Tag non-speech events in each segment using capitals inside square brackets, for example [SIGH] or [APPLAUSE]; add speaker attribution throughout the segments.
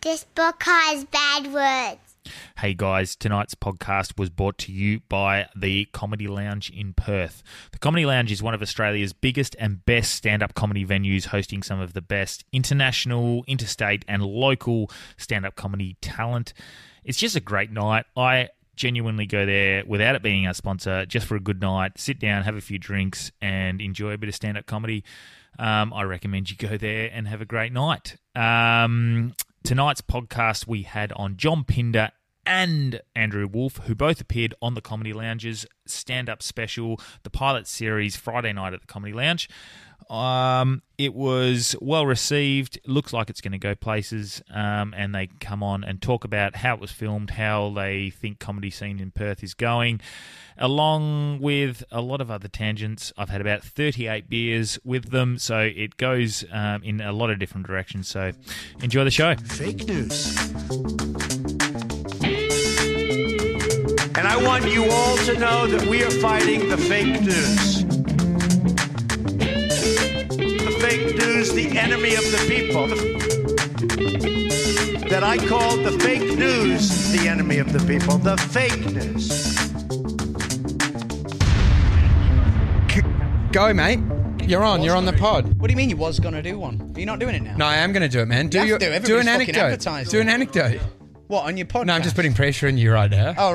Speaker 1: This book has bad words.
Speaker 2: Hey guys, tonight's podcast was brought to you by the Comedy Lounge in Perth. The Comedy Lounge is one of Australia's biggest and best stand up comedy venues, hosting some of the best international, interstate, and local stand up comedy talent. It's just a great night. I genuinely go there without it being our sponsor, just for a good night, sit down, have a few drinks, and enjoy a bit of stand up comedy. Um, I recommend you go there and have a great night. Um, tonight's podcast we had on John Pinder and Andrew Wolf, who both appeared on the Comedy Lounge's stand up special, the pilot series Friday night at the Comedy Lounge. Um, it was well received. Looks like it's going to go places. Um, and they come on and talk about how it was filmed, how they think comedy scene in Perth is going, along with a lot of other tangents. I've had about 38 beers with them, so it goes um, in a lot of different directions. So enjoy the show.
Speaker 3: Fake news.
Speaker 4: And I want you all to know that we are fighting the fake news. The fake news, the enemy of the people. That I call the fake news the enemy of the people. The fake news.
Speaker 5: Go, mate. You're on. You're on the pod.
Speaker 6: What do you mean you was gonna do one? You're not doing it now.
Speaker 5: No, I am going to do it, man. Do
Speaker 6: You have
Speaker 5: your
Speaker 6: to.
Speaker 5: do an
Speaker 6: Everybody's fucking
Speaker 5: anecdote.
Speaker 6: advertising.
Speaker 5: Do an anecdote.
Speaker 6: What on your podcast?
Speaker 5: No, I'm just
Speaker 6: [LAUGHS]
Speaker 5: putting pressure on you right now.
Speaker 6: Oh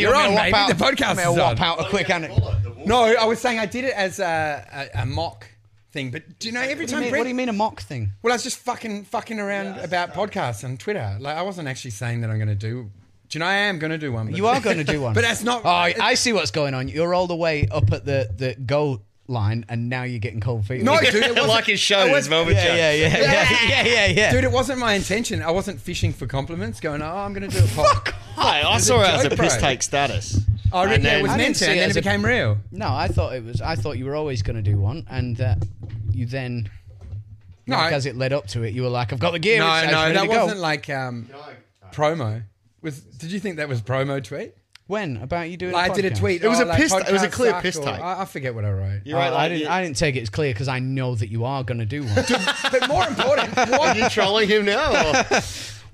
Speaker 5: [LAUGHS] You're on,
Speaker 6: mate.
Speaker 5: baby. The podcast
Speaker 6: I'm gonna
Speaker 5: is
Speaker 6: whop
Speaker 5: on.
Speaker 6: out a quick anecdote.
Speaker 5: No, I was saying I did it as a, a, a mock thing, but do you know every
Speaker 6: What do you
Speaker 5: time?
Speaker 6: mean-
Speaker 5: Brett-
Speaker 6: What do you mean a mock thing?
Speaker 5: Well, I was just fucking fucking around about podcasts and Twitter. Like I wasn't actually saying that I'm going to do. Do you know I am going to do one? but-
Speaker 6: You are going
Speaker 5: [LAUGHS]
Speaker 6: to do one,
Speaker 5: but that's not.
Speaker 6: Oh, I I see what's going on. You're all the way up at the the goal line, and now you're getting cold
Speaker 5: [LAUGHS]
Speaker 6: feet.
Speaker 5: no,
Speaker 6: [LAUGHS] yeah,
Speaker 5: dude. It like his show is moment.
Speaker 6: yeah, yeah, yeah, yeah, yeah, yeah, yeah.
Speaker 5: Dude, it wasn't my intention. I wasn't fishing for compliments. Going, oh, I'm going to do a pod. Fuck.
Speaker 7: Hey, I saw it as a
Speaker 5: joke,
Speaker 7: piss
Speaker 5: bro.
Speaker 7: take status.
Speaker 5: Oh, yeah,
Speaker 7: And
Speaker 5: it
Speaker 7: then-
Speaker 5: was
Speaker 6: I
Speaker 5: meant
Speaker 6: didn't
Speaker 5: to,
Speaker 6: see
Speaker 5: and
Speaker 6: it
Speaker 5: then it
Speaker 6: as a-
Speaker 5: became real.
Speaker 6: no, I thought it was. I thought you were always going to do one, and that you then.
Speaker 5: No,
Speaker 6: like, as it led up to it, you were like, "I've got the gear."
Speaker 5: no,
Speaker 6: it's- it's
Speaker 5: no,
Speaker 6: ready
Speaker 5: that
Speaker 6: to go.
Speaker 5: wasn't like um, promo. Was did you think that was promo tweet?
Speaker 6: when about you doing.
Speaker 5: I did a
Speaker 6: podcast?
Speaker 5: tweet.
Speaker 7: It was
Speaker 5: oh,
Speaker 7: a
Speaker 5: like,
Speaker 7: piss- it was a
Speaker 5: podcasts
Speaker 7: clear
Speaker 5: suck,
Speaker 7: piss
Speaker 5: or-
Speaker 7: take.
Speaker 5: I, I forget what I wrote.
Speaker 7: You're right.
Speaker 6: Uh, I
Speaker 7: like,
Speaker 6: didn't.
Speaker 7: you-
Speaker 6: I didn't take it as clear because I know that you are going to do
Speaker 5: [LAUGHS]
Speaker 6: one.
Speaker 5: But more
Speaker 6: [LAUGHS]
Speaker 5: important, what?
Speaker 7: you trolling him [LAUGHS] now? Or?
Speaker 6: Well,
Speaker 5: What's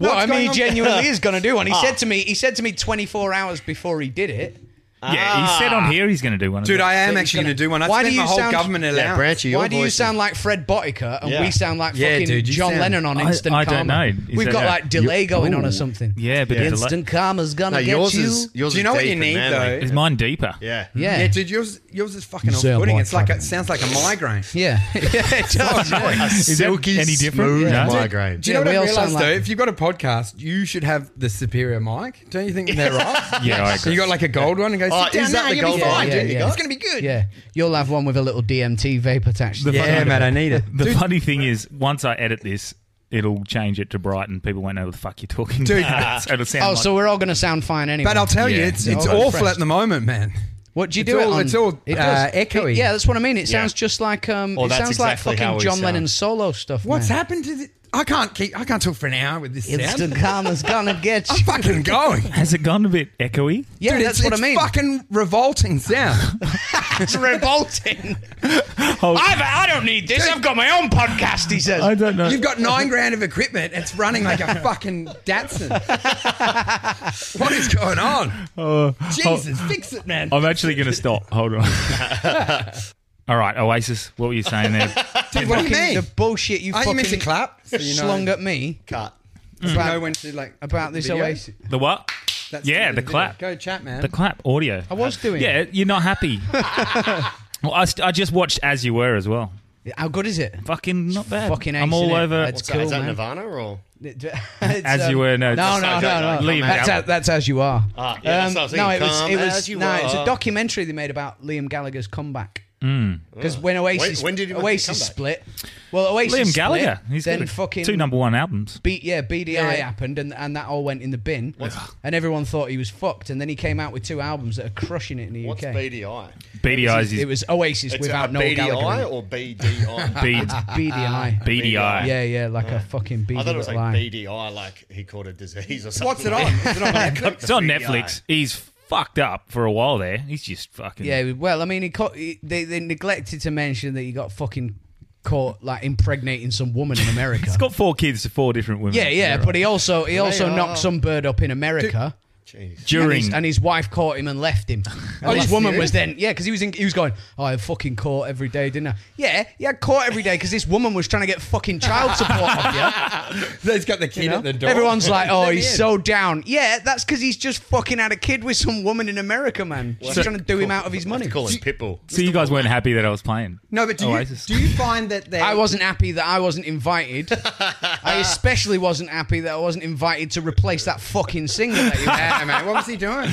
Speaker 6: I
Speaker 5: going
Speaker 6: mean, he
Speaker 5: on? Ah.
Speaker 6: genuinely is going to do one. He said to me, he said to me 24 hours before he did it.
Speaker 2: Yeah, he said on here he's going to do one.
Speaker 5: Ah. Dude,
Speaker 2: of
Speaker 5: I am
Speaker 6: he's
Speaker 5: actually
Speaker 6: gonna-
Speaker 5: going to do one. I
Speaker 6: Why
Speaker 5: spent
Speaker 6: do
Speaker 5: my
Speaker 6: you
Speaker 5: whole
Speaker 6: sound-
Speaker 5: government allowance.
Speaker 7: yeah, Branchy, your
Speaker 6: Why do you
Speaker 7: voice
Speaker 6: sound
Speaker 7: is-
Speaker 6: like Fred Botticher and
Speaker 7: Yeah.
Speaker 6: we sound like
Speaker 5: Yeah,
Speaker 6: fucking
Speaker 5: dude, you
Speaker 6: John
Speaker 5: sound-
Speaker 6: Lennon on
Speaker 2: I-
Speaker 6: instant
Speaker 2: I
Speaker 6: karma?
Speaker 2: don't know. Is
Speaker 6: We've
Speaker 2: that
Speaker 6: got
Speaker 2: a-
Speaker 6: like delay going on
Speaker 2: Ooh.
Speaker 6: or something.
Speaker 2: Yeah, but delay-
Speaker 6: instant karma's gonna
Speaker 7: No,
Speaker 6: get
Speaker 7: yours
Speaker 6: you.
Speaker 7: is yours.
Speaker 5: Do you
Speaker 7: is
Speaker 5: know what
Speaker 7: deep
Speaker 5: you
Speaker 7: and
Speaker 5: need,
Speaker 7: manly.
Speaker 5: though?
Speaker 2: Is mine deeper?
Speaker 7: Yeah.
Speaker 6: yeah.
Speaker 5: Yeah, dude, yours yours is fucking off
Speaker 6: sound
Speaker 5: putting.
Speaker 6: like
Speaker 5: It's like
Speaker 6: Trevor.
Speaker 5: it sounds like a
Speaker 7: [LAUGHS]
Speaker 5: migraine.
Speaker 6: yeah, it does.
Speaker 7: A
Speaker 2: Is that
Speaker 7: silky,
Speaker 2: any different?
Speaker 7: smooth
Speaker 2: No.
Speaker 7: migraine.
Speaker 5: Do you
Speaker 6: Yeah,
Speaker 5: know what
Speaker 6: we
Speaker 5: I
Speaker 6: all
Speaker 5: realised
Speaker 6: sound
Speaker 5: though?
Speaker 6: like-
Speaker 5: If you've got a podcast, you should have the superior mic. Don't you think they're right?
Speaker 2: Yeah, I agree.
Speaker 5: You got like a gold one and go.
Speaker 7: Oh,
Speaker 5: Sit down
Speaker 7: is that
Speaker 5: now,
Speaker 7: the
Speaker 5: you're gonna be
Speaker 7: gold
Speaker 5: fine,
Speaker 7: one?
Speaker 5: dude.
Speaker 6: Yeah, yeah.
Speaker 5: It's gonna be good.
Speaker 6: yeah, you'll have one with a little DMT vape attached. to
Speaker 2: The
Speaker 6: it.
Speaker 2: funny-
Speaker 5: Yeah, mate, I need it.
Speaker 2: The funny thing is, once I edit this, it'll change it to Brighton. People won't know what the fuck you're talking
Speaker 5: Dude.
Speaker 2: about. [LAUGHS] So it'll sound
Speaker 6: Oh,
Speaker 2: like,
Speaker 6: so we're all gonna sound fine anyway.
Speaker 5: But I'll tell you,
Speaker 2: Yeah.
Speaker 5: it's it's
Speaker 6: Oh,
Speaker 5: awful
Speaker 6: impressed.
Speaker 5: at the moment, man.
Speaker 6: What do you
Speaker 5: It's
Speaker 6: do it
Speaker 5: all-
Speaker 6: on?
Speaker 5: it's all,
Speaker 6: It does.
Speaker 5: uh, echoey.
Speaker 6: Yeah, that's what I mean. It sounds just like um,
Speaker 7: Well,
Speaker 6: it
Speaker 7: that's
Speaker 6: sounds
Speaker 7: exactly
Speaker 6: like
Speaker 7: how
Speaker 6: fucking
Speaker 7: we
Speaker 6: John
Speaker 7: sound.
Speaker 6: Lennon solo stuff.
Speaker 5: What's
Speaker 6: man.
Speaker 5: happened to the? I can't keep. I can't talk for an hour with this
Speaker 6: Instant
Speaker 5: sound.
Speaker 6: karma's gonna
Speaker 5: [LAUGHS]
Speaker 6: get
Speaker 5: I'm
Speaker 6: you.
Speaker 5: fucking
Speaker 6: [LAUGHS]
Speaker 5: going.
Speaker 2: has it gone a bit echoey?
Speaker 6: Yeah,
Speaker 5: Dude,
Speaker 6: that's
Speaker 5: Oh, it's,
Speaker 6: what
Speaker 5: it's
Speaker 6: I mean.
Speaker 5: Fucking revolting sound.
Speaker 6: [LAUGHS] It's
Speaker 5: [LAUGHS]
Speaker 6: revolting.
Speaker 2: Oh,
Speaker 6: I've, I don't need this. I've got my own podcast. He says.
Speaker 2: I don't know.
Speaker 5: You've got nine grand of equipment. It's running like a fucking Datsun. what is going on?
Speaker 6: Oh.
Speaker 5: Jesus, fix it, man.
Speaker 2: I'm actually going to stop. Hold on. [LAUGHS] All right, Oasis, what were you saying
Speaker 6: [LAUGHS]
Speaker 2: there?
Speaker 5: Dude, what do you
Speaker 6: Oh, Fucking
Speaker 5: mean?
Speaker 6: The bullshit you
Speaker 5: Aren't you
Speaker 6: fucking
Speaker 5: meant to clap? So you know-
Speaker 6: slung at me
Speaker 7: Cut.
Speaker 5: you know when to like
Speaker 6: about this
Speaker 5: video?
Speaker 6: Oasis.
Speaker 2: The what?
Speaker 5: That's
Speaker 2: Yeah, the
Speaker 5: video.
Speaker 2: clap.
Speaker 5: Go chat, man. [LAUGHS]
Speaker 2: The clap audio.
Speaker 6: I was doing.
Speaker 2: Yeah, you're not
Speaker 6: [LAUGHS]
Speaker 2: happy. well, I, st- I just watched As You Were as well.
Speaker 6: it. How good is it?
Speaker 5: [LAUGHS]
Speaker 2: Fucking not bad.
Speaker 6: Fucking
Speaker 2: I'm
Speaker 6: ace,
Speaker 2: all
Speaker 6: innit?
Speaker 2: over.
Speaker 6: That's
Speaker 7: What's that?
Speaker 6: cool,
Speaker 7: Is that
Speaker 6: man.
Speaker 7: Nirvana or?
Speaker 2: As
Speaker 5: um,
Speaker 2: you were, no,
Speaker 6: No,
Speaker 2: it's-
Speaker 6: no,
Speaker 7: I don't
Speaker 6: no,
Speaker 7: know.
Speaker 6: no.
Speaker 2: Leave it
Speaker 6: that's,
Speaker 2: out.
Speaker 6: a- that's as you are. Um,
Speaker 7: Ah, yeah, that's what I was
Speaker 6: no, it
Speaker 7: thinking.
Speaker 6: was. It
Speaker 7: Come
Speaker 6: was.
Speaker 7: as you
Speaker 6: no, it's a
Speaker 7: are. Hmm.
Speaker 6: documentary they made about Liam Gallagher's comeback. Because when Oasis,
Speaker 7: When- when did he make the
Speaker 6: Oasis
Speaker 7: comeback?
Speaker 6: split, well, Oasis
Speaker 2: Liam
Speaker 6: split,
Speaker 2: Gallagher. He's
Speaker 6: then
Speaker 2: got
Speaker 6: fucking
Speaker 2: two number one albums.
Speaker 6: B, yeah, BDI happened, and, and that all went in the bin, and everyone thought he was fucked, and then he came out with two albums that are crushing it in the
Speaker 7: What's
Speaker 6: UK.
Speaker 7: BDI?
Speaker 2: BDI's
Speaker 6: It was Oasis
Speaker 7: It's
Speaker 6: without
Speaker 7: a
Speaker 6: Noel
Speaker 7: BDI
Speaker 6: Gallagher. in it.
Speaker 7: or BDI?
Speaker 2: beat.
Speaker 6: [LAUGHS]
Speaker 7: [LAUGHS]
Speaker 6: BDI.
Speaker 2: BDI.
Speaker 6: yeah, yeah, like a fucking BDI.
Speaker 7: I thought it was like
Speaker 6: lie.
Speaker 7: BDI, like he caught a disease or something.
Speaker 5: What's it
Speaker 7: like
Speaker 5: on?
Speaker 7: that.
Speaker 2: It's
Speaker 5: Is it on Netflix?
Speaker 7: [LAUGHS]
Speaker 2: on
Speaker 7: BDI.
Speaker 2: Netflix. He's fucked up for a while there. He's just fucking.
Speaker 6: Yeah, well, I mean, he caught, he, they they neglected to mention that he got fucking caught like impregnating some woman in America.
Speaker 2: He's got four kids to four different women.
Speaker 6: yeah, yeah, but he also he also
Speaker 7: are.
Speaker 6: knocked some bird up in America.
Speaker 7: Jeez.
Speaker 6: And
Speaker 2: during
Speaker 6: his, and his wife caught him and left him. And this
Speaker 5: that's
Speaker 6: woman
Speaker 5: serious?
Speaker 6: was then, yeah, because he was in, he was going, oh, I fucking caught every day, didn't I? Yeah, yeah, caught every day because this woman was trying to get fucking child support off you.
Speaker 5: He's got the kid
Speaker 6: you know?
Speaker 5: at the door. [LAUGHS]
Speaker 6: Everyone's like, oh,
Speaker 5: Let me
Speaker 6: he's
Speaker 5: in.
Speaker 6: so down. Yeah, that's because he's just fucking had a kid with some woman in America, man. She's
Speaker 7: So-
Speaker 6: trying to do him out of his money.
Speaker 7: They call him Pitbull.
Speaker 2: so you guys weren't happy that I was playing.
Speaker 5: No, but do you,
Speaker 2: Oasis.
Speaker 5: do you find that they?
Speaker 6: I wasn't happy that I wasn't invited. I especially wasn't happy that I wasn't invited to replace that fucking singer that you had, man.
Speaker 5: What was he doing?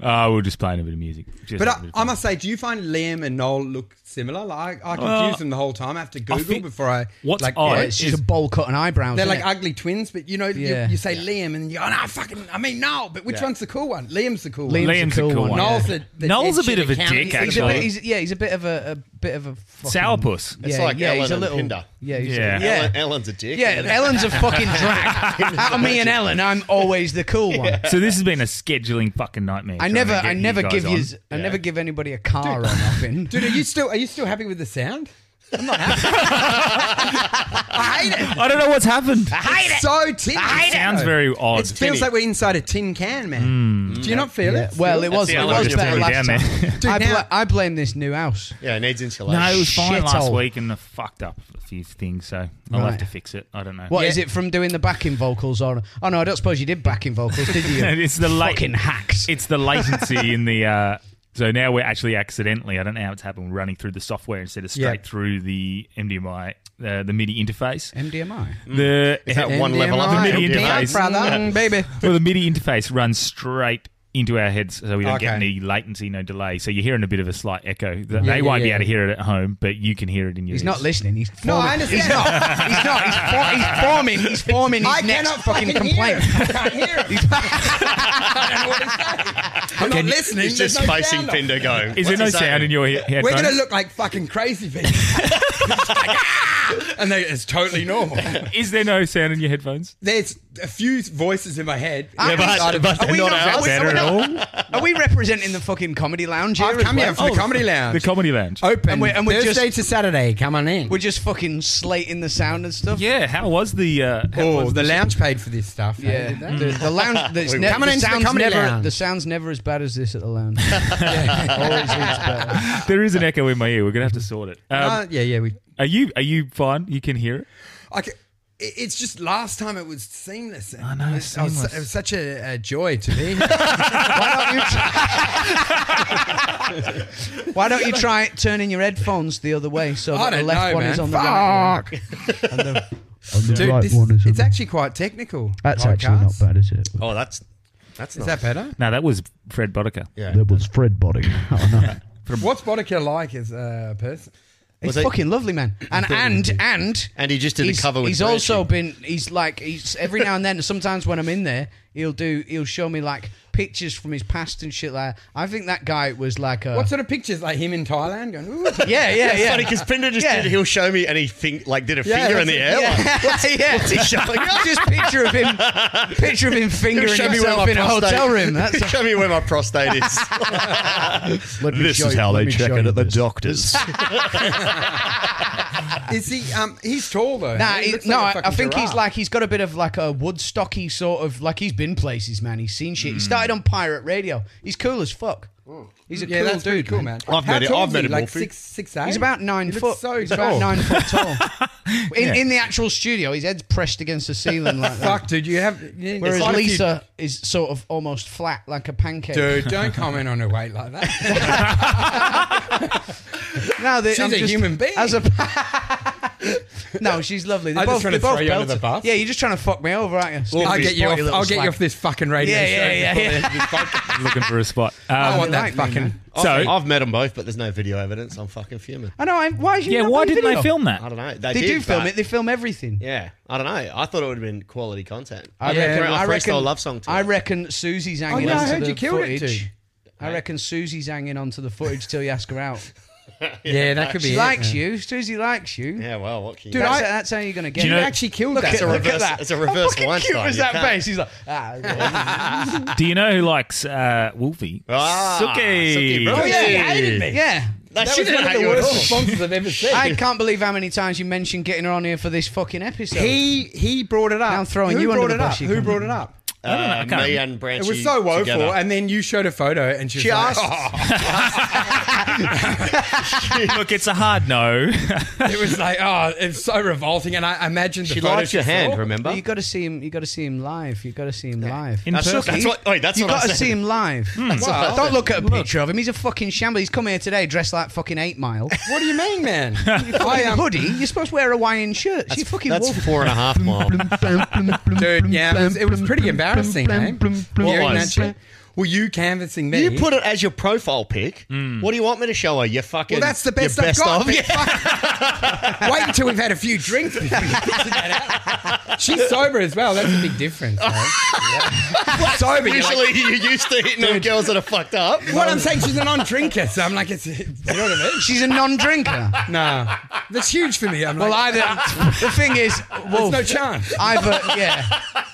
Speaker 2: Uh, we were just playing a bit of music. Just having
Speaker 5: But
Speaker 2: a
Speaker 5: I,
Speaker 2: bit of
Speaker 5: I
Speaker 2: fun.
Speaker 5: must say, do you find Liam and Noel look similar? Like I, I confuse
Speaker 2: Well,
Speaker 5: them the whole time. I have to
Speaker 2: Uh, I
Speaker 5: Google
Speaker 2: think-
Speaker 5: before I.
Speaker 2: What's
Speaker 5: like,
Speaker 2: odd
Speaker 6: Yeah,
Speaker 5: yeah,
Speaker 6: Oh, it's just
Speaker 2: is-
Speaker 6: a bowl cut and eyebrows.
Speaker 5: They're
Speaker 6: isn't
Speaker 5: like
Speaker 6: it?
Speaker 5: ugly twins, but you know,
Speaker 6: Yeah.
Speaker 5: you, you say Liam and you go, "Oh, no, fucking, I mean, Noel, but which
Speaker 2: Yeah.
Speaker 5: one's the cool one? Liam's the cool
Speaker 6: Liam's
Speaker 5: one.
Speaker 2: Liam's a cool, one.
Speaker 5: Noel's
Speaker 2: yeah.
Speaker 5: the- the
Speaker 2: Noel's a
Speaker 5: dead
Speaker 2: bit
Speaker 5: shit
Speaker 2: of a
Speaker 5: accountant.
Speaker 2: dick,
Speaker 6: He's a bit,
Speaker 2: actually.
Speaker 6: he's, yeah, he's a bit of a, a bit of a fucking,
Speaker 2: Sourpuss.
Speaker 6: Yeah,
Speaker 7: It's like
Speaker 6: yeah, he's
Speaker 7: Ellen
Speaker 6: a
Speaker 7: and
Speaker 6: little
Speaker 7: Pinder.
Speaker 6: Yeah, he's
Speaker 2: Yeah.
Speaker 6: A, yeah.
Speaker 7: Ellen, Ellen's a dick.
Speaker 6: yeah, Ellen's a fucking
Speaker 5: [LAUGHS]
Speaker 6: drag. Out of me and Ellen, I'm always the cool one.
Speaker 2: So this has been a scheduling fucking nightmare.
Speaker 6: I
Speaker 2: trying
Speaker 6: never,
Speaker 2: to get
Speaker 6: I never
Speaker 2: guys
Speaker 6: give
Speaker 2: on.
Speaker 6: you, I never give anybody a car
Speaker 5: [LAUGHS]
Speaker 6: or nothing.
Speaker 5: Dude, are you still are you still happy with the sound?
Speaker 2: [LAUGHS]
Speaker 5: I'm not happy. I hate it.
Speaker 2: I don't know what's happened.
Speaker 5: It's so tin.
Speaker 2: It sounds very odd.
Speaker 5: It feels like we're inside a tin can, man. Do you not feel it?
Speaker 6: Mm. Well, it was,
Speaker 7: the
Speaker 6: it
Speaker 7: Ellen
Speaker 6: was
Speaker 7: just
Speaker 6: better
Speaker 7: put it
Speaker 6: last
Speaker 2: down
Speaker 6: time.
Speaker 2: there.
Speaker 6: I,
Speaker 5: now-
Speaker 6: bla- I blame this new house.
Speaker 7: Yeah, it needs insulation.
Speaker 2: No, it was fine
Speaker 6: Shit
Speaker 2: last
Speaker 6: hole.
Speaker 2: week and I fucked up a few things, so I'll
Speaker 6: Right.
Speaker 2: have to fix it. I don't know.
Speaker 6: What is it from doing the backing vocals or? Oh no, I don't suppose you did backing vocals,
Speaker 2: [LAUGHS]
Speaker 6: did you?
Speaker 2: It's the late-
Speaker 6: fucking hacks.
Speaker 2: It's the latency [LAUGHS] in the. Uh, so now we're actually accidentally, I don't know how it's happened, we're running through the software instead of straight
Speaker 5: Yeah.
Speaker 2: through the MDMI, uh, the MIDI interface.
Speaker 6: MDMI.
Speaker 2: The,
Speaker 7: Is that one level up?
Speaker 2: The
Speaker 7: from
Speaker 2: MIDI
Speaker 7: MDMI?
Speaker 2: interface.
Speaker 5: brother, baby.
Speaker 2: well, the MIDI interface runs straight into our heads, so we don't get
Speaker 5: Okay.
Speaker 2: any latency, no delay. So you're hearing a bit of a slight echo. They
Speaker 5: yeah,
Speaker 2: won't be
Speaker 5: yeah.
Speaker 2: able to hear it at home, but you can hear it in your.
Speaker 6: He's
Speaker 2: ears.
Speaker 6: not listening. He's
Speaker 5: No,
Speaker 6: forming-
Speaker 5: I understand. He's not.
Speaker 6: He's not. He's, for, he's forming. He's forming
Speaker 5: [LAUGHS]
Speaker 6: his
Speaker 5: I
Speaker 6: next
Speaker 5: cannot
Speaker 6: fucking complaint.
Speaker 5: Hear. I can't hear. [LAUGHS] It. I'm not listening.
Speaker 7: He's just
Speaker 5: There's no
Speaker 7: facing
Speaker 5: sound.
Speaker 7: Pinder going.
Speaker 2: Is there
Speaker 7: "What's
Speaker 2: no
Speaker 7: he saying?"
Speaker 2: sound in your he- headphones?
Speaker 5: We're going to look like fucking crazy people. [LAUGHS] and they, it's totally normal.
Speaker 2: Is there no sound in your headphones?
Speaker 5: There's a few voices in my head.
Speaker 7: Yeah, but, but
Speaker 6: Are
Speaker 7: they're
Speaker 6: we
Speaker 7: not
Speaker 6: not-
Speaker 7: ours.
Speaker 6: are we-
Speaker 2: Better at all?
Speaker 6: Are we representing the fucking comedy lounge here?
Speaker 5: I've
Speaker 6: as
Speaker 5: come
Speaker 6: well?
Speaker 5: here for the comedy
Speaker 2: The
Speaker 5: lounge.
Speaker 2: comedy lounge.
Speaker 5: Open
Speaker 6: Oh. And we're- and we're
Speaker 5: Thursday
Speaker 6: just-
Speaker 5: to Saturday. Come on in.
Speaker 6: We're just fucking slating the sound and stuff.
Speaker 2: Yeah, how was the? Uh, how
Speaker 5: Oh,
Speaker 2: was
Speaker 5: the lounge paid for this stuff. eh?
Speaker 6: Yeah, the, the lounge.
Speaker 2: [LAUGHS]
Speaker 6: The, it's ne-
Speaker 5: Coming
Speaker 6: the
Speaker 5: into the
Speaker 6: sound's
Speaker 5: comedy
Speaker 6: never,
Speaker 5: lounge.
Speaker 6: The sound's never as bad as this at
Speaker 2: [LAUGHS]
Speaker 6: the lounge. yeah, always is better.
Speaker 2: There is an echo in my ear. We're gonna have to sort it. Um,
Speaker 5: Uh, yeah, yeah. We.
Speaker 2: are you are you fine? You can hear it.
Speaker 5: I ca- it- it's just last time it was seamless. and
Speaker 2: I know,
Speaker 5: it was- I was-
Speaker 2: seamless.
Speaker 5: It was such a, a joy to me.
Speaker 6: Why don't you try turning your headphones the other way so
Speaker 5: I
Speaker 6: that the
Speaker 5: don't
Speaker 6: left
Speaker 5: know,
Speaker 6: one
Speaker 5: man.
Speaker 6: is on the right?
Speaker 5: Fuck. Dude, this, it's actually quite technical.
Speaker 8: That's actually not
Speaker 5: podcast.
Speaker 8: bad, is it?
Speaker 7: Oh, that's that's
Speaker 5: Is
Speaker 7: not.
Speaker 5: that better?
Speaker 2: No, that was Fred Boddicker.
Speaker 7: yeah.
Speaker 8: There was Fred Bodding. Oh, no.
Speaker 5: What's Bodicare like as a person?
Speaker 6: He's
Speaker 7: Was it-
Speaker 6: fucking lovely, man. And and and
Speaker 7: And he just did
Speaker 6: he's,
Speaker 7: a cover with.
Speaker 6: he's also
Speaker 7: Belushi.
Speaker 6: been he's like he's every now and then sometimes when i'm in there he'll do he'll show me like pictures from his past and shit like that. i think that guy was like a
Speaker 5: What sort of pictures? Like him in Thailand going, ooh.
Speaker 6: yeah yeah
Speaker 7: It's
Speaker 6: yeah
Speaker 7: funny because Pinder just
Speaker 6: Yeah.
Speaker 7: did. He'll show me, and he think like did a
Speaker 5: Yeah,
Speaker 7: finger in the air. like,
Speaker 6: [LAUGHS]
Speaker 7: [LAUGHS]
Speaker 6: yeah, yeah.
Speaker 7: What's he
Speaker 6: [LAUGHS]
Speaker 7: showing?
Speaker 6: just picture of him picture of him fingering
Speaker 7: Show me where
Speaker 6: himself
Speaker 7: my
Speaker 6: in a
Speaker 7: prostate.
Speaker 6: hotel room
Speaker 7: [LAUGHS]
Speaker 6: that's [LAUGHS]
Speaker 7: show me where my prostate [LAUGHS] is.
Speaker 8: Let me show you- let me show you this.
Speaker 7: [LAUGHS] doctors.
Speaker 5: Is he? Um, he's tall though.
Speaker 6: Nah,
Speaker 5: He
Speaker 6: he-
Speaker 5: looks
Speaker 6: no,
Speaker 5: like a
Speaker 6: I, I
Speaker 5: fucking
Speaker 6: think he's
Speaker 5: giraffe.
Speaker 6: like he's got a bit of like a Woodstocky sort of like he's been places, man. He's seen shit. He
Speaker 7: Hmm.
Speaker 6: started on pirate radio. He's cool as fuck. He's a
Speaker 5: Yeah,
Speaker 6: cool
Speaker 5: that's
Speaker 6: dude,
Speaker 5: pretty cool, man.
Speaker 7: I've
Speaker 5: How
Speaker 7: met it-
Speaker 5: tall
Speaker 7: I've
Speaker 5: is
Speaker 7: met
Speaker 5: he?
Speaker 7: him,
Speaker 5: Like
Speaker 7: Wolfie.
Speaker 5: six, six, eight.
Speaker 6: He's about nine
Speaker 5: He looks
Speaker 6: foot.
Speaker 5: So
Speaker 6: he's
Speaker 5: tall.
Speaker 6: about nine foot tall. In,
Speaker 2: Yeah.
Speaker 6: in the actual studio, his head's pressed against the ceiling like that.
Speaker 5: Fuck, dude, you have. you-
Speaker 6: Whereas
Speaker 5: it's like you-
Speaker 6: Lisa is sort of almost flat like a pancake.
Speaker 5: Dude, don't comment on her weight like that.
Speaker 6: No, they,
Speaker 5: She's a human being.
Speaker 6: As a [LAUGHS] no, she's lovely. They're
Speaker 5: I'm just
Speaker 6: both,
Speaker 5: trying
Speaker 6: they're
Speaker 5: to
Speaker 6: both
Speaker 5: throw you under the
Speaker 6: belted.
Speaker 5: bus.
Speaker 6: Yeah, you're just trying to fuck me over, aren't you?
Speaker 5: I'll get you. Off,
Speaker 6: Spoiled little
Speaker 5: I'll get you
Speaker 6: slag.
Speaker 5: off this fucking radio.
Speaker 6: Yeah,
Speaker 5: show
Speaker 6: yeah, yeah,
Speaker 5: before
Speaker 6: yeah.
Speaker 5: the end of this podcast.
Speaker 2: Looking for a
Speaker 7: [LAUGHS]
Speaker 2: spot.
Speaker 5: I
Speaker 2: Um,
Speaker 5: want that
Speaker 6: like me,
Speaker 5: fucking.
Speaker 6: man.
Speaker 2: So-
Speaker 7: so I've met them both, but there's no video evidence. I'm fucking fuming.
Speaker 6: I know. I, why? is you
Speaker 2: yeah,
Speaker 6: not
Speaker 2: why
Speaker 6: on
Speaker 2: didn't
Speaker 6: video?
Speaker 2: they film
Speaker 7: I
Speaker 2: that?
Speaker 7: don't know. They,
Speaker 6: They
Speaker 7: did,
Speaker 6: do film
Speaker 7: but-
Speaker 6: it. They film everything.
Speaker 7: Yeah, I don't know. I thought it would have been quality content.
Speaker 6: I
Speaker 5: Yeah.
Speaker 6: reckon.
Speaker 7: Throw my
Speaker 6: I
Speaker 7: freestyle
Speaker 6: reckon.
Speaker 7: love song to
Speaker 6: I
Speaker 7: it.
Speaker 6: reckon Susie's
Speaker 5: Oh,
Speaker 6: hanging
Speaker 5: yeah, I
Speaker 6: onto
Speaker 5: heard
Speaker 6: the
Speaker 5: you killed it
Speaker 6: footage.
Speaker 5: too.
Speaker 6: I reckon Susie's hanging onto the footage till you ask her out.
Speaker 5: Yeah, that could be.
Speaker 6: She
Speaker 5: it,
Speaker 6: likes
Speaker 5: man.
Speaker 6: you. Susie likes you.
Speaker 7: Yeah, well, what can you
Speaker 5: Dude,
Speaker 7: do?
Speaker 6: That's,
Speaker 5: I-
Speaker 6: that's how you're gonna get.
Speaker 2: Do you
Speaker 6: it.
Speaker 2: know-
Speaker 5: Actually killed
Speaker 6: Look
Speaker 5: that.
Speaker 6: at,
Speaker 7: a
Speaker 6: look at
Speaker 7: reverse-
Speaker 6: that.
Speaker 7: it's a
Speaker 6: How
Speaker 7: reverse
Speaker 6: fucking
Speaker 7: Weinstein,
Speaker 6: cute was
Speaker 7: you
Speaker 6: that
Speaker 7: can't-
Speaker 6: face? He's like, ah,
Speaker 2: Do you know who likes uh, Wolfie?
Speaker 7: Ah,
Speaker 2: Suki.
Speaker 7: Suki, bro.
Speaker 6: oh yeah,
Speaker 7: Hey.
Speaker 6: he hated me. Yeah,
Speaker 7: That,
Speaker 5: That
Speaker 7: shit
Speaker 5: was
Speaker 7: didn't
Speaker 5: one of
Speaker 7: hate
Speaker 5: the
Speaker 7: you at
Speaker 5: worst
Speaker 7: all.
Speaker 5: responses I've ever seen.
Speaker 6: I can't believe how many times you mentioned getting her on here for this fucking episode.
Speaker 5: he he brought it up.
Speaker 6: Now I'm throwing
Speaker 5: Who
Speaker 6: you under
Speaker 5: brought
Speaker 6: the
Speaker 5: it
Speaker 6: bus,
Speaker 5: up?
Speaker 6: you
Speaker 5: Who
Speaker 6: cunt.
Speaker 5: brought it up?
Speaker 2: I don't know. I
Speaker 7: Uh,
Speaker 2: can't
Speaker 7: me
Speaker 2: remember.
Speaker 7: and Branchy
Speaker 5: It was so woeful,
Speaker 7: together.
Speaker 5: and then you showed a photo, and she, was
Speaker 7: She
Speaker 5: like,
Speaker 7: asked.
Speaker 2: Look, it's a hard no. [LAUGHS]
Speaker 5: "Oh." [LAUGHS] It was like, oh, it's so revolting. And I imagined the
Speaker 7: She
Speaker 5: photo
Speaker 7: liked your
Speaker 5: she
Speaker 7: hand,
Speaker 5: saw.
Speaker 7: remember?
Speaker 6: But you got to see him. You got to see him live. You got to see him live.
Speaker 2: In
Speaker 7: That's-
Speaker 2: person.
Speaker 7: that's what- wait, that's
Speaker 6: you
Speaker 7: what I
Speaker 6: got to
Speaker 7: said.
Speaker 6: see him live.
Speaker 7: what I
Speaker 6: don't
Speaker 7: said.
Speaker 6: look at a picture of him. He's a fucking shamble. He's come here today dressed like fucking Eight Mile.
Speaker 5: What do you mean, man?
Speaker 6: I
Speaker 5: I
Speaker 6: am
Speaker 5: am.
Speaker 6: hoodie. You're supposed to wear a Hawaiian shirt. She fucking
Speaker 7: That's
Speaker 6: wolf.
Speaker 7: four and a
Speaker 6: [LAUGHS]
Speaker 7: half mile.
Speaker 5: Dude, yeah, it was, it was pretty embarrassing, man. Hearing
Speaker 2: was?
Speaker 5: that shit. Well, you canvassing me.
Speaker 7: you put it as your profile pic.
Speaker 5: Hmm.
Speaker 7: What do you want me to show her? You
Speaker 5: Well,
Speaker 7: fucking.
Speaker 5: that's the best,
Speaker 7: your best
Speaker 5: I've got.
Speaker 7: of. [LAUGHS]
Speaker 5: but
Speaker 7: Yeah.
Speaker 5: [LAUGHS] fuck- [LAUGHS] Wait until we've had a few drinks before you figure that out. She's sober as well. That's a big difference. Right?
Speaker 7: [LAUGHS]
Speaker 5: sober. you're like-
Speaker 7: Usually you're used to hitting on girls that are fucked up.
Speaker 5: what I'm saying, she's a non-drinker, so I'm like, it's, you know what I mean?
Speaker 6: She's a non-drinker.
Speaker 5: Nah, that's huge for me. I'm
Speaker 6: well,
Speaker 5: like,
Speaker 6: either the thing is,
Speaker 5: there's
Speaker 6: Wolf,
Speaker 5: no chance.
Speaker 6: either yeah,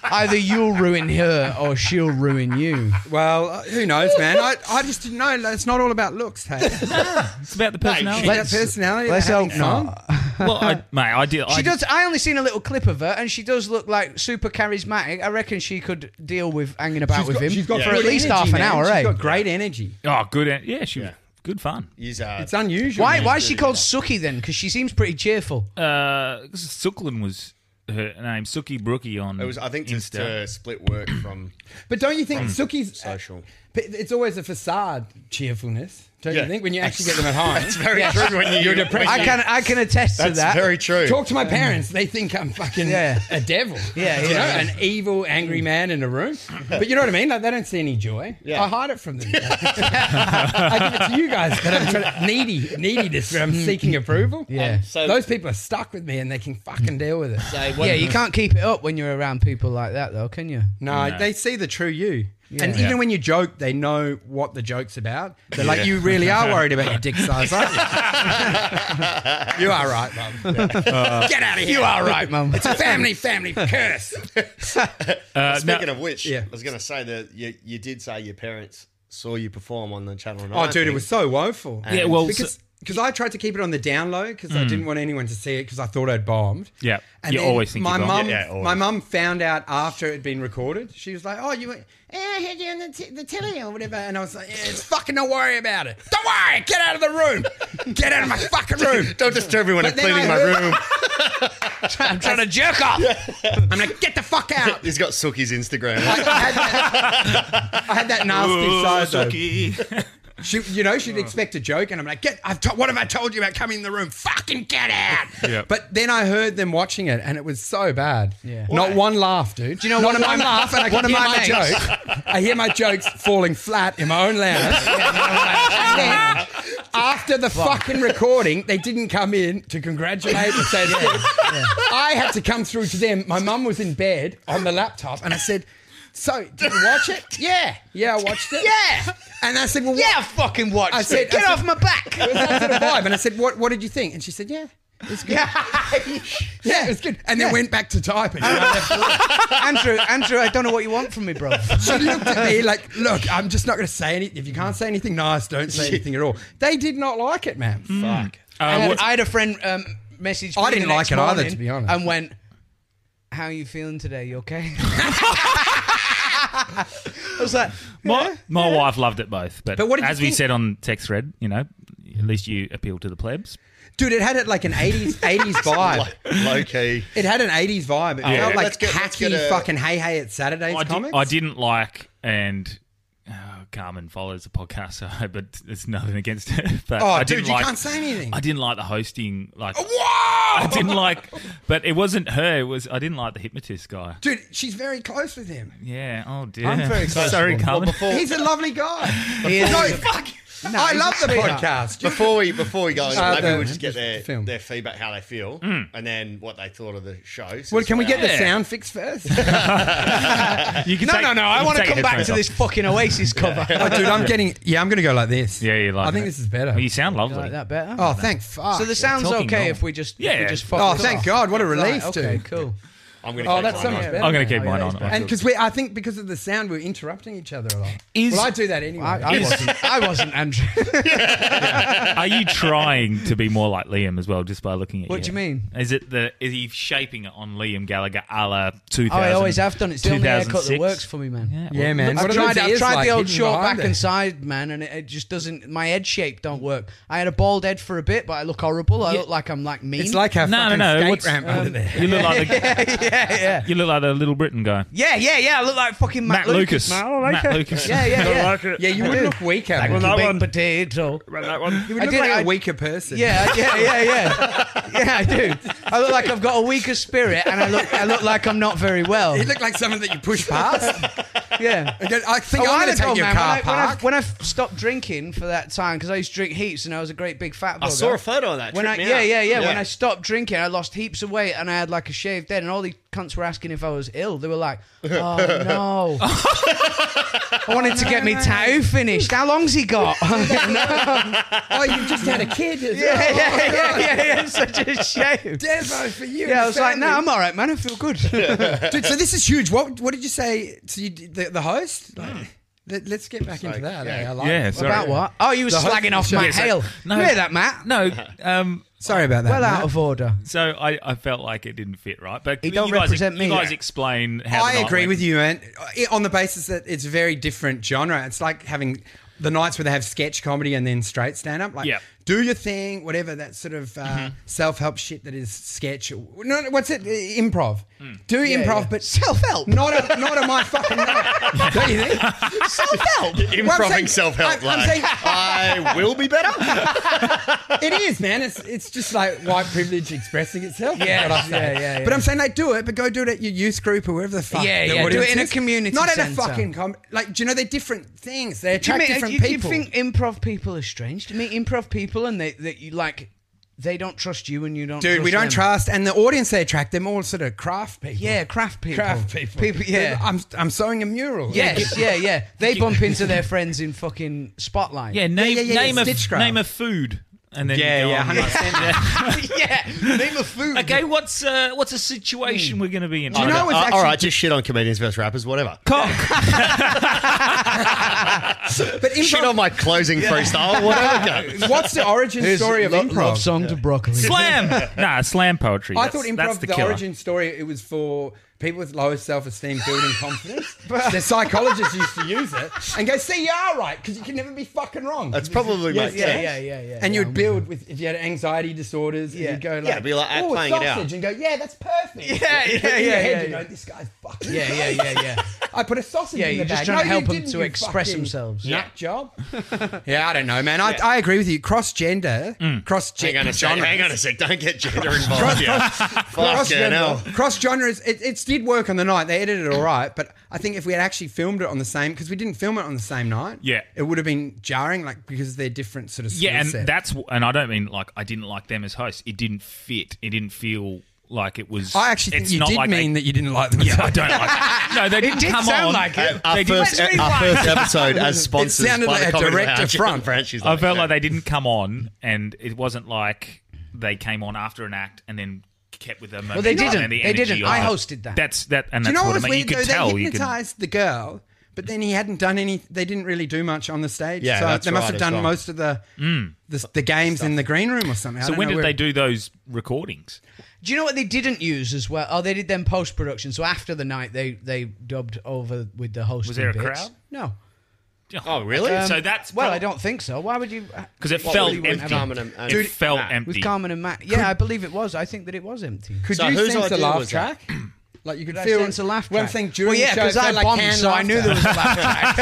Speaker 6: either you'll ruin her or she'll ruin you.
Speaker 5: Well, uh, who knows, man? I, I just didn't know. It's not all about looks, hey.
Speaker 2: It's about the personality.
Speaker 5: That personality.
Speaker 6: Let's
Speaker 5: that
Speaker 6: hope
Speaker 5: having fun.
Speaker 6: not.
Speaker 2: well, I, mate, I did. I,
Speaker 6: She does. I only seen a little clip of her, and she does look like super charismatic. I reckon she could deal with hanging about
Speaker 5: She's
Speaker 6: with
Speaker 5: got-
Speaker 6: him
Speaker 5: she's got
Speaker 6: for
Speaker 5: good
Speaker 6: at least
Speaker 5: energy,
Speaker 6: half an
Speaker 5: man.
Speaker 6: hour,
Speaker 5: She's
Speaker 6: eh?
Speaker 5: got great energy.
Speaker 2: Oh, good. en- Yeah, she was good fun.
Speaker 7: Use, uh,
Speaker 5: It's unusual.
Speaker 6: Why? Why is she called Suki then? Because she seems pretty cheerful.
Speaker 2: Uh, Suklin was her name. Suki Brookie on.
Speaker 7: it was, I think, just
Speaker 2: Insta.
Speaker 7: to split work
Speaker 5: [COUGHS]
Speaker 7: from
Speaker 5: But don't you
Speaker 6: Hmm.
Speaker 5: think Suki's
Speaker 7: social.
Speaker 5: But it's always a facade cheerfulness, don't
Speaker 7: Yeah.
Speaker 5: you think? When you actually get
Speaker 6: [LAUGHS]
Speaker 5: them at home,
Speaker 7: That's very true. When you, you're depressed,
Speaker 6: I can. I can attest to
Speaker 7: That's
Speaker 6: that.
Speaker 7: very true.
Speaker 5: talk to my parents; they think I'm fucking
Speaker 6: Yeah.
Speaker 5: a devil.
Speaker 6: [LAUGHS] Yeah,
Speaker 5: you
Speaker 6: yeah,
Speaker 5: know,
Speaker 6: yeah.
Speaker 5: an evil, angry man in a room. But you know what I mean? Like they don't see any joy.
Speaker 7: Yeah.
Speaker 5: I hide it from them. [LAUGHS] I give it to you guys that I'm trying to, needy, neediness. Where I'm seeking approval.
Speaker 6: Hmm. Yeah. Um,
Speaker 7: so-
Speaker 5: those people are stuck with me, and they can fucking deal with it.
Speaker 7: Say what-
Speaker 6: yeah, you can't keep it up when you're around people like that, though, can you?
Speaker 5: No, they see the true you. And
Speaker 2: Yeah.
Speaker 5: even when you joke, they know what the joke's about. They're like, you really are worried [LAUGHS] about your dick size, aren't you? you are right, Mum. [LAUGHS] Get out of here. You are right,
Speaker 6: Mum. [LAUGHS]
Speaker 5: It's a family, family curse.
Speaker 2: Uh, no-
Speaker 7: Speaking of which,
Speaker 5: Yeah.
Speaker 7: I was going to say that you, you did say your parents saw you perform on the channel.
Speaker 5: Oh,
Speaker 7: 9
Speaker 5: dude, it
Speaker 7: thing.
Speaker 5: was so woeful.
Speaker 2: yeah, well, Mm.
Speaker 5: Because because I tried to keep it on the down low because I didn't want anyone to see it because I thought I'd bombed.
Speaker 2: Yeah.
Speaker 5: And
Speaker 2: You
Speaker 5: then
Speaker 2: always think
Speaker 5: my
Speaker 2: you bombed.
Speaker 5: mum,
Speaker 7: Yeah, yeah, always.
Speaker 5: my mum found out after it had been recorded. She was like, "Oh, you, went, eh, I heard you on the, t- the telly or whatever," and I was like, yeah, "It's fucking don't worry about it. Don't worry, get out of the room. Get out of my fucking room.
Speaker 2: [LAUGHS]
Speaker 7: Don't disturb me when
Speaker 5: But
Speaker 7: I'm
Speaker 5: then
Speaker 7: cleaning
Speaker 5: I
Speaker 7: my
Speaker 5: heard-
Speaker 7: room.
Speaker 6: I'm trying to jerk off.
Speaker 5: I'm like, get the fuck out."
Speaker 7: He's got
Speaker 5: [LAUGHS]
Speaker 7: Sookie's Instagram.
Speaker 5: I had that, I had that nasty side though. She, you know, she'd expect a joke, and I'm like, "Get! I've to- what have I told you about coming in the room? Fucking get out!"
Speaker 2: Yeah.
Speaker 5: But then I heard them watching it, and it was so bad.
Speaker 6: Yeah.
Speaker 5: Not one laugh, dude. Do you know one of my laugh? And I
Speaker 6: one
Speaker 5: can
Speaker 6: of
Speaker 5: hear
Speaker 6: my
Speaker 5: my,
Speaker 6: mates-
Speaker 5: joke. I hear my jokes falling flat in my own [LAUGHS] lounge. And then [LAUGHS] after the fucking recording, they didn't come in to congratulate and [LAUGHS] say this. I had to come through to them. My mum was in bed on the laptop, and I said. So, did you watch
Speaker 6: [LAUGHS]
Speaker 5: it? Yeah. Yeah, I watched it.
Speaker 6: Yeah.
Speaker 5: And I said, well, what-
Speaker 6: Yeah, I fucking watched
Speaker 5: I said-
Speaker 6: it. Get
Speaker 5: I said-
Speaker 6: off my
Speaker 5: it
Speaker 6: back.
Speaker 5: was that sort of vibe. And I said, "What? What did you think?" And she said, "Yeah, it's good. yeah, it's good." And then went back to typing. And I left her.
Speaker 6: [LAUGHS] Andrew, Andrew, I don't know what you want from
Speaker 5: [LAUGHS]
Speaker 6: me, bro.
Speaker 5: she looked at me like, "Look, I'm just not going to say anything. If you can't say anything nice, don't say anything at all." They did not like it, man.
Speaker 7: Fuck.
Speaker 6: I,
Speaker 2: Uh,
Speaker 6: had,
Speaker 2: what-
Speaker 6: I had a friend um, message.
Speaker 5: I
Speaker 6: me the
Speaker 5: didn't
Speaker 6: next
Speaker 5: like it either,
Speaker 6: morning
Speaker 5: to be honest.
Speaker 6: And went, "How are you feeling today? You okay?" I was like,
Speaker 2: my, my wife loved it both, but,
Speaker 5: But what did you
Speaker 2: as we
Speaker 5: think?
Speaker 2: said on text thread, you know, at least you appeal to the plebs.
Speaker 5: Dude, it had it like an
Speaker 6: [LAUGHS]
Speaker 5: '80s '80s vibe.
Speaker 7: Low key.
Speaker 5: It had an '80s vibe. It felt like
Speaker 7: Let's get- let's
Speaker 5: hacky
Speaker 7: get a-
Speaker 5: fucking hey hey at Saturdays
Speaker 2: I,
Speaker 5: comics.
Speaker 2: did, I didn't like and. Oh, Carmen follows the podcast, [LAUGHS] so I- but it's nothing against her. [LAUGHS] But
Speaker 5: Oh,
Speaker 2: I
Speaker 5: dude,
Speaker 2: didn't
Speaker 5: you
Speaker 2: like,
Speaker 5: can't say anything. Oh,
Speaker 2: I didn't like the hosting. Like,
Speaker 5: Whoa!
Speaker 2: I
Speaker 5: [LAUGHS]
Speaker 2: didn't like, but it wasn't her. It was I didn't like the hypnotist guy.
Speaker 5: Dude, she's very close with him.
Speaker 2: Yeah. Oh dear. [LAUGHS]
Speaker 6: I'm very close.
Speaker 2: sorry, Carmen.
Speaker 7: Before,
Speaker 5: He's a lovely [LAUGHS] guy.
Speaker 6: He is.
Speaker 5: no, fuck. I
Speaker 6: he's
Speaker 5: love
Speaker 6: a
Speaker 5: the
Speaker 6: sweetheart.
Speaker 5: podcast.
Speaker 7: before we before we go, into
Speaker 5: Uh,
Speaker 7: maybe
Speaker 5: the-
Speaker 7: we'll just get their
Speaker 5: film.
Speaker 7: their feedback, how they feel,
Speaker 2: Hmm.
Speaker 7: and then what they thought of the show. since
Speaker 5: Well, can we
Speaker 7: we're
Speaker 5: get
Speaker 7: out.
Speaker 5: the sound fixed [LAUGHS] first?
Speaker 2: You can
Speaker 6: "No,
Speaker 2: take-
Speaker 6: no, no!
Speaker 2: you
Speaker 6: I
Speaker 2: can
Speaker 6: want to
Speaker 2: take
Speaker 6: come
Speaker 2: your
Speaker 6: back
Speaker 2: headphones
Speaker 6: to
Speaker 2: off.
Speaker 6: this fucking
Speaker 2: [LAUGHS]
Speaker 6: Oasis cover."
Speaker 5: Oh, dude, I'm getting. Yeah, I'm going to go like this.
Speaker 2: Yeah, you like.
Speaker 5: I think
Speaker 2: it.
Speaker 5: this is better.
Speaker 2: Well, you sound
Speaker 6: You
Speaker 2: lovely.
Speaker 6: like that better?
Speaker 5: oh, thank fuck.
Speaker 6: so the sound's
Speaker 2: talking
Speaker 6: okay
Speaker 2: normal.
Speaker 6: if we just if
Speaker 2: Yeah.
Speaker 6: we just fuck
Speaker 5: Oh,
Speaker 6: it
Speaker 5: thank
Speaker 6: off.
Speaker 5: God, what a relief,
Speaker 6: right, okay,
Speaker 5: dude.
Speaker 6: cool.
Speaker 7: I'm going to
Speaker 5: Oh, that's so much better.
Speaker 2: I'm going to keep
Speaker 6: Oh, yeah,
Speaker 2: mine
Speaker 6: it's
Speaker 2: on.
Speaker 6: better.
Speaker 5: And because we, I think because of the sound, we're interrupting each other a lot.
Speaker 2: Is-
Speaker 5: well, I do that anyway.
Speaker 6: I, I
Speaker 5: [LAUGHS]
Speaker 6: wasn't. I
Speaker 2: [LAUGHS]
Speaker 6: wasn't Andrew.
Speaker 2: Are you trying to be more like Liam as well, just by looking at
Speaker 6: What
Speaker 2: you?
Speaker 6: do you mean?
Speaker 2: Is it the is he shaping it on Liam Gallagher a la 2000?
Speaker 6: Oh, I always have done. It's the only haircut
Speaker 2: 2006?
Speaker 6: that works for me, man.
Speaker 2: well,
Speaker 5: yeah, man.
Speaker 6: I've
Speaker 5: What are
Speaker 6: tried,
Speaker 5: those
Speaker 6: I've
Speaker 5: ears
Speaker 6: tried
Speaker 5: like
Speaker 6: the old
Speaker 5: hidden
Speaker 6: short
Speaker 5: behind
Speaker 6: back and
Speaker 5: there?
Speaker 6: side, man, and it, it just doesn't. My head shape don't work. I had a bald head for a bit, but I look horrible. I look like I'm like mean.
Speaker 5: It's like a
Speaker 2: No, no,
Speaker 5: fucking
Speaker 2: no.
Speaker 5: skate
Speaker 2: what's-
Speaker 5: ramp
Speaker 2: um,
Speaker 5: under there.
Speaker 2: [LAUGHS] You look like the,
Speaker 6: [LAUGHS] yeah, yeah,
Speaker 2: you look like the Little Britain guy,
Speaker 6: yeah, yeah, yeah. I look like fucking
Speaker 2: Matt
Speaker 6: Matt,
Speaker 2: Lucas.
Speaker 6: man. I don't like
Speaker 2: Matt
Speaker 6: it.
Speaker 2: Lucas.
Speaker 6: Yeah, yeah, yeah.
Speaker 5: Yeah, you would look weaker.
Speaker 6: Like a
Speaker 5: man.
Speaker 6: big potato.
Speaker 5: You would
Speaker 6: I
Speaker 5: look
Speaker 6: did-
Speaker 5: like
Speaker 6: I-
Speaker 5: a weaker person.
Speaker 6: Yeah, yeah, yeah, yeah. [LAUGHS] Yeah, I do. I look like I've got a weaker spirit, and I look, I look like I'm not very well.
Speaker 5: You look like someone that you push past.
Speaker 6: Yeah.
Speaker 5: Again, I think
Speaker 6: Oh,
Speaker 5: I'm
Speaker 6: I
Speaker 5: going to
Speaker 6: don't know,
Speaker 5: take your
Speaker 6: man.
Speaker 5: car
Speaker 6: when, I,
Speaker 5: park.
Speaker 6: when, I, when I f- stopped drinking for that time, because I used to drink heaps and I was a great big fat bugger.
Speaker 7: I saw a photo of that.
Speaker 6: When I,
Speaker 7: tripped me
Speaker 6: yeah,
Speaker 7: out.
Speaker 6: yeah, yeah, When I stopped drinking, I lost heaps of weight and I had like a shaved head, and all the cunts were asking if I was ill. They were
Speaker 7: [LAUGHS]
Speaker 6: like, "Oh no." I wanted to get me tattoo finished. How long's he got? [LAUGHS]
Speaker 5: oh, you just had a kid. as
Speaker 6: yeah,
Speaker 5: well.
Speaker 6: yeah, yeah, yeah, yeah. It's [LAUGHS] such a shame.
Speaker 5: Devo for you.
Speaker 6: Yeah, I
Speaker 5: and
Speaker 6: was like,
Speaker 5: family.
Speaker 6: no, I'm all right, man. I feel good.
Speaker 5: [LAUGHS] Dude, so this is huge. What what did you say to you, the, the host? Like, let, us get back into that. eh? I Hmm. like
Speaker 2: Yeah,
Speaker 5: it.
Speaker 2: sorry.
Speaker 6: About what? Oh, you were
Speaker 5: host of
Speaker 6: slagging
Speaker 5: the
Speaker 6: off
Speaker 5: show.
Speaker 6: Matt
Speaker 5: Yeah, so-
Speaker 6: Hale.
Speaker 2: no.
Speaker 6: You hear that,
Speaker 2: [LAUGHS]
Speaker 6: Matt?
Speaker 2: No, um,
Speaker 5: Sorry about that.
Speaker 6: Well uh,
Speaker 5: Matt.
Speaker 6: out of order.
Speaker 2: so I, I felt like it didn't fit right. But
Speaker 6: He don't
Speaker 2: you guys,
Speaker 6: represent
Speaker 2: you
Speaker 6: me.
Speaker 2: guys explain how.
Speaker 5: I agree with you, man. I- On the basis that it's a very different genre. It's like having the nights where they have sketch comedy and then straight stand up. Like,
Speaker 2: Yeah. Mm-hmm.
Speaker 5: do your thing, whatever that sort of uh, self help shit that is sketch. No, no, what's it? Uh, Improv.
Speaker 2: Mm.
Speaker 5: Do improv, but
Speaker 6: Self help.
Speaker 5: not a, not on my fucking
Speaker 6: [LAUGHS]
Speaker 5: night. Don't you think?
Speaker 6: Self [LAUGHS] help.
Speaker 5: Well, I'm
Speaker 7: Improving
Speaker 5: saying-
Speaker 7: self-help.
Speaker 5: I'm- I'm
Speaker 7: like,
Speaker 5: saying-
Speaker 7: [LAUGHS] I will
Speaker 5: [LAUGHS]
Speaker 7: be better.
Speaker 5: It is, man. It's it's just like white privilege expressing itself. is
Speaker 6: Yeah,
Speaker 5: what I say.
Speaker 6: yeah, yeah, yeah.
Speaker 5: But I'm saying like do it, but go do it at your youth group or wherever the fuck.
Speaker 6: Yeah,
Speaker 5: the
Speaker 6: yeah, do
Speaker 5: audience
Speaker 6: it in a
Speaker 5: is.
Speaker 6: community
Speaker 5: Not at a
Speaker 6: centre.
Speaker 5: fucking com- like. Do you know they're different things? They attract
Speaker 6: do you, mean-
Speaker 5: different
Speaker 6: do you-
Speaker 5: people.
Speaker 6: Do you think improv people are strange? Do you meet improv people and they that you like they don't trust you and you don't
Speaker 5: Dude,
Speaker 6: trust
Speaker 5: we don't
Speaker 6: them?
Speaker 5: trust, and the audience they attract, they're more sort of craft people.
Speaker 6: Yeah, craft people.
Speaker 5: craft people.
Speaker 6: People yeah.
Speaker 5: I'm I'm sewing a mural.
Speaker 6: yes,
Speaker 5: [LAUGHS]
Speaker 6: yeah, yeah. They bump into their friends in fucking spotlight.
Speaker 2: Yeah, name
Speaker 5: yeah, yeah, yeah,
Speaker 2: name a
Speaker 5: Stitchcraft.
Speaker 2: name a food, and then
Speaker 5: Yeah, [LAUGHS]
Speaker 2: you go
Speaker 5: yeah,
Speaker 2: on.
Speaker 5: 100%.
Speaker 6: [LAUGHS] yeah. Name a food.
Speaker 2: Okay, what's uh, what's a situation
Speaker 6: Hmm.
Speaker 2: we're going to be in?
Speaker 5: you know-
Speaker 7: Uh,
Speaker 5: it's actually-
Speaker 7: all right, just shit on comedians versus rappers, whatever.
Speaker 2: cock?
Speaker 5: But
Speaker 7: Shit on
Speaker 5: improv.
Speaker 7: my closing freestyle, whatever. go.
Speaker 5: What's the origin story of
Speaker 6: Lo-
Speaker 5: improv?
Speaker 6: Love song to broccoli.
Speaker 2: slam. [LAUGHS] Nah, slam poetry.
Speaker 5: I
Speaker 2: That's-
Speaker 5: thought
Speaker 2: that's
Speaker 5: improv,
Speaker 2: the,
Speaker 5: the,
Speaker 2: killer.
Speaker 5: origin story, it was for people with low self esteem
Speaker 6: [LAUGHS]
Speaker 5: building confidence. the psychologists used to use it and go, see, you are right, because you can never be fucking wrong.
Speaker 7: That's probably my
Speaker 6: Yeah, yeah, yeah, yeah, yeah.
Speaker 5: and
Speaker 6: yeah,
Speaker 5: you'd build with, if you had anxiety disorders,
Speaker 6: Yeah. "Ah,
Speaker 5: and you'd go like,
Speaker 7: Yeah, be like,
Speaker 5: "Ooh,
Speaker 7: playing it out."
Speaker 5: sausage," and go, yeah, that's perfect.
Speaker 6: [LAUGHS] Yeah, yeah,
Speaker 5: But in your
Speaker 6: yeah,
Speaker 5: head,
Speaker 6: yeah,
Speaker 5: you
Speaker 6: yeah.
Speaker 5: know, this guy's fucking
Speaker 6: Yeah, yeah, yeah, yeah.
Speaker 5: [LAUGHS] I put a sausage
Speaker 6: Yeah,
Speaker 5: in the
Speaker 6: you're just
Speaker 5: bag.
Speaker 6: trying
Speaker 5: No,
Speaker 6: to
Speaker 5: you
Speaker 6: help 'em
Speaker 5: didn't,
Speaker 6: to
Speaker 5: you
Speaker 6: express
Speaker 5: fucking
Speaker 6: themselves.
Speaker 5: Nut
Speaker 7: Yeah.
Speaker 5: job.
Speaker 6: [LAUGHS]
Speaker 5: yeah, I don't know, man. I, I agree with you. Cross gender,
Speaker 6: Mm.
Speaker 5: cross
Speaker 7: Hang
Speaker 5: gender.
Speaker 7: on a sec. Hang on a sec. Don't get gender involved here.
Speaker 5: cross
Speaker 7: Fucking hell.
Speaker 5: genre, cross genres. It, it did work on the night. They edited it all right, but I think if we had actually filmed it on the same, because we didn't film it on the same night,
Speaker 2: Yeah.
Speaker 5: it would have been jarring, like because they're different sort of. skill
Speaker 2: Yeah, and
Speaker 5: set.
Speaker 2: that's and I don't mean like I didn't like them as hosts. It didn't fit. It didn't feel like it was.
Speaker 5: I actually think
Speaker 2: it's
Speaker 5: you
Speaker 2: not
Speaker 5: did
Speaker 2: like [LAUGHS]
Speaker 5: mean
Speaker 2: a,
Speaker 5: that you didn't like them. Yeah, [LAUGHS]
Speaker 2: I don't like. It. No, they didn't
Speaker 6: did
Speaker 2: come
Speaker 6: sound
Speaker 2: on.
Speaker 6: like it.
Speaker 7: Our
Speaker 2: They didn't-
Speaker 7: first, e- our first episode as
Speaker 5: It
Speaker 7: sponsored
Speaker 5: sounded
Speaker 7: by
Speaker 5: like
Speaker 7: the
Speaker 5: a
Speaker 7: Comedy
Speaker 5: direct
Speaker 7: Lounge.
Speaker 5: affront.
Speaker 7: Fran, [LAUGHS] she's
Speaker 2: I felt
Speaker 7: yeah.
Speaker 2: like they didn't come on, and it wasn't like they came on after an act and then kept with them. Well,
Speaker 6: they didn't. They didn't. I hosted that.
Speaker 2: That's that, and
Speaker 5: Do
Speaker 2: that's
Speaker 5: you know
Speaker 2: what I
Speaker 5: what was
Speaker 2: mean.
Speaker 5: weird
Speaker 2: you could
Speaker 5: though?
Speaker 2: tell.
Speaker 5: they
Speaker 2: You could.
Speaker 5: hypnotized the girl, but then he hadn't done any. They didn't really do much on the stage.
Speaker 7: Yeah,
Speaker 5: so
Speaker 7: that's
Speaker 5: they must
Speaker 7: right
Speaker 5: have
Speaker 7: as
Speaker 5: done
Speaker 7: well.
Speaker 5: most of the the, the games in the green room or something. I
Speaker 2: Mm. So
Speaker 5: don't
Speaker 2: when
Speaker 5: know
Speaker 2: did
Speaker 5: where-
Speaker 2: they do those recordings?
Speaker 6: Do you know what they didn't use as well? Oh, they did them post production. So after the night, they they dubbed over with the host.
Speaker 2: there a
Speaker 6: bits.
Speaker 2: crowd?
Speaker 6: No.
Speaker 7: Oh, really?
Speaker 5: Um,
Speaker 2: so that's
Speaker 6: Well, I don't think so. Why would you? uh,
Speaker 2: because it
Speaker 7: What,
Speaker 2: felt
Speaker 7: with- with
Speaker 2: empty.
Speaker 7: Carmen and-
Speaker 5: Um,
Speaker 7: and
Speaker 2: it felt
Speaker 7: Matt?
Speaker 2: empty.
Speaker 6: With Carmen and Matt. Yeah, I believe it was. I think that it was empty.
Speaker 5: Could
Speaker 7: So
Speaker 5: you
Speaker 7: whose
Speaker 5: sense a
Speaker 7: idea
Speaker 5: laugh
Speaker 7: was that?
Speaker 6: [CLEARS THROAT]
Speaker 5: track? Like you could
Speaker 6: I
Speaker 5: feel
Speaker 6: sense a laugh track.
Speaker 5: One thing during
Speaker 6: well, yeah,
Speaker 5: the show, it
Speaker 6: because I
Speaker 5: felt like
Speaker 6: bombed,
Speaker 5: canned
Speaker 6: so I
Speaker 5: laughter.
Speaker 6: knew there was
Speaker 5: [LAUGHS]
Speaker 6: a laugh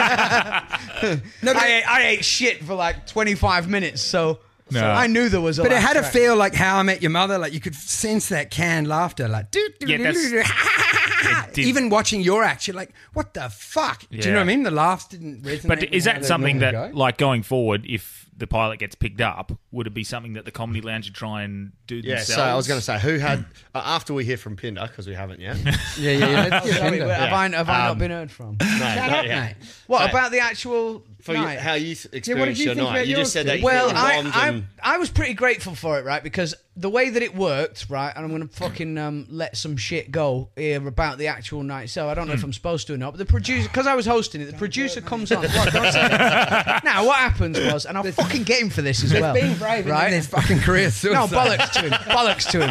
Speaker 6: track.
Speaker 5: No, but
Speaker 6: [LAUGHS] I,
Speaker 5: it-
Speaker 6: ate, I ate shit for like 25 minutes, so, so I knew there was a
Speaker 5: But it
Speaker 6: laugh
Speaker 5: had a
Speaker 6: track. [LAUGHS]
Speaker 5: feel like How I Met Your Mother. Like you could sense that canned laughter. Like doo, doo,
Speaker 2: Yeah,
Speaker 5: doo,
Speaker 2: that's-
Speaker 5: doo, doo.
Speaker 2: It did-
Speaker 5: even watching your act, you're like, what the fuck? Do you
Speaker 2: Yeah.
Speaker 5: know what I mean? The laughs didn't resonate.
Speaker 2: But
Speaker 5: with
Speaker 2: is
Speaker 5: how
Speaker 2: that
Speaker 5: they
Speaker 2: something that,
Speaker 5: normally go.
Speaker 2: like, going forward, if the pilot gets picked up, would it be something that the Comedy Lounge would try and do
Speaker 7: Yeah,
Speaker 2: themselves?
Speaker 7: so I was going to say, who had, uh, after we hear from Pinder, because we haven't yet. no,
Speaker 5: [LAUGHS] yeah, yeah, yeah.
Speaker 6: Sorry,
Speaker 5: Let's
Speaker 2: Um,
Speaker 6: have I, have I not been heard from?
Speaker 7: not
Speaker 5: up,
Speaker 7: yet.
Speaker 5: mate.
Speaker 2: uh,
Speaker 6: What
Speaker 7: Right.
Speaker 6: about the actual
Speaker 7: for
Speaker 6: night.
Speaker 7: you, how you s- experienced
Speaker 5: you
Speaker 7: your
Speaker 5: think
Speaker 7: night.
Speaker 5: about
Speaker 7: You
Speaker 5: yours,
Speaker 7: just said that.
Speaker 5: Steve?
Speaker 7: You
Speaker 6: Well,
Speaker 7: felt
Speaker 6: I,
Speaker 7: bombed and-
Speaker 6: I, I was pretty grateful for it, right? Because the way that it worked, right, and I'm going to fucking um, let some shit go here about the actual night. So I don't know
Speaker 7: Hmm.
Speaker 6: if I'm supposed to or not, but the producer, because I was hosting it, the producer comes on. What, don't say
Speaker 7: [LAUGHS]
Speaker 6: that. now, what happens was, and I'll fucking get him for this as well.
Speaker 5: being
Speaker 2: [LAUGHS]
Speaker 5: brave and
Speaker 6: right?
Speaker 5: then there's fucking career
Speaker 6: No,
Speaker 5: suicide.
Speaker 6: bollocks to him. Bollocks
Speaker 7: [LAUGHS]
Speaker 6: to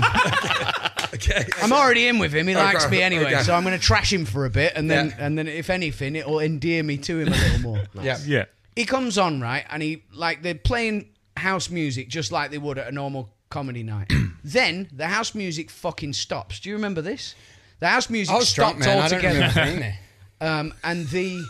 Speaker 6: him.
Speaker 5: Okay.
Speaker 6: I'm already in with him. He likes me anyway,
Speaker 5: okay.
Speaker 6: so I'm going to trash him for a bit, and then,
Speaker 5: Yeah.
Speaker 6: and then if anything, it'll endear me to him a little more
Speaker 5: Yeah.
Speaker 2: Yeah.
Speaker 6: he comes on right and he like they're playing house music just like they would at a normal comedy
Speaker 5: [CLEARS THROAT]
Speaker 6: night then the house music fucking stops do you remember this the house music
Speaker 5: I was drunk,
Speaker 6: stopped
Speaker 5: man. I don't
Speaker 6: altogether
Speaker 5: remember being there.
Speaker 6: um, and the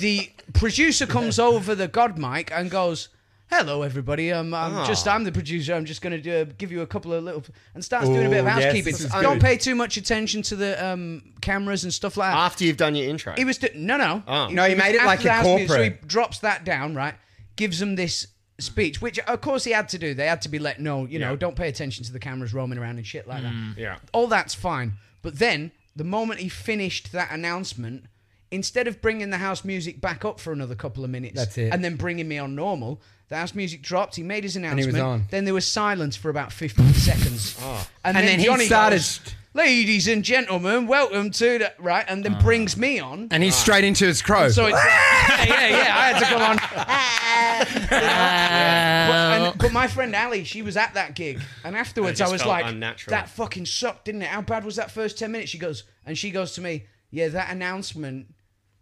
Speaker 6: the producer comes over the god mic and goes Hello, everybody. Um, I'm
Speaker 5: Ah.
Speaker 6: just I'm the producer. I'm just going to uh, give you a couple of little and starts doing a bit of
Speaker 7: Ooh, yes,
Speaker 6: housekeeping.
Speaker 7: this is
Speaker 6: Don't
Speaker 7: good.
Speaker 6: pay too much attention to the um, cameras and stuff like that.
Speaker 7: after you've done your intro.
Speaker 6: He was do- no, no,
Speaker 7: Oh. No,
Speaker 5: he
Speaker 6: was
Speaker 5: made it
Speaker 6: after
Speaker 5: like
Speaker 6: the
Speaker 5: a
Speaker 6: house music, So
Speaker 5: corporate.
Speaker 6: he drops that down, right? Gives them this speech, which of course he had to do. They had to be let know, you know, don't pay attention to the cameras roaming around and shit like that.
Speaker 7: Mm. yeah.
Speaker 6: All that's fine, but then the moment he finished that announcement. Instead of bringing the house music back up for another couple of minutes,
Speaker 5: That's it.
Speaker 6: and then bringing me on normal, the house music dropped. He made his
Speaker 5: he was
Speaker 6: announcement.
Speaker 5: on.
Speaker 6: Then there was silence for about fifteen [LAUGHS] seconds,
Speaker 7: Ah.
Speaker 5: And then he
Speaker 6: Johnny
Speaker 5: started-
Speaker 6: goes, "Ladies and gentlemen, welcome to the right," and
Speaker 7: Ah.
Speaker 6: then brings me on.
Speaker 5: And he's
Speaker 2: Ah.
Speaker 5: straight into his crow.
Speaker 6: So it's yeah, yeah, yeah. I had to come on.
Speaker 7: [LAUGHS]
Speaker 6: But, and- but my friend Ali, she was at that gig, and afterwards
Speaker 7: Uh,
Speaker 6: I
Speaker 7: It just
Speaker 6: was
Speaker 7: felt
Speaker 6: like,
Speaker 7: unnatural.
Speaker 6: "That fucking sucked, didn't it? How bad was that first ten minutes?" She goes, and she goes to me, "Yeah, that announcement."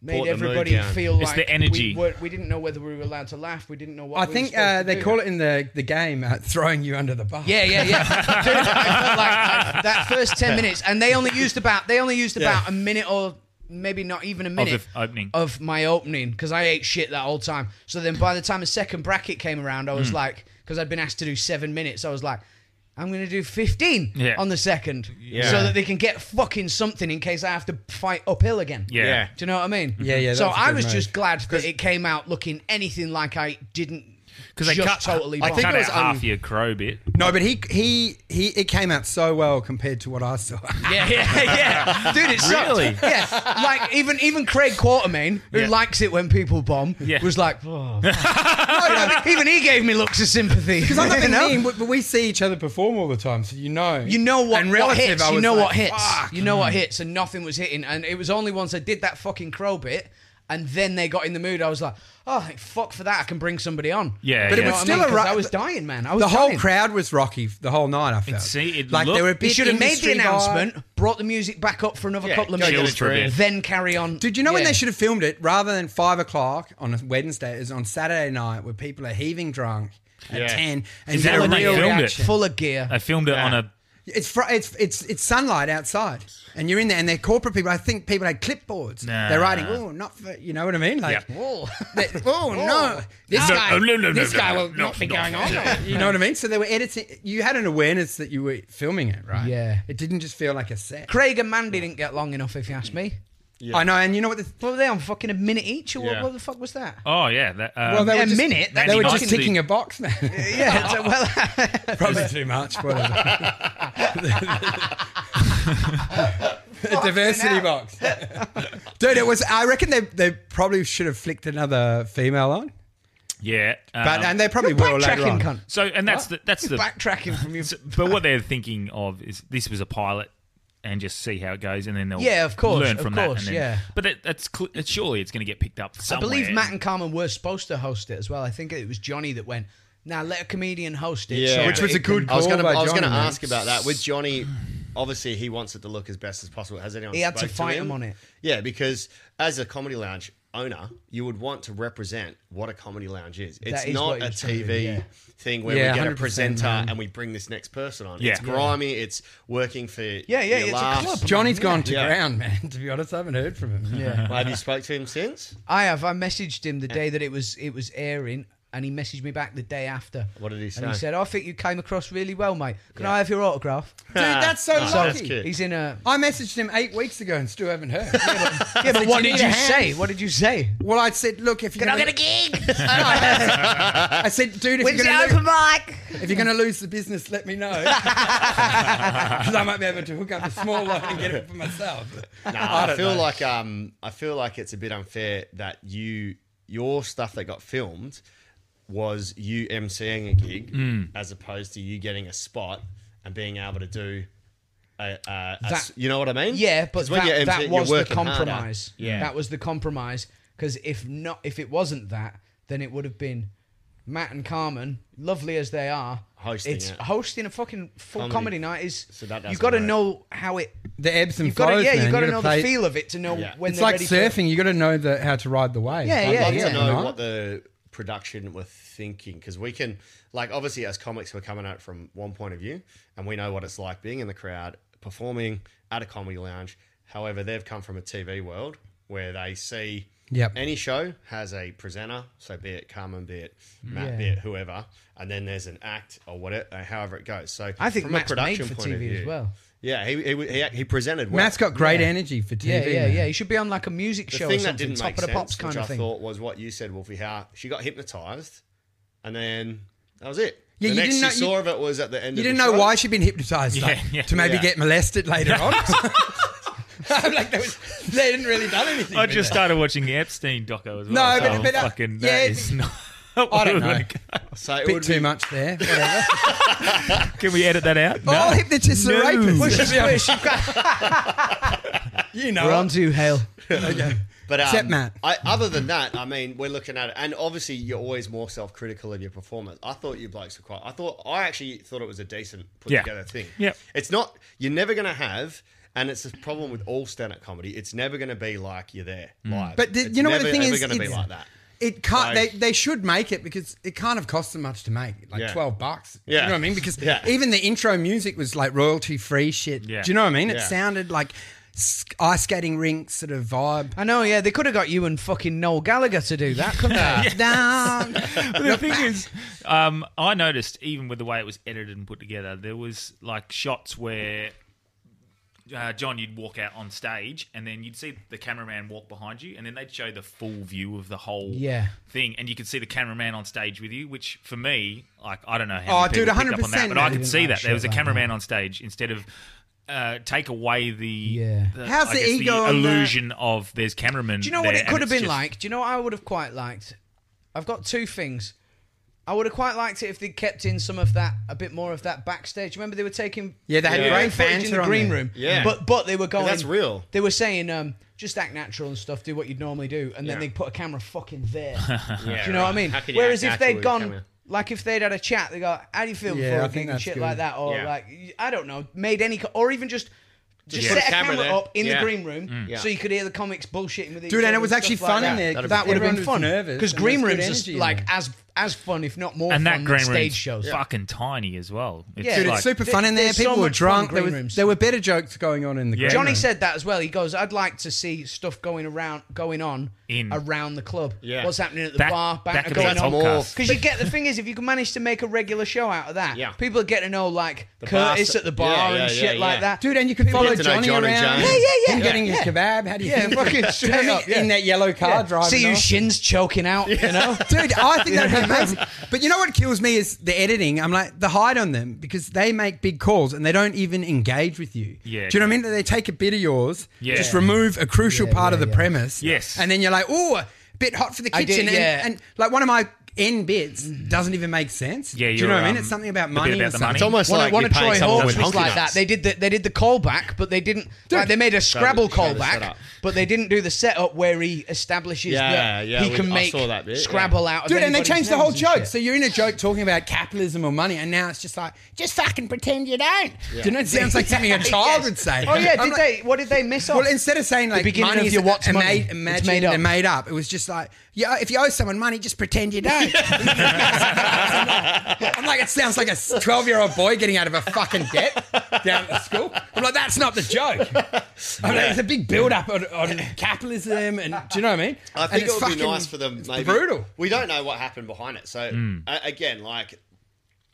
Speaker 6: Made
Speaker 7: Brought the mood
Speaker 6: everybody
Speaker 7: down.
Speaker 6: feel
Speaker 2: It's
Speaker 6: like
Speaker 2: the energy.
Speaker 6: We, were, we didn't know whether we were allowed to laugh. We didn't know what.
Speaker 5: I
Speaker 6: we
Speaker 5: think uh, they call it in the, the game uh, throwing you under the bus.
Speaker 6: Yeah, yeah, yeah.
Speaker 5: [LAUGHS]
Speaker 6: Dude, I felt like I- that first ten minutes, and they only used about they only used about a minute or maybe not even a minute
Speaker 2: the opening.
Speaker 5: Oh,
Speaker 6: of my opening because I ate shit that whole time. So then by the time the second bracket came around, I was like, because I'd been asked to do seven minutes, I was like. I'm gonna do 15
Speaker 2: Yeah.
Speaker 6: on the second, so that they can get fucking something in case I have to fight uphill again.
Speaker 2: Yeah.
Speaker 7: Yeah.
Speaker 6: do you know what I mean?
Speaker 5: Yeah, yeah,
Speaker 6: So
Speaker 5: that's a
Speaker 6: I
Speaker 5: good
Speaker 6: was
Speaker 5: move.
Speaker 6: just glad that it came out looking anything like I didn't. Because
Speaker 2: they
Speaker 6: just
Speaker 2: cut-
Speaker 6: totally.
Speaker 7: I think
Speaker 2: Cut
Speaker 6: bombed.
Speaker 7: it
Speaker 2: out
Speaker 7: was un-
Speaker 5: um,
Speaker 2: half your crow bit.
Speaker 5: No, but he he he it came out so well compared to what I saw.
Speaker 6: Yeah, yeah, yeah. [LAUGHS] Dude, it sucked.
Speaker 2: Really?
Speaker 6: Yeah. Like even even Craig Quartermain, who
Speaker 2: Yeah.
Speaker 6: likes it when people bomb,
Speaker 2: Yeah.
Speaker 6: was like, "Oh." No, no, even he gave me looks of sympathy.
Speaker 5: Because I'm not
Speaker 6: [LAUGHS] you
Speaker 5: being
Speaker 6: know?
Speaker 5: mean, but but we see each other perform all the time, so you know.
Speaker 6: You know what,
Speaker 5: And
Speaker 6: what
Speaker 5: relative,
Speaker 6: hits.
Speaker 5: I
Speaker 6: You
Speaker 5: was
Speaker 6: know
Speaker 5: like,
Speaker 6: what hits.
Speaker 5: "Fuck."
Speaker 6: You know what hits, and nothing was hitting. And it was only once I did that fucking crow bit, and then they got in the mood. I was like, oh, thank fuck for that. I can bring somebody on.
Speaker 2: Yeah,
Speaker 6: but
Speaker 2: yeah.
Speaker 6: it was still I
Speaker 5: a ru-
Speaker 6: I was dying, man. I was
Speaker 5: The whole
Speaker 6: dying.
Speaker 5: crowd was rocky the whole night. I felt
Speaker 2: see, it
Speaker 5: like
Speaker 2: looked-
Speaker 5: they were. a
Speaker 6: He
Speaker 5: bit
Speaker 6: should have made
Speaker 5: industry
Speaker 6: the
Speaker 5: vibe.
Speaker 6: announcement, brought the music back up for another couple of
Speaker 7: go get a
Speaker 6: minutes,
Speaker 2: drink.
Speaker 6: then carry on.
Speaker 5: Dude, you know when
Speaker 6: Yeah.
Speaker 5: they should have filmed it rather than five o'clock on a Wednesday is on Saturday night where people are heaving drunk at
Speaker 7: Yeah.
Speaker 5: ten and
Speaker 2: Is
Speaker 5: get
Speaker 2: that
Speaker 5: a
Speaker 2: when they
Speaker 5: real
Speaker 2: filmed it? Uh,
Speaker 5: reaction.
Speaker 6: full of gear.
Speaker 2: I filmed it on a.
Speaker 5: It's, fr- it's it's it's sunlight outside, and you're in there, and they're corporate people. I think people had clipboards.
Speaker 2: Nah.
Speaker 5: They're writing, "Oh, not for," you know what I mean? Like,
Speaker 2: Yeah.
Speaker 5: [LAUGHS] "Oh, that- oh, no, this
Speaker 2: No,
Speaker 5: guy,
Speaker 2: oh, no, no, no,
Speaker 5: this
Speaker 2: no,
Speaker 5: guy
Speaker 2: no,
Speaker 5: will
Speaker 2: no,
Speaker 5: not be
Speaker 2: no,
Speaker 5: going
Speaker 2: no,
Speaker 5: on."
Speaker 2: no.
Speaker 5: [LAUGHS] You know what I mean? So they were editing. You had an awareness that you were filming it, right?
Speaker 6: Yeah.
Speaker 5: It didn't just feel like a set.
Speaker 6: Craig and Mandy didn't get long enough, if you ask me.
Speaker 5: I know, and you know what? The,
Speaker 6: What were they on? Fucking a minute each, or what,
Speaker 7: Yeah.
Speaker 6: what the fuck was that?
Speaker 2: Oh yeah. That, um,
Speaker 5: well, they
Speaker 6: a
Speaker 5: were just,
Speaker 6: minute? That's
Speaker 5: They were
Speaker 2: fucking-
Speaker 5: just ticking a [LAUGHS] box, man.
Speaker 6: Yeah, so, [LAUGHS] well,
Speaker 5: Probably too much. Whatever. [LAUGHS] a diversity box. Dude, it was. I reckon they, they probably should have flicked another female on,
Speaker 2: yeah. Um,
Speaker 5: but and they probably will later
Speaker 6: backtracking,
Speaker 5: on.
Speaker 6: cunt.
Speaker 2: so and that's the, that's the
Speaker 6: Backtracking from your.
Speaker 2: So- but what they're thinking of is this was a pilot and just see how it goes and then they'll
Speaker 6: Yeah, of course,
Speaker 2: learn
Speaker 6: of
Speaker 2: from that and
Speaker 6: course,
Speaker 2: then,
Speaker 6: yeah.
Speaker 2: but that, that's cl- it's- surely it's going to get picked up
Speaker 6: I
Speaker 2: somewhere
Speaker 6: believe Matt and Carmen were supposed to host it as well. I think it was Johnny that went. Now let a comedian host it.
Speaker 7: Yeah.
Speaker 6: so
Speaker 7: Which
Speaker 6: that
Speaker 7: was
Speaker 6: it
Speaker 5: a good
Speaker 6: can-
Speaker 7: I was
Speaker 5: Call
Speaker 7: gonna,
Speaker 5: by
Speaker 7: I was
Speaker 5: Johnny,
Speaker 7: gonna
Speaker 5: man.
Speaker 7: ask about that with Johnny. Obviously, he wants it to look as best as possible. Has anyone?
Speaker 6: He had to
Speaker 7: spoke
Speaker 6: fight
Speaker 7: him?
Speaker 6: him on it.
Speaker 7: Yeah, because as a comedy lounge owner, you would want to represent what a comedy lounge is. It's
Speaker 6: That is what
Speaker 7: not
Speaker 6: he
Speaker 7: a
Speaker 6: was trying to do,
Speaker 7: TV
Speaker 6: yeah.
Speaker 7: thing where
Speaker 5: Yeah,
Speaker 7: we get a
Speaker 5: 100%,
Speaker 7: presenter
Speaker 5: man.
Speaker 7: and we bring this next person on.
Speaker 2: Yeah.
Speaker 7: It's grimy. It's working for
Speaker 6: Yeah, yeah,
Speaker 7: your
Speaker 6: it's a
Speaker 7: laughs.
Speaker 6: club.
Speaker 5: Johnny's gone to
Speaker 7: Yeah.
Speaker 5: ground, man. To be honest, I haven't heard from him. [LAUGHS] Yeah.
Speaker 7: Well, have you spoke to him since?
Speaker 6: I have. I messaged him the day that it was it was airing, and he messaged me back the day after.
Speaker 7: What did he
Speaker 6: And he
Speaker 7: say?
Speaker 6: said, "I think you came across really well, mate. Can I have your autograph?"
Speaker 7: [LAUGHS]
Speaker 5: Dude, that's so
Speaker 7: Nice.
Speaker 5: lucky.
Speaker 7: That's cute.
Speaker 6: He's in
Speaker 7: [LAUGHS]
Speaker 6: a.
Speaker 5: I messaged him eight weeks ago and still haven't heard. [LAUGHS]
Speaker 6: Yeah, but what
Speaker 5: "Do you need
Speaker 6: did
Speaker 5: a
Speaker 6: you
Speaker 5: hand?"
Speaker 6: say? What did you say?
Speaker 5: Well, I said, look, if you're
Speaker 9: Can I
Speaker 5: gonna,
Speaker 9: get a gig?
Speaker 5: [LAUGHS] I said, dude, if you're
Speaker 9: When's
Speaker 5: gonna
Speaker 9: the
Speaker 5: lose-
Speaker 9: open mic?
Speaker 5: If you're going to lose the business, let
Speaker 6: [LAUGHS]
Speaker 5: me know. Because I might be able to hook up a small lot and get it for myself.
Speaker 7: Nah, I, feel like um, I feel like it's a bit unfair that you. your stuff that got filmed was you emceeing a gig
Speaker 6: Mm.
Speaker 7: as opposed to you getting a spot and being able to do. A, a, a
Speaker 6: That-
Speaker 7: s- you know what I mean?
Speaker 6: Yeah, but
Speaker 7: 'Cause when you're
Speaker 6: that,
Speaker 7: emceeing,
Speaker 6: that
Speaker 7: you're
Speaker 6: was the
Speaker 7: working harder.
Speaker 6: compromise.
Speaker 2: Yeah.
Speaker 6: that was the compromise. Because if not, if it wasn't that, then it would have been Matt and Carmen, lovely as they are,
Speaker 7: Hosting
Speaker 6: It's
Speaker 7: it.
Speaker 6: hosting a fucking full comedy,
Speaker 7: Comedy.
Speaker 6: night is.
Speaker 7: So that
Speaker 6: you
Speaker 7: doesn't
Speaker 6: got to
Speaker 7: work.
Speaker 6: know how it.
Speaker 5: The ebbs and
Speaker 6: You've got to,
Speaker 5: flows.
Speaker 6: yeah,
Speaker 5: man.
Speaker 6: you got to
Speaker 5: gotta
Speaker 6: know
Speaker 5: play-
Speaker 6: the feel of it to know
Speaker 7: Yeah.
Speaker 6: when
Speaker 5: It's
Speaker 6: they're
Speaker 5: like
Speaker 6: ready for it.
Speaker 5: surfing. You got to know the, how to ride the wave.
Speaker 6: Yeah,
Speaker 7: I'd
Speaker 6: yeah,
Speaker 7: love
Speaker 6: yeah.
Speaker 7: to know
Speaker 5: Right?
Speaker 7: what the production were thinking because we can, like, obviously as comics, we're coming out from one point of view, and we know what it's like being in the crowd, performing at a comedy lounge. However, they've come from a TV world where they see
Speaker 5: Yep.
Speaker 7: any show has a presenter, so be it Carmen, be it Matt, be it whoever, and then there's an act or whatever, however it goes. So
Speaker 6: I think
Speaker 7: from
Speaker 6: Matt's
Speaker 7: a production
Speaker 6: made for
Speaker 7: point of
Speaker 6: TV as
Speaker 7: view-
Speaker 6: well.
Speaker 7: Yeah, he he, he, he presented. Well.
Speaker 5: Matt's got great energy for TV.
Speaker 6: Yeah, yeah,
Speaker 5: man.
Speaker 6: yeah. You should be on like a music
Speaker 7: the
Speaker 6: show
Speaker 7: thing
Speaker 6: or
Speaker 7: that
Speaker 6: something,
Speaker 7: didn't
Speaker 6: top
Speaker 7: make
Speaker 6: of the
Speaker 7: sense,
Speaker 6: pops kind
Speaker 7: which
Speaker 6: of
Speaker 7: I
Speaker 6: thing.
Speaker 7: thought was what you said, Wolfie. How she got hypnotized, and then that was it.
Speaker 5: Yeah,
Speaker 7: the
Speaker 5: you
Speaker 7: next
Speaker 5: didn't
Speaker 7: you
Speaker 5: know-
Speaker 7: saw of it was at the end.
Speaker 5: You
Speaker 7: of
Speaker 5: didn't
Speaker 7: the
Speaker 5: know
Speaker 7: show.
Speaker 5: why she'd been hypnotized though,
Speaker 2: Yeah,
Speaker 6: [LAUGHS]
Speaker 2: yeah.
Speaker 5: to maybe
Speaker 7: Yeah.
Speaker 5: get molested later on. [LAUGHS] I'm like, that was, they didn't really done anything.
Speaker 2: I
Speaker 5: with
Speaker 2: just
Speaker 5: that.
Speaker 2: started watching the Epstein doco as well.
Speaker 5: No,
Speaker 2: so
Speaker 5: but-
Speaker 2: I'm
Speaker 5: but, uh,
Speaker 2: fucking,
Speaker 5: yeah,
Speaker 2: that is not.
Speaker 5: I don't know.
Speaker 7: So it
Speaker 5: bit
Speaker 7: would
Speaker 5: too
Speaker 7: be,
Speaker 5: much there.
Speaker 6: [LAUGHS]
Speaker 5: Whatever. Oh,
Speaker 2: Can we edit that out?
Speaker 5: All hypnotists
Speaker 2: No.
Speaker 5: are rapists.
Speaker 2: Push
Speaker 5: let's be
Speaker 6: [LAUGHS]
Speaker 5: honest. you know,
Speaker 6: We're on to Hale.
Speaker 7: But um,
Speaker 5: Except Matt.
Speaker 7: I, other than that, I mean, we're looking at it, and obviously, you're always more self-critical of your performance. I thought you blokes were quite. I thought I actually thought it was a decent put
Speaker 2: Yeah.
Speaker 7: together thing.
Speaker 2: Yep.
Speaker 7: it's not. You're never going to have. And it's a problem with all stand-up comedy. It's never going to be like you're there live.
Speaker 5: But the-
Speaker 7: It's
Speaker 5: you know what the
Speaker 7: never,
Speaker 5: thing
Speaker 7: ever
Speaker 5: is,
Speaker 7: going to be
Speaker 5: it's-
Speaker 7: like that.
Speaker 5: It can't.
Speaker 7: Like-
Speaker 5: they, they should make it because it can't have cost them much to make, like
Speaker 7: Yeah.
Speaker 5: twelve bucks.
Speaker 7: Yeah.
Speaker 5: you know what I mean? Because
Speaker 7: Yeah.
Speaker 5: even the intro music was like royalty free shit.
Speaker 2: Yeah.
Speaker 5: Do you know what I mean? It
Speaker 7: Yeah.
Speaker 5: sounded like sk- ice skating rink sort of vibe.
Speaker 6: [LAUGHS] I know, yeah. They could have got you and fucking Noel Gallagher to do that, couldn't they?
Speaker 5: Down.
Speaker 2: the thing is, um, I noticed even with the way it was edited and put together, there was like shots where uh, John, you'd walk out on stage, and then you'd see the cameraman walk behind you, and then they'd show the full view of the whole
Speaker 6: Yeah.
Speaker 2: thing, and you could see the cameraman on stage with you. Which for me, like I don't know
Speaker 5: Oh,
Speaker 2: how many
Speaker 5: dude,
Speaker 2: people picked up on
Speaker 5: 100%
Speaker 2: that, but I
Speaker 5: they
Speaker 2: could
Speaker 6: didn't
Speaker 2: see that
Speaker 6: like
Speaker 2: there
Speaker 6: shit
Speaker 2: was a
Speaker 6: like
Speaker 2: cameraman on stage instead of. Uh, take away the,
Speaker 6: Yeah.
Speaker 2: the
Speaker 5: How's
Speaker 2: I
Speaker 5: the
Speaker 2: guess
Speaker 5: ego on that?
Speaker 2: illusion of there's cameraman.
Speaker 6: Do you know what
Speaker 2: there,
Speaker 6: it
Speaker 2: and
Speaker 6: could
Speaker 2: it's
Speaker 6: have been
Speaker 2: just-
Speaker 6: like? Do you know what I would have quite liked? I've got two things. I would have quite liked it if they kept in some of that, a bit more of that backstage. Remember they were taking
Speaker 5: Yeah, they had
Speaker 6: video
Speaker 5: great
Speaker 6: footage in
Speaker 5: banter
Speaker 6: the
Speaker 5: on
Speaker 6: green
Speaker 5: there.
Speaker 6: room.
Speaker 7: Yeah.
Speaker 6: but but they were going.
Speaker 7: that's real.
Speaker 6: They were saying um, just act natural and stuff, do what you'd normally do, and then
Speaker 7: Yeah.
Speaker 6: they put a camera fucking
Speaker 7: [LAUGHS]
Speaker 6: there.
Speaker 7: Yeah,
Speaker 6: do you know what I
Speaker 7: right.
Speaker 6: mean?
Speaker 7: How can you
Speaker 6: Whereas
Speaker 7: act
Speaker 6: if they'd
Speaker 7: naturally with
Speaker 6: gone.
Speaker 7: camera?
Speaker 6: Like if they'd had a chat, they go, "How do you feel
Speaker 5: Yeah, I
Speaker 6: before a
Speaker 5: think
Speaker 6: gig and
Speaker 5: that's
Speaker 6: shit
Speaker 5: good.
Speaker 6: like that?" Or
Speaker 7: Yeah.
Speaker 6: like I don't know, made any, co- or even just just
Speaker 7: put
Speaker 6: set
Speaker 7: a
Speaker 6: a camera,
Speaker 7: camera there.
Speaker 6: up in
Speaker 7: Yeah. Mm.
Speaker 6: the green room
Speaker 7: Yeah.
Speaker 6: so you could hear the comics bullshitting with each
Speaker 5: Dude,
Speaker 6: other
Speaker 5: and it was
Speaker 6: stuff
Speaker 5: actually
Speaker 6: like
Speaker 5: fun
Speaker 6: that.
Speaker 5: in there. because
Speaker 7: That'd be
Speaker 5: That
Speaker 7: fun.
Speaker 5: would have been
Speaker 6: Everyone
Speaker 5: fun.
Speaker 6: was
Speaker 5: Nervous
Speaker 6: because
Speaker 5: and
Speaker 6: green
Speaker 5: there's good
Speaker 6: rooms is
Speaker 5: energy in
Speaker 6: like
Speaker 5: there.
Speaker 6: as as fun, if not more,
Speaker 2: and
Speaker 6: fun
Speaker 2: that green
Speaker 6: than
Speaker 2: room
Speaker 6: stage shows.
Speaker 2: fucking tiny as well. It's
Speaker 6: Yeah.
Speaker 5: Dude,
Speaker 2: like-
Speaker 5: it's super
Speaker 6: There-
Speaker 5: fun in there.
Speaker 6: there's so
Speaker 5: People were
Speaker 6: much fun
Speaker 5: drunk.
Speaker 6: green
Speaker 5: There, was,
Speaker 6: rooms.
Speaker 5: there were better jokes going on in the
Speaker 2: Yeah.
Speaker 5: green
Speaker 6: Johnny
Speaker 5: room.
Speaker 6: said that as well. He goes, "I'd like to see stuff going around, going on
Speaker 2: In.
Speaker 6: around the club.
Speaker 7: Yeah.
Speaker 6: What's happening at the
Speaker 2: Back-
Speaker 6: bar?
Speaker 2: back
Speaker 6: Banter
Speaker 2: of
Speaker 6: going
Speaker 2: the
Speaker 6: on.
Speaker 2: podcast.
Speaker 6: Because you get the thing is, if you can manage to make a regular show out of that,
Speaker 7: Yeah.
Speaker 6: people get to know like
Speaker 7: bar
Speaker 6: Curtis
Speaker 7: se-
Speaker 6: at the bar
Speaker 7: Yeah, yeah,
Speaker 6: and
Speaker 7: yeah,
Speaker 6: shit like
Speaker 7: yeah.
Speaker 6: that.
Speaker 5: Dude, and you could
Speaker 6: People
Speaker 5: follow
Speaker 7: get to know
Speaker 5: Johnny
Speaker 7: John and
Speaker 5: around.
Speaker 7: James. Yeah,
Speaker 6: yeah,
Speaker 5: Him
Speaker 6: yeah.
Speaker 5: getting his
Speaker 6: Yeah.
Speaker 5: kebab. How do you
Speaker 6: Yeah,
Speaker 5: think?
Speaker 6: fucking
Speaker 5: Do you know
Speaker 6: straight
Speaker 5: what I mean?
Speaker 6: up, yeah.
Speaker 5: In that yellow car driving
Speaker 6: see your
Speaker 5: off.
Speaker 6: shins choking out. You know,
Speaker 5: [LAUGHS] Dude, I
Speaker 2: [LAUGHS]
Speaker 5: think that'd be amazing. But you know what kills me is the editing. I'm like the hide on them because they make big calls and they don't even engage with you.
Speaker 2: Yeah,
Speaker 5: Do you know what I
Speaker 2: yeah.
Speaker 5: mean? They take a bit of yours,
Speaker 2: Yeah.
Speaker 5: just remove a crucial
Speaker 6: Yeah,
Speaker 5: part
Speaker 6: yeah,
Speaker 5: of the
Speaker 6: yeah.
Speaker 5: premise.
Speaker 2: Yes.
Speaker 5: And then you're like, oh, a bit hot for the
Speaker 6: I did,
Speaker 5: kitchen.
Speaker 6: yeah.
Speaker 5: and, and like one of my end bits doesn't even make sense.
Speaker 2: Yeah,
Speaker 5: Do you
Speaker 2: you're,
Speaker 5: know what I
Speaker 2: um,
Speaker 5: mean? It's something about
Speaker 2: the bit
Speaker 5: money.
Speaker 2: about
Speaker 5: or
Speaker 2: the
Speaker 5: something.
Speaker 2: money.
Speaker 7: It's almost
Speaker 6: one,
Speaker 7: like
Speaker 6: one
Speaker 7: you're
Speaker 6: of Troy
Speaker 7: paying someone
Speaker 6: Hawk's
Speaker 7: with
Speaker 6: was
Speaker 7: honky
Speaker 6: like that.
Speaker 7: nuts.
Speaker 6: They did the, they did the callback, but they didn't. Like, they made a Scrabble
Speaker 7: show the
Speaker 6: callback,
Speaker 7: setup.
Speaker 6: but they didn't do the setup where he establishes
Speaker 7: Yeah,
Speaker 6: that
Speaker 7: yeah,
Speaker 6: he
Speaker 7: we-
Speaker 6: can
Speaker 7: I
Speaker 6: make
Speaker 7: saw that bit, yeah.
Speaker 6: Scrabble out of
Speaker 5: Dude, and they
Speaker 6: anybody's
Speaker 5: changed the whole
Speaker 6: names and
Speaker 5: joke.
Speaker 6: shit.
Speaker 5: So you're in a joke talking about capitalism or money, and now it's just like, just fucking pretend you don't. Do you know? It sounds like
Speaker 6: [LAUGHS]
Speaker 5: something a child
Speaker 6: Yes.
Speaker 5: would say.
Speaker 6: Oh yeah,
Speaker 5: I'm
Speaker 6: did
Speaker 5: like-
Speaker 6: they? What did they miss off?
Speaker 5: Well, instead of saying like
Speaker 6: beginning
Speaker 5: money
Speaker 6: of your
Speaker 5: is
Speaker 6: what's
Speaker 5: a- a
Speaker 6: money,
Speaker 5: made,
Speaker 6: it's
Speaker 5: imagined
Speaker 6: made up.
Speaker 5: and made up, it was just like, yeah, if you owe someone money, just pretend you don't.
Speaker 6: [LAUGHS]
Speaker 5: [LAUGHS] I'm like, it sounds like a 12 year old boy getting out of a fucking debt down at the school. I'm like, that's not the joke. I'm like, it's a big build up on, on capitalism, and do you know what I mean?
Speaker 7: I
Speaker 5: And
Speaker 7: think it
Speaker 5: it's
Speaker 7: would be
Speaker 5: fucking-
Speaker 7: nice for them.
Speaker 5: it's
Speaker 7: Maybe.
Speaker 5: brutal.
Speaker 7: We don't know what happened behind it. So
Speaker 6: Hmm.
Speaker 7: a- again, like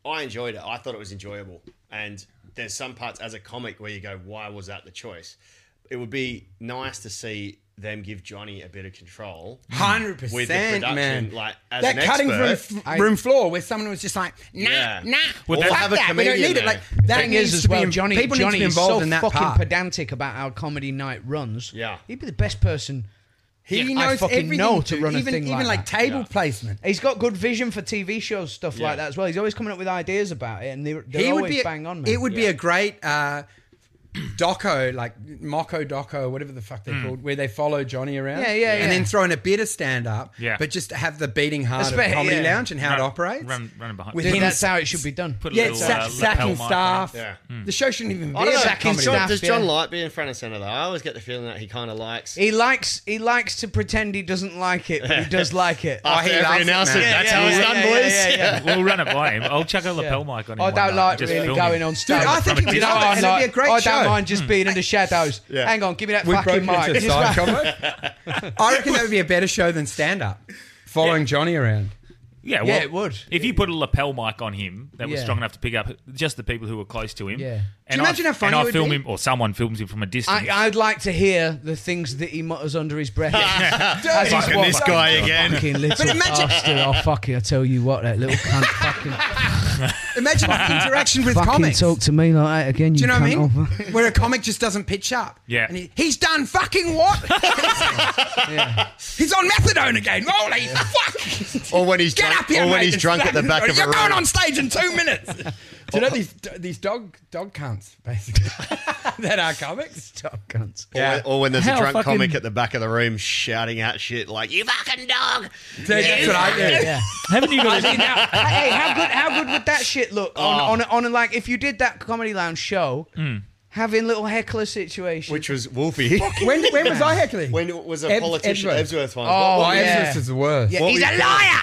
Speaker 7: I enjoyed it. I thought it was enjoyable. And there's some parts as a comic where you go, "Why was that the choice?" It would be nice to see them give Johnny a bit of control.
Speaker 5: Hundred
Speaker 7: With the
Speaker 5: percent,
Speaker 7: production,
Speaker 5: man.
Speaker 7: like as
Speaker 5: that
Speaker 7: an
Speaker 5: cutting
Speaker 7: expert,
Speaker 5: from f- room floor where someone was just like, nah,
Speaker 7: Yeah.
Speaker 5: nah,
Speaker 7: Well,
Speaker 5: fuck
Speaker 7: they'll have a
Speaker 5: that. We don't
Speaker 7: comedian
Speaker 5: need it.
Speaker 7: there.
Speaker 5: Like that
Speaker 6: thing
Speaker 5: needs
Speaker 6: is as
Speaker 5: to be
Speaker 6: well,
Speaker 5: in-
Speaker 6: Johnny.
Speaker 5: people
Speaker 6: Johnny
Speaker 5: need to be
Speaker 6: is
Speaker 5: involved
Speaker 6: so
Speaker 5: in that
Speaker 6: fucking
Speaker 5: part.
Speaker 6: pedantic about how comedy night runs.
Speaker 7: Yeah.
Speaker 6: he'd be the best person
Speaker 5: He
Speaker 6: Yeah, I
Speaker 5: knows
Speaker 6: fucking
Speaker 5: everything.
Speaker 6: know to
Speaker 5: dude.
Speaker 6: run a
Speaker 5: even
Speaker 6: thing
Speaker 5: even
Speaker 6: like
Speaker 5: like
Speaker 6: that.
Speaker 5: table placement.
Speaker 6: He's got good vision for TV shows, stuff
Speaker 7: Yeah.
Speaker 6: like that as well. He's always coming up with ideas about it, and they're, they're
Speaker 5: he would
Speaker 6: always
Speaker 5: be a-
Speaker 6: bang on. Man.
Speaker 5: It would be a great uh, [CLEARS THROAT] doco, like Moco doco, whatever the fuck they're called, where they follow Johnny around.
Speaker 6: Yeah, yeah,
Speaker 5: and
Speaker 6: yeah.
Speaker 5: then throw in a bit of stand up.
Speaker 2: Yeah.
Speaker 5: but just have the beating heart
Speaker 6: That's fair,
Speaker 5: of comedy
Speaker 6: yeah.
Speaker 5: lounge and how it operates.
Speaker 2: Run, running behind.
Speaker 5: With
Speaker 6: Dude,
Speaker 5: him-
Speaker 6: that's how it should be done.
Speaker 2: Put a
Speaker 5: yeah,
Speaker 2: little,
Speaker 5: sack,
Speaker 2: uh, lapel
Speaker 5: sacking
Speaker 2: mic on.
Speaker 5: staff.
Speaker 7: Yeah.
Speaker 5: The show shouldn't even be
Speaker 7: I don't know.
Speaker 5: about
Speaker 6: Sacking
Speaker 5: comedy.
Speaker 7: John-
Speaker 6: staff,
Speaker 7: does
Speaker 6: yeah.
Speaker 7: John like being front and center though? I always get the feeling that he kind of
Speaker 2: uh,
Speaker 7: likes.
Speaker 6: He likes he likes to pretend he doesn't like it, but
Speaker 5: [LAUGHS]
Speaker 6: he does like it.
Speaker 7: After
Speaker 5: he
Speaker 7: every
Speaker 5: loves it,
Speaker 7: announcement,
Speaker 5: man.
Speaker 7: that's
Speaker 6: Yeah,
Speaker 7: how it's
Speaker 6: yeah,
Speaker 7: done,
Speaker 6: yeah, yeah,
Speaker 7: boys.
Speaker 6: yeah, yeah.
Speaker 2: we'll run it by him. I'll chuck a lapel mic on him.
Speaker 6: I
Speaker 2: one
Speaker 6: don't
Speaker 2: day.
Speaker 6: Oh, like
Speaker 2: Just
Speaker 6: really
Speaker 2: film
Speaker 6: going
Speaker 2: him.
Speaker 6: on stage.
Speaker 5: Dude, I think it'd be
Speaker 6: You know,
Speaker 5: nice.
Speaker 6: I'm
Speaker 5: It'd be
Speaker 6: like,
Speaker 5: a great
Speaker 6: I
Speaker 5: show.
Speaker 6: don't mind just being in the shadows.
Speaker 7: Yeah.
Speaker 6: Hang on, give me that
Speaker 5: We've
Speaker 6: fucking
Speaker 5: broken
Speaker 6: mic.
Speaker 5: into
Speaker 6: Just [LAUGHS]
Speaker 5: side
Speaker 6: like-
Speaker 5: combo. I reckon that would be a better show than stand up. Following Johnny around.
Speaker 2: Yeah,
Speaker 6: Yeah,
Speaker 2: well,
Speaker 6: it would.
Speaker 2: If you put a lapel mic on him that was
Speaker 6: Yeah.
Speaker 2: strong enough to pick up just the people who were close to him.
Speaker 6: Yeah.
Speaker 2: And
Speaker 5: you imagine
Speaker 2: I,
Speaker 5: how funny
Speaker 2: and
Speaker 5: it
Speaker 2: I
Speaker 5: would
Speaker 2: film
Speaker 5: be?
Speaker 2: him or someone films him from a distance.
Speaker 6: I, I'd like to hear the things that he mutters under his [LAUGHS] breath. As he's
Speaker 7: Fucking
Speaker 6: walking.
Speaker 7: this guy again.
Speaker 6: Fucking little
Speaker 5: imagine-
Speaker 6: bastard. Oh, fucking, I tell you what, that little [LAUGHS] cunt fucking,
Speaker 5: Imagine the interaction with
Speaker 6: fucking
Speaker 5: comics.
Speaker 6: talk to me like that again. You
Speaker 5: Do you know what I mean?
Speaker 6: cunt Oh, [LAUGHS]
Speaker 5: Where a comic just doesn't pitch up.
Speaker 2: Yeah.
Speaker 5: And he, he's done fucking
Speaker 6: [LAUGHS]
Speaker 5: what? He's on methadone again. Holy fuck!
Speaker 7: Or when he's
Speaker 5: Get
Speaker 7: drunk-
Speaker 5: up here,
Speaker 7: or when
Speaker 5: mate,
Speaker 7: he's
Speaker 5: and
Speaker 7: drunk at the
Speaker 5: stand-
Speaker 7: back of a
Speaker 5: You're going
Speaker 7: room.
Speaker 5: on stage in two
Speaker 7: [LAUGHS]
Speaker 5: minutes. Do you know these these dog dog cunts basically [LAUGHS] that are comics?
Speaker 6: Dog [LAUGHS] cunts.
Speaker 7: Or, when, or when there's
Speaker 2: Hell,
Speaker 7: a drunk
Speaker 2: fucking-
Speaker 7: comic at the back of the room shouting out shit like "You fucking dog."
Speaker 5: That's what I do.
Speaker 2: [LAUGHS] Haven't you got a,
Speaker 6: hey, how good how good would that shit look on on, on, on like if you did that comedy lounge show, having little heckler situations?
Speaker 7: Which was Wolfie.
Speaker 5: When, when was I heckling?
Speaker 7: [LAUGHS] when it was a
Speaker 5: Eb-
Speaker 7: politician
Speaker 5: Ebsworth.
Speaker 7: Ebsworth one.
Speaker 6: Oh,
Speaker 5: Oh,
Speaker 6: yeah.
Speaker 5: Ezra's is the worst.
Speaker 6: Yeah,
Speaker 7: What
Speaker 6: he's
Speaker 7: we
Speaker 6: a
Speaker 7: call-
Speaker 6: [LAUGHS] liar.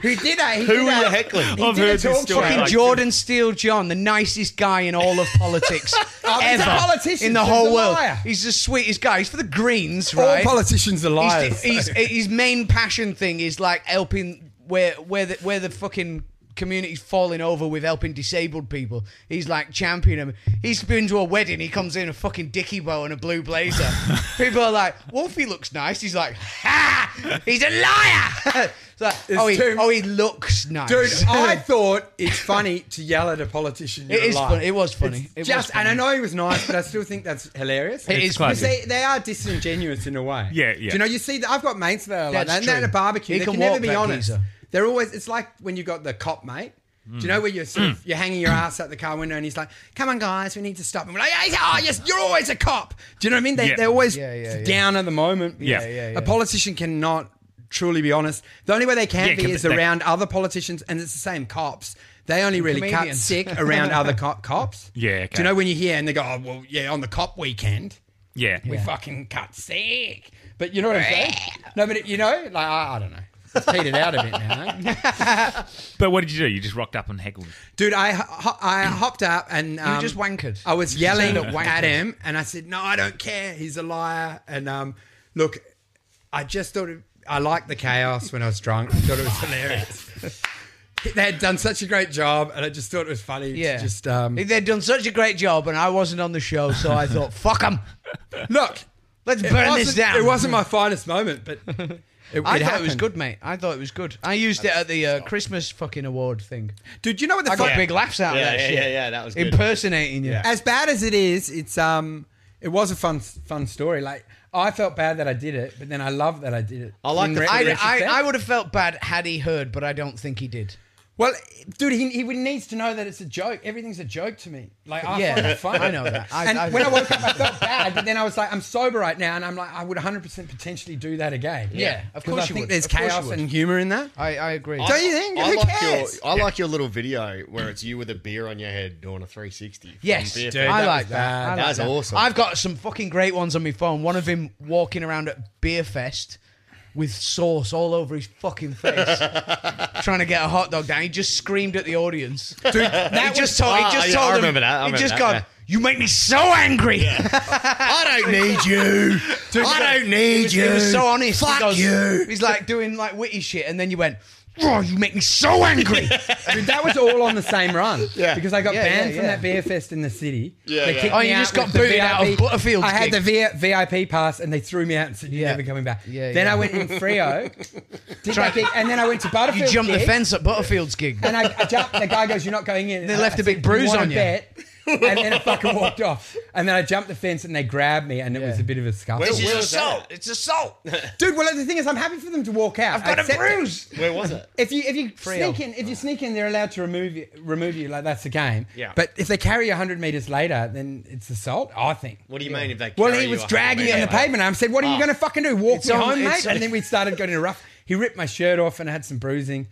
Speaker 5: Who did that? He
Speaker 7: Who
Speaker 5: did
Speaker 7: were you
Speaker 5: that.
Speaker 7: heckling?
Speaker 2: I've heard
Speaker 5: talk
Speaker 2: this story.
Speaker 5: show.
Speaker 6: Fucking
Speaker 2: like-
Speaker 6: Jordan Steele John, the nicest guy in [LAUGHS] all of politics
Speaker 5: Oh, he's
Speaker 6: ever
Speaker 5: a politician,
Speaker 6: in the
Speaker 5: he's
Speaker 6: whole
Speaker 5: a
Speaker 6: world.
Speaker 5: liar.
Speaker 6: He's the sweetest guy. He's for the Greens,
Speaker 5: All
Speaker 6: right?
Speaker 5: politicians are liars. [LAUGHS]
Speaker 6: He's, he's, his main passion thing is like helping where where the where the fucking community's falling over with helping disabled people. He's like championing them. He's been to a wedding. He comes in a fucking dicky bow and a blue blazer.
Speaker 5: [LAUGHS]
Speaker 6: people are like, Wolfie looks nice. He's like, ha! He's a liar. [LAUGHS] It's like, oh, he,
Speaker 5: too-
Speaker 6: oh, he looks nice.
Speaker 5: Dude, [LAUGHS]
Speaker 6: [LAUGHS]
Speaker 5: I thought it's funny to yell at a politician.
Speaker 6: It
Speaker 5: you're
Speaker 6: is
Speaker 5: alive.
Speaker 6: funny. It was funny.
Speaker 5: It's
Speaker 6: It was
Speaker 5: just,
Speaker 6: funny.
Speaker 5: and I know he was nice, but I still think that's hilarious.
Speaker 6: It
Speaker 2: It's
Speaker 6: is
Speaker 2: quite
Speaker 6: funny.
Speaker 5: Because they, they are disingenuous in a way.
Speaker 2: Yeah,
Speaker 5: Do
Speaker 2: yeah.
Speaker 5: you know, you see, that I've got mates that are like
Speaker 6: That's
Speaker 5: that, and they're at a
Speaker 6: true.
Speaker 5: barbecue.
Speaker 6: He
Speaker 5: they
Speaker 6: can
Speaker 5: can, never
Speaker 6: walk
Speaker 5: be
Speaker 6: that
Speaker 5: honest.
Speaker 6: geezer.
Speaker 5: They're always. It's like when you got the cop mate. Do you know where you're sort
Speaker 2: Mm.
Speaker 5: of, you're hanging your ass out the car window and he's like, "Come on, guys, we need to stop." And we're like, "Hey, "Oh, yes, you're always a cop." Do you know what I mean? They,
Speaker 2: Yeah.
Speaker 5: They're always
Speaker 6: Yeah, yeah, yeah.
Speaker 5: down at the moment.
Speaker 2: Yeah. Yeah, yeah,
Speaker 6: yeah.
Speaker 5: A politician cannot truly be honest. The only way they can
Speaker 2: Yeah,
Speaker 5: be
Speaker 2: can-
Speaker 5: is
Speaker 2: they-
Speaker 5: around other politicians, and it's the same cops. They only really cut
Speaker 6: comedians. [LAUGHS]
Speaker 5: sick around other co- cops.
Speaker 2: Yeah,
Speaker 5: Do
Speaker 2: okay.
Speaker 5: you know when you hear and they go, "Oh, well, yeah, on the cop weekend."
Speaker 2: yeah.
Speaker 5: we fucking cut sick. But you know what I'm saying? No, but it, you know, like I, I don't know. It's petered out a bit
Speaker 6: [LAUGHS]
Speaker 5: now, eh?
Speaker 2: But what did you do? You just rocked up and heckled. him.
Speaker 5: dude. I ho- I hopped up and um,
Speaker 6: just wankered.
Speaker 5: I
Speaker 6: [LAUGHS]
Speaker 5: was [LAUGHS] yelling
Speaker 6: turned up wankered.
Speaker 5: at him, and I said, "No, I don't care. He's a liar." And um, look, I just thought it, I liked the chaos when I was drunk. I thought it was hilarious.
Speaker 6: [LAUGHS]
Speaker 5: they had done such a great job, and I just thought it was funny.
Speaker 6: yeah.
Speaker 5: to just um,
Speaker 6: They'd done such a great job, and I wasn't on the show, so I thought, [LAUGHS] fuck them.
Speaker 5: look.
Speaker 6: Let's
Speaker 5: it
Speaker 6: burn this
Speaker 5: wasn't-
Speaker 6: down.
Speaker 5: It wasn't my finest moment,
Speaker 6: [LAUGHS]
Speaker 5: but it, it
Speaker 6: I thought it was
Speaker 5: happened.
Speaker 6: good, mate. I thought it was good. I used it at the uh, Christmas fucking award thing.
Speaker 5: dude. You know what the
Speaker 6: I got
Speaker 5: fuck-
Speaker 6: big laughs out
Speaker 7: Yeah,
Speaker 6: of that
Speaker 7: yeah,
Speaker 6: shit.
Speaker 7: yeah, yeah, that was good.
Speaker 6: impersonating you.
Speaker 5: as bad as it is, it's um, it was a fun fun story. Like I felt bad that I did it, but then I love that I did it.
Speaker 7: I like
Speaker 5: In
Speaker 7: the
Speaker 5: re-
Speaker 7: fact-
Speaker 6: I,
Speaker 5: retrospect.
Speaker 6: I, I would have felt bad had he heard, but I don't think he did.
Speaker 5: well, dude, he, he needs to know that it's a joke. Everything's a joke to me. Like I
Speaker 6: Yeah,
Speaker 5: find it fun.
Speaker 6: I know that. [LAUGHS] I-
Speaker 5: Ah, and
Speaker 6: I- [LAUGHS]
Speaker 5: when I woke up, I felt bad, but then I was like, I'm sober right now, and I'm like, I would 100 percent potentially do that again.
Speaker 6: Yeah, of
Speaker 5: 'Cause
Speaker 6: course
Speaker 5: I
Speaker 6: you
Speaker 5: think
Speaker 6: would.
Speaker 5: there's
Speaker 6: Of course you
Speaker 5: chaos
Speaker 6: would.
Speaker 5: and humor in that.
Speaker 6: I, I agree.
Speaker 5: Don't you think?
Speaker 7: I
Speaker 5: Who
Speaker 7: like
Speaker 5: cares?
Speaker 7: your I like your little video where it's you with a beer on your head doing a 360. from
Speaker 6: Yes,
Speaker 7: beer
Speaker 5: Dude,
Speaker 7: fest.
Speaker 6: I
Speaker 5: that
Speaker 6: like
Speaker 5: was
Speaker 6: that.
Speaker 5: bad.
Speaker 6: I like
Speaker 7: That's
Speaker 6: that.
Speaker 7: awesome.
Speaker 6: I've got some fucking great ones on my phone. One of him walking around at Beer Fest with sauce all over his fucking
Speaker 7: [LAUGHS]
Speaker 6: face, trying to get a hot dog down. He just screamed at the audience.
Speaker 5: Dude, that
Speaker 6: he just told.
Speaker 7: Ah,
Speaker 6: He just
Speaker 7: yeah, I
Speaker 6: told them.
Speaker 7: remember that, I remember
Speaker 6: he just
Speaker 7: that,
Speaker 6: gone.
Speaker 7: yeah.
Speaker 6: You make me so angry. [LAUGHS]
Speaker 7: I don't need you. I don't
Speaker 6: He
Speaker 7: need
Speaker 6: was,
Speaker 7: you.
Speaker 6: he was so honest.
Speaker 7: Fuck
Speaker 6: he goes,
Speaker 7: you.
Speaker 6: He's like doing like witty shit, and then you went, "Oh, you make me so
Speaker 7: [LAUGHS]
Speaker 6: angry."
Speaker 5: Dude, that was all on the same run.
Speaker 7: Yeah.
Speaker 5: Because I got
Speaker 6: [LAUGHS] Yeah,
Speaker 5: banned
Speaker 6: yeah,
Speaker 5: from
Speaker 6: yeah.
Speaker 5: that beer fest in the city.
Speaker 7: Yeah,
Speaker 5: They
Speaker 7: yeah.
Speaker 5: kicked
Speaker 6: Oh,
Speaker 5: me
Speaker 6: you
Speaker 5: out
Speaker 6: just got
Speaker 5: with the
Speaker 6: booted out of
Speaker 5: VIP.
Speaker 6: Butterfield's
Speaker 5: I had
Speaker 6: gig.
Speaker 5: the v- VIP pass and they threw me out and said, You're
Speaker 6: Yeah.
Speaker 5: never coming back.
Speaker 6: Yeah,
Speaker 5: then
Speaker 6: yeah.
Speaker 5: I went
Speaker 6: [LAUGHS]
Speaker 5: in Frio. did that gig, and then I went to
Speaker 6: you
Speaker 5: Butterfield.
Speaker 6: jumped the
Speaker 5: gig,
Speaker 6: fence at Butterfield's gig.
Speaker 5: And I, I jumped. The guy goes, You're not going in.
Speaker 6: They
Speaker 5: And I
Speaker 6: left a
Speaker 5: said,
Speaker 6: big bruise
Speaker 5: wanna
Speaker 6: on you."
Speaker 5: Bet? and then I fucking walked off. And then I jumped the fence and they grabbed me and it was a bit of a scuffle.
Speaker 7: Where's your-
Speaker 6: It's
Speaker 7: Where was that?
Speaker 6: assault. It's assault.
Speaker 5: Dude, well, the thing is, I'm happy for them to walk out. I've
Speaker 6: got a bruise.
Speaker 7: Where was it?
Speaker 5: If you if you
Speaker 6: Frio.
Speaker 5: sneak in, if you sneak in, they're allowed to remove you. Remove you like that's the game.
Speaker 7: Yeah.
Speaker 5: But if they carry you 100 meters later, then it's assault. I think.
Speaker 7: What do you mean if they?
Speaker 5: Well,
Speaker 7: carry
Speaker 5: he
Speaker 7: you
Speaker 5: was
Speaker 7: a
Speaker 5: dragging me
Speaker 7: hundred
Speaker 5: on the
Speaker 7: metres?
Speaker 5: pavement. I said, "What are you going to fucking do? Walk
Speaker 6: It's
Speaker 5: me
Speaker 6: on-
Speaker 5: home,
Speaker 6: it's
Speaker 5: mate?"
Speaker 6: on-
Speaker 5: And then we started getting a rough. He ripped my shirt off, and I had some bruising.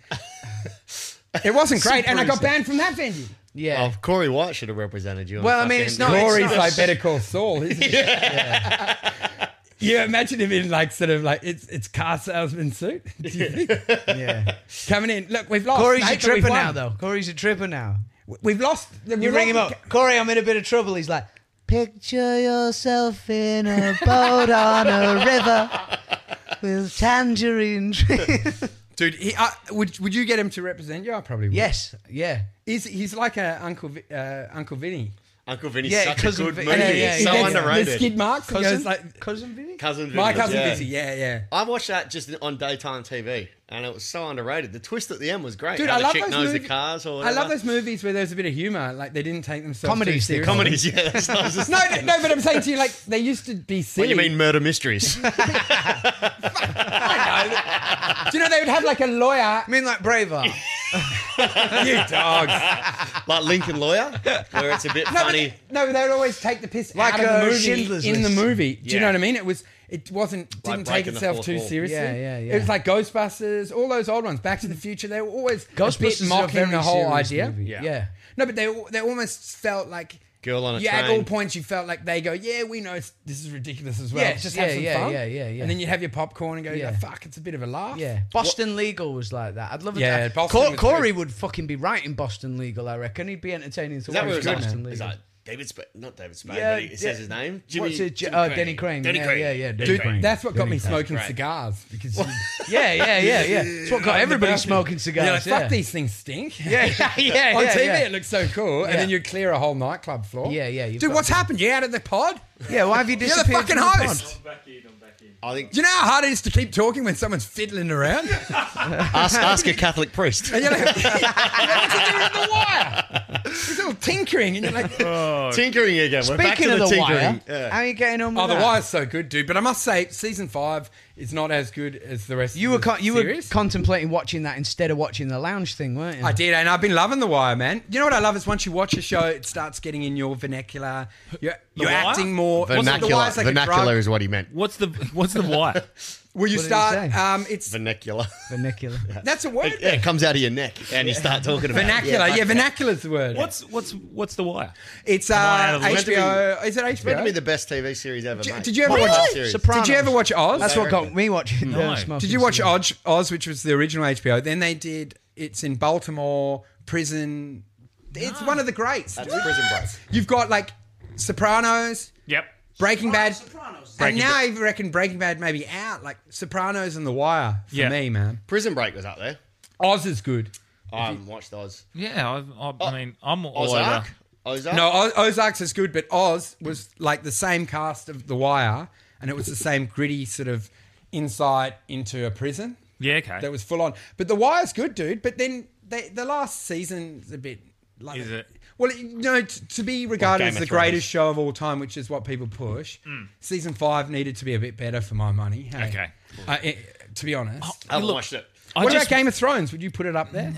Speaker 5: It wasn't great, and I got banned from that venue.
Speaker 6: Yeah.
Speaker 7: Oh, Corey White should have represented you. on
Speaker 6: Well, I mean, it's
Speaker 7: fucking-
Speaker 6: not-
Speaker 5: Glory's like Better Call Saul, isn't it? Yeah. You imagine him in like sort of like it's it's car salesman suit. [LAUGHS] Do you think?
Speaker 6: yeah.
Speaker 5: Coming in, look, we've lost.
Speaker 6: Corey's
Speaker 5: mate,
Speaker 6: a
Speaker 5: but we've
Speaker 6: tripper now,
Speaker 5: won.
Speaker 6: though. Corey's a tripper now.
Speaker 5: We've lost.
Speaker 6: You ring him up. Corey, I'm in a bit of trouble. He's like, picture yourself in a boat on a river with tangerine trees.
Speaker 5: Dude, he, I would would you get him to represent you? I probably would.
Speaker 6: [LAUGHS] yes. Yeah.
Speaker 5: He's he's like a Uncle Vi- uh, Uncle Vinny.
Speaker 7: Uncle Vinny's
Speaker 6: Yeah,
Speaker 7: such a
Speaker 6: cousin
Speaker 7: good
Speaker 6: Vin-
Speaker 7: movie.
Speaker 6: yeah,
Speaker 7: It's
Speaker 6: yeah,
Speaker 5: He
Speaker 7: so
Speaker 5: gets The
Speaker 7: underrated.
Speaker 5: skid marks. and
Speaker 6: Cousin,
Speaker 5: goes like,
Speaker 6: cousin Vinny?
Speaker 7: cousin Vinny.
Speaker 5: my cousin
Speaker 7: yeah.
Speaker 5: Busy. Yeah, yeah.
Speaker 7: I watched that just on daytime TV, and it was so underrated. The twist at the end was great.
Speaker 5: Dude,
Speaker 7: How
Speaker 5: I
Speaker 7: the
Speaker 5: love
Speaker 7: chick
Speaker 5: those
Speaker 7: knows
Speaker 5: movies.
Speaker 7: the cars or
Speaker 5: I
Speaker 7: whatever.
Speaker 5: love those movies where there's a bit of humor. Like they didn't take themselves
Speaker 6: Comedies,
Speaker 5: too
Speaker 6: they're
Speaker 5: seriously.
Speaker 7: [LAUGHS] comedies. Yeah, that's what I was
Speaker 5: [LAUGHS]
Speaker 7: just-
Speaker 5: No, no, no, but I'm saying to you, like they used to be
Speaker 7: What
Speaker 5: silly.
Speaker 7: do you mean
Speaker 5: [LAUGHS]
Speaker 7: murder mysteries?
Speaker 5: Do you know they would have like a lawyer?
Speaker 6: I mean, like Braveheart.
Speaker 5: [LAUGHS] you dogs.
Speaker 7: like Lincoln Lawyer, where it's a bit
Speaker 5: [LAUGHS] No, but,
Speaker 7: funny.
Speaker 5: no, but they would always take the piss
Speaker 6: Like,
Speaker 5: out of
Speaker 6: uh,
Speaker 5: the movie
Speaker 6: Schindler's
Speaker 5: in the
Speaker 6: List.
Speaker 5: movie. Do you know
Speaker 7: Yeah.
Speaker 5: what I mean? It was. It wasn't. Didn't take
Speaker 7: breaking the
Speaker 5: itself
Speaker 7: fourth
Speaker 5: too
Speaker 7: wall.
Speaker 5: seriously.
Speaker 6: Yeah, yeah, yeah.
Speaker 5: It was like Ghostbusters, all those old ones, Back to the Future. They were always a bit
Speaker 6: Ghostbusters is a
Speaker 5: mocking
Speaker 6: very
Speaker 5: the whole
Speaker 6: serious
Speaker 5: idea.
Speaker 6: movie.
Speaker 7: Yeah.
Speaker 6: Yeah.
Speaker 5: No, but they they almost felt like
Speaker 7: Girl on a
Speaker 5: yeah, at
Speaker 7: train.
Speaker 5: all points you felt like they go, yeah, we know it's, this is ridiculous as well.
Speaker 6: Yeah,
Speaker 5: just
Speaker 6: yeah,
Speaker 5: have some
Speaker 6: yeah,
Speaker 5: fun.
Speaker 6: yeah, yeah, yeah.
Speaker 5: And then you have your popcorn and go, yeah.
Speaker 6: Yeah.
Speaker 5: fuck, it's a bit of a laugh.
Speaker 6: Yeah, Boston Legal was like that. I'd love it.
Speaker 5: Yeah,
Speaker 6: to,
Speaker 5: Boston
Speaker 6: Cor-
Speaker 5: was
Speaker 6: Corey would fucking be writing Boston Legal. I reckon he'd be entertaining to
Speaker 7: Is that
Speaker 6: watch
Speaker 7: where it's
Speaker 6: Boston Legal.
Speaker 7: like, it's like David Spade, not David Spade,
Speaker 6: Yeah,
Speaker 7: but he, it
Speaker 6: yeah.
Speaker 7: says his name. Jimmy,
Speaker 6: What's it? J-
Speaker 7: Jimmy
Speaker 6: uh, Denny Crane.
Speaker 7: Denny
Speaker 6: yeah,
Speaker 7: Crane.
Speaker 6: yeah, yeah, Denny
Speaker 5: Dude,
Speaker 6: Crane.
Speaker 5: that's what got me
Speaker 6: Crane.
Speaker 5: smoking
Speaker 7: Right.
Speaker 5: cigars because you, [LAUGHS]
Speaker 6: Yeah, yeah, yeah, yeah. It's what got everybody smoking cigars.
Speaker 5: you're like,
Speaker 6: yeah.
Speaker 5: fuck these things stink.
Speaker 6: [LAUGHS] Yeah, yeah, yeah.
Speaker 5: [LAUGHS] On
Speaker 6: yeah,
Speaker 5: TV
Speaker 6: yeah.
Speaker 5: it looks so cool, and
Speaker 6: Yeah.
Speaker 5: then you clear a whole nightclub floor.
Speaker 6: Yeah, yeah, you've
Speaker 5: Dude,
Speaker 6: got
Speaker 5: what's
Speaker 6: to.
Speaker 5: happened? You out of the pod?
Speaker 6: Yeah, why have you
Speaker 5: You're the
Speaker 6: disappeared?
Speaker 5: fucking
Speaker 6: from the pod?
Speaker 5: host.
Speaker 7: I think
Speaker 5: Do [LAUGHS] you know how hard it is to keep talking when someone's fiddling
Speaker 6: [LAUGHS]
Speaker 5: around?
Speaker 7: ask, ask a Catholic priest.
Speaker 5: And you're like, [LAUGHS] you know what to do with the wire? He's all tinkering, and you're
Speaker 6: [LAUGHS]
Speaker 5: like,
Speaker 6: Oh.
Speaker 7: [LAUGHS] tinkering again. We're back
Speaker 6: Speaking
Speaker 7: to
Speaker 6: of the
Speaker 7: the,
Speaker 5: [LAUGHS]
Speaker 7: tinkering.
Speaker 6: wire,
Speaker 7: Yeah.
Speaker 6: how are you getting on with
Speaker 5: Oh, the
Speaker 6: that?
Speaker 5: wire's so good, dude. But I must say, season five is not as good as the rest.
Speaker 6: you were
Speaker 5: of the
Speaker 6: con- you were
Speaker 5: series.
Speaker 6: contemplating watching that instead of watching the lounge thing, weren't you?
Speaker 5: I did, and I've been loving The Wire, man. You know what I love is once you watch a show, it starts getting in your vernacular. You're, you're
Speaker 2: Wire?
Speaker 5: acting more The Wire's like a drug.
Speaker 7: is what he meant. [LAUGHS]
Speaker 2: What's the what's the wire?
Speaker 5: Will you
Speaker 6: What did it
Speaker 5: start?
Speaker 6: say?
Speaker 5: Um, it's [LAUGHS]
Speaker 7: Vernacular.
Speaker 6: Vernacular.
Speaker 5: that's a word.
Speaker 7: Yeah, it comes out of your neck and you start talking about it.
Speaker 5: Vernacular, yeah, vernacular's the word.
Speaker 2: What's what's what's the wire?
Speaker 5: it's
Speaker 2: out
Speaker 5: uh,
Speaker 2: of the- Meant
Speaker 7: to be-
Speaker 5: HBO? Is it
Speaker 7: It's meant to be
Speaker 5: HBO?
Speaker 7: the best TV series ever.
Speaker 5: Did-
Speaker 7: made.
Speaker 5: did you ever
Speaker 7: Really?
Speaker 5: watch-
Speaker 7: Series.
Speaker 6: Surprise.
Speaker 5: Did you ever watch Oz?
Speaker 6: That's what got me watching.
Speaker 2: No.
Speaker 6: the smoking
Speaker 5: Did you watch
Speaker 6: cigarette.
Speaker 5: Oz, Oz, which was the original HBO? Then they did. It's in Baltimore prison.
Speaker 6: Ah.
Speaker 5: It's one of the greats.
Speaker 7: That's
Speaker 5: dude.
Speaker 7: Prison Break.
Speaker 5: You've got like Sopranos,
Speaker 2: Yep.
Speaker 6: Oh,
Speaker 5: Breaking Bad, and
Speaker 2: Breaking
Speaker 5: now I reckon Breaking Bad may be out. Like Sopranos and The Wire for
Speaker 2: Yeah.
Speaker 5: me, man.
Speaker 7: Prison Break was up there.
Speaker 5: Oz is good.
Speaker 7: I haven't watched Oz.
Speaker 2: Yeah, I, I, I mean, I'm all over.
Speaker 7: Ozark? Ozark?
Speaker 5: No, Oz, Ozarks is good, but Oz was like the same cast of The Wire, and it was the same gritty sort of insight into a prison
Speaker 2: Yeah, okay.
Speaker 5: that was full on. But The Wire's good, dude. But then they, the last season's a bit. Like,
Speaker 2: Is it?
Speaker 5: Well, you know, t- to be regarded
Speaker 7: Game
Speaker 5: as
Speaker 7: of
Speaker 5: the
Speaker 7: Thrones.
Speaker 5: greatest show of all time, which is what people push, season five needed to be a bit better for my money. Hey.
Speaker 2: Mm. Okay.
Speaker 5: Uh, it- to be honest.
Speaker 7: I haven't
Speaker 2: Look,
Speaker 7: watched it.
Speaker 2: I
Speaker 5: what
Speaker 2: just
Speaker 5: about Game of Thrones? Would you put it up there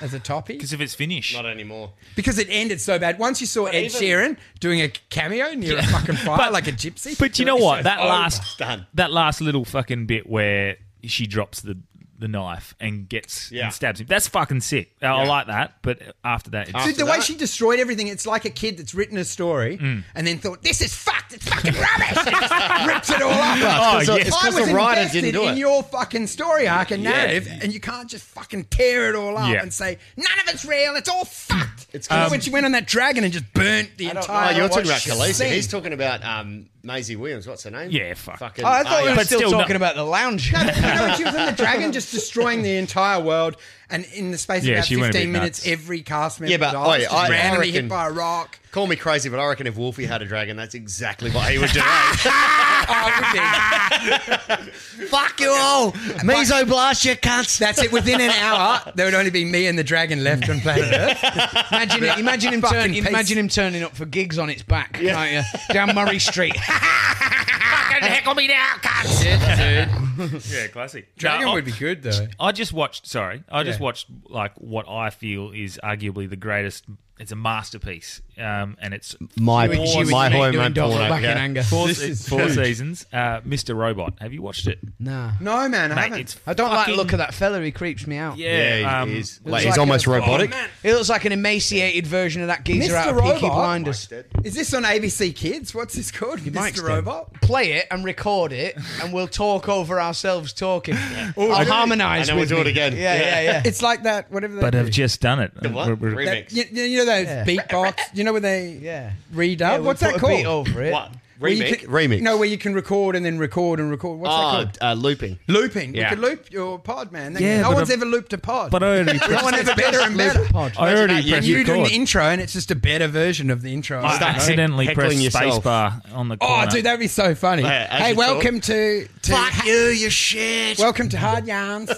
Speaker 5: as a topic?
Speaker 2: because if it's finished,
Speaker 7: Not anymore.
Speaker 5: Because it ended so bad. Once you saw Ed
Speaker 7: even-
Speaker 5: Sheeran doing a cameo near a fucking fire
Speaker 2: But-
Speaker 5: like a gypsy.
Speaker 2: But you know what? That
Speaker 7: over.
Speaker 2: last
Speaker 7: Done.
Speaker 2: that last little fucking bit where she drops the the knife and gets
Speaker 7: Yeah.
Speaker 2: and stabs him. That's fucking sick. I, I
Speaker 7: Yeah.
Speaker 2: like that. But after that, it's,
Speaker 5: Dude, the
Speaker 7: After
Speaker 5: way
Speaker 7: that- Mm.
Speaker 5: she destroyed everything, it's like a kid that's written a story and then thought, this is fucked, it's fucking
Speaker 7: [LAUGHS]
Speaker 5: rubbish. and just rips it all up.
Speaker 2: oh
Speaker 7: so
Speaker 2: yeah,
Speaker 7: it's
Speaker 5: I
Speaker 7: 'cause
Speaker 5: was
Speaker 7: the writer
Speaker 5: invested
Speaker 7: didn't do
Speaker 5: in
Speaker 7: it.
Speaker 5: your fucking story arc and narrative, and you can't just fucking tear it all up
Speaker 2: Yeah.
Speaker 5: and say, none of it's real, it's all fucked. It's
Speaker 7: It's
Speaker 5: you know,
Speaker 7: um,
Speaker 5: when she went on that dragon and just burnt the
Speaker 6: don't
Speaker 5: entire
Speaker 7: Oh, you're talking about
Speaker 5: watch
Speaker 7: Khaleesi.
Speaker 5: scene.
Speaker 7: He's talking about um, Maisie Williams. What's her name?
Speaker 2: Yeah, fuck.
Speaker 7: Fucking,
Speaker 6: Oh, I
Speaker 5: Ah,
Speaker 6: thought
Speaker 7: oh,
Speaker 6: we
Speaker 7: yeah.
Speaker 6: were
Speaker 2: But
Speaker 6: still,
Speaker 2: still not-
Speaker 6: talking about the lounge.
Speaker 5: No, but you know when she was in the
Speaker 6: [LAUGHS]
Speaker 5: dragon, just destroying the entire world, and in the space of
Speaker 2: Yeah,
Speaker 5: about
Speaker 2: she went a bit
Speaker 5: fifteen minutes,
Speaker 2: nuts.
Speaker 5: every cast member
Speaker 7: Yeah, but,
Speaker 5: dies,
Speaker 7: oi,
Speaker 5: just
Speaker 7: I- I
Speaker 5: randomly hit
Speaker 7: reckon-
Speaker 5: by a rock.
Speaker 7: Call [LAUGHS] me crazy, but I reckon if Wolfie had a dragon, that's exactly what he would do.
Speaker 5: Oh, it would be. [LAUGHS] Fuck you all.
Speaker 10: Mesoblast, you cunts.
Speaker 5: That's it. Within an hour, there would only be me and the dragon left on planet Earth.
Speaker 6: Imagine, it, imagine him
Speaker 5: Fucking
Speaker 6: turn,
Speaker 5: piece.
Speaker 6: imagine him turning up for gigs on its back, can't you? Down
Speaker 5: [LAUGHS]
Speaker 6: Murray Street.
Speaker 2: [LAUGHS] yeah, classic.
Speaker 5: Dragon
Speaker 2: No, I-
Speaker 5: would be good though.
Speaker 2: I just watched. Sorry, I just
Speaker 5: Yeah.
Speaker 2: watched like what I feel is arguably the greatest. It's a masterpiece, um, and
Speaker 5: [LAUGHS]
Speaker 2: it's
Speaker 10: My,
Speaker 2: You and- you and
Speaker 10: my
Speaker 2: me
Speaker 10: home
Speaker 2: doing
Speaker 10: and
Speaker 6: Dog
Speaker 10: porno.
Speaker 6: back in
Speaker 10: yeah.
Speaker 6: anger.
Speaker 2: four,
Speaker 5: This
Speaker 2: se-
Speaker 5: is
Speaker 2: four
Speaker 5: huge.
Speaker 2: seasons. Uh, Mr. Robot. Have you watched it?
Speaker 6: Nah.
Speaker 5: No man, I
Speaker 2: Mate,
Speaker 5: haven't.
Speaker 2: it's
Speaker 6: I don't like the
Speaker 2: fucking-
Speaker 6: look of that fella. He creeps me out.
Speaker 2: Yeah,
Speaker 10: Yeah,
Speaker 2: um,
Speaker 10: he is.
Speaker 6: looks
Speaker 10: Like, he's
Speaker 6: like
Speaker 10: almost
Speaker 7: Oh,
Speaker 6: a-
Speaker 10: robotic.
Speaker 6: He looks like an emaciated version of that geezer
Speaker 5: Mr.
Speaker 6: out of Peaky
Speaker 5: Robot?
Speaker 6: Blinders.
Speaker 5: Is this on ABC Kids? What's this called?
Speaker 6: Mike's
Speaker 5: Mr.
Speaker 6: dead.
Speaker 5: Robot.
Speaker 6: Play it and record it, and we'll talk over ourselves talking. I'll harmonise.
Speaker 7: And then we'll
Speaker 6: with
Speaker 7: do it
Speaker 6: me.
Speaker 7: again.
Speaker 6: Yeah, yeah, yeah.
Speaker 5: It's like that. Whatever. They
Speaker 2: but
Speaker 5: do.
Speaker 2: I've just done it.
Speaker 7: what?
Speaker 2: We're- we're-
Speaker 7: Remix.
Speaker 5: That- you, you know those
Speaker 6: Yeah.
Speaker 5: beatbox. You know where they
Speaker 6: [LAUGHS] Yeah.
Speaker 5: read
Speaker 6: Yeah,
Speaker 5: up.
Speaker 6: we'll
Speaker 5: What's
Speaker 6: put
Speaker 5: that
Speaker 6: a
Speaker 5: called?
Speaker 6: beat over it.
Speaker 7: What?
Speaker 5: Where you
Speaker 7: Remix?
Speaker 5: can-
Speaker 10: Remix.
Speaker 5: No, where you can record and then record and record. What's that
Speaker 7: Oh,
Speaker 5: called?
Speaker 7: uh, looping.
Speaker 5: Looping.
Speaker 7: yeah.
Speaker 5: You could loop your pod, man.
Speaker 2: Yeah,
Speaker 5: no
Speaker 2: but
Speaker 5: one's
Speaker 2: I'm-
Speaker 5: ever looped a pod.
Speaker 2: But I already, [LAUGHS]
Speaker 5: no one ever better and better.
Speaker 6: Pod.
Speaker 2: I already
Speaker 5: You,
Speaker 2: pressed
Speaker 5: you do an
Speaker 2: record.
Speaker 5: intro and it's just a better version of the intro.
Speaker 2: I
Speaker 7: Start
Speaker 2: accidentally
Speaker 7: heckling
Speaker 2: pressed
Speaker 7: yourself.
Speaker 2: spacebar on the
Speaker 5: oh,
Speaker 2: corner.
Speaker 5: dude, that'd be so funny.
Speaker 7: Yeah, as
Speaker 5: hey,
Speaker 7: you
Speaker 5: welcome to, to
Speaker 7: Fuck you, you shit.
Speaker 5: welcome to Hard Yarns.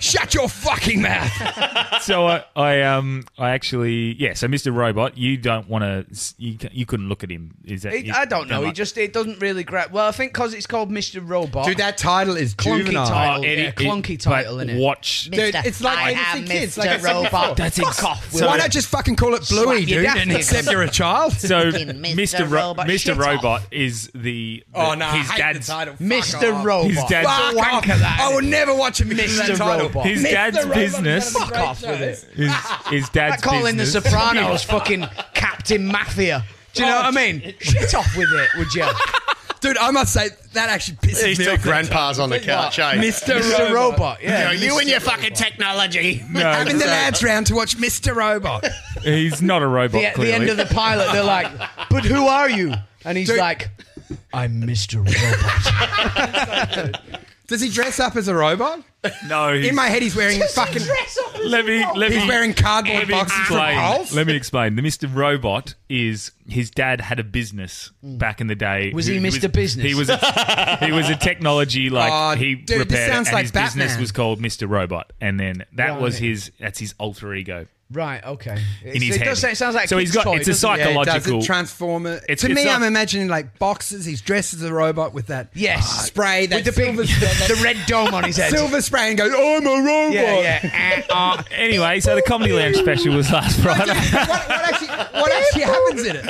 Speaker 5: Shut your fucking mouth.
Speaker 2: so I, I um I actually yeah so Mr Robot you don't want to you, ca- you couldn't look at him is that
Speaker 6: It-
Speaker 2: you
Speaker 6: I don't know. He
Speaker 2: like-
Speaker 6: just it doesn't really grab. Well, I think because it's called Mr. Robot.
Speaker 5: Dude, that title is
Speaker 6: Clunky
Speaker 5: juvenile.
Speaker 6: title.
Speaker 2: Oh, it-
Speaker 6: yeah,
Speaker 2: it-
Speaker 6: clunky
Speaker 2: but
Speaker 6: title, innit?
Speaker 2: Watch
Speaker 5: Dude, it's like
Speaker 6: I
Speaker 5: ABC
Speaker 6: am
Speaker 5: Kids.
Speaker 6: Mr.
Speaker 5: Like I said before.
Speaker 6: Robot.
Speaker 2: That's ex- so-
Speaker 5: Why not just fucking call it Bluey,
Speaker 6: Slap your
Speaker 5: dude,
Speaker 6: daft
Speaker 5: and
Speaker 6: niggas.
Speaker 5: accept you're a child?
Speaker 2: so
Speaker 6: Fucking
Speaker 2: Mr.
Speaker 6: Mr.
Speaker 2: Ro-
Speaker 6: Robot,
Speaker 2: Mr.
Speaker 6: shit
Speaker 2: Robot is the,
Speaker 5: Oh
Speaker 2: the-
Speaker 5: no,
Speaker 2: his
Speaker 5: I hate
Speaker 2: dad's
Speaker 5: the title. Fuck
Speaker 6: Mr.
Speaker 5: off.
Speaker 6: Robot.
Speaker 2: his dad's
Speaker 5: Fuck off. I will never watch him because of that
Speaker 6: Mr.
Speaker 5: title.
Speaker 6: Robot.
Speaker 2: His
Speaker 5: Mr.
Speaker 2: dad's
Speaker 5: Robot's
Speaker 2: business-
Speaker 5: one of the
Speaker 6: Fuck
Speaker 5: great
Speaker 6: off with
Speaker 5: shows.
Speaker 2: his,
Speaker 6: [LAUGHS]
Speaker 2: his dad's
Speaker 6: Like calling the
Speaker 2: business.
Speaker 6: Sopranos fucking Captain Mafia. Do you know what I mean? Shut off with it, would you?
Speaker 5: Dude, I must say that actually pisses
Speaker 7: He's
Speaker 5: me
Speaker 7: still
Speaker 5: off.
Speaker 7: grandpa's on the couch, eh?
Speaker 5: Mr.
Speaker 6: Mr.
Speaker 5: Robot.
Speaker 6: Robot, yeah.
Speaker 7: you and your fucking technology.
Speaker 5: Having the lads round to watch Mr. Robot.
Speaker 2: he's not a robot.
Speaker 6: The, at the
Speaker 2: clearly.
Speaker 6: end of the pilot, they're like, "But who are you?" And he's
Speaker 5: Dude.
Speaker 6: like, "I'm Mr. Robot."
Speaker 5: Does he dress up as a robot?
Speaker 2: no, he's,
Speaker 5: In my head, he's wearing fucking.
Speaker 2: let me let
Speaker 5: He's
Speaker 2: me-
Speaker 5: wearing cardboard boxes from Coles.
Speaker 2: Let me explain. The Mr. Robot is his dad had a business
Speaker 5: Mm.
Speaker 2: back in the day.
Speaker 6: Was he Mr. Business?
Speaker 2: He was a, he was a
Speaker 5: [LAUGHS]
Speaker 2: technology like
Speaker 5: Oh,
Speaker 2: he
Speaker 5: dude, this
Speaker 2: repaired. it,
Speaker 5: sounds
Speaker 2: and
Speaker 5: like
Speaker 2: his business
Speaker 5: Batman.
Speaker 2: was called Mr. Robot, and then that was
Speaker 6: Right.
Speaker 2: his that's his alter ego.
Speaker 6: Right. Okay.
Speaker 2: In
Speaker 6: It's-
Speaker 2: his
Speaker 6: it
Speaker 2: head.
Speaker 6: does sound, it sounds like a
Speaker 2: So he's
Speaker 6: kid's
Speaker 2: got-
Speaker 6: toy,
Speaker 2: it's a
Speaker 6: doesn't it?
Speaker 2: psych-
Speaker 5: Yeah, it does.
Speaker 2: Psychological-
Speaker 5: It transform it.
Speaker 2: It's-
Speaker 5: to
Speaker 2: it's
Speaker 5: me,
Speaker 2: not-
Speaker 5: I'm imagining like boxes. He's dressed as a robot with that uh,
Speaker 6: Yes.
Speaker 5: spray, that
Speaker 6: With the big,
Speaker 5: silver,
Speaker 6: [LAUGHS] the, the red dome on his head.
Speaker 5: silver spray, and goes, "I'm a robot."
Speaker 6: Yeah, yeah.
Speaker 2: [LAUGHS]
Speaker 6: Ah,
Speaker 5: Uh,
Speaker 6: ah.
Speaker 2: Anyway, so the comedy lounge special was
Speaker 5: [LAUGHS]
Speaker 2: last Friday.
Speaker 5: what, what actually, what actually happens in it?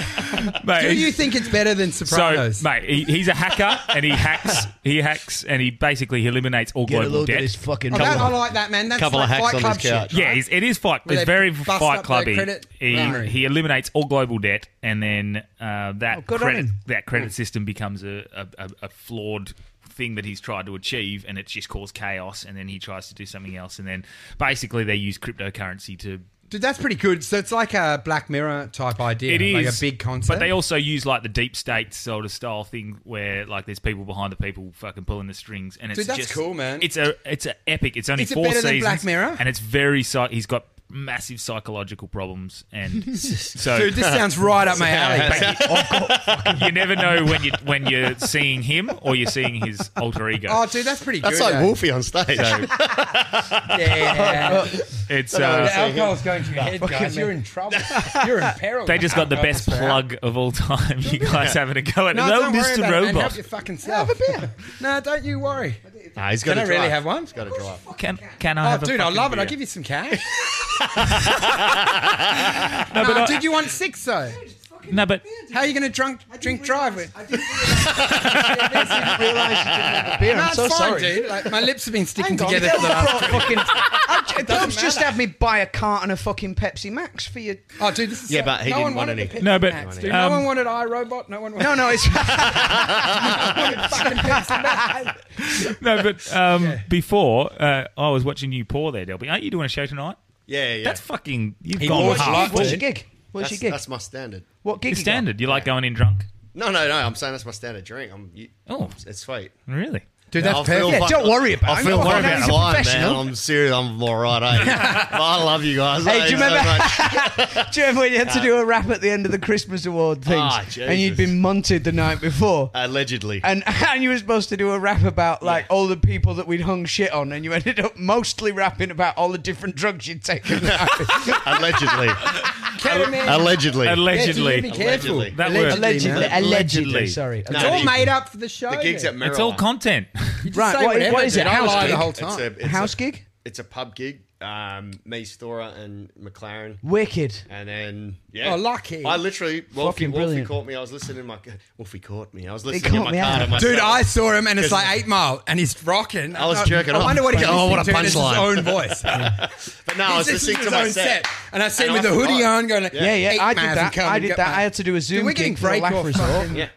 Speaker 2: Mate,
Speaker 5: Do
Speaker 2: he's-
Speaker 5: [LAUGHS] you think it's better than
Speaker 2: so,
Speaker 5: Sopranos?
Speaker 2: mate, he, he's a hacker and he hacks, he hacks, and he basically eliminates all
Speaker 6: Get a
Speaker 2: global
Speaker 6: load
Speaker 2: debt.
Speaker 6: of this fucking.
Speaker 5: Oh, that, I like that, man. That's
Speaker 7: Couple
Speaker 5: like
Speaker 7: of hacks
Speaker 5: Fight
Speaker 7: on
Speaker 5: Club
Speaker 7: his couch.
Speaker 5: shit.
Speaker 2: Yeah, he's, it is fight.
Speaker 5: Where
Speaker 2: It's
Speaker 5: they
Speaker 2: very
Speaker 5: bust
Speaker 2: fight
Speaker 5: up their
Speaker 2: clubby.
Speaker 5: credit?
Speaker 2: He,
Speaker 5: Right.
Speaker 2: he eliminates all global debt, and then uh, that
Speaker 5: Oh,
Speaker 6: good on
Speaker 2: credit
Speaker 6: him.
Speaker 2: that
Speaker 5: Hmm.
Speaker 2: credit system becomes a, a, a, a flawed thing that he's tried to achieve, and it's just caused chaos. And then he tries to do something else, and then basically they use cryptocurrency to.
Speaker 5: Dude, that's pretty good. So it's like a Black Mirror type idea.
Speaker 2: It is
Speaker 5: like a big concept.
Speaker 2: but they also use like the deep state sort of style thing where like there's people behind the people fucking pulling the strings, and it's
Speaker 5: Dude, that's
Speaker 2: just
Speaker 5: cool, man.
Speaker 2: It's a it's a epic. It's only
Speaker 5: Is it
Speaker 2: four
Speaker 5: better than
Speaker 2: seasons,
Speaker 5: Black Mirror?
Speaker 2: and it's very. Psych- he's got massive psychological problems,
Speaker 5: [LAUGHS]
Speaker 2: and so [LAUGHS]
Speaker 5: Dude, this sounds right up my alley.
Speaker 2: you never know when you when you're seeing him or you're seeing his alter ego.
Speaker 5: Oh, dude, that's pretty
Speaker 7: That's
Speaker 5: good.
Speaker 7: like
Speaker 5: eh?
Speaker 7: Wolfie on stage.
Speaker 5: [LAUGHS] Yeah.
Speaker 2: it's
Speaker 5: the
Speaker 2: uh,
Speaker 5: alcohol's going to your head, guys. You're in [LAUGHS] trouble. You're in peril.
Speaker 2: they just got
Speaker 5: Oh,
Speaker 2: the best plug of all time. [LAUGHS] You guys having a go at
Speaker 5: No,
Speaker 2: no
Speaker 5: don't worry
Speaker 2: Mr.
Speaker 5: about It, man.
Speaker 2: Robot.
Speaker 5: Help your fucking self. Have a beer. [LAUGHS] no, don't you worry.
Speaker 7: [LAUGHS] Nah, he's
Speaker 5: Can
Speaker 7: gotta
Speaker 5: I really
Speaker 7: drive.
Speaker 5: have one?
Speaker 7: He's got to drive.
Speaker 2: Can can I
Speaker 5: Oh,
Speaker 2: have a
Speaker 5: dude, I
Speaker 2: fucking
Speaker 5: love it.
Speaker 2: beer?
Speaker 5: I'll give you some [LAUGHS] cash. no, dude, you want six though?
Speaker 2: No, but
Speaker 5: How are you going to drunk drink drive with?
Speaker 6: beer.
Speaker 5: No,
Speaker 6: I'm
Speaker 5: it's
Speaker 6: so
Speaker 5: fine,
Speaker 6: sorry.
Speaker 5: dude. Like my lips have been sticking
Speaker 6: Hang on,
Speaker 5: together for the
Speaker 6: Del's
Speaker 5: last.
Speaker 6: brought fucking. I- Del's
Speaker 5: Doesn't
Speaker 6: just
Speaker 5: matter.
Speaker 6: had me buy a carton of fucking Pepsi Max for you.
Speaker 5: Oh, dude, this is
Speaker 7: Yeah,
Speaker 5: so-
Speaker 7: but he
Speaker 5: no
Speaker 7: didn't
Speaker 5: one
Speaker 7: want
Speaker 5: wanted
Speaker 7: any.
Speaker 5: the Pepsi
Speaker 2: No, but,
Speaker 5: Max, dude.
Speaker 2: um,
Speaker 5: no one wanted iRobot. No one wanted.
Speaker 6: No, no, it's
Speaker 5: fucking Pepsi Max.
Speaker 2: no, but um, before uh, I was watching you pour there, Delby. Aren't you doing a show tonight?
Speaker 7: Yeah, yeah.
Speaker 2: That's fucking. You've
Speaker 5: He
Speaker 2: gone
Speaker 5: launched
Speaker 2: half.
Speaker 5: live. What's
Speaker 6: what's your
Speaker 5: your
Speaker 6: gig? What's your
Speaker 7: that's,
Speaker 6: gig?
Speaker 7: that's my standard.
Speaker 6: what gig?
Speaker 2: It's standard. You like going in drunk?
Speaker 7: No, no, no. I'm saying that's my standard drink. I'm. You,
Speaker 2: Oh.
Speaker 7: it's sweet.
Speaker 2: Really?
Speaker 3: Dude, that's
Speaker 7: I'll
Speaker 3: perfect.
Speaker 7: feel
Speaker 6: Yeah,
Speaker 7: fuck-
Speaker 6: don't worry about
Speaker 7: I
Speaker 6: it.
Speaker 7: feel
Speaker 6: Don't worry
Speaker 7: fucking
Speaker 6: about it. He's a
Speaker 7: blind, man.
Speaker 6: professional.
Speaker 7: I'm serious. I'm all right, eh? But I love you guys.
Speaker 6: Hey,
Speaker 7: eh,
Speaker 6: do you
Speaker 7: so
Speaker 6: remember-
Speaker 7: much.
Speaker 6: Do you remember when you
Speaker 2: Ah.
Speaker 6: had to do a rap at the end of the Christmas award things,
Speaker 7: Ah,
Speaker 6: and you'd
Speaker 7: Jesus.
Speaker 6: been munted the night before?
Speaker 7: Allegedly.
Speaker 6: and, [LAUGHS] and you were supposed to do a rap about like all the people that we'd hung shit on, and you ended up mostly rapping about all the different drugs you'd
Speaker 7: [LAUGHS]
Speaker 6: taken.
Speaker 7: Allegedly.
Speaker 11: Ketamine.
Speaker 7: Allegedly.
Speaker 11: Yeah,
Speaker 2: Allegedly.
Speaker 11: be careful.
Speaker 7: Allegedly.
Speaker 2: That word.
Speaker 11: Allegedly.
Speaker 6: allegedly,
Speaker 11: man.
Speaker 2: Allegedly.
Speaker 6: allegedly, sorry.
Speaker 11: It's
Speaker 7: No,
Speaker 11: all
Speaker 7: the-
Speaker 11: made up for the show.
Speaker 7: The gigs at Merrill.
Speaker 2: It's all content.
Speaker 6: Right,
Speaker 11: Say
Speaker 6: what-
Speaker 11: whatever,
Speaker 6: what is
Speaker 11: dude.
Speaker 6: it?
Speaker 11: I
Speaker 6: House
Speaker 11: lie the
Speaker 6: gig?
Speaker 11: whole time.
Speaker 7: It's a,
Speaker 6: [LAUGHS]
Speaker 7: it's
Speaker 6: House
Speaker 7: a,
Speaker 6: gig?
Speaker 7: It's a pub gig. Um, me, Stora, and McLaren.
Speaker 6: Wicked.
Speaker 7: And then, yeah.
Speaker 11: Oh, lucky.
Speaker 7: I literally, Wolfie,
Speaker 6: Fucking
Speaker 7: Wolfie
Speaker 6: brilliant.
Speaker 7: caught me. I was listening in my, Wolfie caught me. I was listening in
Speaker 6: caught
Speaker 7: my
Speaker 6: me
Speaker 7: car
Speaker 6: out.
Speaker 7: to myself.
Speaker 11: Dude,
Speaker 7: [LAUGHS]
Speaker 11: I saw him and it's like Eight Mile and he's rocking.
Speaker 7: I was
Speaker 11: thought-
Speaker 7: jerking
Speaker 11: I
Speaker 7: off.
Speaker 11: wonder what he's
Speaker 7: Oh,
Speaker 11: listening
Speaker 7: what a
Speaker 11: to and it's his
Speaker 7: punchline.
Speaker 11: own voice.
Speaker 7: But no, I was
Speaker 11: He's
Speaker 7: listening to
Speaker 11: his
Speaker 7: my
Speaker 11: own
Speaker 7: set.
Speaker 11: And I see him
Speaker 7: And
Speaker 11: with
Speaker 7: I
Speaker 11: the hoodie
Speaker 7: forgot.
Speaker 11: on going, like,
Speaker 6: Yeah, yeah,
Speaker 11: "Eight
Speaker 6: I did
Speaker 11: Miles
Speaker 6: that.
Speaker 11: and come
Speaker 6: I
Speaker 11: and
Speaker 6: did
Speaker 11: get
Speaker 6: that.
Speaker 11: back."
Speaker 6: I had to do a Zoom
Speaker 11: Dude, we're
Speaker 6: gig
Speaker 11: getting
Speaker 6: for the
Speaker 11: break
Speaker 6: Laugh
Speaker 11: off
Speaker 6: Resort.
Speaker 11: fucking-
Speaker 7: Yeah.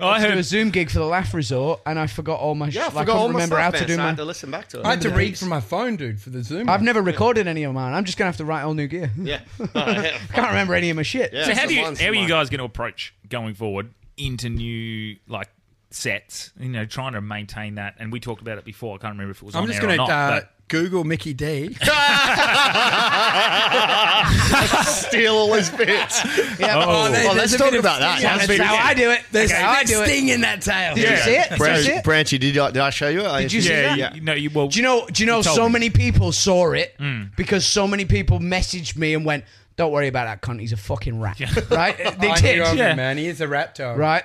Speaker 2: I
Speaker 6: I had to do a
Speaker 2: heard.
Speaker 6: Zoom gig for the Laugh Resort, and I forgot all my.
Speaker 7: Yeah, I
Speaker 6: sh- like,
Speaker 7: forgot all
Speaker 6: couldn't
Speaker 7: my
Speaker 6: remember
Speaker 7: stuff,
Speaker 6: how
Speaker 7: man,
Speaker 6: to do
Speaker 7: so I
Speaker 6: my.
Speaker 7: had to listen back to it.
Speaker 11: I had to
Speaker 7: Yeah.
Speaker 11: read from my phone, dude, for the Zoom.
Speaker 6: I've never recorded any of mine. I'm just gonna have to write all new gear.
Speaker 7: Yeah. [LAUGHS] I
Speaker 6: [LAUGHS] Can't remember any of my shit.
Speaker 7: Yeah.
Speaker 2: So how
Speaker 7: It's
Speaker 2: do
Speaker 7: the
Speaker 2: you
Speaker 7: ones
Speaker 2: how are
Speaker 7: that
Speaker 2: you
Speaker 7: like- [LAUGHS]
Speaker 2: guys going to approach going forward into new like sets? You know, trying to maintain that. And we talked about it before. I can't remember if it was
Speaker 11: I'm
Speaker 2: on
Speaker 11: just
Speaker 2: air
Speaker 11: going to
Speaker 2: or not.
Speaker 11: uh, Google Mickey D.
Speaker 7: Steal all his
Speaker 6: [LAUGHS]
Speaker 7: bits.
Speaker 6: Yeah, but-
Speaker 11: Oh, there-
Speaker 7: Oh,
Speaker 11: there's
Speaker 7: let's
Speaker 11: a
Speaker 7: talk
Speaker 11: bit of
Speaker 7: about that.
Speaker 11: sting in
Speaker 7: That's
Speaker 11: it.
Speaker 6: That's how I do it.
Speaker 11: There's
Speaker 6: That's how I
Speaker 11: a
Speaker 6: do
Speaker 11: big
Speaker 6: it.
Speaker 11: sting in that tail.
Speaker 6: Did you see it? Did you
Speaker 7: Branch,
Speaker 6: see it?
Speaker 7: Branchy, did I, did I show you? Did
Speaker 6: you see
Speaker 2: yeah,
Speaker 6: that?
Speaker 2: yeah. You, no, you well.
Speaker 6: Do you know? Do you know?
Speaker 2: told
Speaker 6: so
Speaker 2: me. Hmm.
Speaker 6: many people saw it because so many people messaged me and went, "Don't worry about that cunt. He's a fucking rat." [LAUGHS]
Speaker 2: [LAUGHS]
Speaker 6: Right? They
Speaker 11: I
Speaker 6: did.
Speaker 11: knew of
Speaker 2: Yeah.
Speaker 11: him, man. He is a raptor.
Speaker 6: Right?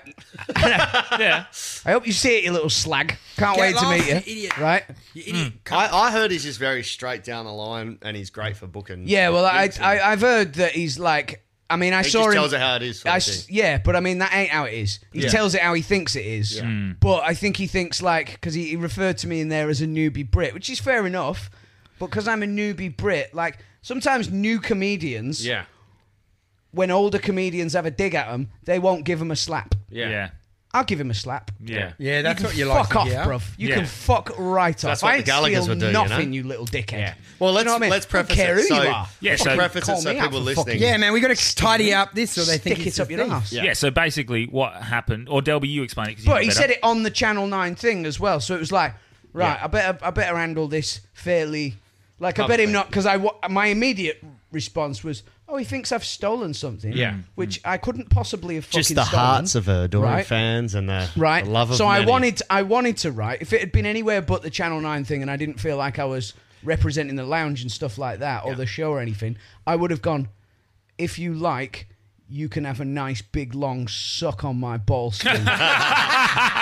Speaker 2: Yeah.
Speaker 6: I hope you see it, you little slag. Can't
Speaker 11: Get
Speaker 6: wait to
Speaker 11: lost,
Speaker 6: meet you.
Speaker 11: you idiot.
Speaker 6: Right?
Speaker 11: You idiot.
Speaker 6: Mm.
Speaker 7: I, I heard he's just very straight down the line and he's great for booking.
Speaker 6: Yeah. Well, I,
Speaker 7: gigs and-
Speaker 6: I I've heard that he's like. I mean, I
Speaker 7: he
Speaker 6: saw
Speaker 7: just
Speaker 6: him.
Speaker 7: tells it how it is. sort of
Speaker 6: I s-
Speaker 7: thing.
Speaker 6: yeah, but I mean that ain't how it is. He
Speaker 7: Yeah.
Speaker 6: tells it how he thinks it is. But I think he thinks like because he, he referred to me in there as a newbie Brit, which is fair enough. But because I'm a newbie Brit, like sometimes new comedians,
Speaker 7: Yeah.
Speaker 6: when older comedians have a dig at them, they won't give them a slap.
Speaker 7: Yeah.
Speaker 2: Yeah.
Speaker 6: I'll give him a slap.
Speaker 2: Yeah.
Speaker 11: Yeah, that's
Speaker 6: you
Speaker 11: what you
Speaker 6: can
Speaker 11: like.
Speaker 6: Fuck
Speaker 11: to
Speaker 6: off,
Speaker 11: hear.
Speaker 6: bruv. You
Speaker 2: Yeah.
Speaker 6: can fuck right off.
Speaker 7: That's what
Speaker 6: I
Speaker 7: the
Speaker 6: ain't
Speaker 7: Gallagher's
Speaker 6: steal
Speaker 7: would do, you know?
Speaker 6: nothing, you, little dickhead.
Speaker 2: Yeah.
Speaker 7: Well,
Speaker 6: You
Speaker 7: let's
Speaker 6: know what I mean?
Speaker 7: let's
Speaker 6: Don't
Speaker 7: preface
Speaker 6: care
Speaker 7: it.
Speaker 6: who
Speaker 7: so,
Speaker 6: you are.
Speaker 2: Yeah,
Speaker 7: let's
Speaker 2: so-
Speaker 7: preface it
Speaker 6: Call
Speaker 7: so
Speaker 6: me out
Speaker 7: people
Speaker 6: for fucking-
Speaker 7: listening.
Speaker 11: Yeah, man, we got to tidy up this so they think
Speaker 6: Stick
Speaker 11: it's
Speaker 6: it up
Speaker 11: a
Speaker 6: your
Speaker 11: thief.
Speaker 6: ass.
Speaker 2: Yeah. So basically, what happened? Or Delby, you explain it because you know
Speaker 6: But he
Speaker 2: better.
Speaker 6: said it on the Channel Nine thing as well, so it was like, right,
Speaker 2: Yeah.
Speaker 6: I better, I better handle this fairly. Like, I bet him
Speaker 7: Publicly.
Speaker 6: not because I, wa- my immediate response was, oh, he thinks I've stolen something.
Speaker 7: Yeah. Mm.
Speaker 6: which I couldn't possibly have.
Speaker 7: Just
Speaker 6: fucking
Speaker 7: the
Speaker 6: stolen.
Speaker 7: hearts of adoring
Speaker 6: Right.
Speaker 7: fans and the,
Speaker 6: right?
Speaker 7: the love of
Speaker 6: so I
Speaker 7: many.
Speaker 6: wanted I wanted to write. If it had been anywhere but the Channel Nine thing, and I didn't feel like I was representing the lounge and stuff like that, or the show or anything, I would have gone. If you like, you can have a nice big long suck on my
Speaker 7: [LAUGHS]
Speaker 6: ball. sleeve." [LAUGHS]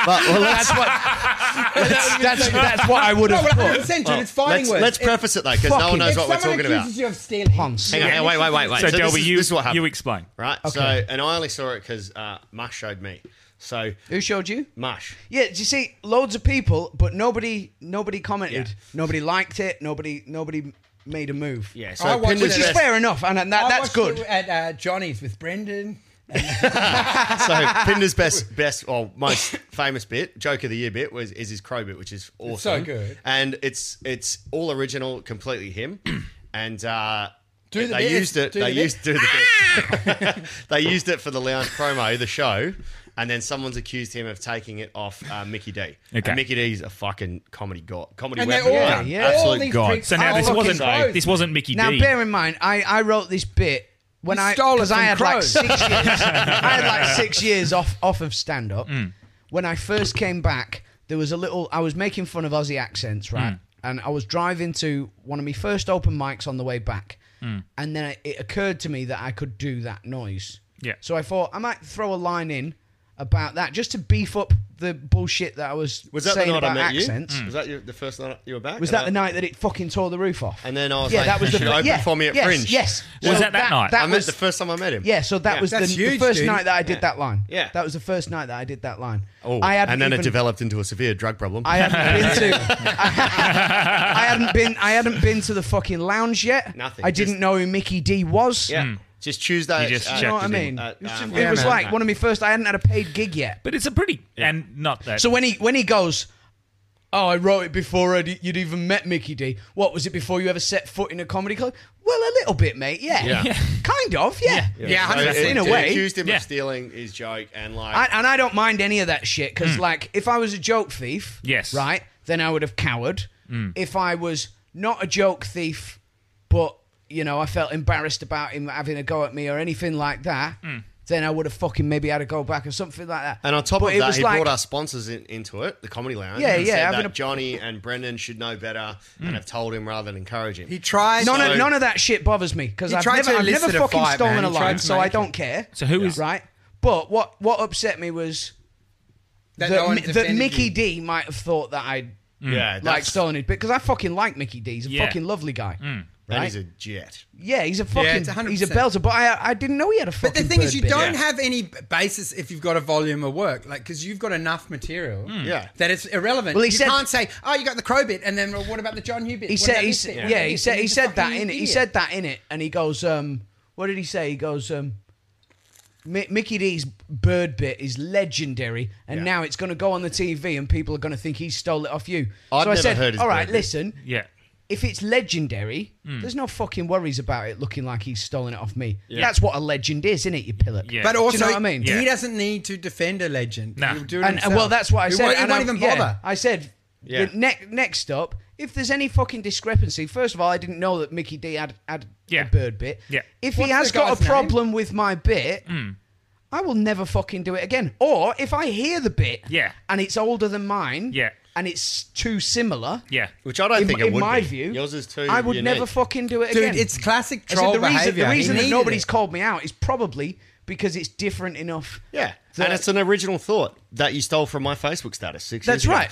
Speaker 6: that's what
Speaker 7: [LAUGHS]
Speaker 6: that's, [LAUGHS] that's, that's what I would
Speaker 11: No, but
Speaker 6: have
Speaker 11: 100%,
Speaker 6: put.
Speaker 11: dude, it's
Speaker 7: Let's,
Speaker 11: fighting words.
Speaker 7: let's
Speaker 11: If-
Speaker 7: preface it though, because no one
Speaker 6: Fucking-
Speaker 7: knows
Speaker 11: if
Speaker 7: what we're
Speaker 11: someone
Speaker 7: talking about.
Speaker 11: accuses you of stealing.
Speaker 6: Ponce.
Speaker 7: Hang on, hang on, wait, wait, wait, wait.
Speaker 2: So,
Speaker 7: this
Speaker 2: Delby,
Speaker 7: is-
Speaker 2: you
Speaker 7: this is what happened.
Speaker 2: you explain.
Speaker 7: right? So, and I only saw it because uh, Mush showed me. So,
Speaker 6: Who showed you?
Speaker 7: Mush.
Speaker 6: Yeah, do you see loads of people, but nobody nobody commented,
Speaker 7: Yeah.
Speaker 6: nobody liked it, nobody nobody made a move.
Speaker 7: Yeah,
Speaker 11: I
Speaker 7: so
Speaker 11: watched
Speaker 7: Pin
Speaker 11: it
Speaker 6: which
Speaker 7: was
Speaker 11: at
Speaker 6: is
Speaker 11: Yeah.
Speaker 7: best.
Speaker 6: fair enough, and, and that,
Speaker 11: I
Speaker 6: that's
Speaker 11: watched
Speaker 6: good.
Speaker 11: you At uh, Johnny's with Brendan.
Speaker 6: [LAUGHS]
Speaker 7: So Pinder's best, best, or most famous bit, joke of the year bit, was is his crow bit, which is awesome,
Speaker 11: so good.
Speaker 7: and it's it's all original, completely
Speaker 6: [CLEARS THROAT]
Speaker 7: him, and uh,
Speaker 11: Do the
Speaker 7: they
Speaker 11: bit,
Speaker 7: used it.
Speaker 11: do
Speaker 7: they
Speaker 11: the bit.
Speaker 7: used do the bit.
Speaker 6: [LAUGHS]
Speaker 7: [LAUGHS] they used it for the lounge promo, the show. And then someone's accused him of taking it off uh, Mickey D.
Speaker 2: Okay.
Speaker 7: And Mickey D's a fucking comedy god, comedy
Speaker 11: And they're
Speaker 7: weapon.
Speaker 11: all, all
Speaker 6: Yeah, yeah.
Speaker 11: these
Speaker 7: absolute god.
Speaker 11: pricks
Speaker 2: So now
Speaker 11: are
Speaker 2: this
Speaker 11: fucking
Speaker 2: wasn't
Speaker 11: crows.
Speaker 2: this wasn't Mickey
Speaker 6: Now,
Speaker 2: D.
Speaker 6: bear in mind, I, I wrote this bit when
Speaker 11: You
Speaker 6: I
Speaker 11: stole it
Speaker 6: because I
Speaker 11: from
Speaker 6: had like
Speaker 11: Crows. [LAUGHS]
Speaker 6: six years. I had like six years off off of stand up.
Speaker 11: Mm.
Speaker 6: When I first came back, there was a little. I was making fun of Aussie accents, right?
Speaker 11: Mm.
Speaker 6: And I was driving to one of my first open mics on the way back,
Speaker 11: Mm.
Speaker 6: and then it- it occurred to me that I could do that noise.
Speaker 2: Yeah.
Speaker 6: So I thought I might throw a line in about that just to beef up the bullshit that I was,
Speaker 7: Was that the
Speaker 6: saying
Speaker 7: night I
Speaker 6: about
Speaker 7: met
Speaker 6: accents.
Speaker 11: Mm.
Speaker 7: you? Was that your, the first night you were back?
Speaker 6: Was
Speaker 7: And
Speaker 6: that the
Speaker 7: I-
Speaker 6: night that it fucking tore the roof off?
Speaker 7: And then I was
Speaker 6: yeah,
Speaker 7: like,
Speaker 6: that was
Speaker 7: "You
Speaker 6: the
Speaker 7: should open
Speaker 6: yeah,
Speaker 7: for me at
Speaker 6: yes,
Speaker 7: Fringe."
Speaker 6: Yes,
Speaker 2: Was
Speaker 6: So
Speaker 2: that that night?
Speaker 7: I
Speaker 6: That
Speaker 7: met
Speaker 6: was
Speaker 7: the first time I met him.
Speaker 6: yeah. So that was the,
Speaker 11: That's
Speaker 6: the
Speaker 11: huge,
Speaker 6: first
Speaker 11: dude.
Speaker 6: night that I did that line.
Speaker 7: Yeah.
Speaker 6: that was the first night that I did that line.
Speaker 7: Oh,
Speaker 6: I hadn't
Speaker 7: and then
Speaker 6: even,
Speaker 7: it developed into a severe drug problem.
Speaker 2: [LAUGHS]
Speaker 6: I
Speaker 7: [LAUGHS]
Speaker 6: hadn't been to. I hadn't been. I hadn't been to the fucking lounge yet.
Speaker 7: Nothing,
Speaker 6: I didn't
Speaker 7: just-
Speaker 6: know who Mickey D was.
Speaker 7: yeah, just Tuesday.
Speaker 2: Hmm. You just
Speaker 7: uh,
Speaker 6: You know what I
Speaker 2: Checked it
Speaker 6: mean?
Speaker 2: in.
Speaker 7: Uh,
Speaker 6: it was,
Speaker 7: um,
Speaker 6: it
Speaker 7: yeah,
Speaker 6: was
Speaker 7: man.
Speaker 6: like one of my first. I hadn't had a paid gig yet.
Speaker 2: but it's a pretty and not that.
Speaker 6: So when he when he goes, Oh, I wrote it before I'd- you'd even met Mickey D. What was it before you ever set foot in a comedy club? Well, a little bit, mate. Yeah,
Speaker 2: Yeah. Yeah.
Speaker 6: [LAUGHS] kind of. Yeah, yeah,
Speaker 7: So it-
Speaker 6: in a
Speaker 7: it
Speaker 6: way.
Speaker 7: accused him
Speaker 2: Yeah.
Speaker 7: of stealing his joke and like
Speaker 6: I, and I don't mind any of that shit
Speaker 7: Mm.
Speaker 6: because, like, if I was a joke thief,
Speaker 2: Yes.
Speaker 6: right, then I would have cowered.
Speaker 7: Mm.
Speaker 6: If I was not a joke thief, but you know, I felt embarrassed about him having a go at me or anything like that, then I would have fucking maybe had a go back or something like that.
Speaker 7: Mm. And on top
Speaker 6: But
Speaker 7: of
Speaker 6: it
Speaker 7: that,
Speaker 6: was
Speaker 7: he
Speaker 6: like-
Speaker 7: brought our sponsors in, into it, the Comedy Lounge.
Speaker 6: Yeah,
Speaker 7: and
Speaker 6: yeah,
Speaker 7: Said
Speaker 6: having
Speaker 7: that
Speaker 6: a-
Speaker 7: Johnny and Brendan should know better
Speaker 2: Hmm.
Speaker 7: and have told him rather than encourage him.
Speaker 5: He tries.
Speaker 6: None,
Speaker 7: So-
Speaker 6: of, none of that shit bothers me because
Speaker 5: He
Speaker 6: I've
Speaker 5: tried
Speaker 6: never,
Speaker 5: to
Speaker 6: I've never
Speaker 5: elicit a
Speaker 6: fucking
Speaker 5: fight, man.
Speaker 6: stolen
Speaker 5: He
Speaker 6: a
Speaker 5: tried
Speaker 6: line,
Speaker 5: to
Speaker 6: so I don't care.
Speaker 2: So who is-
Speaker 6: right? But what what upset me was that,
Speaker 11: That no one
Speaker 6: Mi- that
Speaker 11: defended
Speaker 6: Mickey
Speaker 11: you.
Speaker 6: D might have thought that I'd
Speaker 2: Hmm.
Speaker 7: yeah,
Speaker 6: like
Speaker 7: that's,
Speaker 6: stolen it because I fucking like Mickey D. He's a
Speaker 2: Yeah. Mm.
Speaker 6: fucking lovely guy.
Speaker 7: that
Speaker 6: right?
Speaker 7: is a jet.
Speaker 6: Yeah, he's a
Speaker 5: Yeah,
Speaker 6: fucking
Speaker 5: it's 100%.
Speaker 6: he's a belter. But I I didn't know he had a fucking.
Speaker 5: But the thing is,
Speaker 6: bird
Speaker 5: you
Speaker 6: bit.
Speaker 5: don't have any basis if you've got a volume of work, like because you've got enough material.
Speaker 7: Yeah.
Speaker 5: that it's irrelevant.
Speaker 6: Hmm. Well, he
Speaker 5: you
Speaker 6: said-
Speaker 5: can't say, "Oh, you got the crow bit," and then well, what about the John Hugh bit?
Speaker 6: He
Speaker 5: What
Speaker 6: said
Speaker 5: about
Speaker 6: he
Speaker 5: this
Speaker 6: said
Speaker 5: bit?
Speaker 6: yeah
Speaker 5: What about
Speaker 6: he
Speaker 5: this
Speaker 6: said
Speaker 5: bit?"
Speaker 6: he
Speaker 5: He's a
Speaker 6: said that
Speaker 5: fucking
Speaker 6: in it. He
Speaker 5: idiot.
Speaker 6: said that in it, and he goes um, what did he say? He goes um. Mi- Mickey D's bird bit is legendary, and now it's going to go on the TV, and people are going to think he stole it off you.
Speaker 7: I've
Speaker 6: so I
Speaker 7: never
Speaker 6: said,
Speaker 7: heard his
Speaker 6: "All right,
Speaker 7: bird bit." Hmm.
Speaker 6: listen,
Speaker 2: Yeah.
Speaker 6: if it's legendary, there's no fucking worries about it looking like he's stolen it off me. That's what a legend is, isn't it, you pillock?
Speaker 2: Yeah.
Speaker 5: But also,
Speaker 6: Do you know what I mean?
Speaker 2: Yeah.
Speaker 5: he doesn't need to defend a legend.
Speaker 2: Nah.
Speaker 5: He'll do it
Speaker 6: and, and well,
Speaker 5: himself.
Speaker 6: that's what I
Speaker 5: He
Speaker 6: said.
Speaker 5: won't- He
Speaker 6: and
Speaker 5: won't,
Speaker 6: I'm-
Speaker 5: even
Speaker 6: yeah,
Speaker 5: bother.
Speaker 6: I said,
Speaker 7: Yeah.
Speaker 6: ne- next up, if there's any fucking discrepancy, first of all, I didn't know that Mickey D had had
Speaker 2: Yeah.
Speaker 6: a bird bit.
Speaker 2: Yeah.
Speaker 6: If he
Speaker 5: What's
Speaker 6: has
Speaker 5: the
Speaker 6: got a
Speaker 5: guy's name?
Speaker 6: problem with my bit, I will never fucking do it again. Or if I hear the bit,
Speaker 2: Yeah.
Speaker 6: and it's older than mine,
Speaker 2: Yeah.
Speaker 6: and it's too similar,
Speaker 2: Yeah.
Speaker 7: Which I don't
Speaker 6: in,
Speaker 7: think
Speaker 6: in
Speaker 7: it would
Speaker 6: my
Speaker 7: be.
Speaker 6: view,
Speaker 7: Yours is too
Speaker 6: I would
Speaker 7: unique.
Speaker 6: never fucking do it
Speaker 5: Dude,
Speaker 6: again.
Speaker 5: it's classic
Speaker 6: I said
Speaker 5: troll
Speaker 6: the reason,
Speaker 5: behavior.
Speaker 6: The
Speaker 5: He
Speaker 6: reason that
Speaker 5: needed
Speaker 6: nobody's
Speaker 5: it.
Speaker 6: called me out is probably because it's different enough.
Speaker 7: Yeah.
Speaker 6: that-
Speaker 7: and it's an original thought that you stole from my Facebook status six
Speaker 6: That's
Speaker 7: years ago.
Speaker 6: right.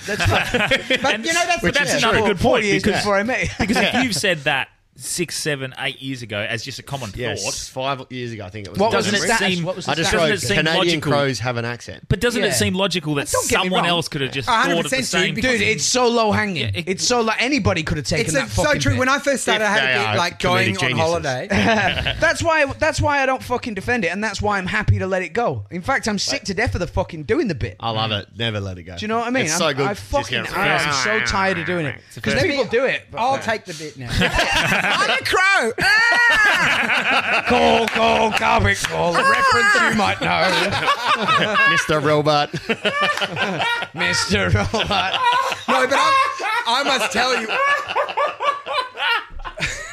Speaker 5: [LAUGHS]
Speaker 6: That's right.
Speaker 5: But you know, that's
Speaker 2: But
Speaker 5: the
Speaker 2: that's
Speaker 5: thing.
Speaker 2: another
Speaker 6: Four-
Speaker 2: good
Speaker 6: four
Speaker 2: point
Speaker 6: years
Speaker 2: because,
Speaker 6: before I met. you.
Speaker 2: because [LAUGHS] if you've said that six, seven, eight years ago as just a common
Speaker 7: Yes,
Speaker 2: thought,
Speaker 7: five years ago, I think it was.
Speaker 6: What was
Speaker 2: doesn't
Speaker 6: the
Speaker 7: Doesn't
Speaker 2: it
Speaker 7: ring-
Speaker 6: status?
Speaker 2: seem-
Speaker 6: What was the
Speaker 7: I just
Speaker 6: status?
Speaker 2: doesn't
Speaker 7: wrote
Speaker 2: it seem
Speaker 7: Canadian
Speaker 2: logical?
Speaker 7: crows have an accent.
Speaker 2: but doesn't
Speaker 6: Yeah.
Speaker 2: it seem logical that
Speaker 6: [LAUGHS] Don't get me
Speaker 2: someone
Speaker 6: wrong.
Speaker 2: else could have just
Speaker 5: A hundred
Speaker 2: thought of the
Speaker 5: percent, dude,
Speaker 2: same?
Speaker 5: because-
Speaker 6: Dude, it's so low hanging.
Speaker 2: Yeah, it-
Speaker 6: it's so like anybody could have taken
Speaker 5: It's
Speaker 6: that
Speaker 5: a, so
Speaker 6: fucking
Speaker 5: true.
Speaker 6: bit. [LAUGHS]
Speaker 5: When I first started, I
Speaker 7: If they
Speaker 5: had a
Speaker 7: are
Speaker 5: bit like going
Speaker 7: comedic
Speaker 5: on
Speaker 7: geniuses.
Speaker 5: holiday. [LAUGHS]
Speaker 6: that's why. That's why I don't fucking defend it, and that's why I'm happy to let it go. In fact, I'm sick to death of the fucking doing the bit.
Speaker 7: I love it. Never let it go.
Speaker 6: Do you know what I mean?
Speaker 7: It's
Speaker 6: I'm,
Speaker 7: so good.
Speaker 6: I
Speaker 7: Just
Speaker 6: fucking.
Speaker 7: get it.
Speaker 6: I'm so tired of doing it because
Speaker 2: first-
Speaker 6: people do it.
Speaker 5: I'll take the bit
Speaker 6: [LAUGHS]
Speaker 5: now. I'm a crow.
Speaker 6: Call, call, garbage, call. A reference you might [LAUGHS] know,
Speaker 7: Mr. Robot. [LAUGHS]
Speaker 5: [LAUGHS]
Speaker 6: Mister.
Speaker 5: No, but i I must tell you.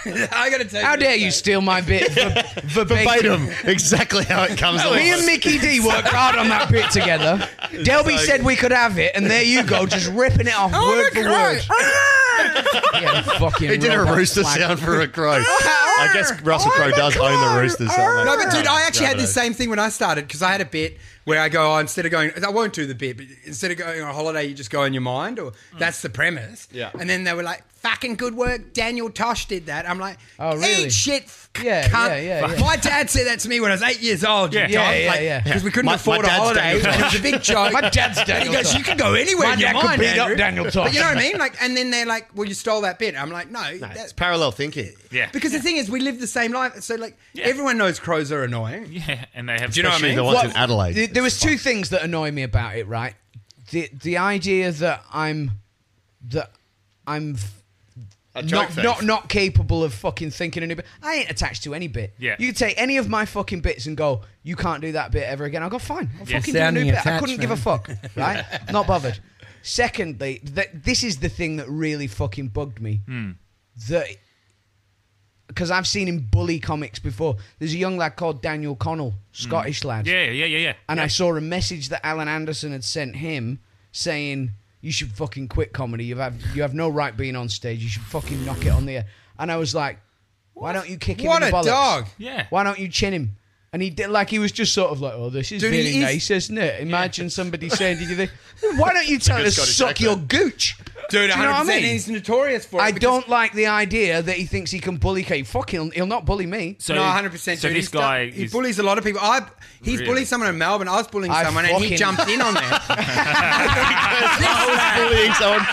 Speaker 5: I gotta tell you.
Speaker 6: How dare
Speaker 5: this,
Speaker 6: you
Speaker 5: mate.
Speaker 6: steal my bit? Ver- verbatim.
Speaker 7: Verbatim. Exactly how it comes along.
Speaker 6: Me and Mickey D worked hard on that bit together. Delby
Speaker 7: so
Speaker 6: said
Speaker 7: good.
Speaker 6: we could have it, and there you go, just ripping it
Speaker 5: Oh,
Speaker 6: off word for word. yeah, you fucking
Speaker 7: He did a
Speaker 6: robot
Speaker 7: rooster
Speaker 6: slag.
Speaker 7: sound for a crow. I guess Russell Crowe does own the rooster sound.
Speaker 5: No, but dude, I actually had this same thing when I started because I had a bit where I go, oh, instead of going, I won't do the bit, but instead of going on a holiday, you just go in your mind, or
Speaker 6: Mm.
Speaker 5: that's the premise.
Speaker 7: Yeah.
Speaker 5: And then they were like, fucking good work. Daniel Tosh did that. I'm like,
Speaker 6: Oh, really?
Speaker 5: Eat shit. f-
Speaker 6: Yeah,
Speaker 5: cunt."
Speaker 6: yeah, yeah,
Speaker 5: [LAUGHS]
Speaker 6: yeah.
Speaker 5: My dad said that to me when I was eight years old.
Speaker 2: Yeah.
Speaker 5: you
Speaker 6: Yeah,
Speaker 5: dog.
Speaker 6: yeah,
Speaker 5: Like,
Speaker 6: yeah.
Speaker 5: Because we couldn't
Speaker 7: My-
Speaker 5: afford
Speaker 7: my
Speaker 5: a
Speaker 7: dad's
Speaker 5: holiday.
Speaker 7: Daniel
Speaker 5: It was a big
Speaker 6: [LAUGHS]
Speaker 5: joke.
Speaker 6: My dad's
Speaker 5: And
Speaker 6: Daniel.
Speaker 5: he goes,
Speaker 6: Tosh.
Speaker 5: you can go anywhere.
Speaker 6: My
Speaker 5: in your
Speaker 6: dad could
Speaker 5: mind,
Speaker 6: beat up
Speaker 5: Andrew."
Speaker 6: Daniel
Speaker 5: But you know
Speaker 6: Tosh.
Speaker 5: what I mean? Like, and then they're like, well, you stole that bit. I'm like, no,
Speaker 7: No,
Speaker 5: that's
Speaker 7: it's parallel thinking.
Speaker 2: Yeah.
Speaker 5: [LAUGHS] because the thing is, we live the same life. So like, everyone knows crows are annoying.
Speaker 2: yeah, and they have.
Speaker 5: Do you know what I
Speaker 2: special-
Speaker 5: mean?
Speaker 7: The ones in
Speaker 6: Well,
Speaker 7: Adelaide.
Speaker 6: th-
Speaker 7: [LAUGHS]
Speaker 6: there was two things that annoy me about it. Right, the the idea that I'm that I'm f-
Speaker 7: A joke
Speaker 6: not,
Speaker 7: thief.
Speaker 6: not not capable of fucking thinking any bit. I ain't attached to any bit.
Speaker 2: Yeah.
Speaker 6: You could take any of my fucking bits and go, you can't do that bit ever again. I'll go, fine. I'll
Speaker 2: Yeah.
Speaker 6: fucking do a new
Speaker 5: Sounding
Speaker 6: bit. I
Speaker 5: attached,
Speaker 6: couldn't give a
Speaker 5: man.
Speaker 6: fuck. Right? not bothered. Secondly, th- this is the thing that really fucking bugged me.
Speaker 7: Hmm.
Speaker 6: That because I've seen him bully comics before. There's a young lad called Daniel Connell,
Speaker 7: Hmm.
Speaker 6: Scottish lad
Speaker 2: Yeah, yeah, yeah, yeah.
Speaker 6: and I saw a message that Alan Anderson had sent him saying, "You should fucking quit comedy. You have you have no right being on stage. You should fucking knock it on the air." And I was like, "Why don't you kick him
Speaker 5: What
Speaker 6: in the
Speaker 5: a
Speaker 6: bollocks?
Speaker 5: dog.
Speaker 2: Yeah.
Speaker 6: Why don't you chin him?" And he did like he was just sort of like, "Oh, this is
Speaker 5: Dude, he
Speaker 6: really
Speaker 5: is-
Speaker 6: nice, isn't it?n Imagine somebody saying, "Did
Speaker 5: [LAUGHS]
Speaker 6: you think? Why don't you tell her to
Speaker 7: Good Scottish
Speaker 6: suck your
Speaker 7: accent.
Speaker 6: gooch?"
Speaker 5: Dude,
Speaker 6: Do
Speaker 5: 100%.
Speaker 6: you know what I mean?
Speaker 5: and he's notorious for it.
Speaker 6: I
Speaker 5: because-
Speaker 6: don't like the idea that he thinks he can bully Kate. Fuck, he'll, he'll not bully me.
Speaker 2: So,
Speaker 5: no,
Speaker 2: So
Speaker 5: 100%. dude.
Speaker 2: this
Speaker 5: He's
Speaker 2: guy,
Speaker 5: done- he
Speaker 2: is,
Speaker 5: bullies a lot of people. I He's
Speaker 2: Really?
Speaker 5: bullied someone in Melbourne. I was bullying
Speaker 6: I
Speaker 5: someone and he
Speaker 6: [LAUGHS] fucking-
Speaker 5: jumped in on that.
Speaker 7: I was bullying someone.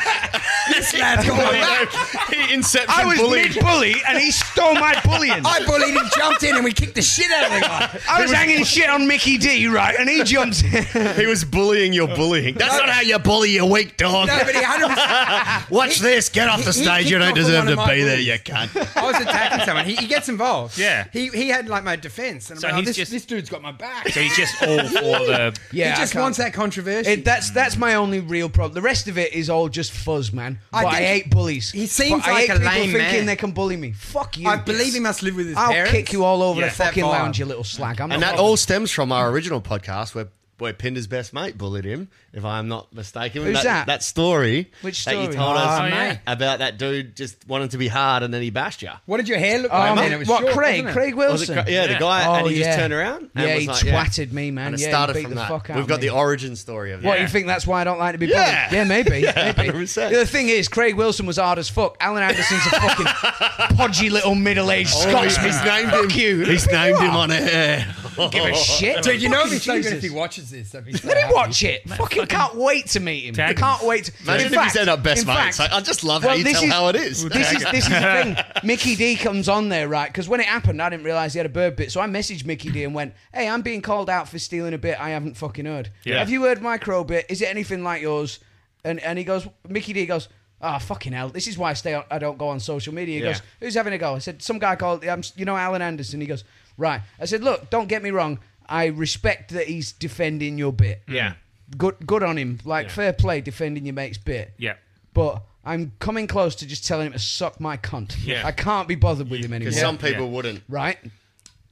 Speaker 5: This
Speaker 7: [LAUGHS]
Speaker 5: lad's got my back.
Speaker 7: he inception
Speaker 12: I was
Speaker 7: bullied.
Speaker 12: mid bully and he stole my bullying.
Speaker 5: [LAUGHS] I bullied him, jumped in, and we kicked the shit out of the guy.
Speaker 12: I was hanging shit on Mickey D, right? And
Speaker 7: [LAUGHS]
Speaker 12: he jumps in.
Speaker 7: he was bullying your bullying. That's not how you bully your weak dog.
Speaker 5: No, but he 100%.
Speaker 7: Watch this. Get off the
Speaker 5: he- he
Speaker 7: stage. You
Speaker 5: kicked
Speaker 7: don't
Speaker 5: off with
Speaker 7: deserve
Speaker 5: one
Speaker 7: to
Speaker 5: of my
Speaker 7: be there,
Speaker 5: bullies.
Speaker 7: you cunt.
Speaker 5: I was attacking someone. He, he gets involved.
Speaker 2: Yeah.
Speaker 5: He, he had like my defense. And I'm
Speaker 2: So
Speaker 5: like, oh,
Speaker 2: he's
Speaker 5: this,
Speaker 2: just-
Speaker 5: this dude's got my back.
Speaker 2: So he's just all for the.
Speaker 6: [LAUGHS] Yeah,
Speaker 5: he just
Speaker 6: I can't-
Speaker 5: wants that controversy.
Speaker 6: It, that's that's my only real problem. The rest of it is all just fuzz, man.
Speaker 5: I
Speaker 6: But I,
Speaker 5: think-
Speaker 6: hate bullies.
Speaker 5: He seems
Speaker 6: But I
Speaker 5: like
Speaker 6: hate
Speaker 5: a
Speaker 6: people
Speaker 5: lame
Speaker 6: thinking
Speaker 5: man.
Speaker 6: they can bully me. Fuck you.
Speaker 5: I believe he must live with his
Speaker 6: I'll
Speaker 5: parents.
Speaker 6: kick you all over
Speaker 2: Yeah.
Speaker 6: the fucking
Speaker 5: That vibe.
Speaker 6: lounge, you little slag. I'm
Speaker 7: And
Speaker 6: not
Speaker 7: that all stems from our original podcast where where Pinder's best mate bullied him, if I'm not mistaken.
Speaker 6: Who's that?
Speaker 7: That story.
Speaker 6: Which
Speaker 7: That you
Speaker 6: story?
Speaker 7: told us
Speaker 6: Oh, mate.
Speaker 7: about that dude just wanting to be hard and then he bashed you.
Speaker 5: What did your hair look like?
Speaker 6: Um,
Speaker 5: man? It was
Speaker 6: what,
Speaker 5: short,
Speaker 6: Craig?
Speaker 5: wasn't it?
Speaker 6: Craig
Speaker 7: Oh, Was it
Speaker 6: Wilson.
Speaker 7: cra- yeah, the guy,
Speaker 6: Oh,
Speaker 7: and he
Speaker 6: yeah.
Speaker 7: just turned around. And
Speaker 6: Yeah,
Speaker 7: was
Speaker 6: he
Speaker 7: like,
Speaker 6: twatted me, man.
Speaker 7: And it
Speaker 6: Yeah, he
Speaker 7: started
Speaker 6: beat
Speaker 7: from
Speaker 6: the
Speaker 7: that.
Speaker 6: fuck out
Speaker 7: We've
Speaker 6: of
Speaker 7: got
Speaker 6: me.
Speaker 7: the origin story of that.
Speaker 6: What you think that's why I don't like to be bullied?
Speaker 7: Yeah.
Speaker 6: Yeah, maybe. maybe.
Speaker 7: 100%.
Speaker 6: The thing is, Craig Wilson was hard as fuck. Alan Anderson's a fucking podgy little middle-aged Scotsman.
Speaker 7: [LAUGHS] he's named him. He's named him on air.
Speaker 6: Give a shit.
Speaker 5: Dude, you know if
Speaker 6: Fucking
Speaker 5: he's so good if he
Speaker 6: Jesus.
Speaker 5: watches this.
Speaker 6: [LAUGHS]
Speaker 5: That'd be so
Speaker 6: Let him
Speaker 5: happy.
Speaker 6: watch it. fucking can't wait to meet him.
Speaker 2: Tag him.
Speaker 6: Can't wait. To,
Speaker 7: Imagine
Speaker 6: in
Speaker 7: if
Speaker 6: fact-
Speaker 7: he's end up best
Speaker 6: in
Speaker 7: mates.
Speaker 6: fact-
Speaker 7: Like, I just love how
Speaker 6: well,
Speaker 7: you
Speaker 6: this
Speaker 7: tell
Speaker 6: is-
Speaker 7: how it is.
Speaker 6: This is this is
Speaker 7: [LAUGHS]
Speaker 6: the thing. Mickey D comes on there, right? Because when it happened, I didn't realize he had a bird bit, so I messaged Mickey D and went, "Hey, I'm being called out for stealing a bit I haven't fucking heard.
Speaker 2: Yeah.
Speaker 6: Have you heard my crow bit? Is it anything like yours?" And and he goes, Mickey D goes. Ah, fucking hell! This is why I stay. On, I don't go on social media. He
Speaker 2: Yeah.
Speaker 6: goes, "Who's having a go?" I said, "Some guy called. um, you know, Alan Anderson." He goes, "Right." I said, "Look, don't get me wrong. I respect that he's defending your bit.
Speaker 7: Yeah.
Speaker 6: good, good on him. Like fair play, defending your mate's bit
Speaker 2: Yeah.
Speaker 6: but I'm coming close to just telling him to suck my cunt.
Speaker 2: Yeah.
Speaker 6: I can't be bothered with him anymore.
Speaker 7: Because some people wouldn't.
Speaker 6: right?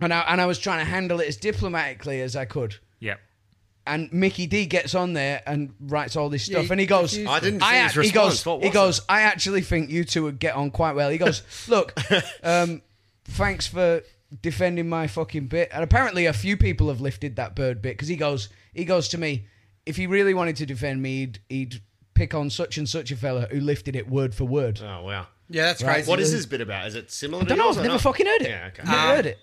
Speaker 6: And I, and I was trying to handle it as diplomatically as I could.
Speaker 2: Yeah.
Speaker 6: And Mickey D gets on there and writes all this stuff,
Speaker 5: he
Speaker 6: and he goes,
Speaker 5: confused
Speaker 7: I didn't see
Speaker 6: I
Speaker 7: his
Speaker 6: ac- he
Speaker 7: response.
Speaker 6: goes,
Speaker 7: What
Speaker 6: he
Speaker 7: was
Speaker 6: goes, I actually think you two would get on quite well. He goes, [LAUGHS] look, um, thanks for defending my fucking bit. And apparently, a few people have lifted that bird bit because he goes, he goes to me, if he really wanted to defend me, he'd, he'd pick on such and such a fella who lifted it word for word.
Speaker 7: Oh, wow.
Speaker 5: Yeah, that's crazy.
Speaker 7: What is this bit about? Is it similar
Speaker 6: I don't
Speaker 7: to
Speaker 6: know.
Speaker 7: yours
Speaker 6: I've
Speaker 7: or
Speaker 6: never
Speaker 7: not?
Speaker 6: fucking heard it.
Speaker 7: Yeah, okay.
Speaker 6: Never heard it.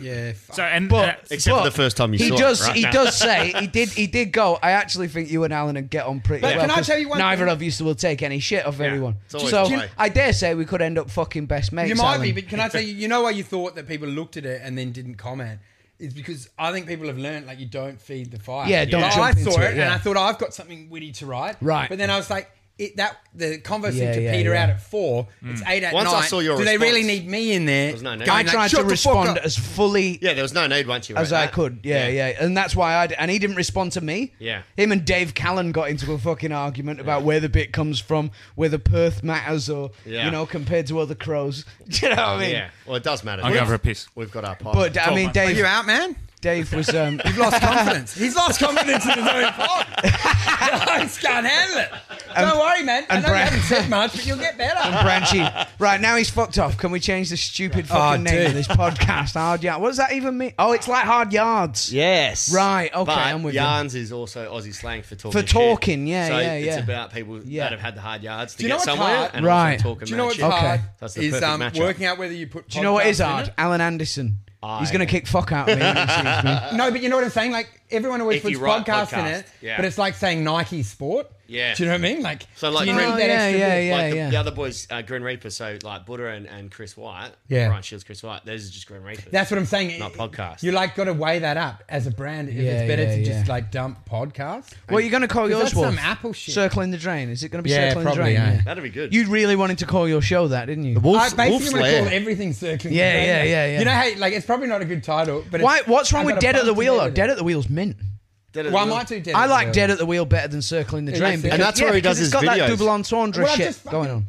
Speaker 5: Yeah, fuck.
Speaker 2: So and
Speaker 6: But
Speaker 2: uh,
Speaker 7: Except for
Speaker 6: but
Speaker 7: the first time you
Speaker 6: he
Speaker 7: saw it,
Speaker 6: does,
Speaker 7: right?
Speaker 6: He does say he did. He did go. I actually think you and Alan would get on pretty
Speaker 5: But
Speaker 6: well.
Speaker 5: can I
Speaker 6: 'cause
Speaker 5: tell you one
Speaker 6: Neither
Speaker 5: thing?
Speaker 6: of you will take any shit off anyone.
Speaker 7: it's always
Speaker 6: So
Speaker 7: the way.
Speaker 6: I dare say we could end up fucking best mates.
Speaker 5: You might
Speaker 6: Alan.
Speaker 5: be, but can I tell you? You know why you thought that people looked at it and then didn't comment? Is because I think people have learned like you don't feed the fire.
Speaker 6: Yeah, don't
Speaker 5: Like,
Speaker 6: jump
Speaker 5: I
Speaker 6: into
Speaker 5: saw
Speaker 6: it,
Speaker 5: it, and
Speaker 6: yeah.
Speaker 5: I thought "Oh, I've got something witty to write.
Speaker 6: Right.
Speaker 5: but then I was like. It, that the convo
Speaker 6: Yeah,
Speaker 5: seemed to
Speaker 6: yeah,
Speaker 5: peter
Speaker 6: yeah.
Speaker 5: out at four. It's eight at
Speaker 7: Mm. Once I
Speaker 5: night.
Speaker 7: saw your
Speaker 5: Do they really
Speaker 7: response.
Speaker 5: need me in there?
Speaker 7: was no need.
Speaker 6: I
Speaker 5: going like,
Speaker 6: tried to
Speaker 5: "Shut the fuck
Speaker 6: respond
Speaker 5: up."
Speaker 6: as fully
Speaker 7: Yeah, there was no need once you
Speaker 6: as
Speaker 7: went
Speaker 6: I
Speaker 7: that.
Speaker 6: could. Yeah, yeah, and that's why I. d- And he didn't respond to me.
Speaker 7: Yeah.
Speaker 6: Him and Dave Callan got into a fucking argument about where the bit comes from, whether Perth matters, or
Speaker 7: Yeah.
Speaker 6: you know, compared to other crows. [LAUGHS] Do you know what I mean?
Speaker 7: Yeah. Well, it does matter.
Speaker 2: I'll
Speaker 7: We've-
Speaker 2: go for a piss.
Speaker 7: We've got our pod.
Speaker 6: But I mean,
Speaker 2: Twelve months.
Speaker 5: Are
Speaker 6: Dave.
Speaker 5: you out, man?
Speaker 6: Dave was. Um,
Speaker 5: He's lost confidence. He's lost confidence in his own [LAUGHS] pod. I just can't handle it. Don't worry, man. I
Speaker 6: and
Speaker 5: know
Speaker 6: Brad-
Speaker 5: you haven't said much, but you'll get better.
Speaker 6: Branchy. Right now he's fucked off. Can we change the stupid fucking
Speaker 5: Oh,
Speaker 6: name
Speaker 5: dude.
Speaker 6: of this podcast? Hard yard. What does that even mean? Oh, it's like hard yards.
Speaker 7: yes.
Speaker 6: Right, okay,
Speaker 7: But
Speaker 6: I'm with you.
Speaker 7: yarns is also Aussie slang for talking.
Speaker 6: For talking,
Speaker 7: shit.
Speaker 6: yeah,
Speaker 7: so
Speaker 6: yeah,
Speaker 7: It's
Speaker 6: yeah.
Speaker 7: about people
Speaker 6: Yeah.
Speaker 7: that have had the hard yards to
Speaker 5: you know
Speaker 7: get
Speaker 5: what's
Speaker 7: somewhere
Speaker 5: hard?
Speaker 7: and
Speaker 6: Right.
Speaker 7: also talking
Speaker 5: Do you know
Speaker 7: mad
Speaker 5: what's
Speaker 7: shit.
Speaker 5: hard?
Speaker 7: That's the
Speaker 5: Is
Speaker 7: perfect
Speaker 5: um,
Speaker 7: matchup.
Speaker 5: working out whether you put.
Speaker 6: Do you know what is
Speaker 5: podcasts in
Speaker 6: hard?
Speaker 5: it.
Speaker 6: Alan Anderson. He's
Speaker 7: Aye.
Speaker 6: gonna kick fuck out of me. when he sees me.
Speaker 5: [LAUGHS] No, but you know what I'm saying. Like everyone always
Speaker 7: Uh, If
Speaker 5: puts
Speaker 7: you write
Speaker 5: podcast, in
Speaker 7: podcast,
Speaker 5: it,
Speaker 7: yeah.
Speaker 5: but it's like saying Nike Sport.
Speaker 7: Yeah.
Speaker 5: Do you know what I mean? Like
Speaker 7: So, like,
Speaker 5: do you
Speaker 7: Grim-
Speaker 5: need
Speaker 7: Oh,
Speaker 5: that
Speaker 6: yeah,
Speaker 5: extra
Speaker 6: yeah,
Speaker 5: bit?
Speaker 6: yeah.
Speaker 7: like the, the other boys, uh, Grim Reaper, so like Buddha and, and Chris White,
Speaker 5: Yeah.
Speaker 7: Brian Shields, Chris White, those are just Grim Reapers.
Speaker 5: That's what I'm saying.
Speaker 7: Not podcast.
Speaker 5: You like got to weigh that up as a brand. If
Speaker 6: Yeah,
Speaker 5: it's better
Speaker 6: yeah,
Speaker 5: to just
Speaker 6: yeah.
Speaker 5: like dump podcast.
Speaker 6: What are you gonna call
Speaker 5: Is
Speaker 6: yours?
Speaker 5: that some
Speaker 6: Wolf?
Speaker 5: Apple shit?
Speaker 6: Circling the drain. Is it gonna be
Speaker 5: Yeah,
Speaker 6: circling
Speaker 5: probably,
Speaker 6: the drain?
Speaker 5: yeah.
Speaker 7: That'd be good.
Speaker 6: You really wanted to call your show that, didn't you?
Speaker 5: I basically want to call everything circling.
Speaker 6: Yeah,
Speaker 5: around.
Speaker 6: yeah, yeah, yeah.
Speaker 5: You know how like it's probably not a good title, but
Speaker 6: Why?
Speaker 5: it's-
Speaker 6: What's wrong
Speaker 5: I've
Speaker 6: with
Speaker 5: got a
Speaker 6: Dead at the
Speaker 5: bunch of
Speaker 6: Wheel? though?
Speaker 5: everything.
Speaker 6: Dead at the Wheel's mint.
Speaker 7: Dead at
Speaker 5: Well, I
Speaker 7: the Wheel.
Speaker 5: might do Dead.
Speaker 6: I
Speaker 5: at the
Speaker 6: like
Speaker 5: Wheel.
Speaker 6: Dead at the Wheel better than Circling the
Speaker 5: Yeah,
Speaker 6: Drain.
Speaker 5: that's-
Speaker 6: because-
Speaker 5: And
Speaker 7: that's where he
Speaker 6: because
Speaker 7: does
Speaker 6: it's
Speaker 7: his
Speaker 6: got that
Speaker 7: videos.
Speaker 6: double entendre
Speaker 5: Well, I
Speaker 6: shit
Speaker 5: just fucking-
Speaker 6: going on.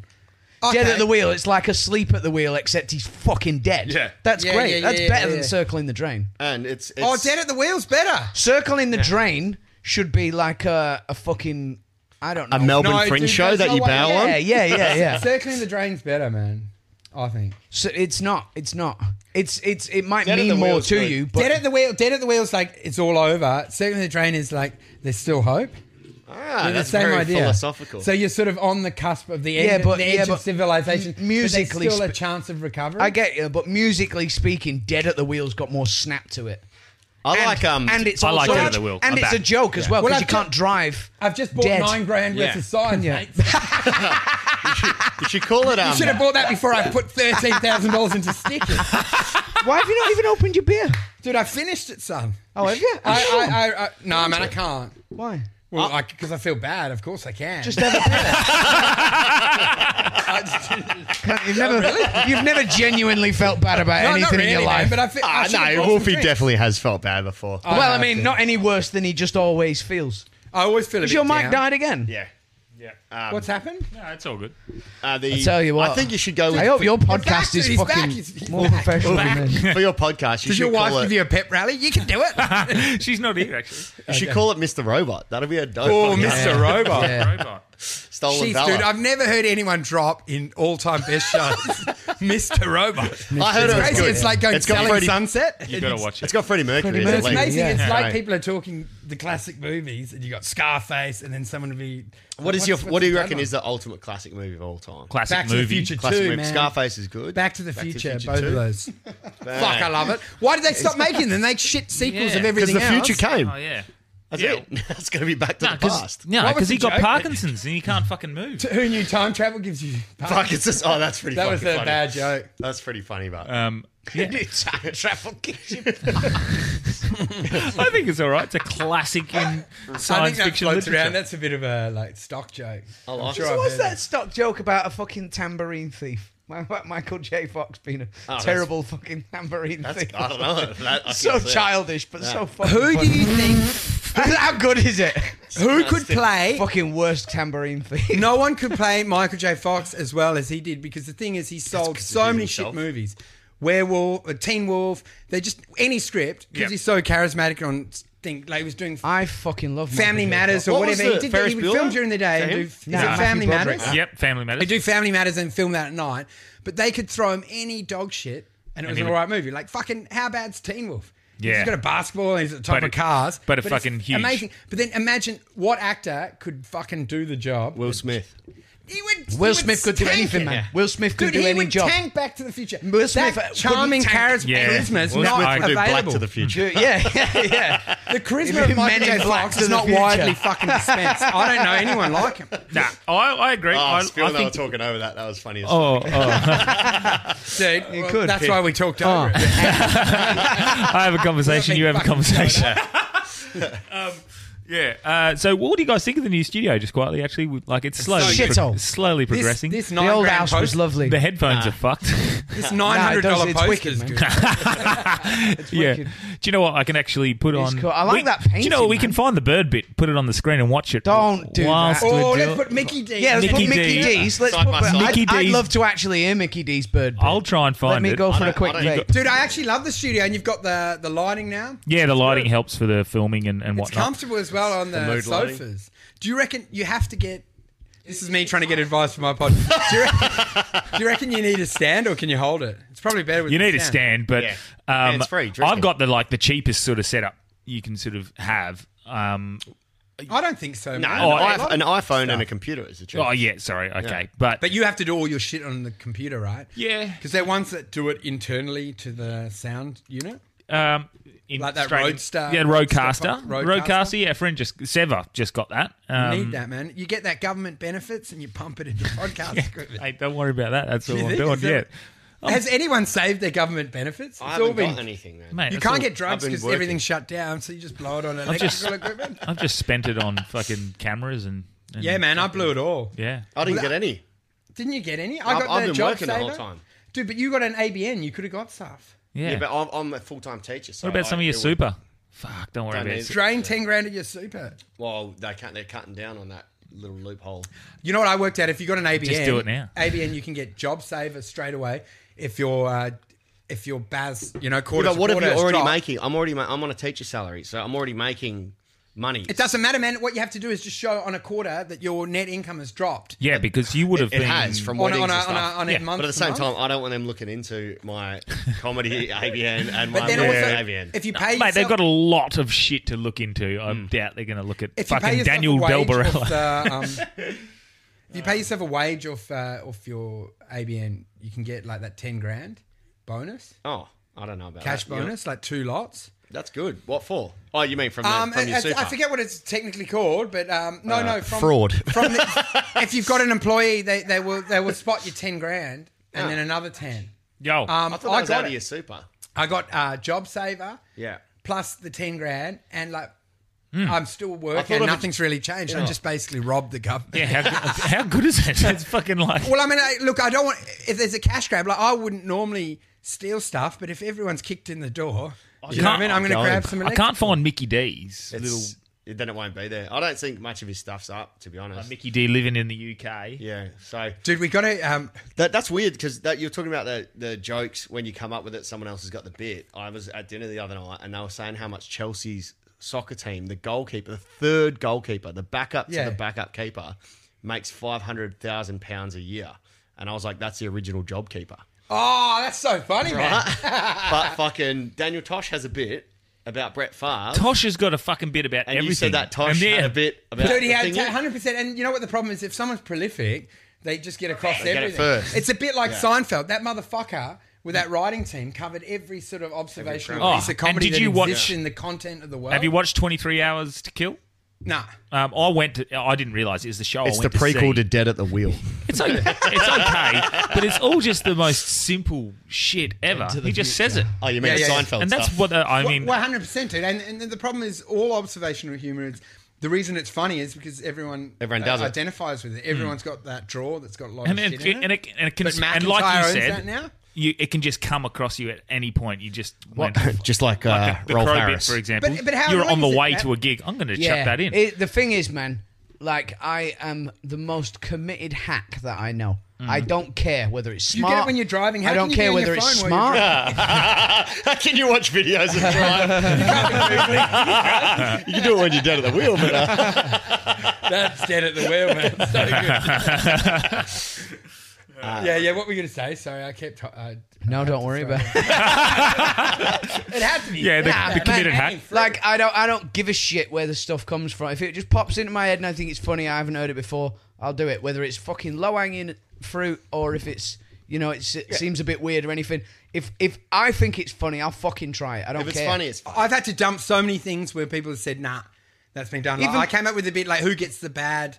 Speaker 5: Okay.
Speaker 6: Dead at the wheel, it's like asleep at the wheel, except he's fucking dead.
Speaker 7: Yeah.
Speaker 6: That's
Speaker 5: Yeah,
Speaker 6: great.
Speaker 5: yeah,
Speaker 6: That's
Speaker 5: yeah,
Speaker 6: better
Speaker 5: yeah,
Speaker 6: than
Speaker 5: yeah.
Speaker 6: circling the drain.
Speaker 7: And it's, it's
Speaker 5: Oh, Dead at the Wheel's better.
Speaker 6: Circling the drain should be like a, a fucking I don't know.
Speaker 7: a Melbourne
Speaker 5: No,
Speaker 7: fringe
Speaker 5: dude,
Speaker 7: show
Speaker 5: that's
Speaker 7: that
Speaker 5: not
Speaker 7: you
Speaker 5: what-
Speaker 7: bow
Speaker 6: yeah,
Speaker 7: on.
Speaker 6: yeah, yeah,
Speaker 5: [LAUGHS]
Speaker 6: yeah.
Speaker 5: Circling the drain's better, man. I think.
Speaker 6: so it's not. It's not. It's it's it might
Speaker 7: Dead at the
Speaker 6: mean more
Speaker 7: Wheel's
Speaker 6: to
Speaker 7: good.
Speaker 6: you, but
Speaker 5: dead at the wheel. Dead at the wheel's like it's all over. Circling the drain is like there's still hope.
Speaker 7: Ah,
Speaker 5: They're
Speaker 7: that's
Speaker 5: the same
Speaker 7: very
Speaker 5: idea.
Speaker 7: philosophical.
Speaker 5: So you're sort of on the cusp of the end,
Speaker 6: Yeah, but-
Speaker 5: the edge
Speaker 6: yeah,
Speaker 5: of
Speaker 6: but
Speaker 5: civilization.
Speaker 6: m- musically
Speaker 5: but there's still a
Speaker 6: sp-
Speaker 5: chance of recovery.
Speaker 6: I get you, but musically speaking, Dead at the Wheel's got more snap to it.
Speaker 7: I
Speaker 6: and,
Speaker 7: like um
Speaker 6: and it's
Speaker 2: I
Speaker 6: also,
Speaker 2: like Dead at the Wheel.
Speaker 6: and
Speaker 2: I'm
Speaker 6: it's a
Speaker 2: back.
Speaker 6: joke as well
Speaker 5: Well,
Speaker 6: because
Speaker 5: I've
Speaker 6: you can't
Speaker 5: ju-
Speaker 6: drive.
Speaker 5: I've just bought
Speaker 6: dead. [LAUGHS]
Speaker 5: nine grand worth
Speaker 7: Yeah.
Speaker 5: of signs.
Speaker 6: Yeah.
Speaker 5: mate.
Speaker 7: You should call it. Um,
Speaker 11: Should have bought that before I put thirteen thousand dollars into stickers,
Speaker 6: Why have you not even opened your beer?
Speaker 11: dude. I finished it, son.
Speaker 6: Oh, have you?
Speaker 11: I, I, I, I no, man, I can't.
Speaker 6: Why?
Speaker 11: Well, because I feel bad. Of course, I can.
Speaker 5: [LAUGHS]
Speaker 6: Just
Speaker 5: Oh,
Speaker 6: have a [LAUGHS] beer. you've never, you've never genuinely felt bad about
Speaker 11: Oh, No, not
Speaker 6: anything in
Speaker 11: really,
Speaker 6: your
Speaker 11: man,
Speaker 6: life.
Speaker 11: but I, fe- I
Speaker 7: Ah,
Speaker 11: should have
Speaker 7: no,
Speaker 11: bought some
Speaker 7: Wolfie
Speaker 11: drinks.
Speaker 7: definitely has felt bad before.
Speaker 6: well, I
Speaker 11: have
Speaker 6: mean,
Speaker 11: to.
Speaker 6: not any worse than he just always feels.
Speaker 11: I always feel a
Speaker 6: Has
Speaker 11: bit
Speaker 6: your mic
Speaker 11: down.
Speaker 6: died again?
Speaker 7: yeah. Yeah. Um,
Speaker 11: What's happened?
Speaker 2: No, it's all good.
Speaker 7: uh, the,
Speaker 6: I tell you what.
Speaker 7: I think you should go with.
Speaker 6: I hope your
Speaker 11: back,
Speaker 6: podcast
Speaker 11: dude,
Speaker 6: is
Speaker 11: he's back,
Speaker 6: fucking
Speaker 11: he's- he's
Speaker 6: more
Speaker 11: back.
Speaker 6: professional than me.
Speaker 7: for your podcast, you
Speaker 11: Does
Speaker 7: should
Speaker 11: your wife
Speaker 7: call
Speaker 11: give
Speaker 7: it.
Speaker 11: you a pep rally? You can do it.
Speaker 2: [LAUGHS] She's not here actually.
Speaker 7: you should call it Mr. Robot. That'll be a dope.
Speaker 5: Oh,
Speaker 7: podcast.
Speaker 5: Mr. Robot.
Speaker 2: Robot.
Speaker 7: Stolen
Speaker 5: Jeez,
Speaker 7: Valor.
Speaker 5: dude, I've never heard anyone drop in all-time
Speaker 2: [LAUGHS]
Speaker 5: best shows, Mr. Robot.
Speaker 7: I heard it was
Speaker 5: Crazy,
Speaker 7: good.
Speaker 5: it's like going
Speaker 7: It's got
Speaker 5: selling
Speaker 7: Freddie-
Speaker 5: sunset.
Speaker 2: You gotta watch it.
Speaker 7: It's got Freddie Mercury.
Speaker 6: Freddie
Speaker 7: in it,
Speaker 11: It's
Speaker 6: Mercury,
Speaker 7: like-
Speaker 11: amazing. It's
Speaker 7: Right.
Speaker 11: like people are talking the classic movies, and you got Scarface, and then someone will be.
Speaker 7: What is your?
Speaker 11: what's-
Speaker 7: What do you
Speaker 11: what's
Speaker 7: reckon
Speaker 11: that
Speaker 7: is the ultimate classic movie of all time?
Speaker 2: Classic
Speaker 11: Back to the
Speaker 2: movie.
Speaker 11: Future
Speaker 7: Classic
Speaker 11: Two,
Speaker 7: movie.
Speaker 11: man.
Speaker 7: Scarface is good.
Speaker 11: Back to the
Speaker 7: the
Speaker 11: Future,
Speaker 7: Future
Speaker 11: both
Speaker 7: two.
Speaker 11: of those.
Speaker 7: Bang.
Speaker 5: Fuck, I love it. Why did they stop making them? They make shit sequels
Speaker 2: Yeah.
Speaker 5: of
Speaker 2: 'Cause
Speaker 7: Because
Speaker 5: everything
Speaker 7: the
Speaker 5: else.
Speaker 7: future came.
Speaker 2: Oh yeah.
Speaker 7: That's
Speaker 2: Yeah.
Speaker 7: it. it's going to be back to the past.
Speaker 2: No,
Speaker 11: What
Speaker 2: because
Speaker 11: was
Speaker 2: he
Speaker 11: the
Speaker 2: got
Speaker 11: joke?
Speaker 2: Parkinson's and he can't fucking move.
Speaker 11: Who knew time travel gives you?
Speaker 7: Fuck, it's just. Oh, that's pretty.
Speaker 11: That
Speaker 7: fucking
Speaker 11: was a
Speaker 7: funny.
Speaker 11: bad joke.
Speaker 7: That's pretty funny, but
Speaker 2: Um, yeah.
Speaker 7: time travel gives you.
Speaker 2: [LAUGHS] I think it's all right. It's a classic in science
Speaker 11: I think that
Speaker 2: fiction
Speaker 11: floats
Speaker 2: literature.
Speaker 11: around. That's a bit of a like stock joke.
Speaker 7: I
Speaker 11: I'm
Speaker 7: like
Speaker 11: sure
Speaker 7: it.
Speaker 11: I've
Speaker 6: What's
Speaker 11: heard
Speaker 6: that stock joke about a fucking tambourine thief? [LAUGHS] My, Michael J. Fox being
Speaker 11: Oh,
Speaker 6: a
Speaker 7: that's-
Speaker 6: terrible fucking tambourine
Speaker 7: That's,
Speaker 6: thief.
Speaker 7: I don't know. That,
Speaker 6: [LAUGHS]
Speaker 7: I can
Speaker 6: so
Speaker 7: see it.
Speaker 6: childish, but so fucking.
Speaker 5: Who do
Speaker 6: funny.
Speaker 5: you think?
Speaker 6: [LAUGHS] How good is [LAUGHS] it?
Speaker 5: Who could play?
Speaker 6: fucking worst tambourine thief.
Speaker 5: No one could play Michael J. Fox as well as he did because the thing is, he sold
Speaker 7: 'cause he
Speaker 5: so
Speaker 7: did
Speaker 5: many
Speaker 7: himself.
Speaker 5: shit movies. Werewolf, uh, Teen Wolf, they just any script because
Speaker 2: Yep.
Speaker 5: he's so charismatic on thing. Like he was doing
Speaker 6: I fucking love
Speaker 5: Family
Speaker 6: Michael J.
Speaker 5: Matters or
Speaker 7: What was
Speaker 5: whatever. He
Speaker 7: the
Speaker 5: did that.
Speaker 7: Ferris
Speaker 5: He would
Speaker 7: Bueller?
Speaker 5: film during the day and
Speaker 7: Is that
Speaker 5: do.
Speaker 7: him?
Speaker 5: Is it
Speaker 6: No, Matthew
Speaker 5: Family
Speaker 6: Broderick.
Speaker 5: Matters?
Speaker 2: Yep, Family Matters.
Speaker 5: They do Family Matters and film that at night, but they could throw him any dog shit and it was
Speaker 2: he
Speaker 5: an
Speaker 2: would-
Speaker 5: alright movie. Like fucking, how bad's Teen Wolf?
Speaker 2: Yeah.
Speaker 5: he's got a basketball and he's at the top
Speaker 2: But
Speaker 5: of
Speaker 2: it-
Speaker 5: cars.
Speaker 2: but a
Speaker 5: it's
Speaker 2: fucking huge.
Speaker 5: amazing. But then imagine what actor could fucking do the job.
Speaker 7: Will Smith.
Speaker 5: He would. he
Speaker 6: Will
Speaker 5: would
Speaker 6: Smith could do
Speaker 5: tank
Speaker 6: anything,
Speaker 5: it.
Speaker 6: man. Will Smith could
Speaker 5: Dude,
Speaker 6: do
Speaker 5: he
Speaker 6: any
Speaker 5: would
Speaker 6: job.
Speaker 5: tank Back to the Future.
Speaker 6: Will Smith
Speaker 5: that
Speaker 6: couldn't
Speaker 5: charming
Speaker 6: tank-
Speaker 5: charisma,
Speaker 2: Yeah.
Speaker 5: charisma is
Speaker 2: Will
Speaker 5: not
Speaker 2: Smith would
Speaker 7: Do Black
Speaker 5: available.
Speaker 7: to the Future.
Speaker 6: Yeah, [LAUGHS] yeah, yeah.
Speaker 5: the
Speaker 6: If
Speaker 5: charisma
Speaker 6: you're
Speaker 5: of Michael
Speaker 6: Men in
Speaker 5: J.
Speaker 6: Black
Speaker 5: Fox
Speaker 6: to
Speaker 5: is
Speaker 6: the
Speaker 5: not
Speaker 6: Future.
Speaker 5: widely fucking dispensed. I don't know anyone like him.
Speaker 2: Nah, I, I agree.
Speaker 7: Oh,
Speaker 2: I,
Speaker 7: I,
Speaker 2: I
Speaker 7: Spiel and I
Speaker 2: think.
Speaker 7: were talking over that. That was funny. As
Speaker 2: Oh, oh.
Speaker 5: Dude, well,
Speaker 6: could.
Speaker 5: that's why we talked
Speaker 6: Oh.
Speaker 5: over it.
Speaker 2: I have a conversation. You have a
Speaker 5: Fucking
Speaker 2: conversation. [LAUGHS] Um, Yeah. Uh, so, what do you guys think of the new studio? Just quietly, actually, We- like it's slowly,
Speaker 5: so
Speaker 2: pro-
Speaker 6: shithole.
Speaker 2: slowly
Speaker 5: This,
Speaker 2: progressing.
Speaker 5: this
Speaker 6: The
Speaker 5: nine
Speaker 6: old
Speaker 5: grand
Speaker 6: house was
Speaker 5: post,
Speaker 6: lovely.
Speaker 2: the headphones are fucked.
Speaker 5: This nine hundred
Speaker 6: Nah,
Speaker 5: dollar
Speaker 6: it
Speaker 5: poster
Speaker 6: does- it's wicked,
Speaker 5: is
Speaker 6: man.
Speaker 5: good.
Speaker 6: [LAUGHS]
Speaker 2: yeah. Do
Speaker 6: wicked.
Speaker 2: you know what? I can actually put
Speaker 6: It's
Speaker 2: on.
Speaker 6: cool. I like
Speaker 2: we-
Speaker 6: that
Speaker 2: Do you know what?
Speaker 6: painting,
Speaker 2: we can
Speaker 6: man.
Speaker 2: find the bird bit, put it on the screen, and watch it.
Speaker 6: Don't do
Speaker 2: whilst
Speaker 6: that.
Speaker 2: we're
Speaker 11: Oh,
Speaker 2: doing-
Speaker 11: let's put Mickey D.
Speaker 6: Yeah, let's
Speaker 2: Mickey
Speaker 6: put Mickey
Speaker 2: D.
Speaker 6: D's. Let's
Speaker 7: Side
Speaker 6: put,
Speaker 7: by side.
Speaker 6: I'd,
Speaker 2: Mickey
Speaker 6: I'd
Speaker 2: D's.
Speaker 6: love to actually hear Mickey D's bird.
Speaker 2: I'll try and
Speaker 6: Let
Speaker 2: find
Speaker 6: me
Speaker 2: it.
Speaker 6: go for
Speaker 7: I
Speaker 6: a
Speaker 7: don't-
Speaker 6: quick
Speaker 7: I don't
Speaker 6: vape.
Speaker 7: think-
Speaker 5: Dude, I actually love the studio, and you've got the the lighting now.
Speaker 2: yeah, the lighting helps for the filming and, and
Speaker 5: It's
Speaker 2: whatnot.
Speaker 5: comfortable as well on the,
Speaker 7: mood lighting.
Speaker 5: sofas. Do you reckon you have to get? This is me trying to get advice for my pod. Do you, reckon, do you reckon you need a stand or can you hold it? It's probably better with
Speaker 2: You
Speaker 5: the
Speaker 2: need a stand, but
Speaker 7: Yeah.
Speaker 2: um,
Speaker 7: And it's free, drinking.
Speaker 2: I've got the like the cheapest sort of setup you can sort of have. Um,
Speaker 5: I don't think so.
Speaker 7: No,
Speaker 5: man.
Speaker 2: Oh, I
Speaker 7: an, iPhone, an iPhone and a computer is the truth.
Speaker 2: oh yeah, sorry, okay, but,
Speaker 5: But you have to do all your shit on the computer, right?
Speaker 2: Yeah.
Speaker 5: Because they're ones that do it internally to the sound unit.
Speaker 2: um, in
Speaker 5: Like that
Speaker 2: straight in-
Speaker 5: Roadster-
Speaker 2: yeah,
Speaker 5: stuff
Speaker 2: Roadcaster,
Speaker 5: like-
Speaker 2: Roadcaster,
Speaker 5: Roadcaster?
Speaker 2: yeah, friend just Sever just got that. Um,
Speaker 5: you need that, man. You get that government benefits and you pump it
Speaker 2: [LAUGHS]
Speaker 5: into podcast equipment.
Speaker 2: Hey, don't worry about that. That's all
Speaker 5: [LAUGHS] You
Speaker 2: I'm
Speaker 5: think?
Speaker 2: doing.
Speaker 5: Is
Speaker 2: Yeah,
Speaker 5: that- Has anyone saved their government benefits? It's
Speaker 7: I haven't got anything, man.
Speaker 2: mate,
Speaker 5: You
Speaker 2: that's
Speaker 5: can't
Speaker 2: all-
Speaker 5: get drugs
Speaker 7: I've been
Speaker 5: because
Speaker 7: working.
Speaker 5: everything's shut down, so you just blow it on electrical
Speaker 2: just-
Speaker 5: equipment.
Speaker 2: I've just spent it on fucking cameras and, and-
Speaker 5: Yeah, man, I blew it all.
Speaker 2: yeah.
Speaker 7: I didn't get any.
Speaker 5: Didn't you get any? I
Speaker 7: I've-
Speaker 5: got
Speaker 7: I've
Speaker 5: the
Speaker 7: been
Speaker 5: job
Speaker 7: working the whole
Speaker 5: saver.
Speaker 7: time.
Speaker 5: Dude, but you got an ABN. You could have got stuff.
Speaker 2: yeah,
Speaker 7: Yeah, but I'm, I'm a full time teacher. So
Speaker 2: What about some
Speaker 7: I-
Speaker 2: of your
Speaker 7: it would-
Speaker 2: super? Fuck, don't worry
Speaker 7: Don't
Speaker 2: about
Speaker 7: need
Speaker 2: it.
Speaker 7: it.
Speaker 5: Drain 10 grand of your super.
Speaker 7: Well, they can't. They're cutting down on that little loophole.
Speaker 5: You know what I worked out? If you got an ABN,
Speaker 2: do it now.
Speaker 5: ABN, you can get job saver straight away. If you're, uh, if you're Baz, you know, quarter.
Speaker 7: Yeah, but what
Speaker 5: to
Speaker 7: have you
Speaker 5: quarter
Speaker 7: already
Speaker 5: drop.
Speaker 7: making? I'm already. Ma- I'm on a teacher salary, so I'm already making money.
Speaker 5: It doesn't matter, man. What you have to do is just show on a quarter that your net income has dropped.
Speaker 2: Yeah, because you would have
Speaker 7: it
Speaker 2: been.
Speaker 7: has from
Speaker 5: On,
Speaker 7: weddings
Speaker 5: on, a, on,
Speaker 7: and
Speaker 5: a,
Speaker 7: stuff.
Speaker 5: on a
Speaker 2: Yeah,
Speaker 5: month.
Speaker 7: but at the
Speaker 5: to
Speaker 7: same
Speaker 5: month.
Speaker 7: time, I don't want them looking into
Speaker 5: [LAUGHS]
Speaker 7: my comedy ABN and my
Speaker 5: but then
Speaker 7: work
Speaker 5: also,
Speaker 7: ABN.
Speaker 5: if you
Speaker 2: No,
Speaker 5: pay,
Speaker 2: mate,
Speaker 5: yourself,
Speaker 2: they've got a lot of shit to look into. I doubt they're going to look at
Speaker 5: if you pay
Speaker 2: fucking
Speaker 5: yourself
Speaker 2: Daniel
Speaker 5: a wage
Speaker 2: Del Barella.
Speaker 5: off the, um, if you pay yourself a wage off uh, off your ABN, you can get like that ten grand bonus,
Speaker 7: oh, I don't know about
Speaker 5: cash
Speaker 7: that. You know,
Speaker 5: bonus, like two lots.
Speaker 7: That's good. What for? Oh, you mean from, the,
Speaker 5: Um,
Speaker 7: from
Speaker 5: I,
Speaker 7: your super?
Speaker 5: I forget what it's technically called, but um,
Speaker 2: Uh,
Speaker 5: no, no, from,
Speaker 3: fraud.
Speaker 2: [LAUGHS]
Speaker 5: From the, if you've got an employee, they, they will they will spot you ten grand and
Speaker 7: Yeah.
Speaker 2: Ah.
Speaker 5: then another ten.
Speaker 2: [LAUGHS] Yo,
Speaker 5: Um, I,
Speaker 7: I thought that was
Speaker 5: got
Speaker 7: out of
Speaker 5: it.
Speaker 7: your super.
Speaker 5: I got uh, job saver.
Speaker 7: Yeah.
Speaker 5: Plus the ten grand, and like
Speaker 2: Hmm.
Speaker 5: I'm still working.
Speaker 7: of
Speaker 5: and
Speaker 7: it-
Speaker 5: Nothing's really changed. I just basically robbed the government.
Speaker 2: yeah, how, good- how good is it? [LAUGHS] It's fucking like
Speaker 5: Well, I mean, I, look, I don't want if there's a cash grab. Like I wouldn't normally steal stuff, but if everyone's kicked in the door, you know what I
Speaker 2: can't-
Speaker 5: mean, I'm going to
Speaker 7: I'm
Speaker 5: grab
Speaker 7: going.
Speaker 5: some.
Speaker 2: I can't find Mickey D's little
Speaker 7: It's- Then it won't be there. I don't think much of his stuff's up, to be honest.
Speaker 2: Mickey D living in the UK.
Speaker 7: yeah, so
Speaker 5: Dude, we got to. Um,
Speaker 7: that, that's weird because that, you're talking about the, the jokes when you come up with it. Someone else has got the bit. I was at dinner the other night and they were saying how much Chelsea's soccer team, the goalkeeper, the third goalkeeper, the backup
Speaker 5: Yeah.
Speaker 7: to the backup keeper, makes five hundred thousand pounds a year. And I was like, that's the original
Speaker 5: [LAUGHS]
Speaker 7: job keeper.
Speaker 5: oh, that's so funny, man.
Speaker 7: but fucking Daniel Tosh has a bit about Brett Favre.
Speaker 2: Tosh has got a fucking bit about
Speaker 7: and
Speaker 2: everything.
Speaker 7: you said that Tosh
Speaker 2: And yeah,
Speaker 7: had a bit about
Speaker 5: Dude, he
Speaker 7: the
Speaker 5: had
Speaker 7: thing-
Speaker 5: 100. percent And you know what the problem is? If someone's prolific, they just get across
Speaker 7: They get it
Speaker 5: everything.
Speaker 7: first.
Speaker 5: It's a bit like Seinfeld. That motherfucker with that writing team covered every sort of observational
Speaker 2: premise.
Speaker 5: piece
Speaker 2: Oh,
Speaker 5: of comedy
Speaker 2: and
Speaker 5: that
Speaker 2: did you watch-
Speaker 5: exists in the content of the world.
Speaker 2: Have you watched Twenty Three Hours to Kill?
Speaker 5: Nah.
Speaker 2: Um, I went. To, I didn't realize it was the show.
Speaker 3: It's
Speaker 2: I
Speaker 3: the
Speaker 2: went
Speaker 3: prequel
Speaker 2: see.
Speaker 3: to Dead at the Wheel.
Speaker 2: [LAUGHS] It's okay. it's okay, but it's all just the most simple shit ever. He just says it,
Speaker 7: Oh, you mean
Speaker 5: Yeah,
Speaker 7: the
Speaker 5: yeah, yeah.
Speaker 7: Seinfeld
Speaker 2: and that's
Speaker 7: stuff.
Speaker 2: what the, I
Speaker 5: Well,
Speaker 2: mean.
Speaker 5: well, 100%, dude. And, and the problem is all observational humor is the reason it's funny is because everyone, uh,
Speaker 7: Everyone does it.
Speaker 5: identifies with it. Everyone's got that draw that's got a lot
Speaker 2: Hmm. and
Speaker 5: of
Speaker 2: it,
Speaker 5: shit in it.
Speaker 2: and it, and it can,
Speaker 5: But McIntyre
Speaker 2: and like you
Speaker 5: owns
Speaker 2: said,
Speaker 5: that now?
Speaker 2: you it can just come across you at any point. You just went,
Speaker 7: [LAUGHS]
Speaker 3: [LAUGHS] Just like, uh,
Speaker 2: the
Speaker 3: Rolf
Speaker 2: crow
Speaker 3: Harris.
Speaker 2: bit, for example.
Speaker 5: But- but how
Speaker 2: you're
Speaker 5: annoying
Speaker 2: on the
Speaker 5: is it,
Speaker 2: way
Speaker 5: Matt?
Speaker 2: to a gig. I'm going to
Speaker 6: yeah.
Speaker 2: chuck that in.
Speaker 6: It- the thing is, man, like I am the most committed hack that I know. I don't care whether it's
Speaker 5: You get
Speaker 6: smart.
Speaker 5: it when you're driving. How
Speaker 6: I
Speaker 5: can
Speaker 6: don't
Speaker 5: you
Speaker 6: care
Speaker 5: be on your
Speaker 6: whether it's
Speaker 5: phone while
Speaker 6: smart.
Speaker 5: you're
Speaker 7: How [LAUGHS] can you watch videos and
Speaker 6: [LAUGHS]
Speaker 7: drive? [LAUGHS] you can do it when you're dead at the wheel, but uh,
Speaker 5: That's dead at the wheel, man. So good.
Speaker 2: [LAUGHS]
Speaker 5: yeah, yeah. What were you gonna say? Sorry, I kept. Uh,
Speaker 6: No, don't worry about. it.
Speaker 5: it had to be.
Speaker 2: yeah, the, the committed
Speaker 5: man,
Speaker 2: hack.
Speaker 6: Like I don't, I don't give a shit where the stuff comes from. If it just pops into my head and I think it's funny, I haven't heard it before. I'll do it. Whether it's fucking low hanging fruit or if it's, you know, it's, it seems a bit weird or anything. If if I think it's funny, I'll fucking try it. I don't
Speaker 7: if it's
Speaker 6: care.
Speaker 7: funny, it's funny.
Speaker 5: I've had to dump so many things where people have said, "Nah, that's been done." Like,
Speaker 6: Even-
Speaker 5: I came up with a bit like, "Who gets the bad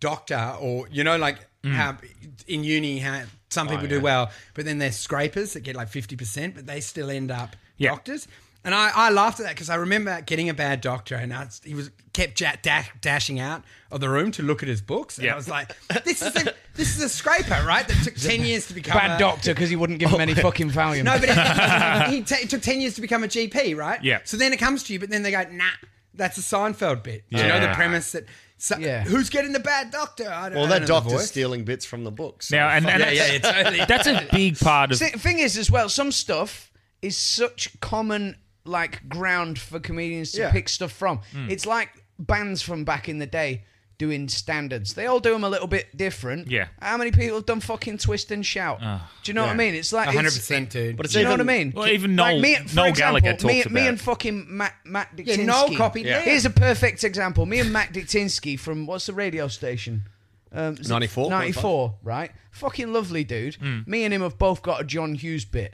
Speaker 5: doctor?" Or you know, like how in uni how some people do well, but then they're scrapers that get like fifty percent, but they still end up
Speaker 2: Yeah.
Speaker 5: doctors. And I, I laughed at that because I remember getting a bad doctor, and I, he was kept ja- dash, dashing out of the room to look at his books, and
Speaker 2: Yeah.
Speaker 5: I was like, "This is a, this is a scraper, right? That took ten years to become
Speaker 7: Uh,
Speaker 6: Bad
Speaker 5: a-
Speaker 6: doctor because he wouldn't give him
Speaker 7: [LAUGHS] Oh,
Speaker 6: any fucking value.
Speaker 5: no, but [LAUGHS] it, he ta- it took 10 years to become a GP, right?
Speaker 2: Yeah.
Speaker 5: So then it comes to you, but then they go, nah, that's a Seinfeld bit. Do You
Speaker 2: Yeah.
Speaker 5: know the premise that. So,
Speaker 6: Yeah.
Speaker 5: Who's getting the bad doctor? I don't,
Speaker 7: well,
Speaker 5: I don't know
Speaker 7: that
Speaker 5: the
Speaker 7: doctor's
Speaker 5: voice.
Speaker 7: stealing bits from the books.
Speaker 2: Now, and, and
Speaker 5: Yeah, yeah,
Speaker 2: that's,
Speaker 5: yeah, totally.
Speaker 2: that's a big part of
Speaker 6: See, the thing is, as well, some stuff is such common like ground for comedians to
Speaker 5: Yeah.
Speaker 6: pick stuff from. It's like bands from back in the day doing standards. They all do them a little bit different.
Speaker 2: Yeah.
Speaker 6: How many people have done fucking twist and shout? do you know what I mean? It's like it's-
Speaker 5: 100%, dude.
Speaker 7: but it's
Speaker 6: do you know what I
Speaker 7: even-
Speaker 6: mean?
Speaker 2: Well, even Noel-
Speaker 6: me, for
Speaker 2: Noel
Speaker 6: example,
Speaker 2: Gallagher
Speaker 6: me,
Speaker 2: talks
Speaker 6: me
Speaker 2: about
Speaker 6: and
Speaker 2: it.
Speaker 6: fucking Matt, Matt Dictinsky.
Speaker 5: Noel copied Yeah. me.
Speaker 6: Here's a perfect example. Me and Matt Dictinsky from what's the radio station? Um, is it
Speaker 7: 94.5?
Speaker 6: 94, right? Fucking lovely dude. Me and him have both got a John Hughes bit.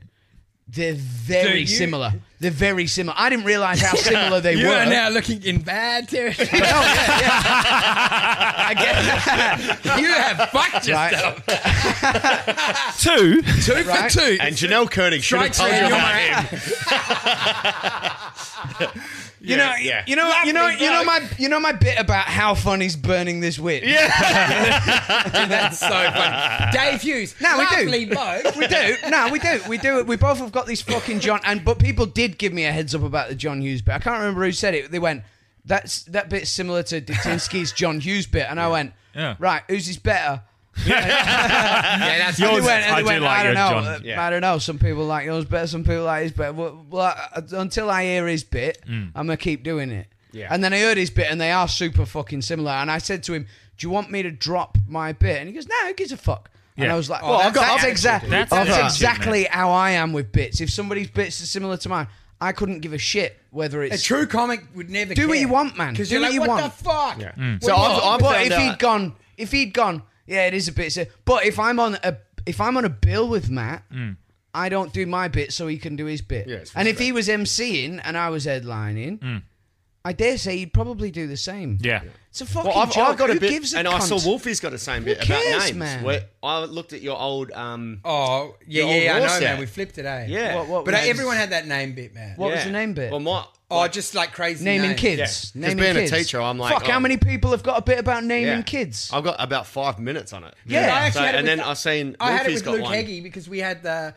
Speaker 6: They're very
Speaker 5: Dude, you-
Speaker 6: similar. They're very similar. I didn't realize how similar they
Speaker 5: You
Speaker 6: were.
Speaker 5: are now looking in bad territory.
Speaker 6: [LAUGHS] Oh, yeah, yeah. I get that.
Speaker 5: [LAUGHS] you have fucked yourself.
Speaker 6: [LAUGHS] Right.
Speaker 2: two.
Speaker 5: Two
Speaker 6: Right.
Speaker 5: for two.
Speaker 7: And Janelle Koenig should have
Speaker 5: Strikes
Speaker 7: told
Speaker 5: me
Speaker 7: you
Speaker 5: in your mouth.
Speaker 7: about him. [LAUGHS]
Speaker 6: You know,
Speaker 7: yeah.
Speaker 6: you know, you know, you know my, you know my bit about how funny's burning this witch. Yeah, [LAUGHS]
Speaker 5: That's so funny. Dave Hughes.
Speaker 6: No, [LAUGHS] we do.
Speaker 5: lovely bloke.
Speaker 6: we do. No, we do. We do. We both have got these fucking John. And but people did give me a heads up about the John Hughes bit. I can't remember who said it. They went, "That's that bit's similar to Ditinsky's John Hughes bit," and I went,
Speaker 2: Yeah.
Speaker 6: "Right, whose is better?"
Speaker 5: [LAUGHS]
Speaker 2: [LAUGHS]
Speaker 5: yeah, that's
Speaker 6: And they
Speaker 2: Yours-
Speaker 6: went, and
Speaker 2: I
Speaker 6: they
Speaker 2: do
Speaker 6: went,
Speaker 2: like
Speaker 6: I
Speaker 2: your
Speaker 6: don't know.
Speaker 2: John-
Speaker 6: uh,
Speaker 7: yeah.
Speaker 6: I don't know. Some people like yours better. Some people like his better. Well, well, I- until I hear his bit,
Speaker 2: Mm.
Speaker 6: I'm gonna keep doing it.
Speaker 7: Yeah.
Speaker 6: And then I heard his bit, and they are super fucking similar. And I said to him, "Do you want me to drop my bit?" And he goes, "No, who gives a fuck." And
Speaker 2: Yeah.
Speaker 6: I was like,
Speaker 7: I've
Speaker 6: "Well,
Speaker 7: got-
Speaker 6: that's,
Speaker 7: I've-
Speaker 6: exactly
Speaker 2: That's
Speaker 6: that's,
Speaker 2: attitude,
Speaker 6: exactly how I am with bits. If somebody's bits are similar to mine, I couldn't give a shit whether
Speaker 5: A
Speaker 6: it's
Speaker 5: true comic would never
Speaker 6: Do what
Speaker 5: care.
Speaker 6: you want, man.
Speaker 5: 'Cause
Speaker 6: Do
Speaker 5: you're
Speaker 6: what
Speaker 5: like,
Speaker 6: you
Speaker 5: what
Speaker 6: want."
Speaker 5: the fuck?
Speaker 2: Hmm.
Speaker 7: So I've, I've
Speaker 6: but
Speaker 7: found
Speaker 6: if
Speaker 7: out-
Speaker 6: he'd gone, if he'd gone, yeah, it is a bit. si- But if I'm on a, if I'm on a bill with Matt, I don't do my bit so he can do his bit.
Speaker 7: Yeah, it's
Speaker 6: and if he was MCing and I was headlining, I dare say he'd probably do the same.
Speaker 2: Yeah.
Speaker 6: It's a fucking
Speaker 7: Well, I've,
Speaker 6: joke.
Speaker 7: I've got
Speaker 6: Who
Speaker 7: a bit,
Speaker 6: gives a
Speaker 7: and I
Speaker 6: cunt?
Speaker 7: saw Wolfie's got the same bit about
Speaker 6: cares,
Speaker 7: names.
Speaker 6: man?
Speaker 7: Where I looked at your old, um,
Speaker 5: Oh, yeah,
Speaker 7: Your
Speaker 5: yeah,
Speaker 7: old
Speaker 5: yeah, I know,
Speaker 7: horse
Speaker 5: man.
Speaker 7: there.
Speaker 5: We flipped it, eh?
Speaker 7: yeah,
Speaker 6: What- what
Speaker 5: But
Speaker 6: was-
Speaker 5: everyone had that name bit, man.
Speaker 6: What was
Speaker 7: yeah.
Speaker 6: the name bit?
Speaker 7: Well, my
Speaker 5: Oh, just like crazy
Speaker 6: naming
Speaker 5: names.
Speaker 6: kids.
Speaker 7: Yeah. 'Cause
Speaker 6: Naming
Speaker 7: being a
Speaker 6: kids.
Speaker 7: teacher, I'm like,
Speaker 6: fuck. How
Speaker 7: oh.
Speaker 6: many people have got a bit about naming
Speaker 7: yeah.
Speaker 6: kids?
Speaker 7: I've got about five minutes on it.
Speaker 6: Yeah, I
Speaker 5: actually had it
Speaker 7: and
Speaker 5: with-
Speaker 7: then I've seen
Speaker 5: I had it
Speaker 7: Wolfie's
Speaker 5: with
Speaker 7: got
Speaker 5: Luke
Speaker 7: one.
Speaker 5: Heggie because we had the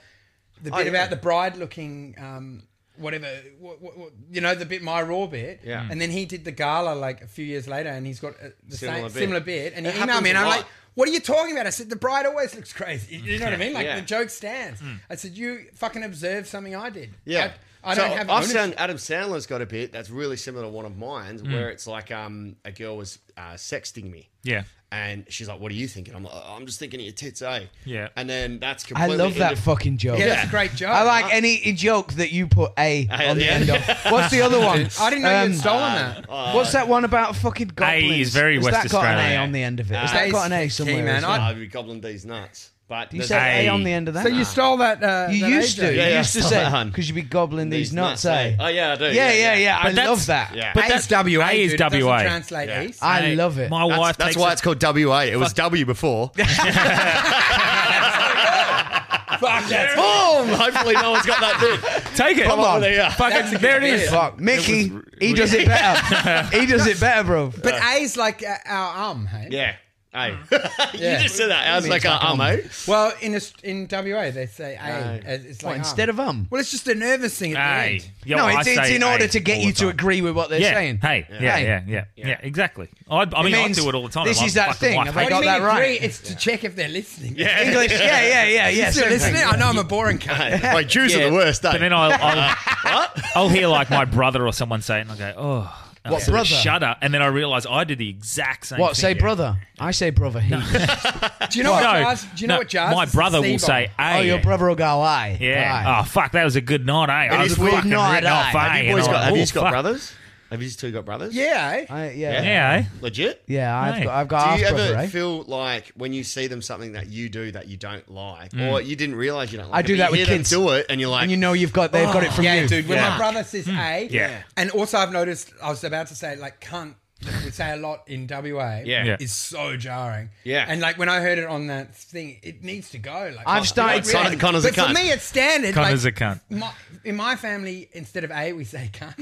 Speaker 5: the bit
Speaker 7: yeah.
Speaker 5: about the bride looking um, whatever what, what, what, you know the bit my raw bit
Speaker 7: Yeah. Mm.
Speaker 5: and then he did the gala like a few years later and he's got uh the
Speaker 7: Similar
Speaker 5: same
Speaker 7: bit.
Speaker 5: similar bit and he
Speaker 7: It happens
Speaker 5: emailed me and
Speaker 7: a
Speaker 5: I'm
Speaker 7: lot.
Speaker 5: like what are you talking about I said the bride always looks crazy you, you know what I mean like
Speaker 7: Yeah.
Speaker 5: the joke stands
Speaker 6: Mm.
Speaker 5: I said you fucking observed something I did
Speaker 7: Yeah.
Speaker 5: I, I
Speaker 7: So
Speaker 5: don't have
Speaker 7: I've
Speaker 5: ownership.
Speaker 7: seen Adam Sandler's got a bit that's really similar to one of mine,
Speaker 2: Mm.
Speaker 7: where it's like um, a girl was uh, sexting me.
Speaker 2: Yeah.
Speaker 7: And she's like, "What are you thinking?" I'm like, "Oh, "I'm just thinking of your tits, eh?"
Speaker 2: Yeah.
Speaker 7: And then that's
Speaker 6: I
Speaker 7: completely.
Speaker 6: love that
Speaker 7: indif-
Speaker 6: fucking joke.
Speaker 5: yeah, that's a great joke
Speaker 6: I like any joke that you put
Speaker 7: [LAUGHS]
Speaker 6: A
Speaker 7: at
Speaker 6: on
Speaker 7: the
Speaker 6: the
Speaker 7: end.
Speaker 6: end of. What's
Speaker 7: [LAUGHS]
Speaker 6: the other one?
Speaker 5: I didn't know you
Speaker 6: Um,
Speaker 5: had stolen that
Speaker 7: Oh,
Speaker 6: What's that one about fucking goblins?
Speaker 2: is very
Speaker 6: Has
Speaker 2: West
Speaker 6: that got
Speaker 2: Australian.
Speaker 6: an A on the end of it? Has
Speaker 7: Uh,
Speaker 6: that got an A
Speaker 5: Key,
Speaker 6: somewhere?
Speaker 5: man.
Speaker 6: as well?
Speaker 5: I-
Speaker 7: I'll be gobbling these nuts. But
Speaker 6: you
Speaker 7: there's-
Speaker 6: said
Speaker 2: A.
Speaker 6: A on the end of that.
Speaker 5: so you stole that uh,
Speaker 6: You
Speaker 5: that
Speaker 6: used
Speaker 5: AJ.
Speaker 6: to.
Speaker 7: Yeah,
Speaker 6: you
Speaker 7: yeah,
Speaker 6: used to
Speaker 7: stop that
Speaker 6: say
Speaker 7: hun.
Speaker 6: because you'd be gobbling these, nuts, eh?
Speaker 7: Oh yeah, I do.
Speaker 6: yeah, yeah, yeah. I
Speaker 2: But that's-
Speaker 6: love that.
Speaker 7: yeah.
Speaker 2: But
Speaker 5: A is
Speaker 2: that's
Speaker 5: WA
Speaker 2: A is
Speaker 5: dude. It doesn't
Speaker 2: WA.
Speaker 5: translate
Speaker 7: Yeah.
Speaker 5: east
Speaker 6: I
Speaker 2: Hey,
Speaker 6: love it.
Speaker 2: My wife.
Speaker 7: That's
Speaker 2: takes
Speaker 7: why
Speaker 2: it-
Speaker 7: it's called WA. It was W before. [LAUGHS]
Speaker 5: fuck that's
Speaker 7: Boom! Hopefully, no one's got that big.
Speaker 2: Take it.
Speaker 7: Come on. There you are.
Speaker 2: Fucking, there it is.
Speaker 6: Fuck, Mickey, he does it better.
Speaker 2: [LAUGHS]
Speaker 6: he does it better, bro.
Speaker 5: But A's like uh, our um, hey?
Speaker 7: Yeah. Hey,
Speaker 2: Hmm.
Speaker 5: Yeah.
Speaker 7: [LAUGHS] you just said that. I was like, uh, um, eh?
Speaker 5: Well, in a, in WA they say A. as- It's like
Speaker 6: Well, instead of um.
Speaker 5: Well, it's just a nervous thing at
Speaker 2: Hey.
Speaker 5: the end.
Speaker 2: Yo,
Speaker 6: no,
Speaker 2: I
Speaker 6: it's, it's
Speaker 2: say
Speaker 6: in order
Speaker 2: hey
Speaker 6: to get
Speaker 2: all
Speaker 6: you
Speaker 2: the
Speaker 6: to
Speaker 2: time.
Speaker 6: agree with what they're
Speaker 2: yeah.
Speaker 6: saying.
Speaker 2: Hey. Yeah. Yeah.
Speaker 6: Hey.
Speaker 2: Yeah. Yeah. yeah, exactly. I, I mean, I
Speaker 6: means
Speaker 2: do it all the time.
Speaker 6: this
Speaker 2: I'm
Speaker 6: is that
Speaker 2: fucking
Speaker 6: thing.
Speaker 2: wife.
Speaker 6: Have
Speaker 2: I
Speaker 6: I got
Speaker 5: What do you
Speaker 6: that
Speaker 5: mean
Speaker 6: right?
Speaker 5: agree? It's to check if they're listening.
Speaker 7: Yeah.
Speaker 6: English, yeah, yeah, yeah, yeah.
Speaker 5: If they're
Speaker 6: so listen-
Speaker 5: listening. I know I'm a boring guy.
Speaker 7: Hey, like Jews are the worst, eh?
Speaker 2: But then I'll, I'll, I'll hear like my brother or someone say it, and I go, "Oh, and
Speaker 6: What
Speaker 2: I sort of
Speaker 6: brother?
Speaker 2: Shudder, and then I realise I did the exact same.
Speaker 6: What
Speaker 2: thing.
Speaker 6: say, brother? I say, brother. He.
Speaker 5: Do you know what
Speaker 2: No,
Speaker 5: jars? Do you know
Speaker 2: no,
Speaker 5: what jars?
Speaker 2: My
Speaker 5: It's the
Speaker 2: brother will
Speaker 5: C-bomb.
Speaker 2: say, "Hey,
Speaker 6: Oh, your brother will go. I.
Speaker 2: Yeah. Oh fuck, that was a good night, eh? I
Speaker 7: it's
Speaker 2: was
Speaker 7: weird
Speaker 2: fucking
Speaker 6: night,
Speaker 2: written off,
Speaker 6: eh?
Speaker 2: eh?
Speaker 6: Have
Speaker 7: You
Speaker 2: And
Speaker 7: boys
Speaker 2: I'm
Speaker 7: got,
Speaker 2: like,
Speaker 7: have
Speaker 2: "Oh,
Speaker 7: you got
Speaker 2: fuck."
Speaker 7: brothers? Have you two got brothers?
Speaker 5: Yeah. eh?
Speaker 6: I, yeah. Yeah.
Speaker 2: Yeah. eh?
Speaker 7: Legit?
Speaker 6: I've
Speaker 2: Hey.
Speaker 6: got. I've
Speaker 7: Do
Speaker 6: got
Speaker 7: you
Speaker 6: half
Speaker 7: ever
Speaker 6: brother. eh?
Speaker 7: feel like when you see them something that you do that you don't like,
Speaker 2: Hmm.
Speaker 7: or you didn't realize you don't like?
Speaker 6: I
Speaker 7: it,
Speaker 6: do
Speaker 7: but
Speaker 6: that with
Speaker 7: you hear them
Speaker 6: kids.
Speaker 7: Do it, and you're like,
Speaker 6: And you know you've got. They've got it from
Speaker 5: yeah,
Speaker 6: you,
Speaker 5: dude. When
Speaker 2: Yeah.
Speaker 5: my brother says A,
Speaker 2: Yeah.
Speaker 5: and also I've noticed, I was about to say like cunt. that We say a lot in WA.
Speaker 7: Yeah.
Speaker 2: Yeah.
Speaker 5: is so jarring.
Speaker 7: Yeah.
Speaker 5: and like when I heard it on that thing, it needs to go. Like oh.
Speaker 6: I've started-
Speaker 5: Not really.
Speaker 7: Connor- Connor's a
Speaker 5: but for
Speaker 7: cunt.
Speaker 5: me, it's standard.
Speaker 2: Connor's
Speaker 5: like,
Speaker 2: a cunt.
Speaker 5: My, in my family, instead of A, we say
Speaker 7: [LAUGHS]
Speaker 5: cunt.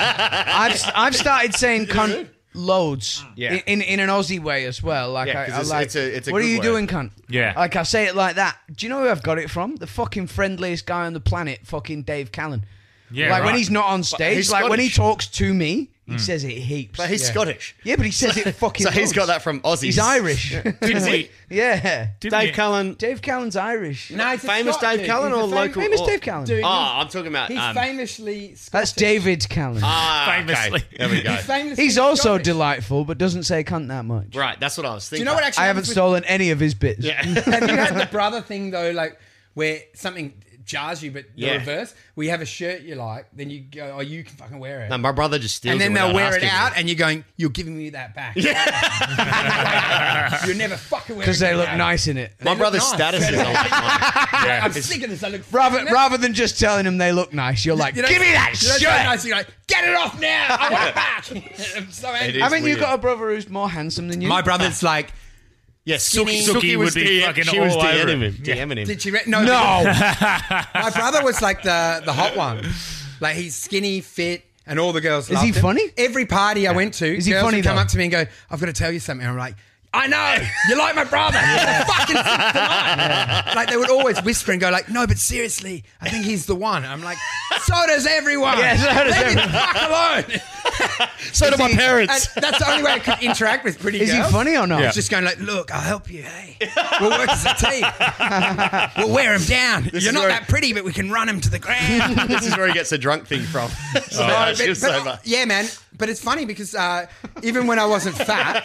Speaker 6: I've I've started saying cunt loads.
Speaker 7: Yeah.
Speaker 6: In, in in an Aussie way as well. Like
Speaker 7: Yeah,
Speaker 6: I,
Speaker 7: 'cause
Speaker 6: I
Speaker 7: it's-
Speaker 6: like.
Speaker 7: it's a- it's a
Speaker 6: what are
Speaker 7: good
Speaker 6: you
Speaker 7: word."
Speaker 6: doing, cunt?
Speaker 2: Yeah.
Speaker 6: Like I say it like that. Do you know who I've got it from? The fucking friendliest guy on the planet, fucking Dave Callan.
Speaker 2: Yeah,
Speaker 6: Like when
Speaker 2: right.
Speaker 6: he's not on stage,
Speaker 7: he's
Speaker 6: like when he talks
Speaker 7: Scottish.
Speaker 6: to me,
Speaker 7: Mm.
Speaker 6: he says it heaps.
Speaker 7: but he's
Speaker 6: yeah.
Speaker 7: Scottish,
Speaker 6: Yeah, but he says it fucking.
Speaker 7: [LAUGHS] so he's
Speaker 6: loads.
Speaker 7: got that from Aussies.
Speaker 6: He's
Speaker 7: [LAUGHS]
Speaker 6: Irish.
Speaker 2: Didn't we?
Speaker 6: [LAUGHS] yeah.
Speaker 2: Didn't
Speaker 7: Dave
Speaker 2: we-
Speaker 7: Cullen,
Speaker 6: Dave Callan's Irish.
Speaker 5: No, it's a
Speaker 7: famous
Speaker 5: Scot,
Speaker 7: Dave
Speaker 5: dude.
Speaker 7: Cullen,
Speaker 5: He's a
Speaker 7: or
Speaker 5: fam-
Speaker 7: local?
Speaker 6: Famous
Speaker 7: or-
Speaker 6: Dave Callan.
Speaker 5: Dude,
Speaker 7: Oh, I'm talking about.
Speaker 5: He's
Speaker 7: um,
Speaker 5: famously Scottish.
Speaker 6: That's David Callan.
Speaker 7: ah, okay.
Speaker 2: Famously.
Speaker 7: There we go.
Speaker 5: He's famously
Speaker 6: He's also
Speaker 5: Scottish.
Speaker 6: delightful, but doesn't say cunt that much.
Speaker 7: Right, that's what I was
Speaker 5: Do
Speaker 7: thinking.
Speaker 5: you know what actually?
Speaker 6: I haven't
Speaker 5: happens with-
Speaker 6: stolen any of his bits.
Speaker 7: Yeah.
Speaker 5: Have you
Speaker 7: [LAUGHS]
Speaker 5: had the brother thing though, like where something jars you, but
Speaker 7: Yeah.
Speaker 5: the reverse? We have a shirt you like, then you go, "Oh, you can fucking wear it,"
Speaker 7: No, my brother just steals
Speaker 5: and then
Speaker 7: it
Speaker 5: they'll
Speaker 7: without
Speaker 5: wear it
Speaker 7: asking
Speaker 5: out,
Speaker 7: me.
Speaker 5: and you're going, "You're giving me that
Speaker 7: [LAUGHS]
Speaker 5: back." [LAUGHS] You're never fucking wearing
Speaker 6: Because they
Speaker 5: it [LAUGHS]
Speaker 6: look
Speaker 5: back.
Speaker 6: nice in it.
Speaker 7: My
Speaker 5: look
Speaker 7: brother's
Speaker 5: nice.
Speaker 7: status is on
Speaker 5: I'm sick of this. I look
Speaker 6: Rather,
Speaker 5: fucking nice.
Speaker 6: rather than just telling them they look nice, you're like,
Speaker 5: You know-
Speaker 6: give me that
Speaker 5: you know,
Speaker 6: shit.
Speaker 5: so nice, you're like, get it off now! I want it
Speaker 6: [LAUGHS]
Speaker 5: back. I'm so angry.
Speaker 7: is.
Speaker 6: Haven't you
Speaker 7: weird.
Speaker 6: got a brother who's more handsome than you?
Speaker 5: My brother's like,
Speaker 7: Yes,
Speaker 5: Skinny.
Speaker 7: Suki,
Speaker 2: Suki
Speaker 7: was
Speaker 2: would be
Speaker 7: DM
Speaker 2: fucking
Speaker 7: she was
Speaker 2: all over
Speaker 7: DMing
Speaker 2: him.
Speaker 7: him. DMing him.
Speaker 5: Did
Speaker 7: [LAUGHS]
Speaker 5: she? Re- no, [LAUGHS]
Speaker 6: [LAUGHS]
Speaker 5: My brother was like the the hot one. Like he's skinny, fit, and all the girls.
Speaker 6: Is
Speaker 5: loved
Speaker 6: he
Speaker 5: him.
Speaker 6: funny?
Speaker 5: Every party I went to,
Speaker 6: Is he
Speaker 5: girls
Speaker 6: funny,
Speaker 5: would come
Speaker 6: though?
Speaker 5: up to me and go, "I've got to tell you something." I'm like. I know you like my
Speaker 6: [LAUGHS]
Speaker 5: brother. You're [LAUGHS] fucking six to nine. Like they would always whisper and go like, "No, but seriously, I think he's the one." I'm like, "So does everyone.
Speaker 6: Yeah, so does
Speaker 5: Leave me
Speaker 6: everyone."
Speaker 5: the fuck alone."
Speaker 7: so do my parents.
Speaker 5: And that's the only way I could interact with pretty
Speaker 6: Is
Speaker 5: girls.
Speaker 6: he funny or not?
Speaker 5: It's just going like, "Look, I'll help you. Hey, we'll work as a
Speaker 6: [LAUGHS]
Speaker 5: team. we'll wear him down. You're
Speaker 7: is
Speaker 5: not
Speaker 7: where-
Speaker 5: that pretty, but we can run him to the ground."
Speaker 7: [LAUGHS] this is where he gets the drunk thing from. So,
Speaker 5: No,
Speaker 7: uh,
Speaker 5: but-
Speaker 7: she was
Speaker 5: but-
Speaker 7: so much.
Speaker 5: yeah, man. But it's funny because uh, even when I wasn't
Speaker 7: [LAUGHS]
Speaker 5: fat,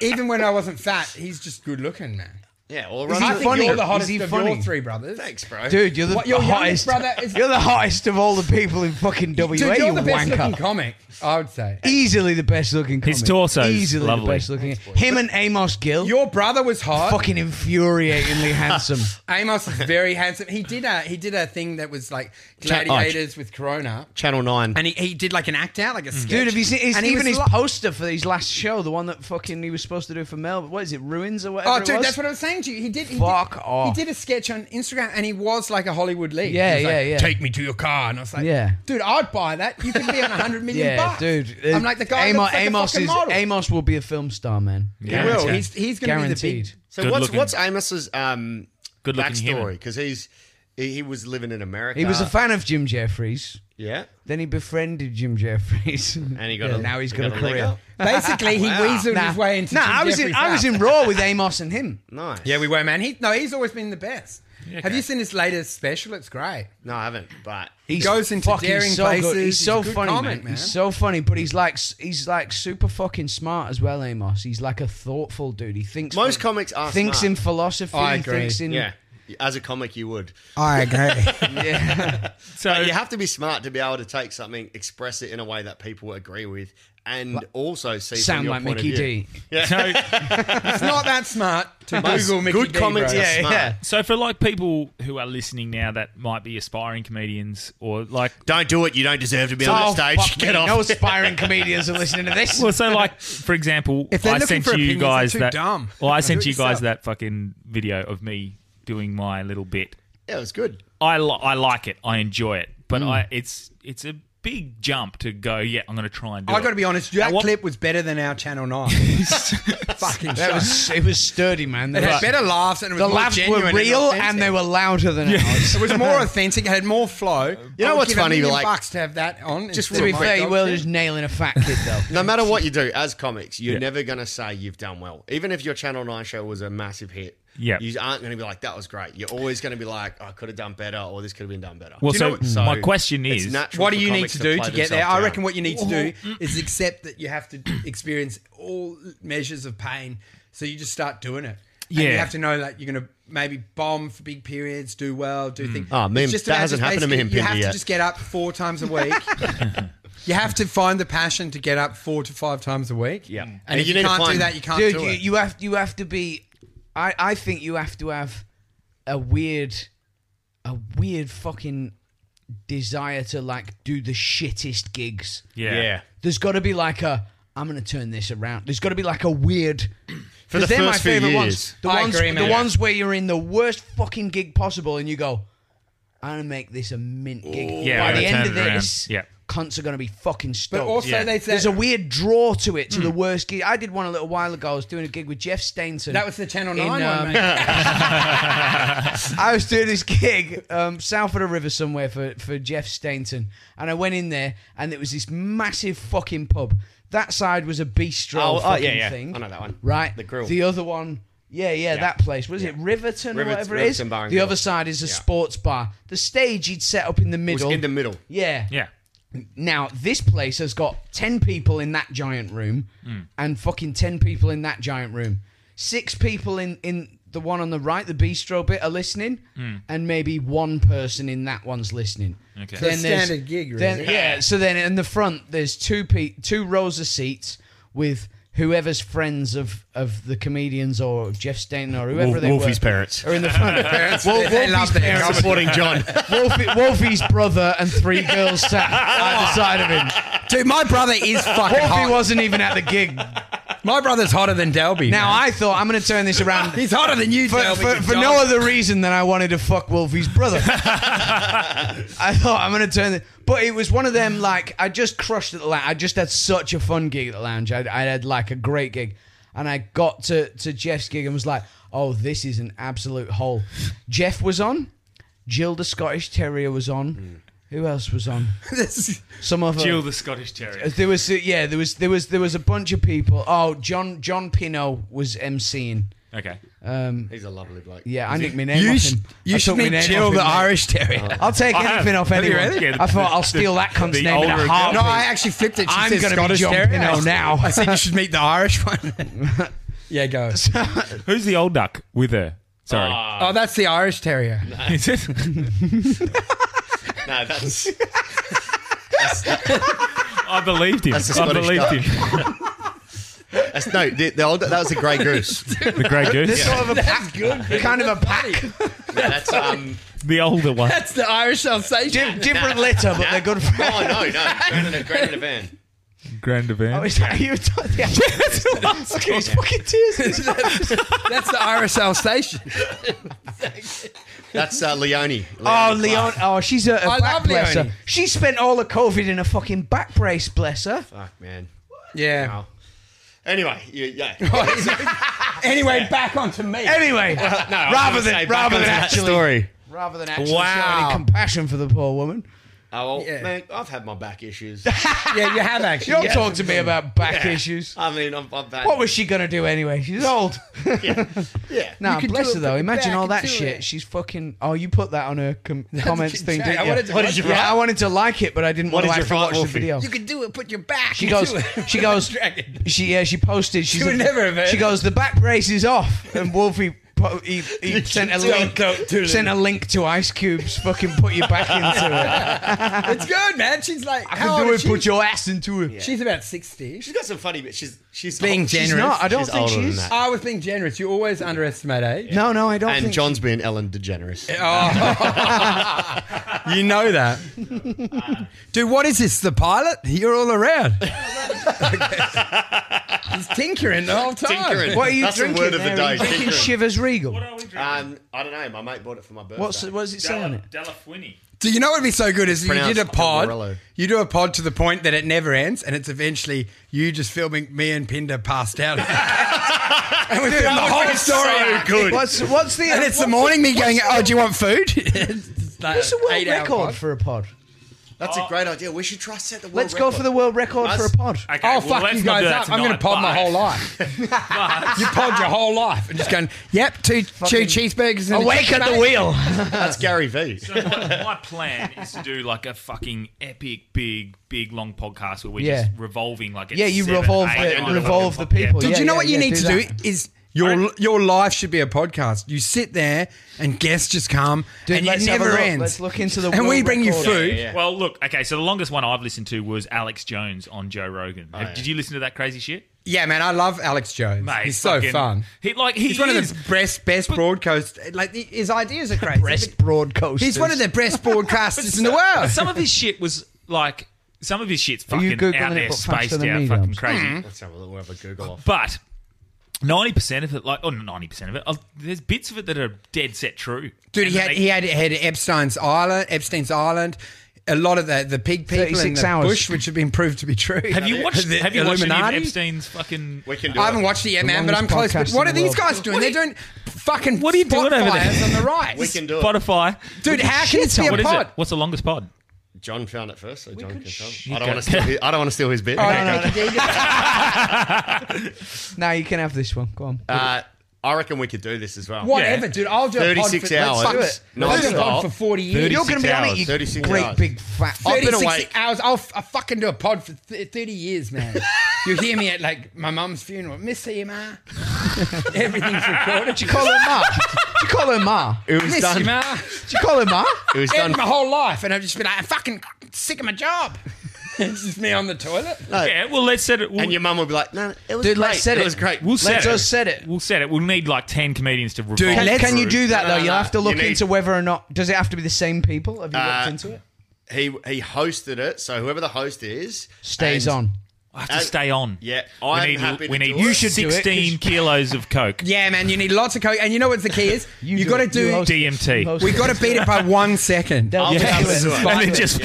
Speaker 5: even when I wasn't fat, he's just good looking, man.
Speaker 7: Yeah, all
Speaker 5: I
Speaker 7: right.
Speaker 5: think
Speaker 6: funny?
Speaker 5: you're the
Speaker 6: Is
Speaker 5: hottest
Speaker 6: he
Speaker 5: of
Speaker 6: funny?
Speaker 5: your three brothers.
Speaker 7: Thanks, bro.
Speaker 6: Dude, you're the,
Speaker 5: What, your youngest
Speaker 6: hottest.
Speaker 5: brother is-
Speaker 6: You're the hottest of all the people in fucking WA.
Speaker 5: Dude, you're
Speaker 6: you
Speaker 5: the best looking
Speaker 6: wanker.
Speaker 5: comic, I would say.
Speaker 6: Easily the best looking. Comic.
Speaker 2: His torso's
Speaker 6: Easily
Speaker 2: lovely.
Speaker 6: the best looking. Him and Amos Gill.
Speaker 5: Your brother was hot. [LAUGHS]
Speaker 6: fucking infuriatingly handsome.
Speaker 5: Amos is very handsome. He did a he did a thing that was like gladiators with Corona, Mm.
Speaker 7: Channel Nine.
Speaker 5: and he, he did like an act out, like a sketch.
Speaker 6: Dude, have you seen his,
Speaker 5: And he
Speaker 6: even
Speaker 5: was
Speaker 6: his
Speaker 5: lo-
Speaker 6: poster for his last show, the one that fucking he was supposed to do for Mel? What is it, Ruins or whatever?
Speaker 5: Oh,
Speaker 6: it
Speaker 5: dude,
Speaker 6: was?
Speaker 5: that's what I was saying to you. He did. He
Speaker 6: Fuck
Speaker 5: did,
Speaker 6: off.
Speaker 5: He did a sketch on Instagram, and he was like a Hollywood lead.
Speaker 6: Yeah,
Speaker 5: He was
Speaker 6: yeah,
Speaker 5: like,
Speaker 6: yeah.
Speaker 5: Take me to your car, and I was like,
Speaker 6: Yeah.
Speaker 5: dude, I'd buy that. You could be on a hundred million
Speaker 6: [LAUGHS] Yeah,
Speaker 5: bucks,
Speaker 6: dude. uh,
Speaker 5: I'm like the guy. Amos, like
Speaker 6: Amos
Speaker 5: a fucking
Speaker 6: is
Speaker 5: model.
Speaker 6: Amos will be a film star, man.
Speaker 5: He will. He's he's gonna be the
Speaker 6: Guaranteed.
Speaker 5: big.
Speaker 7: So
Speaker 2: Good
Speaker 7: what's
Speaker 2: looking-
Speaker 7: what's Amos's um
Speaker 2: Good looking
Speaker 7: backstory?
Speaker 2: human.
Speaker 7: Because he's he, he was living in America.
Speaker 6: He was a fan of Jim Jeffries.
Speaker 7: Yeah.
Speaker 6: Then he befriended Jim Jeffries,
Speaker 7: And he got a-
Speaker 6: now he's
Speaker 7: he
Speaker 6: got,
Speaker 7: got
Speaker 6: a
Speaker 7: a leg
Speaker 6: career.
Speaker 7: up.
Speaker 5: Basically,
Speaker 6: [LAUGHS]
Speaker 5: he weaseled his way into.
Speaker 6: nah,
Speaker 5: Jim
Speaker 6: I was in,
Speaker 5: Jeffries'
Speaker 6: I was
Speaker 5: house.
Speaker 6: in Raw with Amos and him.
Speaker 7: Nice.
Speaker 5: Yeah, we were, man. He no, he's always been the best. Have
Speaker 2: okay.
Speaker 5: you seen his latest special? It's great.
Speaker 7: No, I haven't. But
Speaker 6: He
Speaker 5: goes into daring
Speaker 6: so
Speaker 5: places.
Speaker 6: Good. He's
Speaker 5: He's
Speaker 6: so
Speaker 5: a good
Speaker 6: funny,
Speaker 5: comic,
Speaker 6: man. He's
Speaker 5: man.
Speaker 6: so funny, but he's like s- he's like super fucking smart as well, Amos. He's like a thoughtful dude. He thinks
Speaker 7: most
Speaker 6: ph-
Speaker 7: comics are
Speaker 6: thinks
Speaker 7: smart.
Speaker 6: in philosophy.
Speaker 5: I
Speaker 6: he
Speaker 5: agree.
Speaker 6: Thinks in
Speaker 7: yeah. As a comic, you would.
Speaker 13: I agree.
Speaker 6: [LAUGHS] yeah.
Speaker 2: So
Speaker 7: You have to be smart to be able to take something, express it in a way that people agree with, and also see from
Speaker 6: sound
Speaker 7: your
Speaker 6: like
Speaker 7: point
Speaker 6: Mickey
Speaker 7: of view.
Speaker 6: D.
Speaker 2: so
Speaker 5: It's not that smart to
Speaker 7: Most
Speaker 5: Google Mickey
Speaker 7: good
Speaker 5: D,
Speaker 7: comics
Speaker 5: bro.
Speaker 7: are smart.
Speaker 2: so for like people who are listening now that might be aspiring comedians or like
Speaker 7: Don't do it. You don't deserve to be
Speaker 6: Oh,
Speaker 7: on that
Speaker 6: fuck
Speaker 7: stage. Get
Speaker 6: me.
Speaker 7: off.
Speaker 6: No
Speaker 7: [LAUGHS]
Speaker 6: aspiring comedians are listening to this.
Speaker 2: well, so like for example,
Speaker 13: they're
Speaker 2: I
Speaker 13: looking
Speaker 2: sent
Speaker 13: for
Speaker 2: you
Speaker 13: opinions, they're
Speaker 2: guys
Speaker 13: too
Speaker 2: that.
Speaker 13: dumb.
Speaker 2: Well, I
Speaker 13: Do
Speaker 2: sent
Speaker 13: it
Speaker 2: you
Speaker 13: yourself.
Speaker 2: guys that fucking video of me doing my little bit.
Speaker 7: Yeah, it was good.
Speaker 2: I li- I like it. I enjoy it, but I it's it's a big jump to go. Yeah, I'm going to try and do
Speaker 5: I
Speaker 2: it."
Speaker 5: got to be honest, that
Speaker 2: At what-
Speaker 5: clip was better than our Channel
Speaker 6: [LAUGHS]
Speaker 5: 9. Fucking
Speaker 6: [LAUGHS] That
Speaker 5: show.
Speaker 6: was it was sturdy, man. There
Speaker 5: It had
Speaker 6: was-
Speaker 5: better laughs and it was
Speaker 6: the
Speaker 5: more
Speaker 6: laughs
Speaker 5: genuine
Speaker 6: were
Speaker 5: and
Speaker 6: real
Speaker 5: authentic.
Speaker 6: and they were louder than ours.
Speaker 7: [LAUGHS]
Speaker 5: It was
Speaker 6: [LAUGHS]
Speaker 5: more authentic, it had more flow.
Speaker 7: You know
Speaker 5: I would
Speaker 7: what's
Speaker 5: give a
Speaker 7: funny,
Speaker 5: million
Speaker 7: like-
Speaker 5: bucks to have that on.
Speaker 7: Just
Speaker 5: instead
Speaker 6: to be
Speaker 5: of
Speaker 7: my
Speaker 6: fair,
Speaker 5: my
Speaker 6: you were
Speaker 5: dog
Speaker 6: just
Speaker 5: shit.
Speaker 6: nailing a fat kid
Speaker 7: [LAUGHS]
Speaker 6: though.
Speaker 7: No matter what you do as comics, you're
Speaker 2: Yeah.
Speaker 7: never going to say you've done well. Even if your Channel 9 show was a massive hit,
Speaker 2: Yeah.
Speaker 7: you aren't going to be like, that was great. You're always going to be like, I could have done better or this could have been done better.
Speaker 2: Well,
Speaker 7: Do you
Speaker 2: so
Speaker 7: know what-
Speaker 2: my question
Speaker 7: it's
Speaker 2: is-
Speaker 7: natural
Speaker 5: What do
Speaker 7: for
Speaker 5: you need
Speaker 7: comics
Speaker 5: to do
Speaker 7: play
Speaker 5: to get there?
Speaker 7: themselves
Speaker 5: I reckon
Speaker 7: down.
Speaker 5: what you need to do
Speaker 6: Mm-hmm.
Speaker 5: is accept that you have to [COUGHS] experience all measures of pain. So you just start doing it. And
Speaker 2: Yeah.
Speaker 5: you have to know that you're going to maybe bomb for big periods, do well,
Speaker 6: Mm.
Speaker 5: do things.
Speaker 7: Ah, me
Speaker 5: It's
Speaker 7: and-
Speaker 5: just
Speaker 7: that
Speaker 5: about
Speaker 7: hasn't
Speaker 5: just
Speaker 7: happened to me
Speaker 5: basically-
Speaker 7: and
Speaker 5: You
Speaker 7: Pinder
Speaker 5: have to
Speaker 7: yet.
Speaker 5: just get up four times
Speaker 7: [LAUGHS]
Speaker 5: a week. you have to find the passion to get up four to five times a week.
Speaker 7: Yeah.
Speaker 5: And,
Speaker 7: And
Speaker 5: if
Speaker 7: you
Speaker 5: you,
Speaker 7: need to
Speaker 5: can't do
Speaker 7: find-
Speaker 5: that, you can't
Speaker 6: Mm. dude
Speaker 5: do
Speaker 6: you,
Speaker 5: it.
Speaker 6: you have you have to be i i think you have to have a weird a weird fucking desire to like do the shittest gigs
Speaker 2: Yeah.
Speaker 7: Yeah.
Speaker 6: there's got to be like a I'm gonna turn this around. There's got to be like a weird. For
Speaker 7: the
Speaker 6: they're my
Speaker 7: first few
Speaker 6: favorite
Speaker 7: years.
Speaker 6: ones. The
Speaker 5: I
Speaker 6: ones,
Speaker 5: agree,
Speaker 6: the
Speaker 5: man.
Speaker 6: ones where you're in the worst fucking gig possible, and you go, "I'm gonna make this a mint gig."
Speaker 2: Yeah,
Speaker 6: By
Speaker 2: I'm
Speaker 6: the
Speaker 2: gonna
Speaker 6: end
Speaker 2: turn
Speaker 6: of
Speaker 2: it around.
Speaker 6: this,
Speaker 2: Yeah.
Speaker 6: cunts are gonna be fucking
Speaker 5: but
Speaker 6: stoked.
Speaker 5: also,
Speaker 2: Yeah.
Speaker 5: they said Hmm.
Speaker 6: There's a weird draw to it, to the worst gig. I did one a little while ago. I was doing a gig with Jeff Stainton.
Speaker 5: that was the Channel 9
Speaker 6: in,
Speaker 5: one,
Speaker 6: um, [LAUGHS]
Speaker 7: [LAUGHS]
Speaker 5: mate.
Speaker 6: I was doing this gig um, south of the river somewhere for, for Jeff Stainton. And I went in there, and it was this massive fucking pub. That side was a bistro
Speaker 7: Oh, oh,
Speaker 6: fucking
Speaker 7: yeah, yeah. uh,
Speaker 6: thing.
Speaker 7: I know that one.
Speaker 6: Right?
Speaker 7: The grill.
Speaker 6: The other one. Yeah, yeah, that place. Was it Riverton or
Speaker 7: Riverton-
Speaker 6: whatever it
Speaker 7: Riverton
Speaker 6: is?
Speaker 7: Bar and
Speaker 6: the
Speaker 7: Grill.
Speaker 6: other side is a
Speaker 7: Yeah.
Speaker 6: sports bar. The stage he'd set up in the
Speaker 7: It was
Speaker 6: middle.
Speaker 7: in the middle.
Speaker 6: yeah.
Speaker 2: Yeah.
Speaker 6: Now, this place has got 10 people in that giant room and fucking 10 people in that giant room. Six people in, in the one on the right, the bistro bit, are listening, and maybe one person in that one's listening. Okay.
Speaker 5: So standard gig, really.
Speaker 6: Then, yeah, so then in the front, there's two pe- two rows of seats with whoever's friends of, of the comedians or Jeff Staten or whoever
Speaker 7: Wolf-
Speaker 6: they
Speaker 7: Wolfie's
Speaker 6: were.
Speaker 7: parents.
Speaker 6: Are in the front.
Speaker 7: [LAUGHS]
Speaker 6: parents. Wolf,
Speaker 5: They love their
Speaker 6: parents.
Speaker 5: comedy.
Speaker 7: Supporting John.
Speaker 6: Wolfie, Wolfie's brother and three girls
Speaker 7: [LAUGHS]
Speaker 6: sat either side of him.
Speaker 5: Dude, my brother
Speaker 6: [LAUGHS]
Speaker 5: is fucking
Speaker 6: Wolfie
Speaker 5: hot.
Speaker 6: wasn't even at the
Speaker 5: [LAUGHS]
Speaker 6: gig.
Speaker 5: my brother's hotter than Delby.
Speaker 6: Now
Speaker 5: man.
Speaker 6: I thought I'm going to turn this around
Speaker 5: He's hotter than you,
Speaker 6: for,
Speaker 5: Delby.
Speaker 6: for,
Speaker 5: you
Speaker 6: for
Speaker 5: dog.
Speaker 6: no other reason than I wanted to fuck
Speaker 5: [LAUGHS]
Speaker 6: Wolfie's brother. I thought I'm going to turn it, but it was one of them like I just crushed at the lounge. I just had such a fun gig at the lounge. I, I had like a great gig, and I got to to Jeff's gig and was like, oh, this is an absolute hole. Jeff was on, Jill the Scottish Terrier was on.
Speaker 5: Mm.
Speaker 6: Who else
Speaker 5: [LAUGHS]
Speaker 6: was on?
Speaker 5: This-
Speaker 6: Some other
Speaker 2: Jill the Scottish Terrier.
Speaker 6: There was uh, yeah, there was there was there was a bunch of people. Oh, John John Pino was emceeing.
Speaker 2: Okay.
Speaker 7: He's a lovely bloke.
Speaker 6: Yeah, I nicked my name
Speaker 5: you
Speaker 6: off
Speaker 5: sh-
Speaker 6: him.
Speaker 5: you
Speaker 6: I
Speaker 5: should
Speaker 6: took my
Speaker 5: meet
Speaker 6: name
Speaker 5: Jill
Speaker 6: off him,
Speaker 5: the
Speaker 6: mate.
Speaker 5: Irish Terrier.
Speaker 6: I'll take
Speaker 2: I
Speaker 6: anything
Speaker 2: have.
Speaker 6: off
Speaker 2: Have you
Speaker 6: anyone.
Speaker 2: really? Yeah,
Speaker 6: I thought
Speaker 2: the-
Speaker 6: I'll steal that cunt's
Speaker 2: the
Speaker 6: name in
Speaker 2: older
Speaker 6: a
Speaker 2: it
Speaker 6: heartbeat.
Speaker 5: No, I actually flipped it. She
Speaker 6: I'm
Speaker 5: says
Speaker 6: [LAUGHS] gonna be
Speaker 5: Scottish [LAUGHS]
Speaker 6: John
Speaker 5: Terrier.
Speaker 6: Pino now.
Speaker 5: I said you shoid meet the Irish one.
Speaker 11: [LAUGHS] Yeah, go.
Speaker 6: [LAUGHS]
Speaker 2: Who's the old duck with her? Sorry.
Speaker 5: Ah.
Speaker 11: Oh, that's the Irish
Speaker 6: [LAUGHS]
Speaker 11: Terrier.
Speaker 2: Is it?
Speaker 7: No, [LAUGHS] that's
Speaker 2: I believed him.
Speaker 4: That's the
Speaker 2: I
Speaker 4: Scottish
Speaker 2: believed
Speaker 4: duck.
Speaker 2: him.
Speaker 4: That's, no, the, the old, that was a grey goose.
Speaker 2: The grey goose.
Speaker 6: kind of a pack.
Speaker 7: no, [LAUGHS] that's um.
Speaker 2: The older one.
Speaker 11: That's the Irish Alsatian.
Speaker 5: [LAUGHS]
Speaker 6: Di- different litter, but they're good friends. [LAUGHS]
Speaker 7: Oh no, no, great in a, great in a van.
Speaker 2: Grand event.
Speaker 6: Is that you? Look at his fucking tears.
Speaker 11: [LAUGHS] That's the Irish Alsatian.
Speaker 7: That's uh, Leone.
Speaker 6: Oh,
Speaker 7: Clark.
Speaker 6: Leon. Oh, she's a, a
Speaker 11: I
Speaker 6: back
Speaker 11: love
Speaker 6: blesser.
Speaker 11: Leonie.
Speaker 6: She spent all her COVID in a fucking back brace, bless her.
Speaker 7: Fuck man.
Speaker 11: Yeah.
Speaker 7: Wow. Anyway,
Speaker 6: [LAUGHS]
Speaker 7: you,
Speaker 11: [LAUGHS]
Speaker 7: yeah.
Speaker 11: Anyway, back onto me.
Speaker 6: [LAUGHS] Anyway, rather
Speaker 7: say
Speaker 6: than
Speaker 7: back
Speaker 6: rather than
Speaker 7: onto that
Speaker 6: actually
Speaker 4: Story.
Speaker 6: rather than actually
Speaker 2: Wow.
Speaker 6: showing any compassion for the poor woman.
Speaker 7: Oh well,
Speaker 11: Yeah.
Speaker 7: man, I've had my back
Speaker 6: [LAUGHS]
Speaker 7: issues.
Speaker 11: Yeah, you have actually.
Speaker 6: You don't
Speaker 11: yeah.
Speaker 6: talk to me about back
Speaker 7: Yeah.
Speaker 6: issues.
Speaker 7: I mean, I've, I've had.
Speaker 6: What was she gonna do anyway?
Speaker 11: [LAUGHS]
Speaker 6: She's old.
Speaker 7: Yeah. yeah.
Speaker 6: Now,
Speaker 11: could do
Speaker 6: bless
Speaker 11: it
Speaker 6: her though.
Speaker 11: from
Speaker 6: Imagine
Speaker 11: back
Speaker 6: all that
Speaker 11: and do
Speaker 6: shit.
Speaker 11: it.
Speaker 6: She's fucking. Oh, you put that on her
Speaker 11: [LAUGHS]
Speaker 6: com- comments thing,
Speaker 11: check.
Speaker 6: didn't
Speaker 11: I
Speaker 6: you?
Speaker 11: wanted to- What did you
Speaker 6: yeah,
Speaker 11: write?
Speaker 6: I wanted to like it, but I didn't want to
Speaker 7: did you
Speaker 6: actually
Speaker 7: write,
Speaker 6: watch the
Speaker 7: Wolfie?
Speaker 6: video.
Speaker 11: You could do it. Put your back.
Speaker 6: She goes.
Speaker 11: [LAUGHS]
Speaker 6: She goes. She yeah. She posted. She
Speaker 11: would never have heard
Speaker 6: She goes. The back brace is off, and Wolfie. po- He, he sent a
Speaker 11: do it,
Speaker 6: link.
Speaker 11: don't do it.
Speaker 6: sent a link to Ice Cube's. Fucking put your back into it.
Speaker 11: It's good, man. She's like, [LAUGHS]
Speaker 6: I
Speaker 11: how
Speaker 6: can do
Speaker 11: old
Speaker 6: it.
Speaker 11: is she?
Speaker 6: Put your ass into it.
Speaker 11: She's about sixty.
Speaker 7: She's got some funny bits. She's she's
Speaker 11: Being
Speaker 7: she's
Speaker 11: generous.
Speaker 6: No, I don't
Speaker 7: She's
Speaker 6: think
Speaker 7: older than
Speaker 6: she's.
Speaker 7: that.
Speaker 11: I was being generous. You always underestimate age.
Speaker 6: No, no, I don't
Speaker 7: And
Speaker 6: think.
Speaker 7: John's being Ellen DeGeneres.
Speaker 11: You know that.
Speaker 5: Dude, what is this? The pilot? You're all around.
Speaker 11: He's tinkering the whole time.
Speaker 7: Tinkering.
Speaker 6: what are you
Speaker 7: That's
Speaker 6: drinking?
Speaker 7: the word of the
Speaker 6: there? Are
Speaker 7: day.
Speaker 6: you drinking
Speaker 7: tinkering.
Speaker 6: Shivers Regal.
Speaker 7: Um, I don't know. My mate bought it for my birthday.
Speaker 6: What's what is it saying? It.
Speaker 2: Delafwini.
Speaker 5: Do you know what would be so good is you
Speaker 7: Pronounced
Speaker 5: did a pod,
Speaker 7: Amarillo.
Speaker 5: you do a pod to the point that it never ends, and it's eventually you just filming me and Pinder passed out, and we film the whole story. out.
Speaker 6: What's what's the
Speaker 5: And it's the
Speaker 6: what's-
Speaker 5: morning me going, "Oh, do you want food?" [LAUGHS] It's like
Speaker 6: What's the world
Speaker 5: eight-hour
Speaker 6: record
Speaker 5: pod.
Speaker 6: for a pod?
Speaker 7: That's a great idea. We should try to set the world
Speaker 6: Oh. Let's go
Speaker 7: record.
Speaker 6: for the world record
Speaker 7: Us-
Speaker 6: for a pod.
Speaker 2: Okay,
Speaker 11: I'll
Speaker 2: well,
Speaker 11: fuck
Speaker 2: let's
Speaker 11: you guys
Speaker 2: not do that
Speaker 11: up. I'm going to
Speaker 2: tonight,
Speaker 11: pod my
Speaker 2: but-
Speaker 11: whole
Speaker 2: [LAUGHS]
Speaker 11: life. you pod your whole life. And just going,
Speaker 5: Yep, two two cheeseburgers and
Speaker 6: Awake at the
Speaker 2: [LAUGHS]
Speaker 6: wheel.
Speaker 7: That's Gary
Speaker 6: [LAUGHS]
Speaker 7: V.
Speaker 2: So my, my plan is to do like a fucking epic, big, big, long podcast where we're
Speaker 6: Yeah.
Speaker 2: just revolving like it's
Speaker 6: Yeah, you
Speaker 2: seven,
Speaker 6: revolve
Speaker 2: eight,
Speaker 6: the-
Speaker 2: nine,
Speaker 6: revolve
Speaker 2: nine,
Speaker 6: the people.
Speaker 2: yeah.
Speaker 5: Did
Speaker 6: Yeah,
Speaker 5: you know
Speaker 6: yeah,
Speaker 5: what you
Speaker 6: yeah,
Speaker 5: need
Speaker 6: do
Speaker 5: to
Speaker 6: that.
Speaker 5: do is your your life should be a podcast. You sit there and guests just come
Speaker 6: Dude,
Speaker 5: and it
Speaker 6: let's have a
Speaker 5: never
Speaker 6: look.
Speaker 5: ends.
Speaker 6: Let's look into the
Speaker 5: and we
Speaker 6: world
Speaker 5: bring
Speaker 6: record.
Speaker 5: you food.
Speaker 7: Yeah.
Speaker 2: Well, look, okay, so the longest one I've listened to was Alex Jones on Joe Rogan. Have-
Speaker 6: Oh,
Speaker 2: Did you listen to that crazy shit?
Speaker 5: Yeah, man, I love Alex Jones.
Speaker 2: Mate,
Speaker 5: he's so
Speaker 2: fucking-
Speaker 5: fun.
Speaker 2: He like he
Speaker 5: He's one
Speaker 2: is-
Speaker 5: of the best, best broadcast. Like the- his
Speaker 2: [LAUGHS]
Speaker 5: ideas are crazy.
Speaker 6: Breast broadcasters.
Speaker 5: He's one of
Speaker 6: [LAUGHS]
Speaker 5: the best broadcasters in the
Speaker 2: But [LAUGHS]
Speaker 5: world.
Speaker 2: some of his shit was like some of his shit's
Speaker 6: you
Speaker 2: fucking
Speaker 6: Googling
Speaker 2: out
Speaker 6: it,
Speaker 2: there,
Speaker 6: but faster
Speaker 2: spaced
Speaker 6: than
Speaker 2: out,
Speaker 6: me,
Speaker 2: fucking
Speaker 6: Dubs?
Speaker 2: crazy.
Speaker 7: Let's have a little have a Google off.
Speaker 2: But ninety percent of it, like, oh, ninety percent of it, uh, there's bits of it that are dead set true.
Speaker 5: Dude,
Speaker 2: And
Speaker 5: he
Speaker 2: then
Speaker 5: had
Speaker 2: they-
Speaker 5: he had had Epstein's Island, Epstein's Island. A lot of the the pig people and
Speaker 6: 36
Speaker 5: the
Speaker 6: hours.
Speaker 5: bush, which have been proved to be true.
Speaker 2: Have you watched?
Speaker 5: The
Speaker 2: Have you watched any of
Speaker 5: Illuminati?
Speaker 2: Epstein's fucking?
Speaker 7: We can do
Speaker 5: I haven't
Speaker 7: it.
Speaker 5: watched it yet, man, but
Speaker 6: longest
Speaker 5: I'm close. But
Speaker 6: podcast
Speaker 5: what are
Speaker 6: in the
Speaker 5: these
Speaker 6: world.
Speaker 5: guys doing? They're doing fucking
Speaker 2: What are you doing
Speaker 5: spot
Speaker 2: over there?
Speaker 5: fires on the right.
Speaker 7: We can do it.
Speaker 2: Spotify.
Speaker 5: Dude, how can this be a
Speaker 2: What is
Speaker 5: pod?
Speaker 2: it? What's the longest pod?
Speaker 7: John found it first, so John can tell.
Speaker 2: go-
Speaker 7: I don't want to steal. His, I don't want to steal his
Speaker 6: [LAUGHS]
Speaker 7: bit.
Speaker 6: Now you can have this one. Go on.
Speaker 7: Uh, I reckon we could do this as well.
Speaker 11: whatever, dude. I'll do a pod for,
Speaker 7: 36
Speaker 11: Let's fuck
Speaker 7: hours.
Speaker 11: it. I'll do a pod
Speaker 7: Non-stop.
Speaker 11: for 40 years.
Speaker 7: 36
Speaker 6: You're going to be on
Speaker 7: hours,
Speaker 6: it, you
Speaker 7: 36
Speaker 6: great
Speaker 7: hours.
Speaker 6: big fat. [LAUGHS]
Speaker 7: I've been
Speaker 11: 36
Speaker 7: awake.
Speaker 11: hours. I'll, f- I'll fucking do a pod for th- 30 years,
Speaker 6: [LAUGHS]
Speaker 11: man. you hear me at like my mum's funeral. Miss you, ma. Everything's recorded.
Speaker 6: Did you call her ma? Did you call her ma?
Speaker 7: It was
Speaker 11: Miss
Speaker 7: done.
Speaker 11: you, ma.
Speaker 6: Did you call her ma?
Speaker 7: It was
Speaker 11: End
Speaker 7: done.
Speaker 11: my whole life. And I've just been like, I'm fucking sick of my
Speaker 7: [LAUGHS]
Speaker 11: job. it's just me on the toilet.
Speaker 2: Yeah, well, let's set it. We'll,
Speaker 7: And your mum will be like, "No, no, it was
Speaker 6: Dude,
Speaker 7: great.
Speaker 6: let's set
Speaker 7: it.
Speaker 6: it.
Speaker 7: was great.
Speaker 2: we'll set
Speaker 6: Let's
Speaker 2: it.
Speaker 6: just set it.
Speaker 2: We'll set it. We'll need like ten comedians to revolve.
Speaker 5: Dude,
Speaker 6: Can,
Speaker 5: let's-
Speaker 6: can you do that
Speaker 7: No,
Speaker 6: though?
Speaker 7: no,
Speaker 6: You'll
Speaker 7: no.
Speaker 6: have to look
Speaker 7: You need-
Speaker 6: into whether or not. Does it have to be the same people? Have you
Speaker 7: Uh,
Speaker 6: looked into it?
Speaker 7: He he hosted it, so whoever the host is
Speaker 6: Stays
Speaker 7: and-
Speaker 6: on.
Speaker 2: I have to stay on.
Speaker 7: Yeah,
Speaker 2: we
Speaker 7: I'm
Speaker 2: need,
Speaker 7: happy.
Speaker 2: we
Speaker 7: to
Speaker 2: need
Speaker 7: do it.
Speaker 6: do it, 'cause-
Speaker 2: sixteen kilos of coke.
Speaker 5: Yeah, man, you need lots of coke. And you know what the key is? you
Speaker 6: do
Speaker 5: got to
Speaker 6: it. You
Speaker 5: do.
Speaker 6: host it.
Speaker 2: DMT.
Speaker 6: You host
Speaker 5: we
Speaker 6: it.
Speaker 5: got to beat it by one second.
Speaker 6: They'll
Speaker 7: I'll
Speaker 6: do
Speaker 7: be
Speaker 6: it.
Speaker 7: able to do
Speaker 2: [LAUGHS]
Speaker 7: it.
Speaker 2: and then just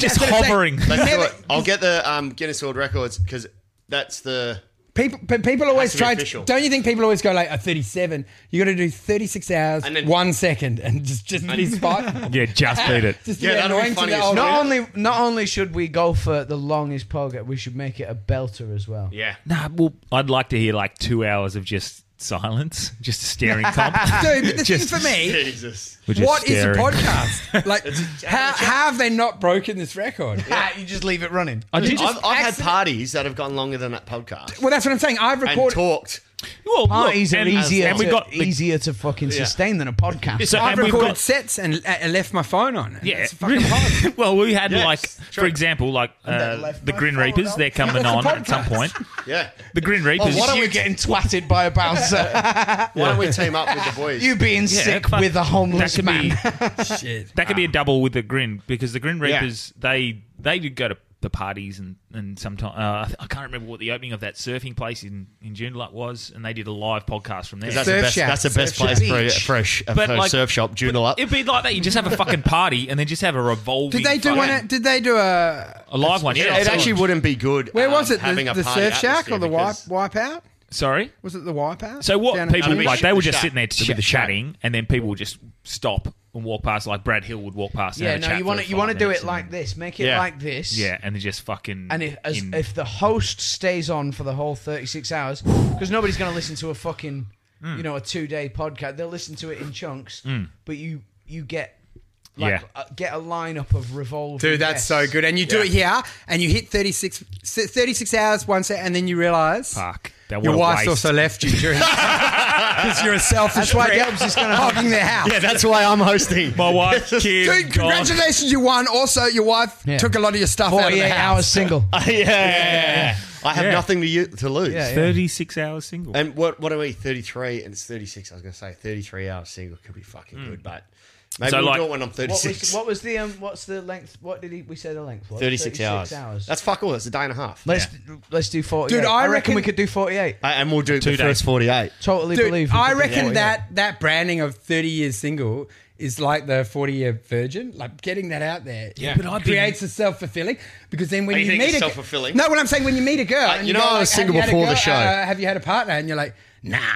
Speaker 2: just hovering.
Speaker 7: Let's do
Speaker 5: Never-
Speaker 7: it. I'll get the um, Guinness World Records because that's the
Speaker 5: People, but people always
Speaker 7: to be
Speaker 5: try.
Speaker 7: official.
Speaker 5: To, don't you think people always go like a 37? You got to do 36 hours,
Speaker 7: And then-
Speaker 5: one second, and just just be
Speaker 7: [LAUGHS]
Speaker 5: spot.
Speaker 2: Yeah, just beat it.
Speaker 5: [LAUGHS] Just
Speaker 7: Yeah,
Speaker 5: be
Speaker 7: that'll be
Speaker 5: annoying to
Speaker 7: funny
Speaker 5: the
Speaker 7: as
Speaker 2: Oh,
Speaker 5: old.
Speaker 7: fuck.
Speaker 6: Not
Speaker 7: Yeah.
Speaker 6: only not only should we go for the longest podcast, we should make it a belter as well.
Speaker 7: yeah.
Speaker 2: Nah, well, I'd like to hear like two hours of just silence, just a staring comp.
Speaker 5: Dude, but the
Speaker 2: Just-
Speaker 5: thing for me,
Speaker 7: Jesus.
Speaker 5: what is a podcast? Like, how, how have they not broken this record?
Speaker 6: Ah, you just leave it running.
Speaker 2: I
Speaker 7: I've, I've had parties that have gone longer than that podcast
Speaker 5: Well, that's what I'm saying. I've
Speaker 7: and
Speaker 5: recorded.
Speaker 7: talked
Speaker 2: Well, look,
Speaker 6: Parties are
Speaker 2: and-
Speaker 6: easier,
Speaker 2: and we
Speaker 6: to,
Speaker 2: got the-
Speaker 6: easier to fucking sustain than a podcast.
Speaker 2: So,
Speaker 5: I've
Speaker 2: and we've
Speaker 5: recorded
Speaker 2: got-
Speaker 5: sets and uh, left my phone on.
Speaker 2: Yeah, [LAUGHS]
Speaker 5: It's fucking hard.
Speaker 2: well, we had
Speaker 7: Yes,
Speaker 2: like, for
Speaker 7: true.
Speaker 2: example, like uh,
Speaker 6: left
Speaker 2: the
Speaker 6: my
Speaker 2: Grin
Speaker 6: phone
Speaker 2: Reapers.
Speaker 6: up.
Speaker 2: They're
Speaker 7: [LAUGHS]
Speaker 2: coming on at some point.
Speaker 7: Yeah.
Speaker 2: The Grin Reapers.
Speaker 7: what
Speaker 6: Why
Speaker 7: are
Speaker 6: don't
Speaker 7: we-
Speaker 6: you getting twatted by a bouncer?
Speaker 7: Why don't we team up with the
Speaker 6: [LAUGHS]
Speaker 7: boys?
Speaker 6: you
Speaker 2: [LAUGHS]
Speaker 6: being
Speaker 2: Yeah,
Speaker 6: sick
Speaker 2: fuck-
Speaker 6: with a
Speaker 2: that
Speaker 6: homeless
Speaker 2: could
Speaker 6: man.
Speaker 2: [LAUGHS] be that could be a double with the Grin because the Grin
Speaker 7: Yeah.
Speaker 2: Reapers they they do go to the parties and and sometimes uh, I th- I can't remember what the opening of that surfing place in in Joondalup was, and they did a live podcast from there.
Speaker 7: that's the
Speaker 5: Surf
Speaker 7: best.
Speaker 5: shack,
Speaker 7: That's the best
Speaker 5: surf
Speaker 7: place for a,
Speaker 5: shack.
Speaker 7: for a, sh-
Speaker 2: But,
Speaker 7: for a
Speaker 2: like-
Speaker 7: surf shop. Joondalup. up.
Speaker 2: It'd be like that. You just have a fucking party and then just have a revolving.
Speaker 5: Did they do one?
Speaker 2: fucking-
Speaker 5: At, did they do a?
Speaker 2: a live one? Yeah,
Speaker 7: it actually wouldn't be good.
Speaker 5: Where
Speaker 7: um,
Speaker 5: was it? The,
Speaker 7: Having a
Speaker 5: the
Speaker 7: party
Speaker 5: surf shack or
Speaker 7: atmosphere
Speaker 5: the wipe
Speaker 7: because-
Speaker 5: wipeout?
Speaker 2: Sorry.
Speaker 5: Was it the wipeout?
Speaker 2: So what
Speaker 5: Down in
Speaker 2: people
Speaker 7: That'd be
Speaker 2: like?
Speaker 7: sh-
Speaker 2: They were
Speaker 7: the
Speaker 2: just
Speaker 7: shack.
Speaker 2: sitting there
Speaker 7: That'd be
Speaker 2: ch-
Speaker 7: the shack.
Speaker 2: chatting, and then people would just stop and walk past. Like Brad Hill would walk past. And
Speaker 6: Yeah,
Speaker 2: have a
Speaker 6: no,
Speaker 2: chat
Speaker 6: you
Speaker 2: for
Speaker 6: want to you
Speaker 2: five
Speaker 6: want to do
Speaker 2: minutes
Speaker 6: it
Speaker 2: and
Speaker 6: like
Speaker 2: then-
Speaker 6: this. Make it
Speaker 7: Yeah.
Speaker 6: like this.
Speaker 2: Yeah, and then just fucking
Speaker 6: And if as,
Speaker 2: in-
Speaker 6: if the host stays on for the whole 36 hours, because nobody's going to listen to a fucking,
Speaker 5: Hmm.
Speaker 6: you know, a two day podcast. They'll listen to it in chunks, but you you get like
Speaker 2: Yeah.
Speaker 6: uh, get a lineup of revolving.
Speaker 5: Dude, that's so
Speaker 6: guests.
Speaker 5: good. And you do it here, and you hit 36, 36 hours one set, and then you realise
Speaker 2: Fuck, that
Speaker 5: your
Speaker 2: Ah, what a
Speaker 5: wife
Speaker 2: waste.
Speaker 5: also left you during because you're a selfish.
Speaker 6: That's why Debs is going to
Speaker 5: hogging their house.
Speaker 7: Yeah, that's why
Speaker 5: [LAUGHS]
Speaker 7: I'm hosting.
Speaker 2: [LAUGHS] My wife, kid,
Speaker 5: Dude,
Speaker 2: dog.
Speaker 5: congratulations, you won. Also, your wife
Speaker 6: Yeah.
Speaker 5: took a lot of your stuff out of the
Speaker 6: 48
Speaker 5: house. [LAUGHS]
Speaker 6: hours [LAUGHS] single.
Speaker 7: [LAUGHS] yeah, yeah, yeah. I have
Speaker 2: Yeah.
Speaker 7: nothing to u- to lose.
Speaker 6: Yeah, yeah.
Speaker 2: 36 hours single.
Speaker 7: And what what are we? Thirty three and it's thirty six. I was gonna say thirty three hours single could be fucking good, but maybe
Speaker 2: Hmm. So,
Speaker 7: we'll
Speaker 2: like-
Speaker 7: do it when I'm thirty
Speaker 6: What was,
Speaker 7: six.
Speaker 6: what was the um? What's the length? What did he? We say the length. was?
Speaker 7: Thirty six hours. That's fuck all. That's a day and a half.
Speaker 6: let's let's do forty.
Speaker 5: Dude, I
Speaker 6: I, reckon,
Speaker 5: reckon-
Speaker 6: we could do forty-eight.
Speaker 7: A- and we'll do
Speaker 2: Two
Speaker 7: the first
Speaker 2: days.
Speaker 7: forty eight.
Speaker 6: Totally
Speaker 5: Dude,
Speaker 6: believe. we
Speaker 5: I
Speaker 6: could do
Speaker 5: reckon
Speaker 6: 48.
Speaker 5: that that branding of 30 years single is like the 40 year virgin. Like getting that out there, yeah,
Speaker 2: But I've been-
Speaker 5: creates a self fulfilling because then when
Speaker 7: Oh, you
Speaker 5: you,
Speaker 7: think
Speaker 5: meet
Speaker 7: it's
Speaker 5: a g-
Speaker 7: self-fulfilling?
Speaker 5: No, what I'm saying when you meet a girl,
Speaker 7: Uh,
Speaker 5: and
Speaker 7: you know
Speaker 5: go,
Speaker 7: I was
Speaker 5: like,
Speaker 7: single
Speaker 5: "Have you had a
Speaker 7: before the
Speaker 5: girl?
Speaker 7: show."
Speaker 5: Uh, have you had a partner? And you're like, nah. [LAUGHS]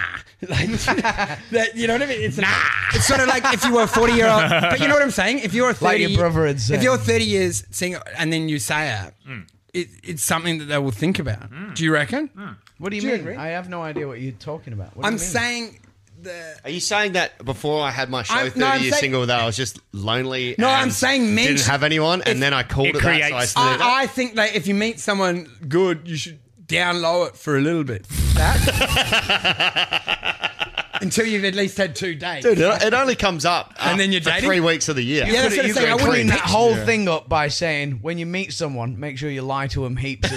Speaker 5: Like, [LAUGHS] that, you know what I mean? It's nah. [LAUGHS] it's sort of like if you were a 40 year old, but you know what I'm saying? If you're a 30,
Speaker 6: Like your brother had said.
Speaker 5: if you're 30 years single, and then you say it.
Speaker 7: Hmm.
Speaker 5: It, it's something that they will think about. Do you reckon?
Speaker 6: What do you
Speaker 5: Do you
Speaker 6: mean?
Speaker 5: agree?
Speaker 6: I have no idea what you're talking about. What do
Speaker 5: I'm
Speaker 6: you mean?
Speaker 5: saying the
Speaker 7: Are you saying that before I had my show
Speaker 5: I'm-
Speaker 7: thirty
Speaker 5: no, I'm
Speaker 7: years
Speaker 5: saying-
Speaker 7: single that I was just lonely?
Speaker 5: No,
Speaker 7: and
Speaker 5: I'm saying men
Speaker 7: didn't
Speaker 5: should-
Speaker 7: have anyone, and then I called
Speaker 2: it
Speaker 7: it, that. So I
Speaker 2: creates-
Speaker 7: slid it up.
Speaker 5: I, I think that if you meet someone good, you should down low it for a little bit. That. Until you've at least had two dates.
Speaker 7: Dude, it it only comes up
Speaker 5: And then you're
Speaker 7: for
Speaker 5: dating?
Speaker 7: three weeks of the year.
Speaker 5: Yeah, that's what I'm
Speaker 6: You
Speaker 5: saying. I
Speaker 6: could
Speaker 5: wouldn't
Speaker 6: clean that
Speaker 5: even-
Speaker 6: whole thing up by saying when you meet someone, make sure you lie to them
Speaker 5: [LAUGHS]
Speaker 6: heaps.
Speaker 5: No,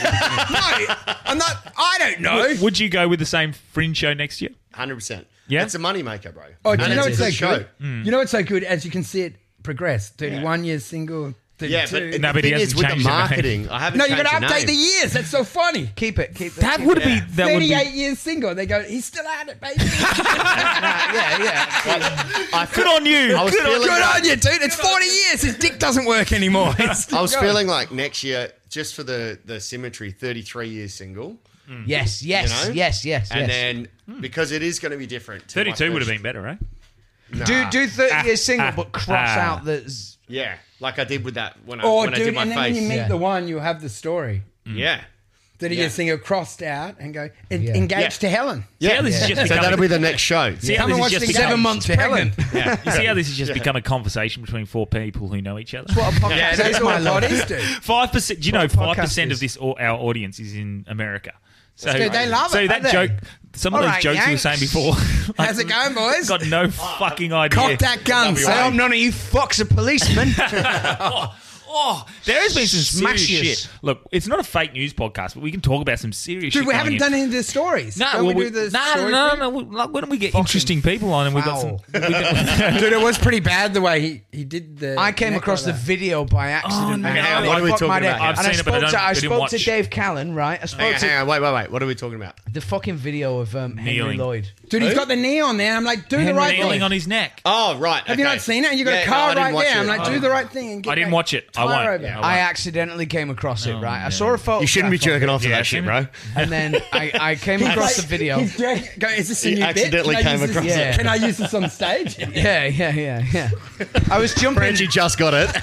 Speaker 5: I'm not. I don't know.
Speaker 2: Would you go with the same fringe show next year?
Speaker 7: hundred percent.
Speaker 2: Yeah?
Speaker 7: it's a moneymaker, bro.
Speaker 5: Oh, do
Speaker 7: And
Speaker 5: you know
Speaker 7: a
Speaker 5: it's so
Speaker 7: good
Speaker 5: good? You know it's so good as you can see it progress. Thirty-one years single. 32.
Speaker 7: Yeah, but
Speaker 2: No,
Speaker 7: the
Speaker 2: but he
Speaker 7: thing is
Speaker 2: hasn't
Speaker 7: with the
Speaker 2: changed the name.
Speaker 7: marketing, I haven't.
Speaker 5: no, you're
Speaker 7: changed
Speaker 5: gonna update the
Speaker 7: name.
Speaker 5: years. That's so funny.
Speaker 6: keep it. Keep it.
Speaker 2: That
Speaker 6: keep
Speaker 2: would
Speaker 6: it.
Speaker 2: be that would
Speaker 5: Thirty-eight
Speaker 2: be
Speaker 5: years single. They go, he's still at it, baby.
Speaker 6: Yeah, yeah.
Speaker 7: I feel-
Speaker 2: good on you.
Speaker 7: I was
Speaker 2: Good on-
Speaker 7: feeling
Speaker 5: good
Speaker 7: like-
Speaker 5: on you, dude. It's forty years. His dick doesn't work anymore. It's-
Speaker 7: I was feeling like next year, just for the the symmetry, thirty three years single,
Speaker 6: Yes, yes,
Speaker 7: You know?
Speaker 6: yes, yes,
Speaker 7: and
Speaker 6: yes.
Speaker 7: then because it is going to be different. to my
Speaker 2: [LAUGHS] Thirty-two would have
Speaker 7: first-
Speaker 2: been better, right?
Speaker 6: do do thirty years single,
Speaker 2: ah,
Speaker 6: but cross
Speaker 2: ah.
Speaker 6: out the. z-
Speaker 7: Yeah, like I did with that when I
Speaker 5: Oh,
Speaker 7: when I
Speaker 5: dude,
Speaker 7: did my
Speaker 5: and then
Speaker 7: face.
Speaker 5: when you meet
Speaker 6: Yeah.
Speaker 5: the one, you have the story.
Speaker 7: yeah.
Speaker 5: that he
Speaker 7: Yeah.
Speaker 5: gets single crossed out and go en-
Speaker 6: Yeah.
Speaker 5: engaged
Speaker 7: Yeah.
Speaker 5: to Helen.
Speaker 2: Yeah, this is just
Speaker 7: so
Speaker 2: becoming-
Speaker 7: that'll be the next show.
Speaker 2: See how
Speaker 5: Come
Speaker 2: this
Speaker 5: and
Speaker 2: has
Speaker 5: watch
Speaker 2: just
Speaker 5: the
Speaker 2: become,
Speaker 5: engaged
Speaker 6: months
Speaker 5: to [LAUGHS] Helen.
Speaker 2: you [LAUGHS] see how this has just become a conversation between four people who know each other.
Speaker 6: What a podcast
Speaker 5: That's
Speaker 6: is,
Speaker 5: all
Speaker 6: my love.
Speaker 5: bodies do.
Speaker 2: Five percent. Do you know
Speaker 6: What podcast
Speaker 2: five percent
Speaker 6: is-
Speaker 2: of this au- our audience is in America? So
Speaker 5: Dude, they love it,
Speaker 2: So that
Speaker 5: don't they?
Speaker 2: joke, some of
Speaker 6: All
Speaker 2: those
Speaker 6: right,
Speaker 2: jokes you were
Speaker 6: Yanks.
Speaker 2: saying
Speaker 5: [LAUGHS]
Speaker 2: before, like,
Speaker 5: How's it going, boys?
Speaker 2: got
Speaker 5: [LAUGHS]
Speaker 2: no fucking idea.
Speaker 5: Cock that gun,
Speaker 6: I hope
Speaker 5: Sam.
Speaker 6: none of you fucks a policeman.
Speaker 2: Oh, there has been some serious
Speaker 6: Smashes.
Speaker 2: shit. Look, it's not a fake news podcast, but we can talk about some serious shit.
Speaker 5: Dude, we
Speaker 2: going
Speaker 5: haven't
Speaker 2: in.
Speaker 5: done any of the stories.
Speaker 2: No,
Speaker 5: Don't
Speaker 2: well,
Speaker 5: we
Speaker 2: we-
Speaker 5: do the
Speaker 2: no,
Speaker 5: story
Speaker 2: no,
Speaker 5: group?
Speaker 2: no, we- like, why don't we get interesting people on and we got some.
Speaker 6: foul.
Speaker 2: we got-
Speaker 5: Dude, it was pretty bad the way he, he did the.
Speaker 6: I came across the video by accident.
Speaker 2: Oh, no.
Speaker 6: mate.
Speaker 2: Hang on,
Speaker 6: I
Speaker 7: what are we
Speaker 6: fucked my
Speaker 7: talking
Speaker 6: day.
Speaker 7: about here?
Speaker 2: I've
Speaker 6: And I
Speaker 2: seen it, but I
Speaker 6: spoke to
Speaker 2: don't-
Speaker 6: I
Speaker 2: I didn't
Speaker 6: spoke to
Speaker 2: watch.
Speaker 6: Dave Callan, right? I
Speaker 7: Hang
Speaker 6: spoke
Speaker 7: on,
Speaker 6: to
Speaker 7: hang on, wait, wait, wait. What are we talking about?
Speaker 6: the fucking video of um, Henry
Speaker 2: Kneeling.
Speaker 6: Lloyd.
Speaker 5: Dude, he's got the knee on there. I'm like, do the
Speaker 6: Henry
Speaker 5: right
Speaker 2: Kneeling
Speaker 5: thing.
Speaker 2: on his neck.
Speaker 7: Oh, right.
Speaker 5: Have you
Speaker 7: okay.
Speaker 5: not seen it? And you got
Speaker 7: Yeah,
Speaker 5: a
Speaker 7: no, I
Speaker 5: car
Speaker 7: didn't
Speaker 5: right
Speaker 7: watch
Speaker 5: there.
Speaker 7: it.
Speaker 5: I'm like,
Speaker 7: Oh.
Speaker 5: do the right thing. And get
Speaker 2: I didn't
Speaker 5: that
Speaker 2: watch it. I
Speaker 5: tire
Speaker 2: won't.
Speaker 5: over. uh,
Speaker 2: Yeah,
Speaker 6: I accidentally came across it, right? I
Speaker 2: no.
Speaker 6: saw a photo.
Speaker 7: You shouldn't be jerking off to
Speaker 2: Yeah,
Speaker 7: that shit, bro.
Speaker 6: [LAUGHS] And then I, I came
Speaker 5: He's
Speaker 6: across
Speaker 5: like-
Speaker 6: the video.
Speaker 5: he's dressed- go, is this a
Speaker 7: He
Speaker 5: new bit?
Speaker 7: accidentally
Speaker 5: Can I
Speaker 7: came
Speaker 5: use this-
Speaker 7: across
Speaker 6: it.
Speaker 5: Can I use this
Speaker 7: [LAUGHS]
Speaker 5: on stage?
Speaker 6: Yeah, yeah, yeah, yeah. I was jumping,
Speaker 7: Brent, you just got it.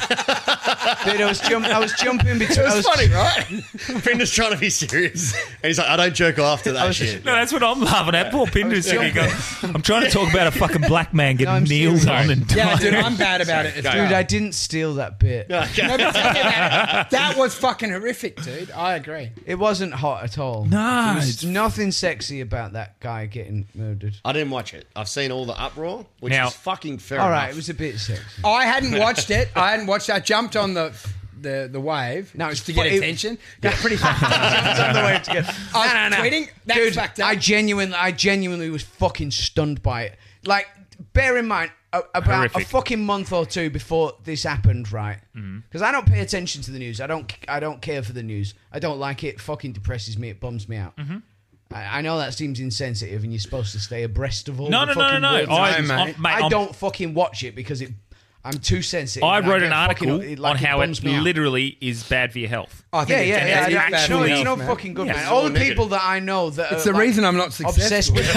Speaker 6: [LAUGHS]
Speaker 7: [LAUGHS]
Speaker 6: dude. I was jump, I was jumping between. I was,
Speaker 7: right? Brendan's trying to be serious. And he's like, I don't jerk off to that shit.
Speaker 2: No, that's what I'm laughing at. Poor Pinder's sitting here going, I'm trying to talk about a
Speaker 5: [LAUGHS]
Speaker 2: fucking black man getting kneels on and
Speaker 5: Yeah,
Speaker 2: tied
Speaker 5: dude,
Speaker 2: up."
Speaker 7: [LAUGHS]
Speaker 5: I'm bad about it. as
Speaker 6: Dude,
Speaker 5: well.
Speaker 6: I didn't steal that bit.
Speaker 7: [LAUGHS] Okay.
Speaker 5: No, but tell me about it. that was fucking horrific, dude. I agree.
Speaker 6: It wasn't hot at all.
Speaker 2: No,
Speaker 6: There was
Speaker 2: it's-
Speaker 6: nothing sexy about that guy getting murdered.
Speaker 7: I didn't watch it. I've seen all the uproar, which
Speaker 2: Now-
Speaker 7: is fucking fair
Speaker 6: All
Speaker 7: enough.
Speaker 6: right, it was a bit sexy.
Speaker 5: I
Speaker 7: [LAUGHS]
Speaker 5: hadn't watched it. I hadn't watched. it. I jumped on the the, the wave.
Speaker 6: No,
Speaker 5: No,
Speaker 6: it's
Speaker 5: just to get
Speaker 6: fu- it-
Speaker 5: attention. That's
Speaker 6: [LAUGHS]
Speaker 5: pretty fucked up.
Speaker 6: That's the way to get.
Speaker 5: I was tweeting. That's
Speaker 6: Dude,
Speaker 5: fucked up.
Speaker 6: I genuinely, I genuinely was fucking stunned by it. Like, bear in mind, a, about a
Speaker 2: Horrific. Mm-hmm.
Speaker 6: fucking month or two before this happened, right? Because I don't pay attention to the news. I don't, I don't care for the news. I don't like it. Fucking depresses me. It bums me out.
Speaker 2: Mm-hmm.
Speaker 6: I, I know that seems insensitive, and you're supposed to stay abreast of all.
Speaker 2: No,
Speaker 6: the
Speaker 2: no, no,
Speaker 6: fucking
Speaker 2: no, no.
Speaker 6: words.
Speaker 2: I-
Speaker 6: I,
Speaker 2: I'm- I'm- mate, I'm-
Speaker 6: don't fucking watch it because it. I'm too sensitive.
Speaker 2: I
Speaker 6: and
Speaker 2: wrote
Speaker 6: get
Speaker 2: an
Speaker 6: fucking-
Speaker 2: article
Speaker 6: it- like,
Speaker 2: on how it
Speaker 6: bums me out.
Speaker 2: literally is bad for your health.
Speaker 5: I
Speaker 6: Yeah,
Speaker 5: think
Speaker 6: yeah,
Speaker 5: it's-
Speaker 6: yeah.
Speaker 5: it's
Speaker 6: yeah
Speaker 5: bad
Speaker 6: actually,
Speaker 5: for
Speaker 6: it's
Speaker 5: health,
Speaker 6: not
Speaker 5: man.
Speaker 6: fucking good,
Speaker 2: Yeah,
Speaker 6: man.
Speaker 2: it's
Speaker 6: All
Speaker 7: all
Speaker 6: the
Speaker 7: negative.
Speaker 6: people that I know that
Speaker 5: It's
Speaker 6: are,
Speaker 5: the
Speaker 6: like,
Speaker 5: reason I'm not successful.
Speaker 6: obsessed with. [LAUGHS]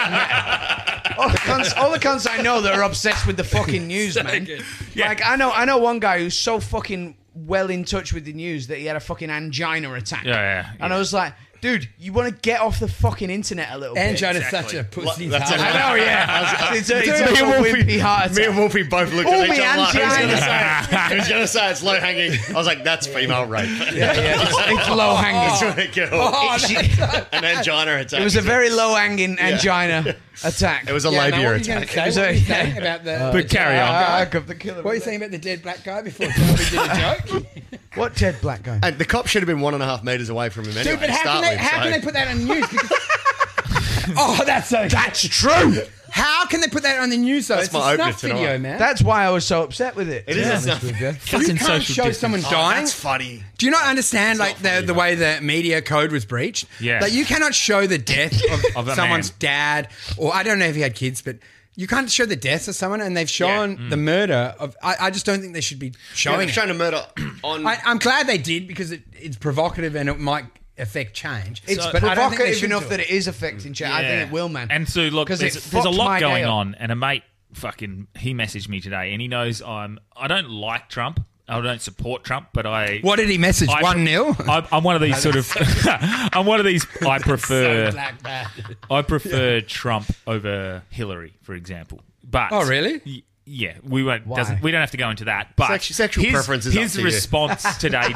Speaker 6: all, the cunts, all the cunts I know that are obsessed with the fucking news, man. Like I know, I know one guy who's so fucking well in touch with the news that he had a fucking angina attack.
Speaker 2: Yeah, yeah,
Speaker 6: And
Speaker 2: yeah.
Speaker 6: I was like, dude, you want to get off the fucking internet a little
Speaker 5: And
Speaker 6: bit. [LAUGHS]
Speaker 5: Jonah's such a pussy.
Speaker 7: That's
Speaker 5: tart.
Speaker 7: it.
Speaker 6: I know, yeah. it's a, it's a,
Speaker 7: Me and
Speaker 6: wimpy heart
Speaker 7: [LAUGHS] Me
Speaker 6: attack.
Speaker 7: and Wolfie both looked
Speaker 6: Oh,
Speaker 7: at
Speaker 6: me
Speaker 7: each other. [LAUGHS] like,
Speaker 6: angina.
Speaker 7: He was going to say it's low hanging. I was like, that's female rape. [LAUGHS]
Speaker 6: Yeah, yeah. It's, Oh, it's low hanging.
Speaker 7: That's what it killed. [LAUGHS] An angina attack.
Speaker 6: It was a very low
Speaker 2: [LAUGHS]
Speaker 6: hanging angina attack.
Speaker 7: It was a
Speaker 5: Yeah, no,
Speaker 7: labia
Speaker 5: what were you
Speaker 7: attack.
Speaker 5: gonna say?
Speaker 6: It was a-
Speaker 5: What
Speaker 6: Ah,
Speaker 5: were you
Speaker 6: yeah.
Speaker 5: saying about the?
Speaker 6: [LAUGHS] Uh,
Speaker 2: But carry on.
Speaker 6: I got the killer.
Speaker 5: what were you saying about the dead black guy before Charlie did
Speaker 7: [LAUGHS]
Speaker 5: a joke?
Speaker 6: What Ted Black guy?
Speaker 7: And the cop should have been one and a half meters away from him anyway.
Speaker 5: Dude, but
Speaker 7: to
Speaker 5: how
Speaker 7: start
Speaker 5: can they
Speaker 7: with,
Speaker 5: how can
Speaker 7: so-
Speaker 5: they put that on the news?
Speaker 7: [LAUGHS]
Speaker 5: Because- oh, that's so.
Speaker 6: That's true.
Speaker 5: How can they put that on the news though?
Speaker 7: That's
Speaker 5: it's
Speaker 7: my
Speaker 5: a
Speaker 7: opener
Speaker 5: snuff
Speaker 7: tonight.
Speaker 5: video, man.
Speaker 6: That's why I was so upset with it.
Speaker 7: It is enough.
Speaker 5: you
Speaker 2: Fucking
Speaker 5: can't show
Speaker 2: social distance.
Speaker 5: someone
Speaker 7: Oh,
Speaker 5: dying.
Speaker 7: that's funny.
Speaker 5: Do you not understand like the,
Speaker 7: funny,
Speaker 5: the way the media code was breached?
Speaker 2: Yeah.
Speaker 5: Like you cannot show the death of,
Speaker 2: Of a
Speaker 5: someone's
Speaker 2: man.
Speaker 5: dad or I don't know if he had kids, but you can't show the death of someone and they've shown the murder of I, I just don't think they should be
Speaker 7: Yeah,
Speaker 5: showing
Speaker 7: they've
Speaker 5: it.
Speaker 7: shown a murder on.
Speaker 5: I, I'm glad they did because it, it's provocative and it might affect change.
Speaker 6: It's
Speaker 5: but I don't think they
Speaker 6: provocative
Speaker 5: should
Speaker 6: enough
Speaker 5: do
Speaker 6: that it is affecting change. I
Speaker 2: Yeah.
Speaker 6: think it will, man.
Speaker 2: And so look,
Speaker 6: 'Cause
Speaker 2: there's,
Speaker 6: it
Speaker 2: there's a
Speaker 6: fucked
Speaker 2: lot
Speaker 6: my day
Speaker 2: going
Speaker 6: up.
Speaker 2: on, and a mate fucking he messaged me today, and he knows I'm I don't like Trump. I don't support Trump, but I
Speaker 5: What did he message?
Speaker 2: I-
Speaker 5: One 0
Speaker 2: I- [LAUGHS] I'm one of these sort of. [LAUGHS] I'm one of these.
Speaker 6: [LAUGHS]
Speaker 2: I prefer. I prefer Trump over Hillary, for example. But
Speaker 5: Oh, really?
Speaker 2: Y- yeah, we won't. Doesn't, we don't have to go into that. But
Speaker 7: Sex- sexual
Speaker 2: his,
Speaker 7: preference is up
Speaker 2: his
Speaker 7: to you.
Speaker 2: response today to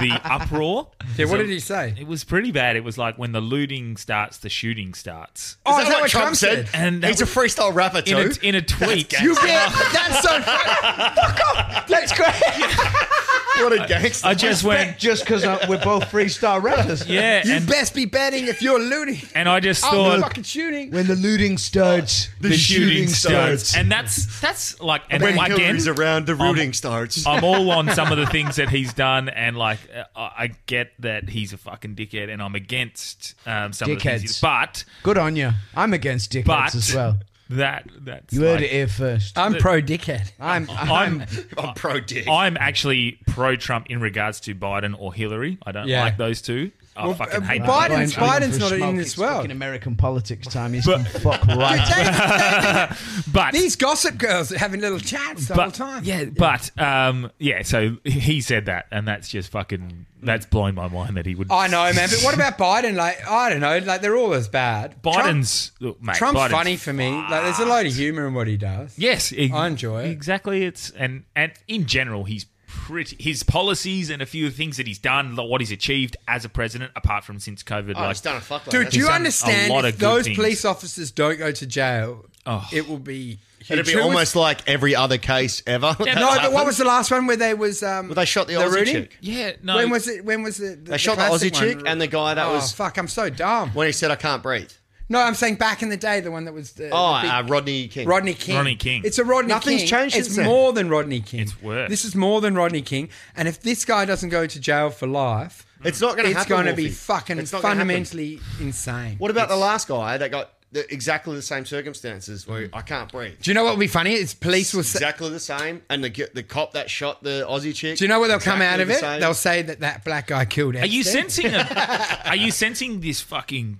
Speaker 2: the uproar.
Speaker 5: Yeah, what did he say?
Speaker 2: It was pretty bad. It was like when the looting starts, the shooting starts.
Speaker 5: Oh,
Speaker 7: is that what Trump, said?
Speaker 2: And that
Speaker 7: He's a
Speaker 2: was-
Speaker 7: freestyle rapper too.
Speaker 2: In a, in a tweet,
Speaker 5: You get that's so fuck off. That's great.
Speaker 7: what a gangster.
Speaker 2: I just went,
Speaker 6: just because we're both freestyle
Speaker 2: [LAUGHS]
Speaker 6: rappers.
Speaker 2: yeah,
Speaker 5: You
Speaker 2: and,
Speaker 5: best be betting if you're looting.
Speaker 2: and I just
Speaker 5: I'm
Speaker 2: thought
Speaker 5: fucking shooting.
Speaker 6: When the looting starts,
Speaker 2: the, shooting starts. and that's that's like, and
Speaker 7: when
Speaker 2: again,
Speaker 7: Hillary's around,
Speaker 5: Um,
Speaker 7: the
Speaker 2: I'm-
Speaker 7: rooting starts.
Speaker 2: I'm all on some of the things that he's done, and like uh, I I get that he's a fucking dickhead, and I'm against um, some of the things. He's,
Speaker 6: Dickheads.
Speaker 2: but
Speaker 6: Good on you. I'm against dickheads
Speaker 2: but
Speaker 6: as well.
Speaker 2: that that's
Speaker 6: You heard
Speaker 2: like-
Speaker 6: it here first.
Speaker 5: I'm pro dickhead.
Speaker 6: I'm, [LAUGHS]
Speaker 2: I'm
Speaker 7: I'm pro Oh, dick.
Speaker 5: um,
Speaker 2: I'm actually pro Trump in regards to Biden or Hillary. I don't
Speaker 5: Yeah.
Speaker 2: like those two. I fucking hate
Speaker 5: uh,
Speaker 2: them.
Speaker 5: Biden- Biden's- Biden's not in
Speaker 6: smoke.
Speaker 5: this
Speaker 6: It's
Speaker 5: world.
Speaker 6: Fucking American politics time. He's gonna [LAUGHS] fuck right.
Speaker 2: but
Speaker 5: These gossip girls are having little chats the
Speaker 2: but,
Speaker 5: whole time.
Speaker 2: Yeah, but um, yeah. So he said that, and that's just fucking that's blowing my mind that he would.
Speaker 5: I know, man. But what about Biden? Like, I don't know. Like, they're all as bad.
Speaker 2: Biden's look, mate,
Speaker 5: Trump, Trump's
Speaker 2: Biden's-
Speaker 5: funny for me. Like, there's a load of humor in what he does.
Speaker 2: Yes, ex-
Speaker 5: I enjoy it.
Speaker 2: Exactly. It's and and in general, he's pretty his policies and a few of the things that he's done, like what he's achieved as a president, apart from since COVID.
Speaker 7: Oh,
Speaker 2: like,
Speaker 7: he's done a fuckload.
Speaker 5: Dude,
Speaker 7: hasn't
Speaker 5: do
Speaker 7: he?
Speaker 5: you
Speaker 2: done a
Speaker 5: understand
Speaker 2: lot
Speaker 5: if
Speaker 2: of good
Speaker 5: those
Speaker 2: things.
Speaker 5: police officers don't go to jail,
Speaker 2: Oh.
Speaker 5: it will be. Huge.
Speaker 7: It'd be
Speaker 5: Who was-
Speaker 7: almost like every other case
Speaker 5: [LAUGHS]
Speaker 7: ever. [LAUGHS]
Speaker 2: Yeah,
Speaker 5: No,
Speaker 2: That's
Speaker 5: but what was the last one where they was? Um,
Speaker 7: Well, they shot the Aussie
Speaker 5: Rooney?
Speaker 7: chick.
Speaker 2: yeah, no.
Speaker 5: When was it? When was the?
Speaker 7: They shot the Aussie chick and the guy that
Speaker 5: oh,
Speaker 7: was
Speaker 5: fuck! I'm so dumb.
Speaker 7: when he said, "I can't breathe."
Speaker 5: No, I'm saying back in the day, the one that was the,
Speaker 7: Oh,
Speaker 5: the big-
Speaker 7: uh, Rodney King.
Speaker 5: Rodney King.
Speaker 2: Rodney King.
Speaker 5: It's a Rodney
Speaker 7: Nothing's
Speaker 5: King.
Speaker 7: changed
Speaker 5: It's
Speaker 7: since then.
Speaker 5: more than Rodney King.
Speaker 2: It's worse.
Speaker 5: This is more than Rodney King. And if this guy doesn't go to jail for life,
Speaker 7: It's not going to
Speaker 5: it's
Speaker 7: happen.
Speaker 5: going to
Speaker 7: Wolfie.
Speaker 5: be fucking
Speaker 7: It's not gonna happen.
Speaker 5: fundamentally insane.
Speaker 7: What about the last guy that got the, exactly the same circumstances? Where I can't breathe.
Speaker 5: Do you know what would be funny? It's police will say.
Speaker 7: Exactly the same, and the g- the cop that shot the Aussie chick.
Speaker 5: Do you know what they'll come out
Speaker 7: exactly
Speaker 5: of
Speaker 7: the
Speaker 5: it?
Speaker 7: same.
Speaker 5: They'll say that that black guy killed. [LAUGHS]
Speaker 2: Are you sensing? A, are you sensing this fucking?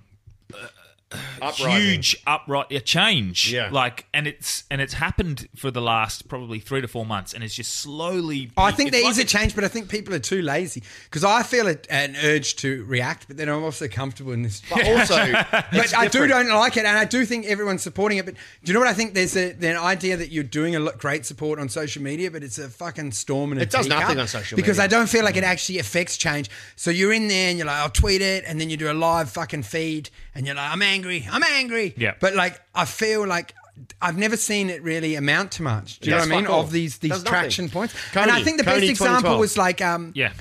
Speaker 2: uh,
Speaker 7: Uprising.
Speaker 2: huge upright a change.
Speaker 7: Yeah.
Speaker 2: Like and it's and it's happened for the last probably three to four months and it's just slowly
Speaker 5: Oh, I think
Speaker 2: it's
Speaker 5: there is
Speaker 2: like
Speaker 5: a change, but I think people are too lazy because I feel a, an urge to react, but then I'm also comfortable in this. But also, [LAUGHS] but I do don't like it, and I do think everyone's supporting it. But do you know what I think? There's a, an idea that you're doing a lot, great support on social media, but it's a fucking storm and a
Speaker 7: It does
Speaker 5: teacup
Speaker 7: nothing on social
Speaker 5: because
Speaker 7: media.
Speaker 5: I don't feel like it actually affects change. So you're in there and you're like, I'll tweet it, and then you do a live fucking feed, and you're like, I'm angry, I'm angry.
Speaker 2: Yeah.
Speaker 5: But like, I feel like. I've never seen it really amount to much. Do you
Speaker 7: Yes,
Speaker 5: know what I mean?
Speaker 7: fuck all.
Speaker 5: Of these these
Speaker 7: Does nothing.
Speaker 5: traction points, and
Speaker 7: Coney,
Speaker 5: I think the
Speaker 7: Coney
Speaker 5: best example
Speaker 7: 2012.
Speaker 5: was like um,
Speaker 2: Yeah.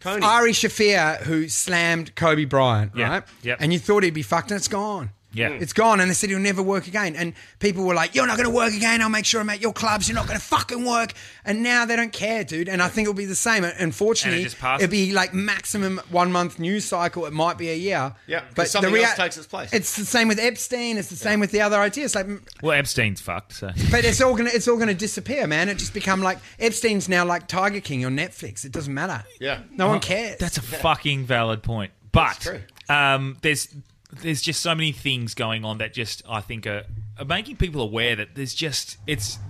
Speaker 7: Coney.
Speaker 5: Ari Shafir who slammed Kobe Bryant,
Speaker 2: Yeah,
Speaker 5: right?
Speaker 2: yeah.
Speaker 5: And you thought he'd be fucked, and it's gone.
Speaker 2: Yeah.
Speaker 5: it's gone, and they said he'll never work again. And people were like, "You're not going to work again. I'll make sure I'm at your clubs. You're not going to fucking work." And now they don't care, dude. And I think it'll be the same. Unfortunately,
Speaker 2: And it just passes.
Speaker 5: will be like maximum one month news cycle. It might be a year.
Speaker 7: Yeah, 'cause something else takes its place.
Speaker 5: It's the same with Epstein. It's the same with the other ideas. Like
Speaker 2: Well Epstein's fucked, so
Speaker 5: but it's all gonna it's all gonna disappear, man. It just become like Epstein's now like Tiger King on Netflix. It doesn't matter.
Speaker 7: Yeah.
Speaker 5: no one cares.
Speaker 2: Uh-huh. That's a
Speaker 5: [LAUGHS]
Speaker 2: fucking valid point. But
Speaker 7: true.
Speaker 2: um, there's there's just so many things going on that just I think are, are making people aware that there's just it's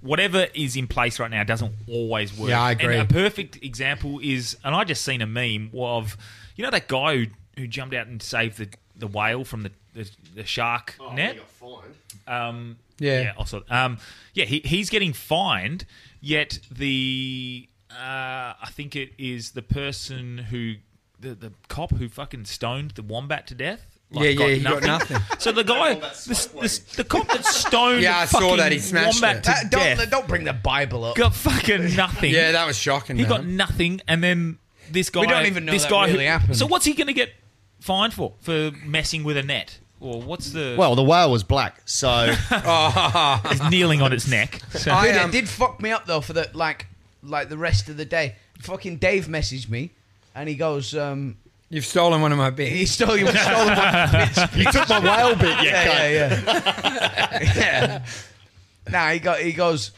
Speaker 2: whatever is in place right now doesn't always work.
Speaker 5: Yeah, I
Speaker 2: And
Speaker 5: agree.
Speaker 2: a perfect example is, and I just seen a meme of you know that guy who who jumped out and saved the the whale from the the, the shark
Speaker 5: Oh,
Speaker 2: net. Um,
Speaker 5: Yeah.
Speaker 2: Yeah. Also, um, yeah. He, he's getting fined, yet the uh, I think it is the person who the, the cop who fucking stoned the wombat to death.
Speaker 5: Yeah, yeah, he got nothing.
Speaker 2: so the guy, the, the, the cop that stoned
Speaker 5: [LAUGHS] Yeah, I
Speaker 2: the
Speaker 5: saw that.
Speaker 2: fucking
Speaker 5: He smashed
Speaker 2: wombat
Speaker 5: it.
Speaker 2: to
Speaker 6: That-
Speaker 2: death
Speaker 6: don't, don't bring the Bible up.
Speaker 2: got
Speaker 6: [LAUGHS]
Speaker 2: fucking nothing.
Speaker 5: yeah, that was shocking.
Speaker 2: he
Speaker 5: man.
Speaker 2: got nothing, and then this guy.
Speaker 6: We don't even know
Speaker 2: this
Speaker 6: that
Speaker 2: guy
Speaker 6: really
Speaker 2: who,
Speaker 6: happened.
Speaker 2: So what's he going to get fined for? For messing with a net, or what's the
Speaker 4: Well, the whale was black,
Speaker 5: [LAUGHS]
Speaker 4: so
Speaker 2: it's kneeling on its neck? So.
Speaker 5: I,
Speaker 6: Dude,
Speaker 5: um,
Speaker 6: it did fuck me up though for the like like the rest of the day. Fucking Dave messaged me, and he goes, um,
Speaker 5: You've stolen one of my
Speaker 6: [LAUGHS] he
Speaker 5: bits.
Speaker 6: stole, he
Speaker 4: [LAUGHS]
Speaker 6: stole my bitch.
Speaker 4: you took my whale bit. You cunt.
Speaker 6: [LAUGHS] yeah, yeah, yeah. yeah. [LAUGHS] Nah, he go, he goes.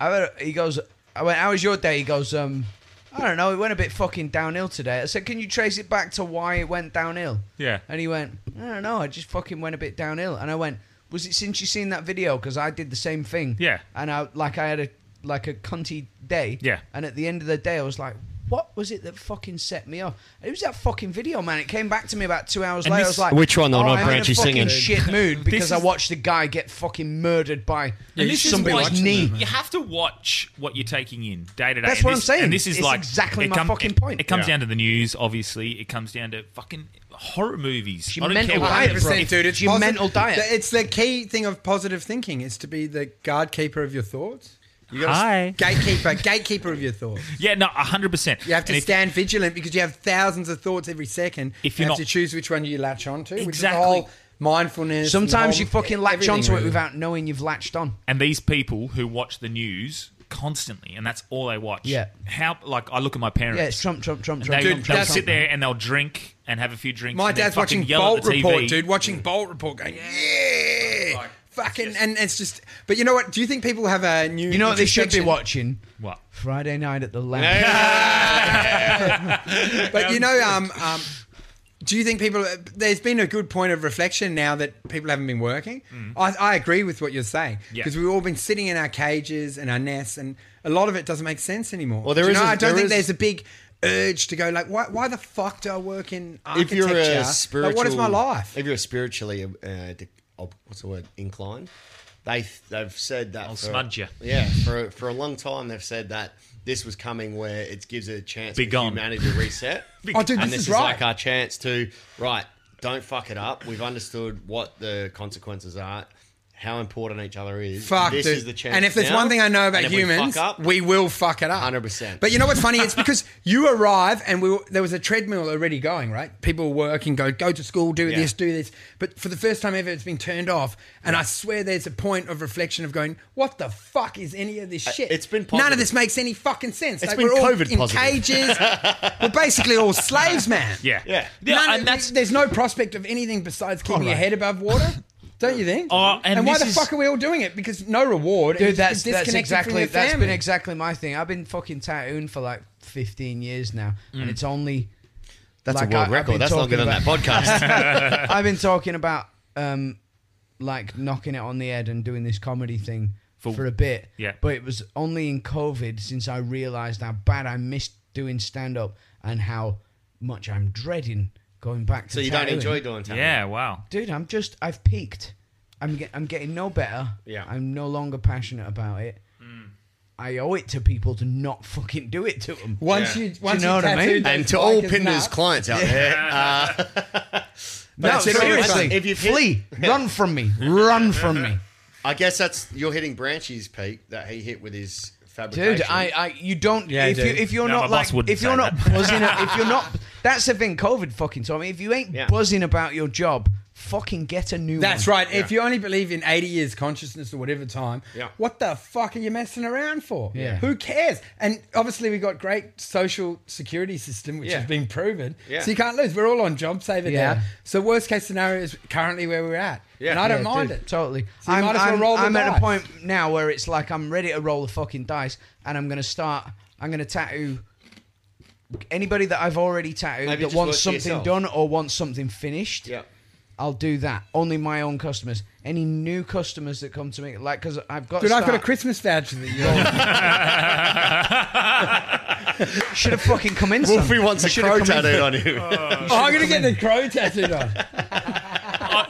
Speaker 6: I went, he goes. I went. How was your day? He goes. Um, I don't know. It went a bit fucking downhill today. I said, can you trace it back to why it went downhill?
Speaker 2: Yeah.
Speaker 6: And he went. I don't know. I just fucking went a bit downhill. And I went. Was it since you seen that video? Because I did the same thing.
Speaker 2: Yeah.
Speaker 6: And I like I had a like a cunty day.
Speaker 2: Yeah.
Speaker 6: And at the end of the day, I was like. What was it that fucking set me off? It was that fucking video, man. It came back to me about two hours
Speaker 2: And
Speaker 6: later.
Speaker 2: this-
Speaker 6: I was like,
Speaker 4: Which one, the
Speaker 6: oh,
Speaker 4: one
Speaker 6: I'm in a
Speaker 4: Branchy's singing?
Speaker 6: fucking shit mood because I
Speaker 2: is-
Speaker 6: watched the guy get fucking murdered by
Speaker 2: And this is
Speaker 6: somebody's
Speaker 2: why
Speaker 6: knee.
Speaker 2: You have to watch what you're taking in day to day.
Speaker 6: That's
Speaker 2: And
Speaker 6: what I'm
Speaker 2: this-
Speaker 6: saying.
Speaker 2: And this is
Speaker 6: It's
Speaker 2: like
Speaker 6: exactly
Speaker 2: it
Speaker 6: my fucking
Speaker 2: it-
Speaker 6: point.
Speaker 2: It comes
Speaker 7: Yeah.
Speaker 2: down to the news, obviously. It comes down to fucking horror movies.
Speaker 6: She
Speaker 2: I don't
Speaker 6: meant
Speaker 2: care
Speaker 6: to
Speaker 2: what
Speaker 6: hide
Speaker 2: it is.
Speaker 6: 100%,
Speaker 5: If-
Speaker 6: dude, it's your
Speaker 5: posi-
Speaker 6: mental diet.
Speaker 5: the- It's the key thing of positive thinking is to be the guard keeper of your thoughts.
Speaker 7: You gotta-
Speaker 5: Gatekeeper, gatekeeper of your thoughts.
Speaker 2: Yeah, no, hundred percent.
Speaker 5: You have to
Speaker 2: and if-
Speaker 5: stand vigilant because you have thousands of thoughts every second.
Speaker 2: If
Speaker 5: you
Speaker 2: you're
Speaker 5: have
Speaker 2: not-
Speaker 5: to choose which one you latch onto, which is the
Speaker 2: Exactly.
Speaker 5: whole mindfulness. and the
Speaker 6: [LAUGHS] Sometimes
Speaker 5: whole-
Speaker 6: you fucking latch
Speaker 5: everything,
Speaker 6: onto it
Speaker 5: really.
Speaker 6: without knowing you've latched on.
Speaker 2: and these people who watch the news constantly, and that's all they watch.
Speaker 6: Yeah.
Speaker 2: How like I look at my parents.
Speaker 6: Yeah, it's Trump, Trump, Trump,
Speaker 2: and
Speaker 6: Trump.
Speaker 2: they,
Speaker 5: Dude,
Speaker 2: will
Speaker 5: that's-
Speaker 2: sit there and they'll drink and have a few drinks.
Speaker 5: My
Speaker 2: and then
Speaker 5: dad's
Speaker 2: fucking
Speaker 5: watching
Speaker 2: yell
Speaker 5: Bolt
Speaker 2: at the TV.
Speaker 5: Report, dude. Watching Bolt Report, going, yeah, fucking, and it's just. But you know what? Do you think people have a new?
Speaker 6: You know what they should be
Speaker 5: introspection?
Speaker 6: watching?
Speaker 2: What?
Speaker 6: Friday night at the Lamb.
Speaker 5: But you know, um, um, do you think people? There's been a good point of reflection now that people haven't been working. I, I agree with what you're saying
Speaker 2: Yeah.
Speaker 5: because we've all been sitting in our cages and our nests, and a lot of it doesn't make sense anymore.
Speaker 4: Well, there
Speaker 5: Do you
Speaker 4: is
Speaker 5: know,
Speaker 4: a-
Speaker 5: I don't
Speaker 4: there
Speaker 5: think
Speaker 4: is-
Speaker 5: there's a big urge to go like, why, why the fuck do I work in
Speaker 4: if
Speaker 5: architecture?
Speaker 4: you're a spiritual,
Speaker 5: like, what is my life?
Speaker 4: If you're spiritually, uh, de- ob- what's the word, inclined, they they've said that.
Speaker 2: I'll
Speaker 4: for-
Speaker 2: smudge ya.
Speaker 4: Yeah, for for a long time they've said that this was coming, where it gives a chance
Speaker 2: Be
Speaker 4: for
Speaker 2: gone.
Speaker 4: humanity
Speaker 2: [LAUGHS]
Speaker 4: to reset.
Speaker 5: Oh, dude,
Speaker 4: and
Speaker 5: this
Speaker 4: this
Speaker 5: is
Speaker 4: is
Speaker 5: right.
Speaker 4: like our chance to right. Don't fuck it up. We've understood what the consequences are. How important each other is.
Speaker 5: Fuck,
Speaker 4: this
Speaker 5: dude.
Speaker 4: is the chance.
Speaker 5: and if there's
Speaker 4: now,
Speaker 5: one thing I know about
Speaker 4: and if we,
Speaker 5: humans, we,
Speaker 4: fuck up,
Speaker 5: will fuck it up.
Speaker 4: 100%.
Speaker 5: But you know what's funny?
Speaker 4: [LAUGHS]
Speaker 5: It's because you arrive and we were, there was a treadmill already going, right? People work and go, go to school, do
Speaker 4: Yeah.
Speaker 5: this, do this. But for the first time ever, it's been turned off. And I swear there's a point of reflection of going, what the fuck is any of this shit?
Speaker 4: Uh, it's been
Speaker 5: None of
Speaker 4: positive.
Speaker 5: this makes any fucking sense.
Speaker 4: It's
Speaker 5: like,
Speaker 4: been
Speaker 5: we're all
Speaker 4: COVID
Speaker 5: in
Speaker 4: positive. [LAUGHS]
Speaker 5: cages. we're basically all slaves, man.
Speaker 2: Yeah.
Speaker 4: Yeah.
Speaker 2: Yeah.
Speaker 5: None of-
Speaker 2: and that's
Speaker 5: there's no prospect of anything besides keeping your
Speaker 6: Alright.
Speaker 5: head above
Speaker 6: [LAUGHS]
Speaker 5: water. Don't you think?
Speaker 2: Oh, and
Speaker 5: why
Speaker 2: this
Speaker 5: the
Speaker 2: is-
Speaker 5: fuck are we all doing it? Because no reward.
Speaker 6: Dude,
Speaker 5: It's
Speaker 6: that's that's
Speaker 5: disconnected From
Speaker 6: exactly
Speaker 5: your
Speaker 6: that's
Speaker 5: family.
Speaker 6: been exactly my thing. I've been fucking tattooing for like 15 years now, and it's only
Speaker 4: that's
Speaker 6: like,
Speaker 4: a
Speaker 6: I-
Speaker 4: world
Speaker 6: I've been
Speaker 4: record. That's not
Speaker 5: [LAUGHS]
Speaker 6: talking
Speaker 4: good on that podcast. [LAUGHS]
Speaker 6: I've been talking about um, like knocking it on the head and doing this comedy thing for, a bit.
Speaker 2: Yeah.
Speaker 6: But it was only in COVID since I realised how bad I missed doing stand up and how much I'm dreading going back to
Speaker 7: So you don't
Speaker 6: tattooing.
Speaker 7: enjoy doing talent.
Speaker 2: Yeah, wow.
Speaker 6: Dude, I'm just I've peaked. I'm get, I'm getting no better.
Speaker 7: Yeah.
Speaker 6: I'm no longer passionate about it. I owe it to people to not fucking do it to them.
Speaker 5: Once
Speaker 7: Yeah.
Speaker 5: you, once
Speaker 6: know
Speaker 5: you
Speaker 6: what I
Speaker 5: tattooed
Speaker 6: mean?
Speaker 5: those
Speaker 7: And to all
Speaker 5: bikers'
Speaker 7: Pinder's
Speaker 5: nuts-
Speaker 7: clients out there, uh,
Speaker 6: No,
Speaker 7: that's it.
Speaker 6: seriously.
Speaker 7: If you've hit-
Speaker 6: flee, run from me. Run from me.
Speaker 7: I guess that's you're hitting Branchies peak that he hit with his fabrication.
Speaker 6: Dude, I, I, you don't.
Speaker 5: Yeah,
Speaker 6: if
Speaker 5: dude.
Speaker 6: you, if you're
Speaker 2: No, my
Speaker 6: not
Speaker 2: boss
Speaker 6: like,
Speaker 2: wouldn't
Speaker 6: if you're
Speaker 2: say
Speaker 6: not
Speaker 2: that.
Speaker 6: buzzing, if you're not, that's the thing. COVID fucking taught me. If you ain't
Speaker 7: Yeah.
Speaker 6: buzzing about your job, fucking get a new.
Speaker 5: That's
Speaker 6: one.
Speaker 5: right. If you only believe in 80 years consciousness or whatever time,
Speaker 7: Yeah.
Speaker 5: what the fuck are you messing around for?
Speaker 6: Yeah.
Speaker 5: Who cares? And obviously we've got great social security system, which
Speaker 7: Yeah.
Speaker 5: has been proven.
Speaker 7: Yeah.
Speaker 5: So you can't lose. We're all on job saver
Speaker 6: Yeah.
Speaker 5: now. So worst case scenario is currently where we're at.
Speaker 7: Yeah.
Speaker 5: And I don't
Speaker 6: Yeah,
Speaker 5: mind
Speaker 6: dude,
Speaker 5: it.
Speaker 6: Totally.
Speaker 5: So you
Speaker 6: I'm,
Speaker 5: might as well
Speaker 6: I'm-
Speaker 5: roll the
Speaker 6: I'm at a
Speaker 5: dice.
Speaker 6: point now where it's like I'm ready to roll the fucking dice, and I'm gonna start. I'm gonna tattoo anybody that I've already tattooed
Speaker 7: Maybe
Speaker 6: that
Speaker 7: just
Speaker 6: wants
Speaker 7: work for
Speaker 6: something
Speaker 7: yourself.
Speaker 6: done or wants something finished.
Speaker 7: Yeah.
Speaker 6: I'll do that. Only my own customers. Any new customers that come to me, like, because I've got.
Speaker 5: Dude,
Speaker 6: to
Speaker 5: I've got a
Speaker 6: start-
Speaker 5: Christmas voucher that
Speaker 6: [LAUGHS]
Speaker 5: you're
Speaker 6: Should have
Speaker 5: [LAUGHS]
Speaker 6: fucking come in. son.
Speaker 7: Wolfie wants a
Speaker 6: Should have
Speaker 7: crow
Speaker 6: come in.
Speaker 7: tattooed on
Speaker 2: [LAUGHS]
Speaker 7: him.
Speaker 5: Oh, I'm going to get the crow tattooed on.
Speaker 2: I-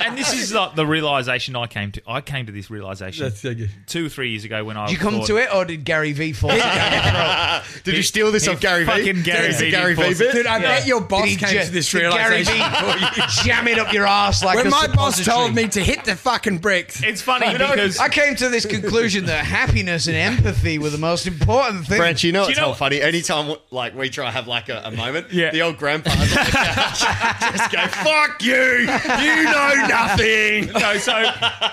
Speaker 2: and this is like the realization I came to. I came to this realization
Speaker 5: That's so good.
Speaker 2: two, three years ago when I.
Speaker 6: Did you come
Speaker 2: thought-
Speaker 6: to it, or did Gary
Speaker 5: [LAUGHS]
Speaker 6: V force it?
Speaker 7: Did you steal this
Speaker 2: he
Speaker 7: off Gary Vee?
Speaker 2: fucking Gary
Speaker 7: Is it
Speaker 2: Vee
Speaker 7: Gary
Speaker 2: did
Speaker 7: Vee
Speaker 2: force
Speaker 7: bit?
Speaker 5: Dude, I bet your boss
Speaker 6: Did he
Speaker 5: came
Speaker 6: ju-
Speaker 5: to this
Speaker 6: did Gary
Speaker 5: realization.
Speaker 6: V jam it up your ass like
Speaker 5: When
Speaker 6: a
Speaker 5: my boss
Speaker 6: suppository?
Speaker 5: told me to hit the fucking bricks.
Speaker 2: It's funny because
Speaker 6: I came to this conclusion that happiness and empathy were the most important thing.
Speaker 7: Branch, you know
Speaker 2: Do you
Speaker 7: it's
Speaker 2: know-
Speaker 7: all funny. Anytime like we try to have like a, a moment,
Speaker 2: Yeah.
Speaker 7: the old grandpa's on the couch just go, "Fuck you! You know nothing."
Speaker 2: no, so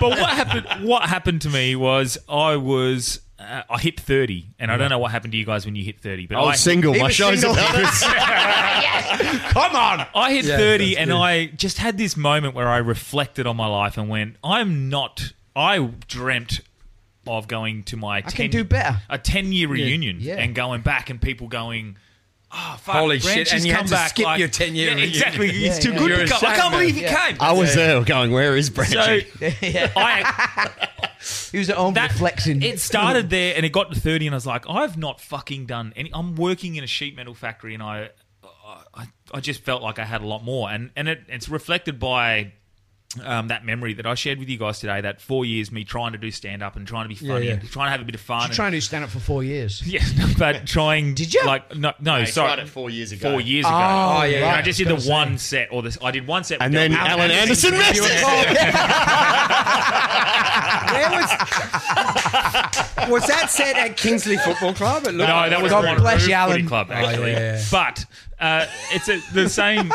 Speaker 2: but what happened? What happened to me was I was uh, I hit thirty, and I don't know what happened to you guys when you hit thirty, but I
Speaker 7: My show's about [LAUGHS]
Speaker 2: Come on, I hit
Speaker 5: Yeah,
Speaker 2: thirty,
Speaker 5: that's
Speaker 2: and
Speaker 5: good.
Speaker 2: I just had this moment where I reflected on my life and went, "I'm not." I dreamt of going to my
Speaker 6: can do better.
Speaker 2: a ten year reunion
Speaker 6: yeah.
Speaker 2: and going back and people going. Oh, fuck,
Speaker 5: Holy
Speaker 2: Branch
Speaker 5: shit,
Speaker 2: has
Speaker 5: and you had
Speaker 2: come
Speaker 5: to
Speaker 2: back,
Speaker 5: skip
Speaker 2: like-
Speaker 5: your 10-year
Speaker 2: Yeah,
Speaker 5: reunion.
Speaker 2: exactly.
Speaker 6: Yeah,
Speaker 2: it's too
Speaker 6: yeah.
Speaker 2: good
Speaker 5: You're
Speaker 2: to
Speaker 5: a
Speaker 2: go. I
Speaker 5: shame,
Speaker 2: can't believe he
Speaker 6: man. Yeah.
Speaker 2: came.
Speaker 7: I was there going, "Where is Branch?"
Speaker 2: So
Speaker 5: [LAUGHS]
Speaker 2: I
Speaker 6: He was at home
Speaker 2: that
Speaker 6: reflecting.
Speaker 2: It started there, and it got to thirty, and I was like, I've not fucking done any. I'm working in a sheet metal factory, and I, I, I just felt like I had a lot more, and and it, it's reflected by. Um, that memory that I shared with you guys today, that four years me trying to do stand up and trying to be funny
Speaker 5: yeah.
Speaker 2: and trying to have a bit of fun. and-
Speaker 6: trying to stand up for four years.
Speaker 2: [LAUGHS] yeah, but trying.
Speaker 6: Did you?
Speaker 2: Like, no, no,
Speaker 7: I
Speaker 2: sorry.
Speaker 7: tried it four years ago.
Speaker 2: Four years ago.
Speaker 6: Oh,
Speaker 5: yeah,
Speaker 2: And
Speaker 5: right,
Speaker 2: I just
Speaker 6: I
Speaker 2: did
Speaker 6: was
Speaker 2: the
Speaker 6: gonna say.
Speaker 2: one set, or this. I did one set,
Speaker 7: and
Speaker 2: with
Speaker 7: then
Speaker 2: Del-
Speaker 7: Alan Anderson missed
Speaker 2: [LAUGHS]
Speaker 6: Oh.
Speaker 7: it.
Speaker 5: Where was, was that set at Kingsley Football Club? It looked
Speaker 2: No, that was
Speaker 6: God
Speaker 2: Ron
Speaker 6: bless
Speaker 2: Roof
Speaker 6: you,
Speaker 2: Footy
Speaker 6: Alan. Oh,
Speaker 2: Club, actually.
Speaker 5: yeah, yeah.
Speaker 2: But uh, it's a, the same.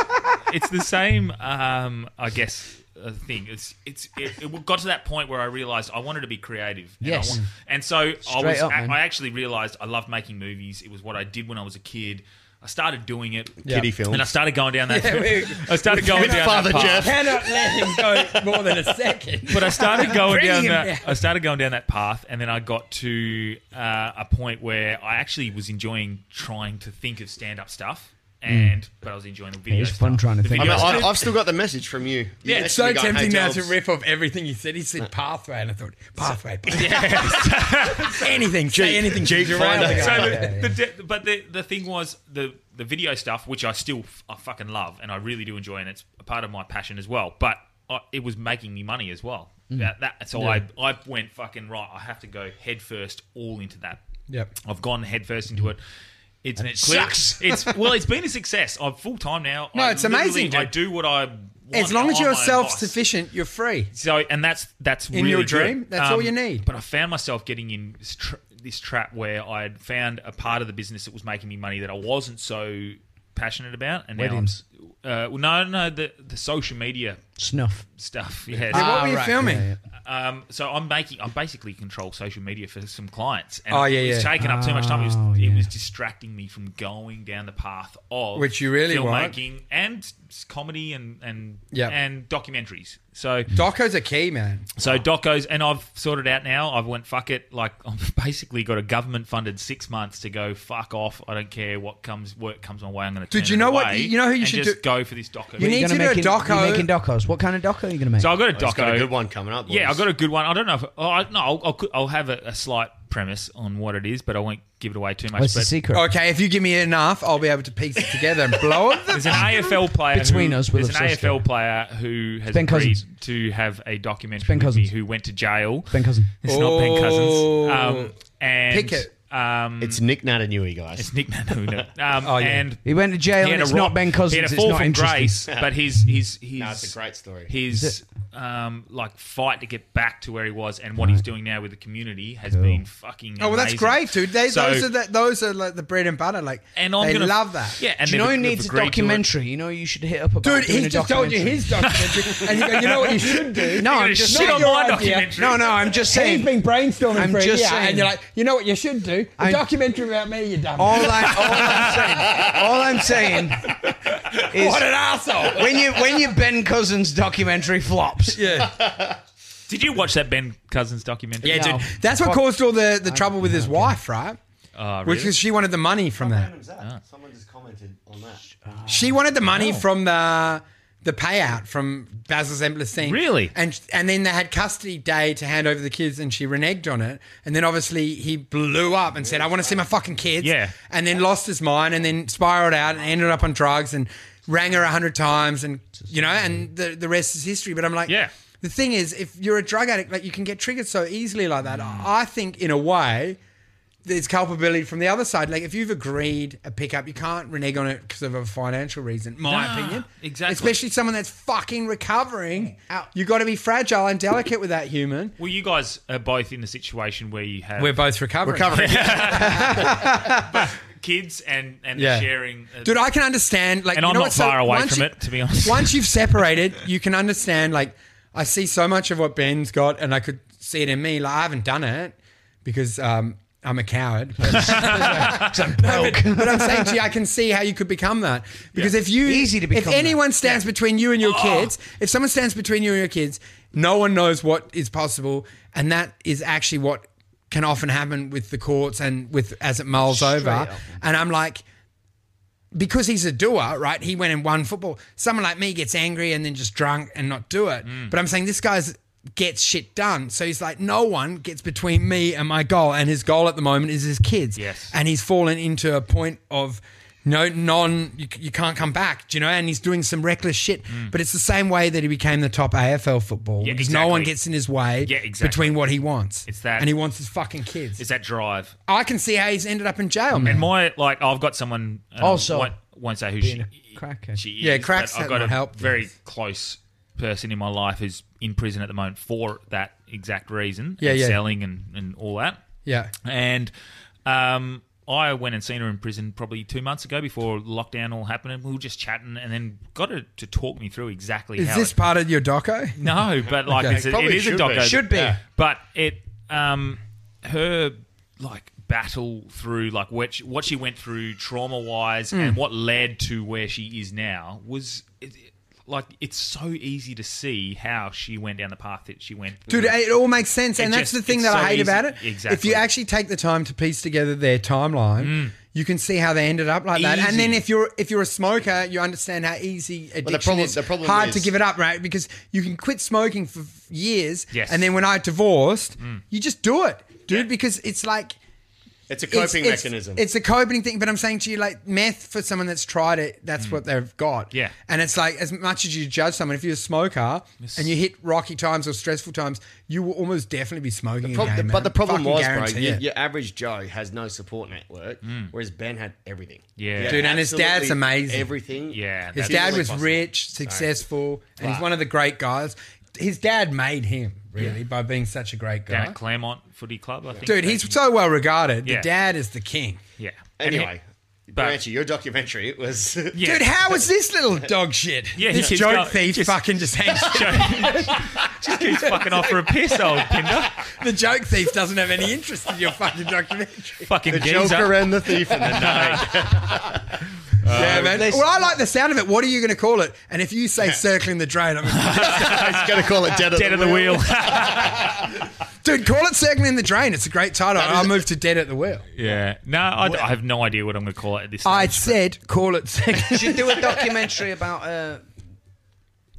Speaker 2: it's the same. Um, I guess uh, thing. It's it's it, it got to that point where I realised I wanted to be creative. And I
Speaker 6: Yes.
Speaker 2: wa- and so I
Speaker 6: Straight
Speaker 2: was.
Speaker 6: up,
Speaker 2: I-
Speaker 6: man.
Speaker 2: I actually realised I loved making movies. It was what I did when I was a kid. I started doing it.
Speaker 7: Kiddie films.
Speaker 2: And I started going down that. [LAUGHS]
Speaker 5: we-
Speaker 2: I started going down
Speaker 7: Father
Speaker 2: that path.
Speaker 7: Jeff.
Speaker 5: cannot let him go more than a second.
Speaker 2: but I
Speaker 5: [LAUGHS]
Speaker 2: started going
Speaker 5: Bring
Speaker 2: down
Speaker 5: him
Speaker 2: that.
Speaker 5: down.
Speaker 2: I started going down that path, and then I got to uh, a point where I actually was enjoying trying to think of stand-up stuff, and but I was enjoying the video.
Speaker 6: It is fun
Speaker 2: stuff.
Speaker 6: trying to
Speaker 2: The
Speaker 6: think
Speaker 7: I mean,
Speaker 2: video
Speaker 7: I,
Speaker 2: stuff.
Speaker 7: I've still got the message from you.
Speaker 2: Yeah,
Speaker 5: It's so tempting now to rip off everything he said. He said pathway, and I thought pathway. pathway. anything, say anything.
Speaker 7: Jeep
Speaker 5: Derail the guy.
Speaker 7: Finder.
Speaker 2: so the, the, de- but the, the thing was the the video stuff, which I still f- I fucking love and I really do enjoy, and it's a part of my passion as well. But I, it was making me money as well. That, that, so I I went fucking right. I have to go head first all into that.
Speaker 5: Yep.
Speaker 2: I've gone head first into it. It's and it
Speaker 6: sucks.
Speaker 2: It's well, it's been a success. I'm full time now.
Speaker 5: No,
Speaker 2: I
Speaker 5: it's amazing,
Speaker 2: literally- I
Speaker 5: dude.
Speaker 2: do what I. want
Speaker 5: as long as
Speaker 2: on
Speaker 5: you're
Speaker 2: my own boss.
Speaker 5: self-sufficient, you're free.
Speaker 2: So, and that's that's
Speaker 5: In
Speaker 2: really
Speaker 5: your
Speaker 2: good. Um,
Speaker 5: dream, that's all you need.
Speaker 2: But I found myself getting in this, tra- this trap where I had found a part of the business that was making me money that I wasn't so passionate about. And
Speaker 6: Weddings.
Speaker 2: now, I'm s- uh, well, no, no, the the social media
Speaker 6: Snuff.
Speaker 2: stuff. [LAUGHS] Yes.
Speaker 5: What
Speaker 6: Ah,
Speaker 5: were you
Speaker 6: right,
Speaker 5: filming?
Speaker 6: yeah,
Speaker 2: Um, so I'm making, I basically control social media for some clients. And
Speaker 5: Oh, yeah,
Speaker 2: It was
Speaker 5: yeah.
Speaker 2: taking up too much time. It was,
Speaker 6: Oh, yeah.
Speaker 2: it was distracting me from going down the path of
Speaker 5: Which you really want.
Speaker 2: filmmaking and s- comedy and and
Speaker 5: Yeah.
Speaker 2: and documentaries. So
Speaker 5: Docos are key, man.
Speaker 2: so docos, and I've sorted out now. I've went fuck it. Like [LAUGHS] I've basically got a government funded six months to go fuck off. I don't care what comes work comes my way. I'm going to.
Speaker 5: Dude, you know what- you know who you should
Speaker 2: just
Speaker 5: do-
Speaker 2: go for this doco.
Speaker 5: You need
Speaker 6: You're
Speaker 5: to
Speaker 6: gonna
Speaker 5: do a
Speaker 6: make in-
Speaker 5: doco
Speaker 6: you're making docos, else. What kind of doc are you going to make?
Speaker 2: So I've got a
Speaker 7: He's
Speaker 2: doco.
Speaker 7: got a good one coming up.
Speaker 2: Yeah, I've
Speaker 7: boys.
Speaker 2: got a good one. I don't know if. Oh, I, no, I'll, I'll, I'll have a, a slight premise on what it is, but I won't give it away too much.
Speaker 6: What's the
Speaker 2: But
Speaker 6: secret?
Speaker 5: Okay, if you give me enough, I'll be able to piece it together and blow it.
Speaker 2: There's an AFL player
Speaker 6: Between
Speaker 2: who,
Speaker 6: us, we're
Speaker 2: There's an
Speaker 6: obsessed
Speaker 2: AFL player who has
Speaker 6: Ben
Speaker 2: agreed
Speaker 6: Cousins.
Speaker 2: to have a documentary
Speaker 6: Ben
Speaker 2: with me
Speaker 6: Cousins.
Speaker 2: who went to jail.
Speaker 6: Ben Cousin.
Speaker 2: It's not Ben
Speaker 5: Oh.
Speaker 2: Cousins. Um, and
Speaker 5: Pick it.
Speaker 2: Um,
Speaker 7: It's Nick Natanui, guys.
Speaker 2: it's [LAUGHS] Nick Nanuna. Um,
Speaker 5: Oh,
Speaker 2: And
Speaker 6: He went to jail
Speaker 2: he had a
Speaker 6: and it's
Speaker 2: ro-
Speaker 6: not Ben Cousins.
Speaker 2: He had a
Speaker 6: it's
Speaker 2: fall
Speaker 6: not
Speaker 2: from
Speaker 6: interesting.
Speaker 2: grace, but his his his
Speaker 7: No, it's a great story.
Speaker 2: his um, like fight to get back to where he was and what he's doing now with the community has been fucking.
Speaker 5: Oh well, that's
Speaker 2: amazing.
Speaker 5: great, dude. They,
Speaker 2: So-
Speaker 5: those are the, those are like the bread and butter. Like,
Speaker 2: and I'm
Speaker 5: they
Speaker 2: gonna,
Speaker 5: love that.
Speaker 2: Yeah, and
Speaker 6: Do you know
Speaker 2: they've-
Speaker 6: who
Speaker 2: they've
Speaker 6: needs a
Speaker 2: agreed to it.
Speaker 6: documentary? You know you should hit up about
Speaker 5: Dude,
Speaker 6: doing
Speaker 5: he's
Speaker 6: a
Speaker 5: just told you
Speaker 6: documentary.
Speaker 5: his documentary, and you go, you know what you should [LAUGHS] do?
Speaker 6: No, I'm
Speaker 2: You're
Speaker 6: just
Speaker 2: gonna shit
Speaker 6: saying-
Speaker 2: on my
Speaker 5: your idea.
Speaker 2: documentary.
Speaker 6: No, no, I'm just saying.
Speaker 5: He's been brainstorming
Speaker 6: I'm
Speaker 5: for a
Speaker 6: just
Speaker 5: year,
Speaker 6: saying-
Speaker 5: and you're like, you know what you should do? A
Speaker 6: I'm-
Speaker 5: documentary about me, you dumb.
Speaker 6: All, I, all I'm saying, all I'm saying
Speaker 5: [LAUGHS]
Speaker 6: is
Speaker 5: what an [LAUGHS] asshole!
Speaker 6: when you when your Ben Cousins documentary flops,
Speaker 5: yeah.
Speaker 2: Did you watch that Ben Cousins documentary?
Speaker 5: Yeah,
Speaker 6: No.
Speaker 5: dude. That's what
Speaker 6: Fuck.
Speaker 5: caused all the, the trouble with his wife, right?
Speaker 2: Oh, really?
Speaker 5: Which was she wanted the money from that.
Speaker 7: What was that? Someone just commented on that.
Speaker 5: She wanted the money
Speaker 2: Oh.
Speaker 5: from the the payout from Basil's endless thing.
Speaker 2: Really?
Speaker 5: And and then they had custody day to hand over the kids, and she reneged on it. And then obviously he blew up and said, "I want to see my fucking kids."
Speaker 2: Yeah.
Speaker 5: And then lost his mind, and then spiraled out, and ended up on drugs, and rang her a hundred times, and you know, and the the rest is history. But I'm like,
Speaker 2: Yeah.
Speaker 5: The thing is, if you're a drug addict, like you can get triggered so easily like that.
Speaker 2: Mm.
Speaker 5: I think in a way there's culpability from the other side. Like if you've agreed a pickup, you can't renege on it because of a financial reason. My
Speaker 2: Nah,
Speaker 5: opinion,
Speaker 2: exactly.
Speaker 5: Especially someone that's fucking recovering.
Speaker 6: Ow.
Speaker 5: You got to be fragile and delicate with that human.
Speaker 2: Well, you guys are both in the situation where you have
Speaker 5: both recovering.
Speaker 2: kids and and
Speaker 5: Yeah.
Speaker 2: sharing. uh,
Speaker 5: Dude, I can understand. Like,
Speaker 2: And
Speaker 5: you
Speaker 2: I'm
Speaker 5: know
Speaker 2: not
Speaker 5: what's so-
Speaker 2: far away
Speaker 5: once
Speaker 2: from
Speaker 5: you-
Speaker 2: it, to be honest.
Speaker 5: [LAUGHS]
Speaker 2: [LAUGHS]
Speaker 5: Once you've separated, you can understand. Like, I see so much of what Ben's got, and I could see it in me. Like, I haven't done it because um, I'm a coward. [LAUGHS] but I'm saying to you, I can see how you could become that because if you
Speaker 6: Easy to
Speaker 5: if
Speaker 6: become
Speaker 5: anyone stands between you and
Speaker 2: Oh.
Speaker 5: your kids, if someone stands between you and your kids, no one knows what is possible, and that is actually what can often happen with the courts and with as it mulls over. And I'm like. Because he's a doer, right? He went and won football. Someone like me gets angry and then just drunk and not do it.
Speaker 2: Mm.
Speaker 5: But I'm saying this guy's gets shit done. So he's like, no one gets between me and my goal. And his goal at the moment is his kids
Speaker 2: Yes.
Speaker 5: and he's fallen into a point of no non you, you can't come back do you know and he's doing some reckless shit but it's the same way that he became the top afl football
Speaker 2: Mm. Yeah,
Speaker 5: because no one
Speaker 2: exactly.
Speaker 5: gets in his way
Speaker 2: Yeah, exactly.
Speaker 5: between what he wants
Speaker 2: It's that-
Speaker 5: and he wants his fucking kids
Speaker 2: It's that drive.
Speaker 5: i can see how he's ended up in jail man
Speaker 2: And my like, I've got someone. and I
Speaker 6: Also,
Speaker 2: won't, won't say who she,
Speaker 6: a crackhead.
Speaker 2: she is.
Speaker 5: Yeah, cracks
Speaker 2: but I've
Speaker 5: that
Speaker 2: got
Speaker 5: will
Speaker 2: a
Speaker 5: help.
Speaker 2: very close person in my life who's in prison at the moment for that exact reason.
Speaker 5: Yeah,
Speaker 2: and
Speaker 5: yeah.
Speaker 2: selling and and all that.
Speaker 5: yeah
Speaker 2: And um, I went and seen her in prison probably two months ago before lockdown all happened, and we were just chatting, and then got her to talk me through exactly
Speaker 5: is
Speaker 2: how.
Speaker 5: this
Speaker 2: it-
Speaker 5: part of your doco
Speaker 2: no, but like
Speaker 5: Okay.
Speaker 2: it's a, it
Speaker 7: Probably
Speaker 2: is a
Speaker 7: should
Speaker 2: doco.
Speaker 7: be.
Speaker 6: should be.
Speaker 2: But it, um, her like battle through like what she, what she went through trauma wise
Speaker 5: Hmm.
Speaker 2: and what led to where she is now was. It, it- like it's so easy to see how she went down the path that she went.
Speaker 5: Dude, it all makes sense,
Speaker 2: Mm. It
Speaker 5: and that's
Speaker 2: just-
Speaker 5: the thing
Speaker 2: it's
Speaker 5: that
Speaker 2: so
Speaker 5: I hate
Speaker 2: easy-
Speaker 5: about it. If
Speaker 2: exactly. Mm.
Speaker 5: you actually take the time to piece together their timeline, you can see how they ended up like that.
Speaker 2: Easy.
Speaker 5: And then if you're if you're a smoker, you understand how easy addiction
Speaker 7: problem-
Speaker 5: is.
Speaker 7: the problem
Speaker 5: hard to
Speaker 7: is-
Speaker 5: give it up, right? Because you can quit smoking for f- years,
Speaker 2: Yes. Mm.
Speaker 5: and then when I divorced, you just do it, dude, because it's like
Speaker 7: It's a
Speaker 5: it's-
Speaker 7: coping
Speaker 5: it's-
Speaker 7: mechanism.
Speaker 5: It's a coping thing, but I'm saying to you, like meth for someone that's tried it,
Speaker 7: Mm.
Speaker 5: that's what they've got.
Speaker 2: Yeah.
Speaker 5: and it's like as much as you judge someone, if you're a smoker and you hit rocky times or stressful times, you will almost definitely be smoking
Speaker 7: Prob-
Speaker 5: again.
Speaker 7: the-
Speaker 5: man.
Speaker 7: but the problem
Speaker 5: Fucking
Speaker 7: was, bro,
Speaker 5: guarantee
Speaker 7: your,
Speaker 5: it.
Speaker 7: your average Joe has no support network, whereas Ben had everything.
Speaker 2: Yeah.
Speaker 7: He had
Speaker 5: Dude, and his dad's
Speaker 7: absolutely
Speaker 5: amazing.
Speaker 7: Everything.
Speaker 2: Yeah,
Speaker 5: His
Speaker 2: that's
Speaker 5: dad
Speaker 7: really
Speaker 5: was
Speaker 7: possible.
Speaker 5: rich, successful, and he's
Speaker 7: Right.
Speaker 5: one of the great guys. His dad made him really by being such a great
Speaker 2: down
Speaker 5: guy.
Speaker 2: at Claremont Footy Club. I think.
Speaker 5: Dude, he's so well regarded.
Speaker 2: Yeah.
Speaker 5: The dad is the king.
Speaker 2: yeah. And he-
Speaker 7: Anyway, Branchy, your documentary [LAUGHS] was.
Speaker 2: Yeah.
Speaker 5: Dude, how was this little dog shit?
Speaker 2: Yeah,
Speaker 5: this
Speaker 2: he's
Speaker 5: joke
Speaker 2: got-
Speaker 5: thief
Speaker 2: just-
Speaker 5: fucking
Speaker 7: [LAUGHS]
Speaker 5: just hangs
Speaker 2: just keeps fucking off for a piss, old
Speaker 7: [LAUGHS]
Speaker 2: Pinder.
Speaker 5: The joke thief doesn't have any interest in your fucking documentary.
Speaker 2: Fucking
Speaker 7: the
Speaker 2: geezer.
Speaker 7: Joker and the [LAUGHS] thief and the
Speaker 6: Uh,
Speaker 5: yeah, man. Well, I like the sound of it. What are you going to call it? And if you say circling the drain, I'm gonna,
Speaker 7: He's going to call it Dead at
Speaker 2: Dead
Speaker 7: the
Speaker 2: of the
Speaker 7: Wheel.
Speaker 2: wheel.
Speaker 7: [LAUGHS]
Speaker 2: [LAUGHS]
Speaker 5: dude, call it circling the drain. It's a great title. I'll move to dead at the wheel.
Speaker 2: yeah. No, I, I have no idea what I'm going to call it at this
Speaker 5: I
Speaker 2: stage.
Speaker 5: said call it circling.
Speaker 6: Should do a documentary about uh,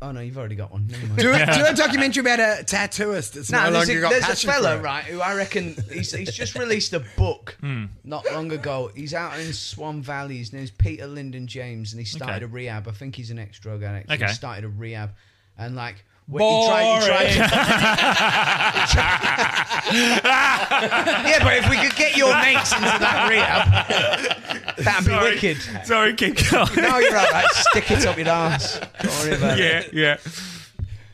Speaker 6: Oh no, you've already got one. Never mind.
Speaker 5: Do, a, do a documentary about a tattooist. It's
Speaker 6: Nah,
Speaker 5: no
Speaker 6: there's
Speaker 5: longer
Speaker 6: a,
Speaker 5: got
Speaker 6: there's a
Speaker 5: passion
Speaker 6: fella,
Speaker 5: for it.
Speaker 6: right, who I reckon he's, he's just released a book not long ago. He's out in Swan Valley. His name's Peter Lyndon James, and he started
Speaker 2: Okay.
Speaker 6: a rehab. I think he's an ex drug addict.
Speaker 2: Okay.
Speaker 6: He started a rehab, and like, what he tried, he tried to [LAUGHS]
Speaker 12: yeah, but if we could get your mates into that rehab,
Speaker 6: that'd be wicked.
Speaker 2: Sorry, keep going.
Speaker 6: No, you're all right. Stick it up your ass. Don't worry about
Speaker 2: [LAUGHS]
Speaker 6: it.
Speaker 2: yeah, yeah.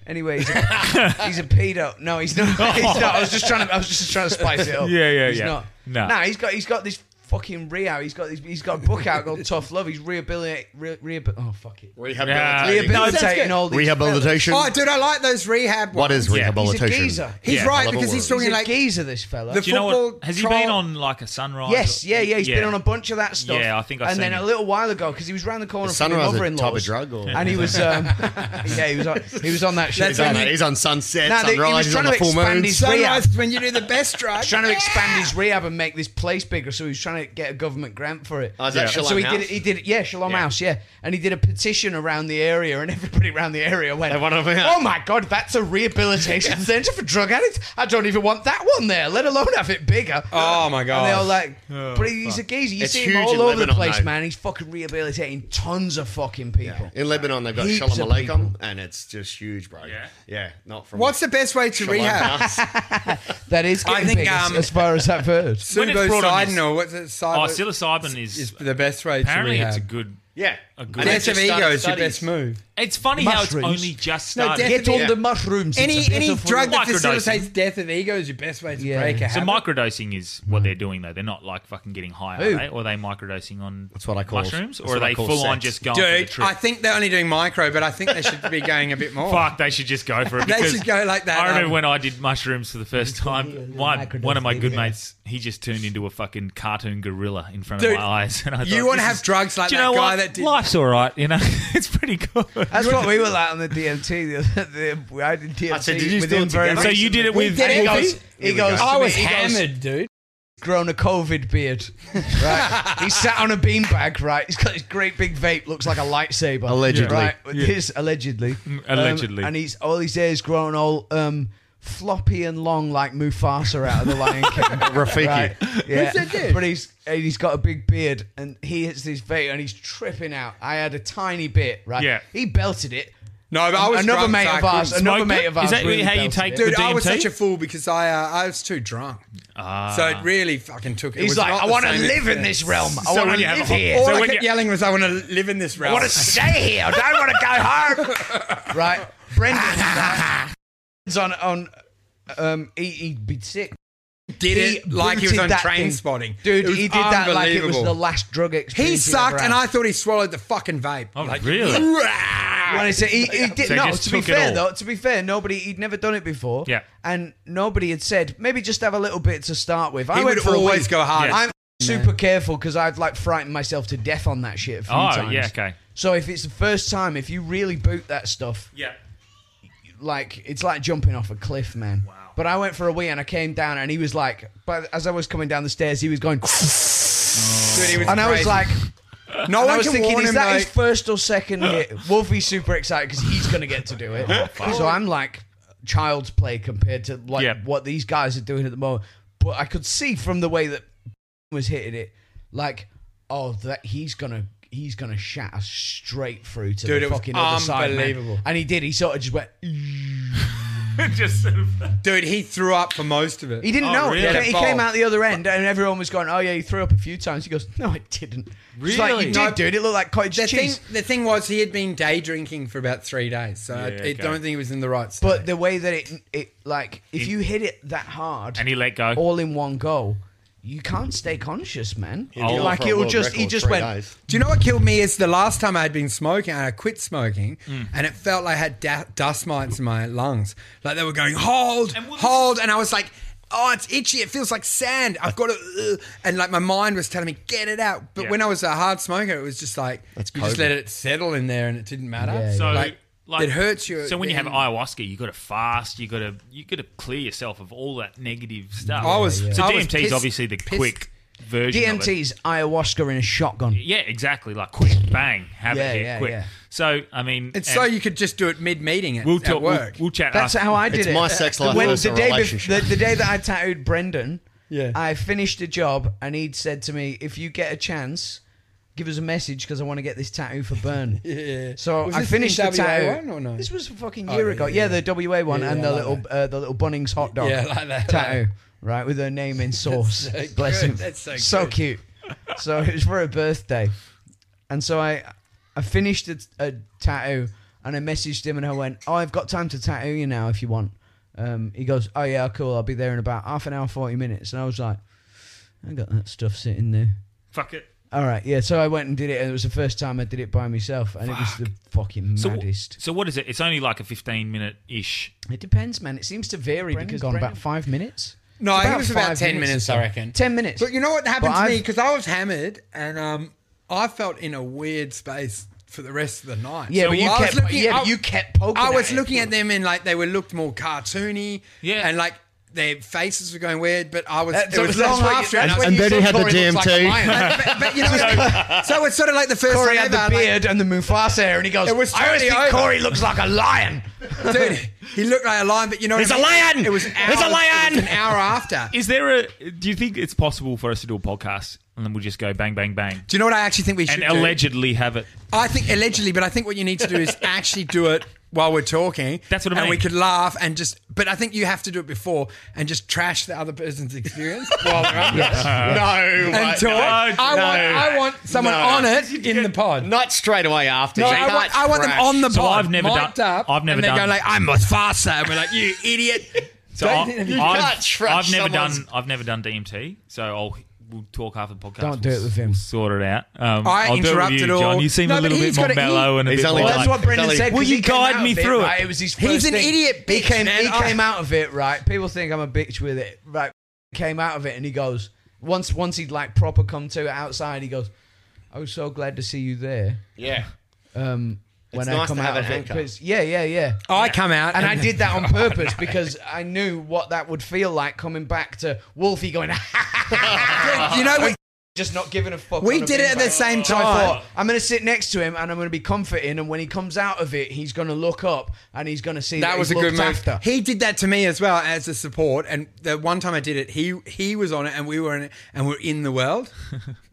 Speaker 6: Anyway, he's a, [LAUGHS] he's a pedo. No, he's not. [LAUGHS] He's not. I was just trying to. I was just trying to spice it
Speaker 2: [LAUGHS]
Speaker 6: up.
Speaker 2: Yeah, yeah,
Speaker 6: he's
Speaker 2: yeah.
Speaker 6: Not.
Speaker 2: Nah.
Speaker 6: nah. He's got. He's got this fucking Rio. He's got. This, he's got a book out called Tough Love. He's rehabilitate. Re, rehabil- oh fuck it.
Speaker 2: Rehabilitating.
Speaker 4: Rehabilitating.
Speaker 6: Rehabilitating all these.
Speaker 3: Rehabilitation.
Speaker 5: Oh, dude, I like those rehab.
Speaker 3: what is
Speaker 5: ones.
Speaker 2: Yeah.
Speaker 6: He's a
Speaker 3: rehabilitation?
Speaker 6: geezer.
Speaker 5: He's
Speaker 2: Yeah.
Speaker 5: right
Speaker 3: Another
Speaker 5: because he's
Speaker 3: word.
Speaker 5: talking
Speaker 6: He's
Speaker 5: like
Speaker 6: a geezer. This fella.
Speaker 5: the
Speaker 2: Do you know
Speaker 5: football.
Speaker 2: what? Has he
Speaker 5: trial-
Speaker 2: been on like a sunrise?
Speaker 6: Yes,
Speaker 2: or-
Speaker 6: yeah, yeah. He's been on a bunch of that stuff.
Speaker 2: Yeah, I think I
Speaker 6: And then
Speaker 2: seen
Speaker 6: a
Speaker 2: it.
Speaker 6: little while ago, because he was round the corner
Speaker 4: Is
Speaker 6: from his
Speaker 4: sunrise a
Speaker 6: mother-in-law,
Speaker 4: type of drug
Speaker 6: [LAUGHS]
Speaker 4: or-
Speaker 6: and he was, um, yeah, he was on, he was on that show.
Speaker 5: That's
Speaker 4: He's on,
Speaker 5: when you-
Speaker 4: he's on sunset,
Speaker 6: Nah, they- he was
Speaker 4: sunrise, he's on the
Speaker 6: trying to
Speaker 4: full
Speaker 6: expand
Speaker 4: moon.
Speaker 6: his-
Speaker 5: Sunrise
Speaker 6: rehab.
Speaker 5: is when you do the
Speaker 6: [LAUGHS]
Speaker 5: best drug.
Speaker 6: He's trying to expand his rehab and make this place bigger, so he was trying to get a government grant for it.
Speaker 4: Oh, is that
Speaker 6: And
Speaker 4: Shalom
Speaker 6: so he did
Speaker 4: House?
Speaker 6: it. He did it. Yeah, Shalom
Speaker 2: Yeah.
Speaker 6: House. Yeah, and he did a petition around the area, and [LAUGHS] everybody around the area went,
Speaker 4: They wanted him out.
Speaker 6: "Oh my god, that's a
Speaker 4: [LAUGHS]
Speaker 6: rehabilitation [LAUGHS] centre for drug addicts. I don't even want that one there, let alone have it bigger."
Speaker 5: Oh, my
Speaker 6: And they
Speaker 5: God.
Speaker 6: all like, "But he's a geezer. You
Speaker 4: Oh, It's
Speaker 6: see him
Speaker 4: huge in
Speaker 6: all over the
Speaker 4: Lebanon,
Speaker 6: place,
Speaker 4: though.
Speaker 6: man. He's fucking rehabilitating tons of fucking people."
Speaker 4: In Lebanon, they've got
Speaker 6: Heaps
Speaker 4: Shalom
Speaker 6: of
Speaker 4: Aleichem, and it's just huge, bro. Yeah, not from.
Speaker 5: What's the best way to
Speaker 4: Shalom
Speaker 5: rehab?
Speaker 7: [LAUGHS]
Speaker 4: House.
Speaker 6: That is
Speaker 5: I
Speaker 6: getting
Speaker 5: think,
Speaker 6: big, as-
Speaker 5: um,
Speaker 6: as far as I've heard.
Speaker 4: [LAUGHS]
Speaker 2: When it's brought on
Speaker 5: Psilocybin
Speaker 2: this-
Speaker 5: or what's it?
Speaker 2: Oh,
Speaker 5: Cyber,
Speaker 2: psilocybin is,
Speaker 5: is the best way
Speaker 2: apparently
Speaker 5: to
Speaker 2: it's
Speaker 5: rehab.
Speaker 2: a good.
Speaker 4: yeah,
Speaker 2: A good-
Speaker 4: And they
Speaker 5: Death
Speaker 2: Death
Speaker 5: of
Speaker 4: just
Speaker 5: ego
Speaker 4: started
Speaker 5: is your
Speaker 4: studies.
Speaker 5: best move.
Speaker 2: It's funny how
Speaker 6: Mushrooms.
Speaker 2: it's only just
Speaker 5: No,
Speaker 2: started.
Speaker 5: death-
Speaker 6: Get on
Speaker 5: Yeah.
Speaker 6: the mushrooms.
Speaker 5: Any
Speaker 6: it's a
Speaker 5: any
Speaker 6: beautiful-
Speaker 5: drug that
Speaker 2: Microdosing.
Speaker 5: facilitates death of ego is your best way to
Speaker 6: Yeah.
Speaker 5: break a
Speaker 2: so
Speaker 5: habit.
Speaker 2: microdosing is what they're doing though. They're not like fucking getting high, are
Speaker 6: Who?
Speaker 2: they? Or are they microdosing on
Speaker 4: That's what I call-
Speaker 2: mushrooms?
Speaker 4: that's
Speaker 2: Or are
Speaker 4: what I
Speaker 2: they
Speaker 4: call
Speaker 2: full on
Speaker 4: sex.
Speaker 2: just going for the
Speaker 5: Dude,
Speaker 2: trip?
Speaker 5: I think they're only doing micro, but I think they should be going a bit more.
Speaker 2: Fuck, they should just go for it.
Speaker 5: They
Speaker 2: because
Speaker 5: should go like that,
Speaker 2: I remember
Speaker 5: um,
Speaker 2: when I did mushrooms for the first time. My,
Speaker 6: microdose
Speaker 2: one of my good
Speaker 6: video.
Speaker 2: mates, he just turned into a fucking cartoon gorilla in front
Speaker 5: Dude,
Speaker 2: of my eyes. [LAUGHS] And I
Speaker 5: you
Speaker 2: thought,
Speaker 5: wanna
Speaker 2: this
Speaker 5: have
Speaker 2: is-
Speaker 5: drugs like
Speaker 2: Do you
Speaker 5: that
Speaker 2: know
Speaker 5: guy
Speaker 2: what?
Speaker 5: that did-
Speaker 2: Life's all right, you know. [LAUGHS] it's pretty good.
Speaker 6: That's what we were like on the DMT. [LAUGHS] The, other- the, I did DMT.
Speaker 4: I said, did you
Speaker 6: with
Speaker 4: do it
Speaker 6: him very
Speaker 4: together?
Speaker 2: so you did it with
Speaker 5: did
Speaker 6: He
Speaker 5: it.
Speaker 6: goes, he goes
Speaker 5: I
Speaker 6: to
Speaker 5: was
Speaker 6: me, he goes,
Speaker 5: hammered, dude.
Speaker 6: grown a COVID beard. [LAUGHS] Right. he's sat on a beanbag, right? He's got this great big vape, looks like a lightsaber.
Speaker 4: Allegedly.
Speaker 6: Right. His
Speaker 2: [LAUGHS]
Speaker 6: allegedly.
Speaker 2: allegedly.
Speaker 6: Um, and he's all his hair's grown all um, floppy and long like Mufasa out of the
Speaker 2: [LAUGHS]
Speaker 6: Lion King.
Speaker 4: Rafiki.
Speaker 6: Right. Yeah.
Speaker 5: Yes, I did.
Speaker 6: But he's and he's got a big beard and he hits this vape and he's tripping out. I had a tiny bit, right?
Speaker 2: Yeah.
Speaker 6: He belted it.
Speaker 5: No, but I was
Speaker 6: another
Speaker 5: drunk,
Speaker 6: mate
Speaker 5: so I
Speaker 6: of ours.
Speaker 5: couldn't-
Speaker 6: Another
Speaker 2: Smoked
Speaker 6: mate
Speaker 2: it?
Speaker 6: of ours.
Speaker 2: Is that
Speaker 6: really
Speaker 2: how you
Speaker 6: belted
Speaker 2: take
Speaker 6: it.
Speaker 2: the
Speaker 5: Dude, I was
Speaker 2: DMT?
Speaker 5: such a fool because I uh, I was too drunk, so it really fucking took. It
Speaker 6: He's
Speaker 5: was
Speaker 6: like,
Speaker 5: not
Speaker 6: I
Speaker 5: the
Speaker 6: want to
Speaker 5: same
Speaker 6: live in
Speaker 5: experience.
Speaker 6: this realm. I
Speaker 2: So
Speaker 6: want
Speaker 2: when you
Speaker 6: to
Speaker 2: have
Speaker 6: live
Speaker 2: a-
Speaker 6: here.
Speaker 5: All
Speaker 2: So
Speaker 5: I
Speaker 2: when
Speaker 5: kept
Speaker 2: you-
Speaker 5: yelling was, I want to live in this realm.
Speaker 12: I want to stay here. I don't want to go home.
Speaker 2: [LAUGHS]
Speaker 6: right? Brendan's right? [LAUGHS] Brendan's on on um he, he'd be sick.
Speaker 5: did it like he was
Speaker 6: booted
Speaker 5: on
Speaker 6: that
Speaker 5: train
Speaker 6: thing.
Speaker 5: spotting,
Speaker 6: Dude,
Speaker 5: It was
Speaker 6: he did that like it was the
Speaker 5: unbelievable.
Speaker 6: last drug experience.
Speaker 5: He
Speaker 6: he'd
Speaker 5: sucked,
Speaker 6: ever
Speaker 5: and
Speaker 6: had.
Speaker 5: I thought he swallowed the fucking vape.
Speaker 2: Oh,
Speaker 5: Like,
Speaker 2: really?
Speaker 6: You know, so he, he did,
Speaker 2: Ah, So he
Speaker 6: no,
Speaker 2: just
Speaker 6: to be
Speaker 2: took it
Speaker 6: fair
Speaker 2: all.
Speaker 6: though, to be fair, nobody he'd never done it before.
Speaker 2: Yeah.
Speaker 6: and nobody had said maybe just have a little bit to start with. I
Speaker 5: He
Speaker 6: went
Speaker 5: would
Speaker 6: for a
Speaker 5: always
Speaker 6: week.
Speaker 5: go hard.
Speaker 2: Yeah.
Speaker 6: I'm super careful because I've like frightened myself to death on that shit. A few
Speaker 2: Oh,
Speaker 6: times.
Speaker 2: yeah, okay.
Speaker 6: So if it's the first time, if you really boot that stuff,
Speaker 2: Yeah.
Speaker 6: like it's like jumping off a cliff, man. Wow. But I went for a wee and I came down and he was like, but as I was coming down the stairs, he was
Speaker 2: [LAUGHS]
Speaker 6: going,
Speaker 5: dude, he was
Speaker 6: and I was
Speaker 5: crazy.
Speaker 6: like,
Speaker 5: no
Speaker 6: and I
Speaker 5: one
Speaker 6: was
Speaker 5: can
Speaker 6: thinking,
Speaker 5: warn
Speaker 6: is
Speaker 5: him.
Speaker 6: that
Speaker 5: though.
Speaker 6: his first or second hit? Wolfie's super excited because he's gonna get to do it. so I'm like child's play compared to like
Speaker 2: Yeah.
Speaker 6: what these guys are doing at the moment. But I could see from the way that [LAUGHS] was hitting it, like, oh, that he's gonna. He's gonna shatter straight through to
Speaker 5: Dude,
Speaker 6: the
Speaker 5: it was
Speaker 6: fucking other side, man.
Speaker 5: unbelievable.
Speaker 6: And he did. He sort of just went.
Speaker 2: just sort of.
Speaker 5: dude, he threw up for most of it.
Speaker 6: He didn't
Speaker 2: Oh,
Speaker 6: know.
Speaker 2: really?
Speaker 6: He,
Speaker 2: Yeah,
Speaker 6: came, he
Speaker 5: ball.
Speaker 6: came out the other end, and everyone was going, "Oh yeah, he threw up a few times." He goes, "No, I didn't." It's like,
Speaker 2: Really?
Speaker 6: you
Speaker 2: No,
Speaker 6: did, dude. It looked like cottage
Speaker 5: The thing,
Speaker 6: cheese.
Speaker 5: the thing was, he had been day drinking for about three days, so I, I
Speaker 2: okay.
Speaker 5: don't think he was in the right state.
Speaker 6: but the way that it, it like, if you hit it that hard
Speaker 2: And he let go.
Speaker 6: all in one go, you can't stay conscious, man.
Speaker 7: Oh,
Speaker 4: be
Speaker 6: like
Speaker 4: for a
Speaker 6: it'll
Speaker 4: world
Speaker 6: just, he
Speaker 4: record
Speaker 6: just
Speaker 4: three
Speaker 6: went.
Speaker 4: days.
Speaker 5: Do you know what killed me is the last time I had been smoking and I quit smoking
Speaker 2: Mm.
Speaker 5: and it felt like I had da- dust mites in my lungs. Like they were going, hold,
Speaker 2: And what-
Speaker 5: hold. And I was like, oh, it's itchy. It feels like sand. I've got to. Ugh. And like my mind was telling me, get it out. But
Speaker 2: Yeah.
Speaker 5: when I was a hard smoker, it was just like,
Speaker 4: That's
Speaker 5: you just
Speaker 4: COVID.
Speaker 5: let it settle in there and it didn't matter.
Speaker 6: Yeah,
Speaker 2: So
Speaker 5: like, it hurts you.
Speaker 2: So when you
Speaker 5: then.
Speaker 2: have ayahuasca, you got to fast. You got to you got to clear yourself of all that negative stuff.
Speaker 5: I was-
Speaker 2: so
Speaker 5: I was
Speaker 2: DMT is
Speaker 5: pissed-
Speaker 2: obviously the
Speaker 5: pissed.
Speaker 2: quick version. of it.
Speaker 6: DMT's ayahuasca in a shotgun.
Speaker 2: Yeah, exactly. Like quick, bang, have
Speaker 6: Yeah,
Speaker 2: it here,
Speaker 6: yeah,
Speaker 2: quick.
Speaker 6: yeah.
Speaker 2: So I mean,
Speaker 5: It's
Speaker 2: and
Speaker 5: so you could just do it mid-meeting at,
Speaker 2: we'll
Speaker 5: at
Speaker 2: talk. We'll,
Speaker 5: work.
Speaker 2: we'll chat.
Speaker 6: That's
Speaker 2: after.
Speaker 6: how I did
Speaker 7: It's
Speaker 6: it.
Speaker 7: my sex life
Speaker 6: When-
Speaker 7: versus
Speaker 6: the,
Speaker 7: a
Speaker 6: day bef-
Speaker 7: relationship.
Speaker 6: the, the day that I tattooed Brendan,
Speaker 5: Yeah.
Speaker 6: I finished a job and he'd said to me, "If you get a chance, give us a message because I want to get this tattoo for Burn."
Speaker 5: [LAUGHS] yeah.
Speaker 6: So
Speaker 5: Was
Speaker 6: I
Speaker 5: this
Speaker 6: finished
Speaker 5: in
Speaker 6: the
Speaker 5: WA
Speaker 6: tattoo.
Speaker 5: one or no?
Speaker 6: This was a fucking
Speaker 5: Oh,
Speaker 6: year
Speaker 5: yeah,
Speaker 6: ago.
Speaker 5: yeah,
Speaker 6: Yeah, the WA one
Speaker 5: Yeah,
Speaker 6: and
Speaker 5: yeah,
Speaker 6: the
Speaker 5: I like
Speaker 6: little uh, the little Bunnings hot dog.
Speaker 5: Yeah, I like that.
Speaker 6: tattoo. Right with her name
Speaker 5: [LAUGHS]
Speaker 6: in sauce.
Speaker 5: so
Speaker 6: Bless
Speaker 5: good.
Speaker 6: him.
Speaker 5: That's so good.
Speaker 6: cute. So it was for her birthday, and so I I finished a, a tattoo and I messaged him and I went, "Oh, I've got time to tattoo you now if you want." Um, he goes, "Oh yeah, cool. I'll be there in about half an hour, forty minutes." And I was like, "I got that stuff sitting there."
Speaker 2: Fuck it.
Speaker 6: All right, yeah. So I went and did it, and it was the first time I did it by myself, and it was the fucking
Speaker 2: So,
Speaker 6: maddest.
Speaker 2: so what is it? It's only like a fifteen minute ish.
Speaker 6: It depends, man. It seems to vary
Speaker 12: Brendan's
Speaker 6: because gone
Speaker 12: Brendan.
Speaker 6: about five minutes.
Speaker 5: no, I think
Speaker 6: about
Speaker 5: it was about
Speaker 6: five
Speaker 5: ten
Speaker 6: minutes or
Speaker 5: minutes, I reckon.
Speaker 6: Ten minutes.
Speaker 5: But you know what happened
Speaker 6: But
Speaker 5: to me?
Speaker 6: I've-
Speaker 5: Because I was hammered and um, I felt in a weird space for the rest of the night.
Speaker 6: yeah,
Speaker 5: So
Speaker 6: but you
Speaker 5: I was
Speaker 6: kept.
Speaker 5: looking-
Speaker 6: yeah,
Speaker 5: I-
Speaker 6: but you kept poking.
Speaker 5: I was
Speaker 6: it.
Speaker 5: looking at them and like they were looked more cartoony.
Speaker 2: Yeah.
Speaker 5: And like their faces were going weird, but I was.
Speaker 6: That-
Speaker 5: it was
Speaker 6: that's
Speaker 5: long
Speaker 6: what you-
Speaker 5: after.
Speaker 6: that's
Speaker 5: and I was-
Speaker 6: when [LAUGHS]
Speaker 3: and
Speaker 6: you
Speaker 3: then
Speaker 6: said
Speaker 3: he had the
Speaker 6: Corey looks like a
Speaker 3: DMT.
Speaker 6: lion.
Speaker 5: but, but you know, what I mean? so it's sort of like the first
Speaker 6: [LAUGHS]
Speaker 5: time
Speaker 6: Corey had the
Speaker 5: ever, like,
Speaker 6: beard and the Mufasa hair, and he goes,
Speaker 5: It was
Speaker 6: "I always think
Speaker 5: totally over."
Speaker 4: [LAUGHS]
Speaker 6: Corey looks like a lion."
Speaker 5: Dude, he looked like a lion, but you know, what
Speaker 2: It's
Speaker 5: I mean?
Speaker 2: a lion!
Speaker 5: It was
Speaker 2: It's
Speaker 5: hours,
Speaker 2: a lion!
Speaker 5: It was an hour after.
Speaker 2: Is there a? Do you think it's possible for us to do a podcast and then we just go bang bang bang
Speaker 5: do you know what I actually think we should
Speaker 2: and
Speaker 5: do?
Speaker 2: allegedly have it?
Speaker 5: I think allegedly, but I think what you need to
Speaker 2: [LAUGHS]
Speaker 5: do is actually do it while we're talking.
Speaker 2: That's what I
Speaker 5: And we
Speaker 2: mean.
Speaker 5: could laugh and just, but I think you have to do it before and just trash the other
Speaker 2: [LAUGHS]
Speaker 5: person's experience while we're on
Speaker 7: [LAUGHS] no,
Speaker 5: and
Speaker 7: mate,
Speaker 5: talk. I,
Speaker 2: no.
Speaker 5: want, I want someone
Speaker 7: No.
Speaker 2: [LAUGHS]
Speaker 5: on it in the pod.
Speaker 7: not straight away after.
Speaker 5: No,
Speaker 7: you
Speaker 5: I
Speaker 7: can't
Speaker 5: want, I want them
Speaker 7: thrash.
Speaker 5: on the
Speaker 2: So
Speaker 5: pod.
Speaker 2: I've never
Speaker 5: mic'd
Speaker 2: done-
Speaker 5: Up,
Speaker 2: I've never
Speaker 5: and they're
Speaker 2: done-
Speaker 5: going like, I'm Mufasa. And we're like, you
Speaker 2: [LAUGHS]
Speaker 5: idiot.
Speaker 2: So
Speaker 5: Don't
Speaker 2: I,
Speaker 5: think you
Speaker 2: have
Speaker 7: can't trash
Speaker 2: never
Speaker 7: someone's-
Speaker 2: done. I've never done DMT. So I'll we'll talk after the podcast.
Speaker 6: Don't
Speaker 2: we'll,
Speaker 6: do it with him.
Speaker 2: We'll sort it out. Um,
Speaker 5: I
Speaker 2: will
Speaker 5: interrupted
Speaker 2: do it with you,
Speaker 5: all-
Speaker 2: John. You seem
Speaker 5: No,
Speaker 2: a
Speaker 5: but
Speaker 2: little bit
Speaker 5: he's got
Speaker 2: more
Speaker 5: a-
Speaker 2: mellow and a
Speaker 7: he's
Speaker 2: bit
Speaker 7: only
Speaker 2: more
Speaker 7: done-
Speaker 2: like-
Speaker 5: [LAUGHS]
Speaker 6: That's what Brendan
Speaker 7: Billy-
Speaker 6: said. 'cause
Speaker 2: Will you
Speaker 6: he came
Speaker 2: guide
Speaker 6: out
Speaker 2: me
Speaker 6: of it,
Speaker 2: through it?
Speaker 6: right? It was his first
Speaker 5: He's an
Speaker 6: thing.
Speaker 5: idiot,
Speaker 6: He
Speaker 5: bitch,
Speaker 6: came.
Speaker 5: man.
Speaker 6: He
Speaker 5: I-
Speaker 6: came out of it right. People think I'm a bitch with it. Right. Came out of it and he goes once. Once he'd like proper come to it outside. He goes, "I was so glad to see you there."
Speaker 7: Yeah.
Speaker 6: Um, when
Speaker 7: It's
Speaker 6: I
Speaker 7: nice
Speaker 6: come
Speaker 7: to
Speaker 6: out
Speaker 7: have
Speaker 6: of
Speaker 7: an
Speaker 6: it,
Speaker 7: anchor.
Speaker 6: 'cause- yeah, yeah, yeah.
Speaker 5: I come out
Speaker 6: And I
Speaker 5: [LAUGHS]
Speaker 6: did that
Speaker 7: [LAUGHS]
Speaker 6: on
Speaker 7: Oh,
Speaker 6: purpose because I knew what that would feel like coming back to Wolfie going, [LAUGHS]
Speaker 5: You know, we,
Speaker 6: just not giving a fuck.
Speaker 5: we
Speaker 6: on a
Speaker 5: did it at
Speaker 6: beanbag.
Speaker 5: the same
Speaker 6: So I
Speaker 5: time.
Speaker 6: thought, I'm going to sit next to him and I'm going to be comforting. And when he comes out of it, he's going to look up and he's going to see that,
Speaker 5: That was a
Speaker 6: he's
Speaker 5: good
Speaker 6: looked
Speaker 5: move.
Speaker 6: After.
Speaker 5: He did that to me as well as a support. And the one time I did it, he he was on it, and we were in it, and we're in the
Speaker 6: [LAUGHS]
Speaker 5: world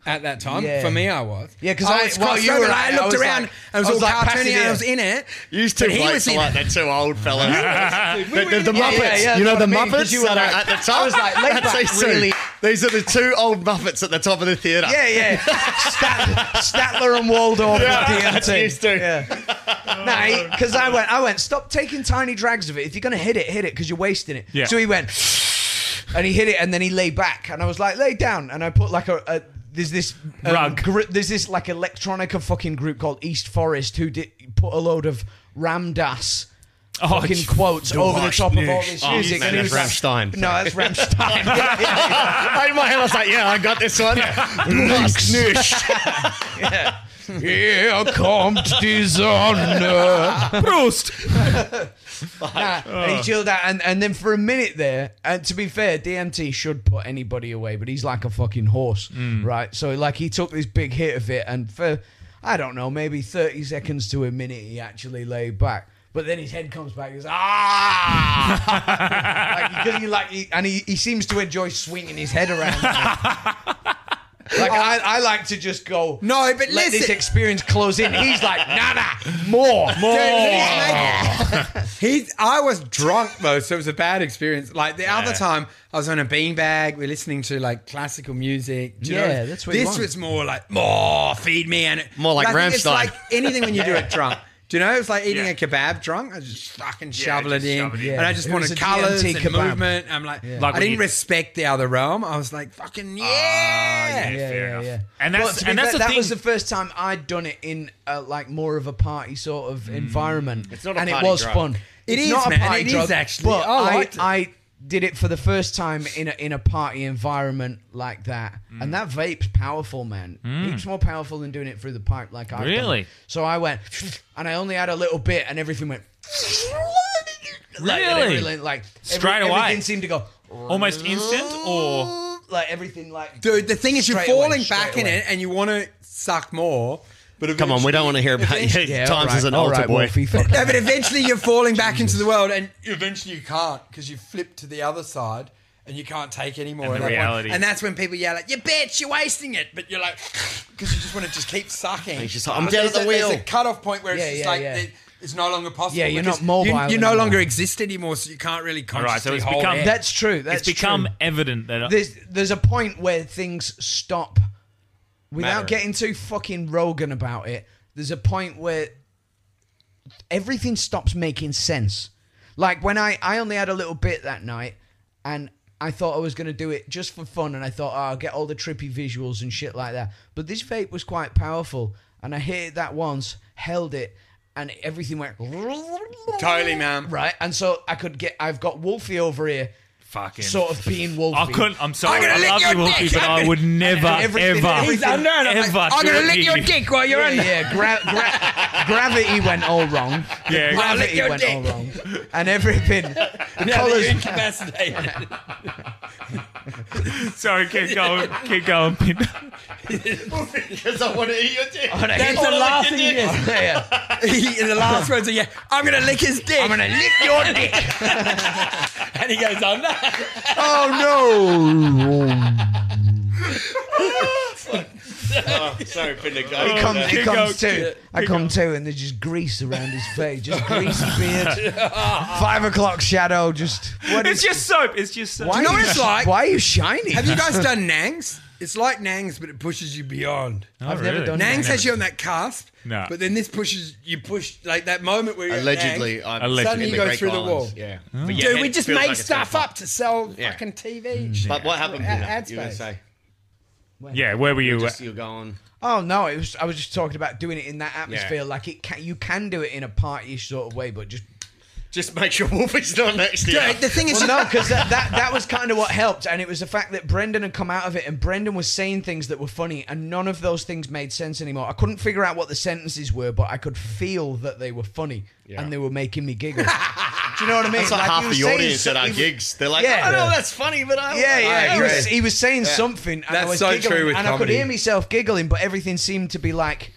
Speaker 5: at that time.
Speaker 6: Yeah.
Speaker 5: For me, I was.
Speaker 6: Yeah, 'cause I-
Speaker 5: was
Speaker 6: well,
Speaker 5: crossed
Speaker 6: you
Speaker 5: over,
Speaker 6: were
Speaker 5: and
Speaker 6: like-
Speaker 5: I
Speaker 6: I
Speaker 5: looked
Speaker 6: was
Speaker 5: around.
Speaker 6: like-
Speaker 5: I was,
Speaker 6: I was
Speaker 5: all
Speaker 6: like
Speaker 5: cartoony, and
Speaker 6: Pasadena.
Speaker 5: I was in it.
Speaker 7: You used to
Speaker 5: But he
Speaker 7: play
Speaker 5: was in-
Speaker 7: like they're
Speaker 6: [LAUGHS]
Speaker 7: two old fellas. the, [LAUGHS] the, the
Speaker 6: Yeah,
Speaker 7: Muppets.
Speaker 6: yeah, yeah,
Speaker 7: you know the
Speaker 6: that's what I mean, 'cause
Speaker 7: Muppets
Speaker 6: you were
Speaker 7: that are
Speaker 6: like-
Speaker 7: at the
Speaker 6: [LAUGHS]
Speaker 7: top.
Speaker 6: I was like, laid
Speaker 7: [LAUGHS] That's
Speaker 6: back,
Speaker 7: these two.
Speaker 6: really-
Speaker 7: These are the two old Muppets at the top of the theatre.
Speaker 6: Yeah, yeah.
Speaker 7: [LAUGHS]
Speaker 6: Stat- Statler and Waldorf.
Speaker 7: Yeah,
Speaker 6: at the
Speaker 7: that's
Speaker 6: DMT.
Speaker 7: used to. [LAUGHS]
Speaker 6: Yeah. No, because I went, I went, stop taking tiny drags of it. If you're going to hit it, hit it because you're wasting it.
Speaker 2: Yeah.
Speaker 6: So he went, and he hit it, and then he lay back. And I was like, lay down. And I put like a. a there's this um,
Speaker 2: Rug.
Speaker 6: gr- there's this like electronica fucking group called East Forest who did put a load of Ramdas
Speaker 2: Oh,
Speaker 6: fucking
Speaker 2: it's-
Speaker 6: quotes over the top of all this
Speaker 7: Oh,
Speaker 6: music.
Speaker 7: man,
Speaker 6: and he
Speaker 7: that's
Speaker 6: was like-
Speaker 7: Rammstein. [LAUGHS]
Speaker 6: No, that's Ramstein. Yeah, yeah.
Speaker 7: In my head, I was like, yeah, I got this
Speaker 6: [LAUGHS]
Speaker 7: one. [LAUGHS] Lux.
Speaker 6: Here comes dishonor. Prost. nah, and he chilled out, and, and then for a minute there, and to be fair, DMT should put anybody away, but he's like a fucking horse, right? So like he took this big hit of it, and for I don't know, maybe thirty seconds to a minute, he actually lay back. But then his head comes back. He goes ah, like, because he like, he, and he, he seems to enjoy swinging his head around. like I, I like to just go
Speaker 5: No, but
Speaker 6: let this
Speaker 5: listen.
Speaker 6: experience close in. He's like, nah, nah, more, more. [LAUGHS]
Speaker 5: [LAUGHS] He, I was drunk though, so it was a bad experience. Like the other time, I was on a beanbag. We're listening to like classical music. Do you
Speaker 6: Yeah,
Speaker 5: know?
Speaker 6: that's what you
Speaker 5: this
Speaker 6: want.
Speaker 5: was more like more feed me and it,
Speaker 7: More like
Speaker 5: But I think It's
Speaker 7: Rammstein.
Speaker 5: like anything when you do
Speaker 6: [LAUGHS]
Speaker 5: it drunk. Do you know? It's like eating
Speaker 2: Yeah.
Speaker 5: a kebab drunk. I just fucking shovel
Speaker 2: just
Speaker 5: it in,
Speaker 2: shove it in.
Speaker 5: and I just
Speaker 6: It was
Speaker 5: wanted
Speaker 6: a DMT
Speaker 5: colours and
Speaker 6: kebab.
Speaker 5: movement. I'm like,
Speaker 2: Like
Speaker 5: I
Speaker 2: when
Speaker 5: didn't
Speaker 2: you-
Speaker 5: respect the other realm. I was like, fucking yeah.
Speaker 2: yeah.
Speaker 6: Ah, Yeah,
Speaker 2: Fair
Speaker 6: yeah,
Speaker 2: enough.
Speaker 6: yeah.
Speaker 2: And
Speaker 6: But
Speaker 2: that's-
Speaker 6: to be
Speaker 2: and that's
Speaker 6: fair,
Speaker 2: the
Speaker 6: that
Speaker 2: thing-
Speaker 6: was the first time I'd done it in uh like more of a party sort
Speaker 2: Mm.
Speaker 6: of environment, it's
Speaker 7: not a
Speaker 6: and
Speaker 7: party
Speaker 6: it was
Speaker 7: drug.
Speaker 6: fun.
Speaker 5: It
Speaker 6: it's
Speaker 5: is,
Speaker 6: not
Speaker 5: man,
Speaker 6: a party
Speaker 5: it is
Speaker 6: drug,
Speaker 5: actually.
Speaker 6: But
Speaker 5: I
Speaker 6: I,
Speaker 5: liked it.
Speaker 6: I did it for the first time in a, in a party environment like that,
Speaker 2: Mm.
Speaker 6: and that vape's powerful, man. Heaps more powerful than doing it through the pipe, like I
Speaker 2: Really?
Speaker 6: So I went, and I only had a little bit, and everything went. Like, and it
Speaker 2: Really?
Speaker 6: really, like
Speaker 2: Straight away.
Speaker 6: Everything seemed to go
Speaker 2: almost instant or
Speaker 6: like everything like
Speaker 5: Dude, the thing is, you're
Speaker 6: Straight away,
Speaker 5: falling back
Speaker 6: straight
Speaker 5: in
Speaker 6: away.
Speaker 5: it, and you want to suck more. But
Speaker 7: Come on, we don't want to hear about you.
Speaker 6: [LAUGHS] Yeah, all
Speaker 7: Times
Speaker 6: right,
Speaker 7: as an
Speaker 6: all
Speaker 7: altar
Speaker 6: right,
Speaker 7: boy.
Speaker 2: [LAUGHS]
Speaker 6: Wolfie, fuck
Speaker 5: No, but eventually you're falling back into the world, and eventually you can't because you flip to the other side and you can't take anymore.
Speaker 2: And the
Speaker 5: at that point.
Speaker 2: reality.
Speaker 5: And that's when people yell at you, bitch, you're wasting it. But you're like, [LAUGHS] because you just want to just keep sucking.
Speaker 7: He's just like, I'm
Speaker 5: But
Speaker 7: dead at
Speaker 5: there's
Speaker 7: the
Speaker 5: a-
Speaker 7: wheel.
Speaker 5: There's a cutoff point where it's
Speaker 6: Yeah,
Speaker 5: just
Speaker 6: yeah,
Speaker 5: like,
Speaker 6: yeah.
Speaker 5: it- it's no longer possible.
Speaker 6: Yeah, you're
Speaker 5: because
Speaker 6: not mobile
Speaker 5: You, you no
Speaker 6: anymore.
Speaker 5: longer exist anymore, so you can't really consciously
Speaker 2: right, so it's
Speaker 5: hold
Speaker 2: become- [LAUGHS]
Speaker 5: it.
Speaker 6: That's true. That's
Speaker 2: it's become
Speaker 6: true.
Speaker 2: evident that
Speaker 6: There's there's a point where things stop. Without
Speaker 7: Mattering.
Speaker 6: getting too fucking Rogan about it, there's a point where everything stops making sense. Like when I I only had a little bit that night, and I thought I was gonna do it just for fun, and I thought oh, I'll get all the trippy visuals and shit like that. But this vape was quite powerful, and I hit it that once, held it, and everything went
Speaker 5: Totally, man.
Speaker 6: right. And so I could get I've got Wolfie over here,
Speaker 2: fucking
Speaker 6: sort of being Wolfie.
Speaker 2: I couldn't. I'm sorry.
Speaker 5: I'm gonna
Speaker 2: I
Speaker 5: lick
Speaker 2: love
Speaker 5: your
Speaker 2: you, Wolfie,
Speaker 5: dick.
Speaker 2: but I would never,
Speaker 6: everything-
Speaker 2: ever,
Speaker 6: He's under
Speaker 5: and I'm like,
Speaker 2: ever.
Speaker 5: I'm gonna
Speaker 2: do
Speaker 5: lick your
Speaker 2: anything.
Speaker 5: dick while you're
Speaker 6: yeah,
Speaker 5: in
Speaker 6: yeah. Gra- gra- gravity went all wrong.
Speaker 2: Yeah.
Speaker 5: Lick
Speaker 6: gravity
Speaker 5: your
Speaker 6: went
Speaker 5: dick.
Speaker 6: all wrong,
Speaker 5: [LAUGHS]
Speaker 6: and everything.
Speaker 5: You're
Speaker 6: colours,
Speaker 5: incapacitated.
Speaker 2: Sorry, keep going, keep going. Pin.
Speaker 7: Because I want to eat your dick.
Speaker 5: That's the last thing he does.
Speaker 6: yeah.
Speaker 5: [LAUGHS] He- in the last words are, yeah, I'm going to lick his dick. I'm going to lick your
Speaker 7: [LAUGHS]
Speaker 5: dick. and he goes [LAUGHS] under.
Speaker 7: Sorry, Pinder, go.
Speaker 6: It comes,
Speaker 2: Kick
Speaker 6: it comes
Speaker 2: out,
Speaker 6: to. I come to, and there's just grease around his
Speaker 5: [LAUGHS]
Speaker 6: face, just greasy beard, five o'clock shadow. Just what
Speaker 2: It's
Speaker 6: is?
Speaker 2: just soap. It's just soap.
Speaker 6: Why
Speaker 5: know
Speaker 6: are
Speaker 5: what
Speaker 6: you-
Speaker 5: it's like?
Speaker 6: Why are you shiny?
Speaker 5: Have you guys done Nangs? It's like Nangs, but it pushes you beyond.
Speaker 2: Oh,
Speaker 6: I've never done
Speaker 5: Nangs
Speaker 6: Nangs.
Speaker 5: has you on that cusp,
Speaker 2: No.
Speaker 5: but then this pushes you push like that moment where you're at
Speaker 7: Allegedly,
Speaker 5: Nangs.
Speaker 7: I'm
Speaker 2: Allegedly.
Speaker 7: in
Speaker 5: Suddenly you go
Speaker 7: Great
Speaker 5: through the
Speaker 7: Islands.
Speaker 5: wall.
Speaker 7: Yeah. But yeah,
Speaker 5: Dude,
Speaker 7: it
Speaker 5: we just made
Speaker 7: feels like it's gonna
Speaker 5: stuff up to sell
Speaker 7: Yeah.
Speaker 5: fucking
Speaker 6: Mm.
Speaker 5: TV.
Speaker 7: But what happened?
Speaker 5: Ad-
Speaker 7: Ad,
Speaker 5: ad
Speaker 7: you were gonna
Speaker 5: space.
Speaker 7: say
Speaker 2: Yeah, where were you? uh,
Speaker 7: just you're going.
Speaker 6: Oh no, it was. I was just talking about doing it in that atmosphere.
Speaker 7: Yeah.
Speaker 6: Like it can, you can do it in a partyish sort of way, but just
Speaker 7: Just make sure Wolfie's not next to you.
Speaker 5: Dude, the thing is,
Speaker 6: Well, no, because that, that that was kind of what helped, and it was the fact that Brendan had come out of it, and Brendan was saying things that were funny, and none of those things made sense anymore. I couldn't figure out what the sentences were, but I could feel that they were funny, and they were making me [LAUGHS] giggle. Do you know what I mean?
Speaker 7: That's what
Speaker 6: Like, he
Speaker 7: half
Speaker 6: was
Speaker 7: the
Speaker 6: saying
Speaker 7: audience at
Speaker 6: so-
Speaker 7: our
Speaker 6: he was-
Speaker 7: gigs. They're like, "Oh,
Speaker 6: Yeah.
Speaker 7: I know that's funny, but I
Speaker 6: Yeah,
Speaker 7: I
Speaker 6: yeah. He
Speaker 7: agree."
Speaker 6: was, he was saying something, and I
Speaker 5: That's
Speaker 6: was
Speaker 5: so
Speaker 6: giggling,
Speaker 5: true with
Speaker 6: and I could
Speaker 5: comedy.
Speaker 6: hear myself giggling, but everything seemed to be like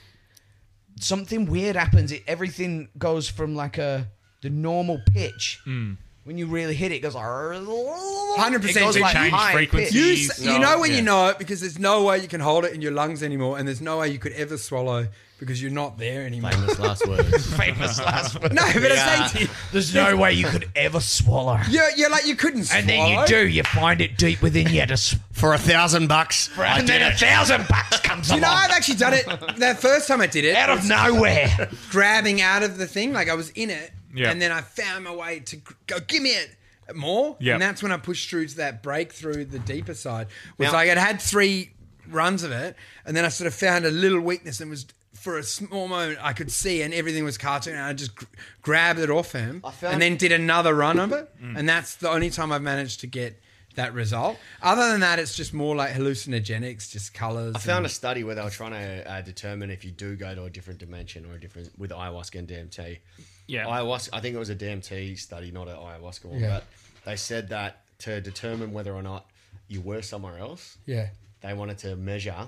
Speaker 6: something weird happens. It, everything goes from like a the normal pitch.
Speaker 5: Hmm.
Speaker 6: When you really hit it, it goes 100
Speaker 5: 100% they
Speaker 2: change frequency.
Speaker 5: you,
Speaker 2: Jeez,
Speaker 5: s- you
Speaker 2: no,
Speaker 5: know when
Speaker 2: yeah.
Speaker 5: you know it because there's no way you can hold it in your lungs anymore, and there's no way you could ever swallow because you're not there anymore.
Speaker 7: Famous last words.
Speaker 6: famous last word.
Speaker 5: [LAUGHS] No, but I'm saying to you,
Speaker 6: There's no way you could ever swallow.
Speaker 5: you're, you're like you couldn't.
Speaker 6: And then you
Speaker 5: swallow.
Speaker 6: do, you find it deep within you to sw-
Speaker 7: For a thousand bucks. I
Speaker 6: And
Speaker 7: did
Speaker 6: then a
Speaker 7: it.
Speaker 6: thousand bucks comes
Speaker 5: You know,
Speaker 6: along
Speaker 5: I've actually done
Speaker 6: [LAUGHS]
Speaker 5: it. That first time I did it,
Speaker 6: out of nowhere.
Speaker 5: grabbing out of the thing. Like I was in it,
Speaker 2: Yeah.
Speaker 5: and then I found my way to gr- go. Give me it more,
Speaker 2: Yeah.
Speaker 5: and that's when I pushed through to that breakthrough. The deeper side was
Speaker 7: Now-
Speaker 5: like I'd had three runs of it, and then I sort of found a little weakness, and was for a small moment I could see, and everything was cartoon, and I just gr- grabbed it off him,
Speaker 7: found-
Speaker 5: and then did another run of it,
Speaker 2: Mm.
Speaker 5: and that's the only time I've managed to get. That result. Other than that, it's just more like hallucinogenics, just colors.
Speaker 7: I found a study where they were trying to uh, determine if you do go to a different dimension or a different with ayahuasca and DMT.
Speaker 2: Yeah.
Speaker 7: ayahuasca. I think it was a DMT study, not an ayahuasca one. But they said that to determine whether or not you were somewhere else,
Speaker 5: yeah.
Speaker 7: they wanted to measure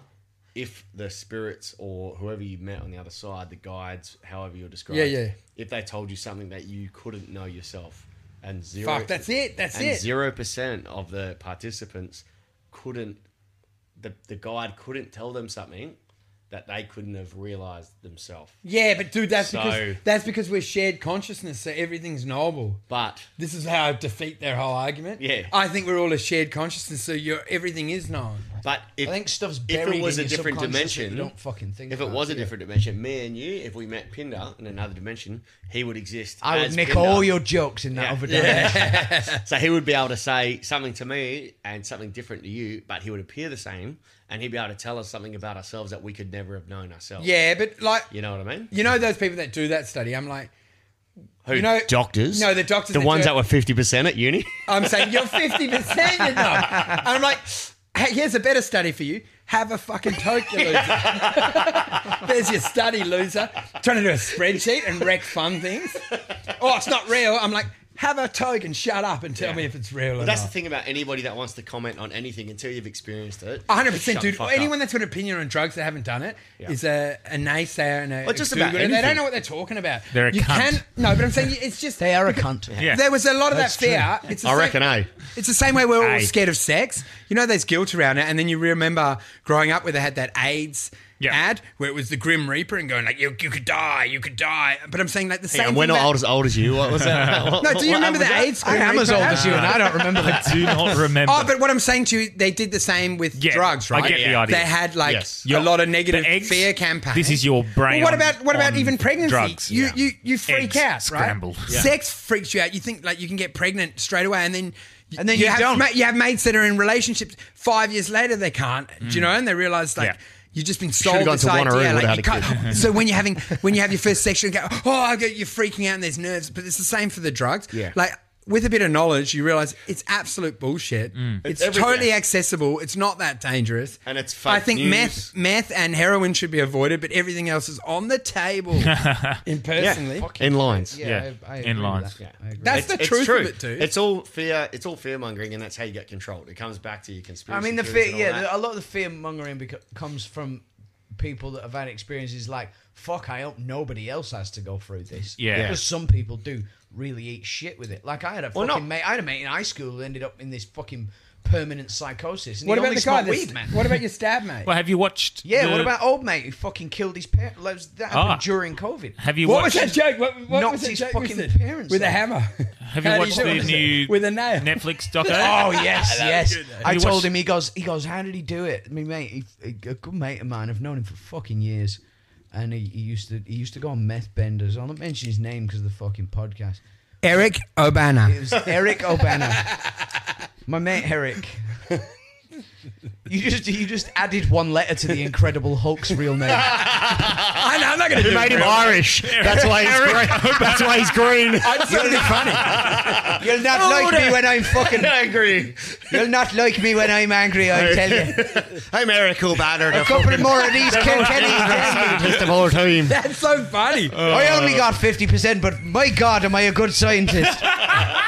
Speaker 7: if the spirits or whoever you met on the other side, the guides, however you're described,
Speaker 5: Yeah, yeah.
Speaker 7: if they told you something that you couldn't know yourself, and zero.
Speaker 5: Fuck, that's it, that's
Speaker 7: and
Speaker 5: it.
Speaker 7: Zero percent of the participants couldn't. The, the guide couldn't tell them something that they couldn't have realized themselves.
Speaker 5: Yeah, but dude, that's
Speaker 7: So-
Speaker 5: because that's because we're shared consciousness, so everything's knowable.
Speaker 7: But
Speaker 5: This is how I defeat their whole argument.
Speaker 7: Yeah.
Speaker 5: I think we're all a shared consciousness, so your everything is known.
Speaker 7: but if
Speaker 6: I think stuff's
Speaker 7: if
Speaker 6: buried
Speaker 7: it was
Speaker 6: in
Speaker 7: a
Speaker 6: your
Speaker 7: different
Speaker 6: subconscious that
Speaker 7: dimension,
Speaker 6: You don't fucking think.
Speaker 7: if it
Speaker 6: about
Speaker 7: was a different dimension, me and you, if we met Pinder in another dimension, he would exist.
Speaker 6: I would
Speaker 7: as
Speaker 6: nick
Speaker 7: Pinder.
Speaker 6: all your jokes in that
Speaker 7: Yeah.
Speaker 6: other dimension.
Speaker 7: [LAUGHS] So he would be able to say something to me and something different to you, but he would appear the same, and he'd be able to tell us something about ourselves that we could never have known ourselves.
Speaker 5: Yeah, but like
Speaker 7: you know what I mean.
Speaker 5: you know those people that do that study. I'm like,
Speaker 7: Who
Speaker 5: you know,
Speaker 7: doctors?
Speaker 5: No, the doctors
Speaker 7: the
Speaker 5: that
Speaker 7: ones
Speaker 5: do-
Speaker 7: that were fifty percent at uni.
Speaker 5: [LAUGHS] I'm saying
Speaker 7: [LAUGHS]
Speaker 5: you're fifty percent, you know. And I'm like, hey, here's a better study for you. Have a fucking toke, you loser. [LAUGHS] There's your study, loser. Trying to do a spreadsheet and wreck fun things. Oh, it's not real. I'm like,
Speaker 11: have a toke and shut up and tell me if it's real or
Speaker 7: But that's the
Speaker 11: not.
Speaker 7: thing about anybody that wants to comment on anything until you've experienced it.
Speaker 5: 100%,
Speaker 7: shut the
Speaker 5: dude.
Speaker 7: fuck
Speaker 5: Anyone
Speaker 7: up.
Speaker 5: that's got an opinion on drugs that haven't done it is a, a naysayer and a.
Speaker 7: Well, just
Speaker 5: a
Speaker 7: about
Speaker 5: guru. They
Speaker 7: anything.
Speaker 5: don't know what they're talking about.
Speaker 2: They're a
Speaker 5: you
Speaker 2: cunt.
Speaker 5: Can, no, but I'm saying it's just.
Speaker 6: They are a cunt. [LAUGHS]
Speaker 2: Yeah.
Speaker 5: There was a lot of
Speaker 6: That's
Speaker 5: that fear. It's the
Speaker 7: I
Speaker 5: same-
Speaker 7: reckon, eh?
Speaker 5: It's the same way we're all
Speaker 2: Aye.
Speaker 5: scared of sex. You know, there's guilt around it, and then you remember growing up where they had that AIDS
Speaker 2: Yeah.
Speaker 5: ad where it was the Grim Reaper and going like, "You, you could die, you could die." But I'm saying like the same.
Speaker 7: And we're
Speaker 5: thing
Speaker 7: not
Speaker 5: that-
Speaker 7: old as old as you. What was
Speaker 5: [LAUGHS]
Speaker 7: that? [LAUGHS] What-
Speaker 5: No, do you
Speaker 7: what
Speaker 5: remember
Speaker 7: was
Speaker 5: the
Speaker 7: that?
Speaker 5: AIDS?
Speaker 6: I
Speaker 5: Grim
Speaker 6: am as
Speaker 5: Reaper
Speaker 6: old
Speaker 5: ad?
Speaker 6: as you, and I don't remember
Speaker 2: [LAUGHS] I do [LAUGHS] not remember.
Speaker 5: Oh, but what I'm saying to you, they did the same with
Speaker 2: Yeah,
Speaker 5: drugs,
Speaker 2: I
Speaker 5: right?
Speaker 2: get the Yeah. idea.
Speaker 5: They had like
Speaker 7: Yes.
Speaker 5: a lot of negative
Speaker 2: The eggs,
Speaker 5: fear campaigns.
Speaker 2: This is your brain.
Speaker 5: Well, what
Speaker 2: on-
Speaker 5: about what about
Speaker 2: on
Speaker 5: even pregnancy?
Speaker 2: Drugs.
Speaker 5: You
Speaker 2: Yeah.
Speaker 5: you you
Speaker 2: Eggs
Speaker 5: freak out, right?
Speaker 2: scrambled. Yeah.
Speaker 5: Sex freaks you out. You think like you can get pregnant straight away, and then y-
Speaker 6: And then you
Speaker 5: have
Speaker 6: don't.
Speaker 5: ma- you have mates that are in relationships. Five years later, they can't. Do you know? And they realize like.
Speaker 2: Mm. Yeah.
Speaker 5: You've just been
Speaker 7: have
Speaker 5: sold
Speaker 7: gone
Speaker 5: this
Speaker 7: to
Speaker 5: idea,
Speaker 7: Wanneroo
Speaker 5: like you
Speaker 7: without a
Speaker 5: can't. [LAUGHS] so when you're having, when you have your first sexual, you go, oh, I go, you're freaking out and there's nerves. But it's the same for the drugs.
Speaker 7: Yeah.
Speaker 5: Like with a bit of knowledge, you realize it's absolute bullshit. It's,
Speaker 7: It's
Speaker 5: totally
Speaker 7: everything.
Speaker 5: accessible. It's not that dangerous.
Speaker 7: And it's
Speaker 5: I
Speaker 7: fake
Speaker 5: think
Speaker 7: news.
Speaker 5: meth, meth and heroin should be avoided, but everything else is on the table.
Speaker 7: Yeah,
Speaker 5: Personally,
Speaker 7: in lines.
Speaker 2: Yeah, in lines.
Speaker 5: that's the truth
Speaker 7: true.
Speaker 5: of it, dude.
Speaker 7: It's all fear. It's all fear mongering, and that's how you get controlled. It comes back to your conspiracy.
Speaker 6: I mean, the
Speaker 7: theories
Speaker 6: fear,
Speaker 7: and all
Speaker 6: yeah,
Speaker 7: that.
Speaker 6: a lot of the fear mongering beco- comes from people that have had experiences like, fuck, I hope nobody else has to go through this.
Speaker 2: Yeah.
Speaker 6: Because some people do really eat shit with it. Like, I had a
Speaker 7: Well,
Speaker 6: fucking
Speaker 7: no.
Speaker 6: mate, I had a mate in high school who ended up in this fucking permanent psychosis. And
Speaker 11: What
Speaker 6: he
Speaker 11: about the
Speaker 6: only
Speaker 11: guy?
Speaker 6: smoked
Speaker 11: that's-
Speaker 6: weed, man.
Speaker 11: What about your stab mate?
Speaker 2: Well, have you watched?
Speaker 6: yeah,
Speaker 2: the-
Speaker 6: what about old mate who fucking killed his parents? That happened
Speaker 2: Ah.
Speaker 6: during COVID.
Speaker 2: Have you
Speaker 11: What was
Speaker 2: watched?
Speaker 11: that joke? What, what
Speaker 6: Knocked
Speaker 11: was that
Speaker 6: his
Speaker 11: joke?
Speaker 6: fucking
Speaker 11: with the-
Speaker 6: parents
Speaker 11: with a
Speaker 6: out.
Speaker 11: hammer.
Speaker 2: Have you
Speaker 11: How do
Speaker 2: watched
Speaker 11: do it?
Speaker 2: the new
Speaker 11: with a nail?
Speaker 2: [LAUGHS] Netflix doco?
Speaker 6: Oh
Speaker 2: [LAUGHS]
Speaker 6: yes, yes. I
Speaker 2: You
Speaker 6: told
Speaker 2: watched-
Speaker 6: him. He goes. He goes. How did he do it? Me mate, he, a good mate of mine. I've known him for fucking years, and he, he used to he used to go on meth benders. I'll not mention his name because of the fucking podcast.
Speaker 5: Eric
Speaker 6: It
Speaker 5: Obana.
Speaker 6: was Eric Obana, my mate Eric. You just you just added one letter to the Incredible Hulk's real name.
Speaker 5: I know, I'm not going to do
Speaker 7: Made
Speaker 5: it.
Speaker 7: him Irish. That's why he's
Speaker 2: [LAUGHS]
Speaker 7: green. That's why he's green.
Speaker 5: It's going to be funny.
Speaker 6: You'll not like me when I'm
Speaker 7: [LAUGHS]
Speaker 6: fucking.
Speaker 7: I agree.
Speaker 6: You'll not like me when I'm angry. I tell you.
Speaker 7: I'm Eric O'Banner.
Speaker 6: A couple more of
Speaker 5: [LAUGHS]
Speaker 6: these Kilkennys.
Speaker 7: Just the whole team.
Speaker 5: That's so funny.
Speaker 6: I
Speaker 7: Uh,
Speaker 6: only got 50%, but my God, am I a
Speaker 5: [LAUGHS]
Speaker 6: good scientist?
Speaker 5: Oh,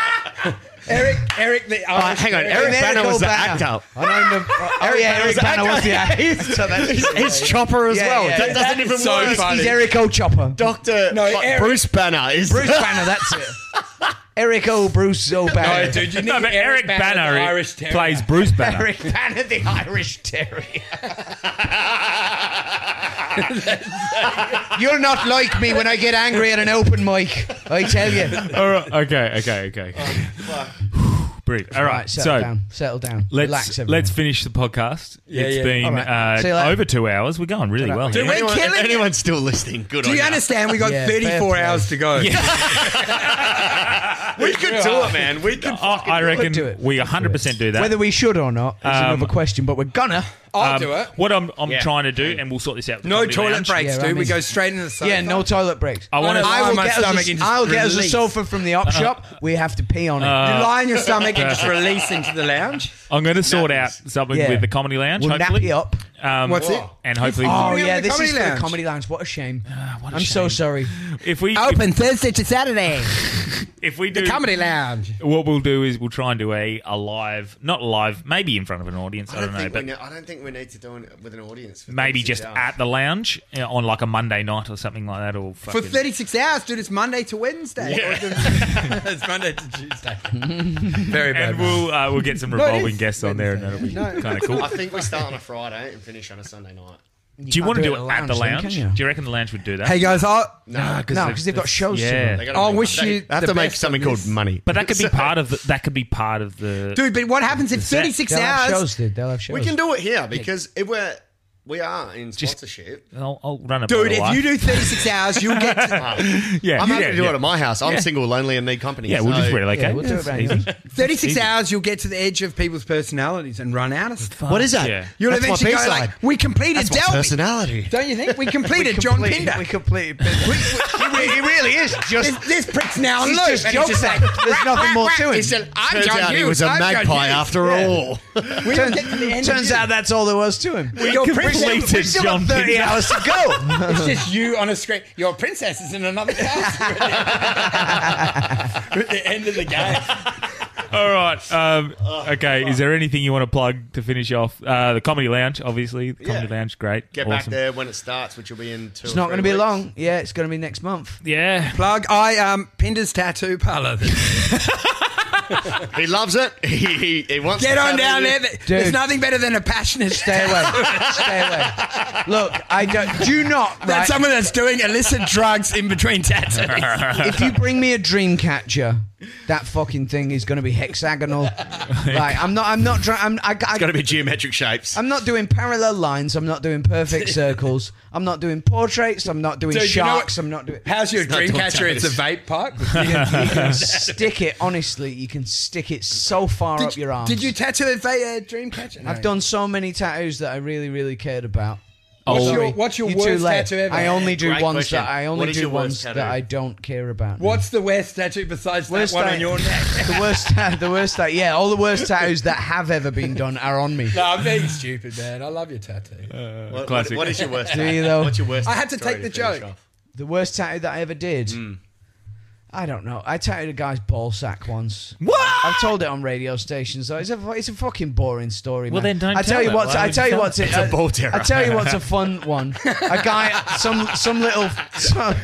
Speaker 11: Eric, Eric, the
Speaker 7: Uh,
Speaker 11: Irish
Speaker 7: hang on,
Speaker 11: guy.
Speaker 7: Eric
Speaker 6: Eric
Speaker 7: Banner was the
Speaker 6: O'Banner.
Speaker 7: actor.
Speaker 6: And I'm the, oh, yeah, Eric Banner was the
Speaker 5: [LAUGHS]
Speaker 6: So that's-
Speaker 7: He's, he's Chopper as
Speaker 6: Yeah,
Speaker 7: well.
Speaker 6: yeah,
Speaker 7: that
Speaker 6: yeah.
Speaker 7: doesn't even work.
Speaker 6: He's Eric O'Chopper.
Speaker 7: Doctor
Speaker 11: No, Eric-
Speaker 7: Bruce Banner is.
Speaker 6: Bruce Banner, that's it.
Speaker 7: [LAUGHS]
Speaker 6: Eric O. Bruce O'Banner.
Speaker 11: No, dude, you need
Speaker 2: No, but Eric,
Speaker 11: Eric
Speaker 2: Banner,
Speaker 11: the
Speaker 2: i-
Speaker 11: Irish Terrier.
Speaker 2: plays Bruce [LAUGHS] Banner.
Speaker 6: Eric Banner, the Irish Terrier. You'll not like me when I get angry at an open mic, I tell you.
Speaker 2: All right. Okay. Okay. Okay. Breathe. All Oh, right.
Speaker 6: settle
Speaker 2: So
Speaker 6: down. Settle down.
Speaker 2: let's
Speaker 6: Relax, everyone.
Speaker 2: let's finish the podcast. It's
Speaker 11: yeah.
Speaker 2: been
Speaker 6: right. See you
Speaker 2: uh,
Speaker 6: later.
Speaker 2: over two hours. We're going really well.
Speaker 5: Dude,
Speaker 2: here.
Speaker 5: we're
Speaker 7: Anyone,
Speaker 5: killing
Speaker 7: if
Speaker 5: it.
Speaker 7: anyone's still listening, good
Speaker 5: Do
Speaker 7: on
Speaker 5: you
Speaker 7: you.
Speaker 5: understand? We got
Speaker 6: Yeah, fair
Speaker 5: 34
Speaker 6: play.
Speaker 5: hours to go.
Speaker 7: We could do it, man.
Speaker 5: [LAUGHS]
Speaker 7: We could.
Speaker 2: Oh, I, I reckon
Speaker 6: do it.
Speaker 2: we 100 percent do that.
Speaker 6: Whether we should or not is
Speaker 2: Um,
Speaker 6: another question, but we're gonna.
Speaker 5: I'll
Speaker 2: Um,
Speaker 5: do it.
Speaker 2: What I'm, I'm trying to do, and we'll sort this out. with the
Speaker 5: No
Speaker 2: comedy
Speaker 5: toilet
Speaker 2: lounge.
Speaker 5: breaks,
Speaker 6: Yeah,
Speaker 5: dude.
Speaker 6: I
Speaker 5: we
Speaker 6: mean-
Speaker 5: go straight into the sofa.
Speaker 6: Yeah, no toilet breaks.
Speaker 2: I wanna-
Speaker 5: I
Speaker 6: I will
Speaker 5: my
Speaker 6: get
Speaker 5: stomach
Speaker 6: us.
Speaker 5: and
Speaker 6: A,
Speaker 5: just
Speaker 6: I'll get us a
Speaker 5: release. Uh,
Speaker 6: sofa from the op shop. We have to pee on it.
Speaker 5: You lie on your stomach and just release into the lounge.
Speaker 2: I'm going to sort out something
Speaker 6: Yeah.
Speaker 2: with the comedy lounge.
Speaker 6: We'll nap
Speaker 2: hopefully,
Speaker 6: you up.
Speaker 2: Um,
Speaker 5: What's it?
Speaker 2: And hopefully,
Speaker 6: oh
Speaker 5: we have
Speaker 6: yeah,
Speaker 5: the
Speaker 6: this is
Speaker 5: comedy
Speaker 6: for the
Speaker 5: lounge.
Speaker 6: comedy lounge. What a shame. I'm so sorry.
Speaker 2: if we if,
Speaker 5: Open Thursday to Saturday.
Speaker 2: if we do
Speaker 5: Comedy Lounge.
Speaker 2: what we'll do is we'll try and do a, a live, not live, maybe in front of an audience. I
Speaker 7: I
Speaker 2: don't,
Speaker 7: don't, think
Speaker 2: know,
Speaker 7: we
Speaker 2: but
Speaker 7: ne- I don't think we need to do it with an audience. for
Speaker 2: maybe
Speaker 7: 36
Speaker 2: just
Speaker 7: hours.
Speaker 2: at the lounge uh, on like a Monday night or something like that. Or
Speaker 5: For
Speaker 2: fucking,
Speaker 5: 36 hours, dude, it's Monday to Wednesday. it's Monday to Tuesday. Very bad.
Speaker 2: and we'll uh, we'll get some revolving guests on there, and that'll be kind of
Speaker 7: [LAUGHS]
Speaker 2: cool.
Speaker 7: I think we start on a Friday and finish on a Sunday night.
Speaker 2: do you want to do,
Speaker 6: do
Speaker 2: it
Speaker 6: it
Speaker 2: at the
Speaker 6: lounge then,
Speaker 2: lounge?
Speaker 6: can you?
Speaker 2: Do you reckon the lounge would do that?
Speaker 5: Hey guys, I'll,
Speaker 2: no, because
Speaker 6: No, 'cause they've got shows to
Speaker 2: Yeah,
Speaker 6: run.
Speaker 7: They gotta
Speaker 5: I
Speaker 7: make-
Speaker 5: wish
Speaker 7: they-
Speaker 5: you
Speaker 7: They have
Speaker 5: the
Speaker 7: to make
Speaker 5: best
Speaker 7: something
Speaker 5: of
Speaker 7: called
Speaker 5: this.
Speaker 7: money.
Speaker 2: but that could be part of the, that could be part of the
Speaker 5: dude. But what happens if
Speaker 2: that-
Speaker 5: 36
Speaker 6: They'll have
Speaker 5: hours?
Speaker 6: shows, dude. They'll have shows.
Speaker 7: We can do it here because if we're we are in sponsorship.
Speaker 2: I'll, I'll run it.
Speaker 5: Dude,
Speaker 2: by the
Speaker 5: if
Speaker 2: wife.
Speaker 5: you do 36 hours, you'll get. To,
Speaker 2: yeah,
Speaker 7: I'm happy
Speaker 2: yeah,
Speaker 7: to do
Speaker 2: yeah.
Speaker 7: it at my house. I'm
Speaker 2: Yeah.
Speaker 7: single, lonely, and need company.
Speaker 2: Yeah, we'll
Speaker 7: so-
Speaker 2: just relocate.
Speaker 6: Yeah, we'll do it around
Speaker 2: It's
Speaker 7: [LAUGHS]
Speaker 6: here.
Speaker 2: easy. [LAUGHS]
Speaker 5: 36
Speaker 2: Easy.
Speaker 5: hours, you'll get to the edge of people's personalities and run out of stuff.
Speaker 7: What is that?
Speaker 2: Yeah.
Speaker 5: You'll
Speaker 7: That's my
Speaker 5: eventually go
Speaker 7: peace sign.
Speaker 5: like, "We completed
Speaker 7: That's my
Speaker 5: Delby."
Speaker 7: personality.
Speaker 5: Don't you think we completed John
Speaker 6: Complete-
Speaker 5: Pinder?
Speaker 6: We
Speaker 7: [LAUGHS]
Speaker 6: completed. he, he really is just.
Speaker 5: This, this prick's now on
Speaker 6: He's
Speaker 5: loop.
Speaker 6: just
Speaker 5: and he's just
Speaker 6: joking.
Speaker 5: like,
Speaker 6: There's nothing more to
Speaker 5: He's
Speaker 6: him.
Speaker 5: just, I'm
Speaker 7: Turns
Speaker 5: John
Speaker 7: out he
Speaker 5: Hughes,
Speaker 7: was a
Speaker 5: I'm John
Speaker 7: magpie
Speaker 5: Hughes."
Speaker 7: after all.
Speaker 11: [LAUGHS]
Speaker 5: We don't get to the end
Speaker 6: Turns
Speaker 5: of
Speaker 6: out that's all there was to him.
Speaker 5: you. Your prick
Speaker 2: completed
Speaker 12: still
Speaker 2: John
Speaker 12: got 30
Speaker 2: Kingsman.
Speaker 12: hours to go.
Speaker 11: It's just you on a screen. Your princess is in another castle at the- at the end of the game.
Speaker 2: All right. Um, okay. Is there anything you want to plug to finish off? Uh, the Comedy Lounge, obviously. The Comedy
Speaker 7: Yeah.
Speaker 2: Lounge, great.
Speaker 7: Get back
Speaker 2: awesome.
Speaker 7: there when it starts, which will be in two.
Speaker 6: It's not going to
Speaker 7: [LAUGHS]
Speaker 6: be long. Yeah, it's going to be next month.
Speaker 2: Yeah.
Speaker 5: Plug. I um Pinder's tattoo parlor.
Speaker 7: He loves it. [LAUGHS] He, he, he wants.
Speaker 5: Get
Speaker 7: to
Speaker 5: on
Speaker 7: have
Speaker 5: down
Speaker 7: it.
Speaker 5: there. There's nothing better than a passionate
Speaker 6: Stay [LAUGHS]
Speaker 5: stay.
Speaker 6: away. Stay away. Look, I don't. Do
Speaker 11: [LAUGHS]
Speaker 6: not. Right,
Speaker 5: That's someone that's doing illicit drugs in between tattoos.
Speaker 6: [LAUGHS] if you bring me a dream catcher, that fucking thing is going to
Speaker 11: [LAUGHS]
Speaker 6: be hexagonal. like I'm not. I'm not. Dra- I'm. I, I,
Speaker 7: It's got to be geometric shapes.
Speaker 6: I'm not doing parallel lines. I'm not
Speaker 11: [LAUGHS]
Speaker 6: doing perfect circles. I'm not doing portraits. I'm not doing
Speaker 11: Dude, you know what-
Speaker 6: sharks. I'm
Speaker 11: [LAUGHS]
Speaker 6: not doing.
Speaker 11: How's your
Speaker 7: not
Speaker 11: dream catcher?
Speaker 7: doing
Speaker 11: It's a vape pipe. did,
Speaker 6: stick it. Honestly, you can stick it so far up your arm.
Speaker 11: did you tattoo a va- uh, dream catcher? No.
Speaker 6: I've done so many tattoos that I really, really cared about.
Speaker 11: What's
Speaker 6: Sorry.
Speaker 11: your, what's your
Speaker 6: You're too
Speaker 11: worst
Speaker 6: late.
Speaker 11: tattoo ever?
Speaker 6: I only do
Speaker 7: Great
Speaker 6: ones
Speaker 7: question.
Speaker 6: that I only
Speaker 7: What is
Speaker 6: do
Speaker 7: your worst
Speaker 6: ones that
Speaker 7: tattoo?
Speaker 6: I don't care about.
Speaker 11: What's the worst tattoo besides
Speaker 6: Worst
Speaker 11: that one
Speaker 6: tat-
Speaker 11: on
Speaker 5: [LAUGHS]
Speaker 6: [LAUGHS]
Speaker 11: your neck?
Speaker 6: the worst? ta- The worst? ta- Yeah, all the worst tattoos that have ever been done are on me.
Speaker 11: [LAUGHS] No, I'm being stupid, man. I love your tattoo.
Speaker 7: What- what,
Speaker 2: Classic.
Speaker 7: what is your worst?
Speaker 6: Do you
Speaker 7: act?
Speaker 6: though?
Speaker 7: What's your worst?
Speaker 11: I
Speaker 7: act
Speaker 11: had to
Speaker 7: story
Speaker 11: take the
Speaker 7: finish
Speaker 11: joke.
Speaker 7: off?
Speaker 6: The worst tattoo that I ever did.
Speaker 11: Hmm.
Speaker 6: I don't know. I tattooed a guy's ball sack once.
Speaker 2: What?
Speaker 6: I've told it on radio stations. Though. It's a it's a fucking boring story.
Speaker 2: Well,
Speaker 6: man.
Speaker 2: then don't
Speaker 6: I tell
Speaker 2: tell
Speaker 6: you
Speaker 2: it.
Speaker 6: what's
Speaker 2: Why
Speaker 6: I
Speaker 2: would
Speaker 6: tell
Speaker 2: you
Speaker 6: you
Speaker 2: tell
Speaker 6: what's
Speaker 2: it?
Speaker 6: a-
Speaker 7: It's a ball terror.
Speaker 6: I tell you what's a fun one. A guy, some some little some,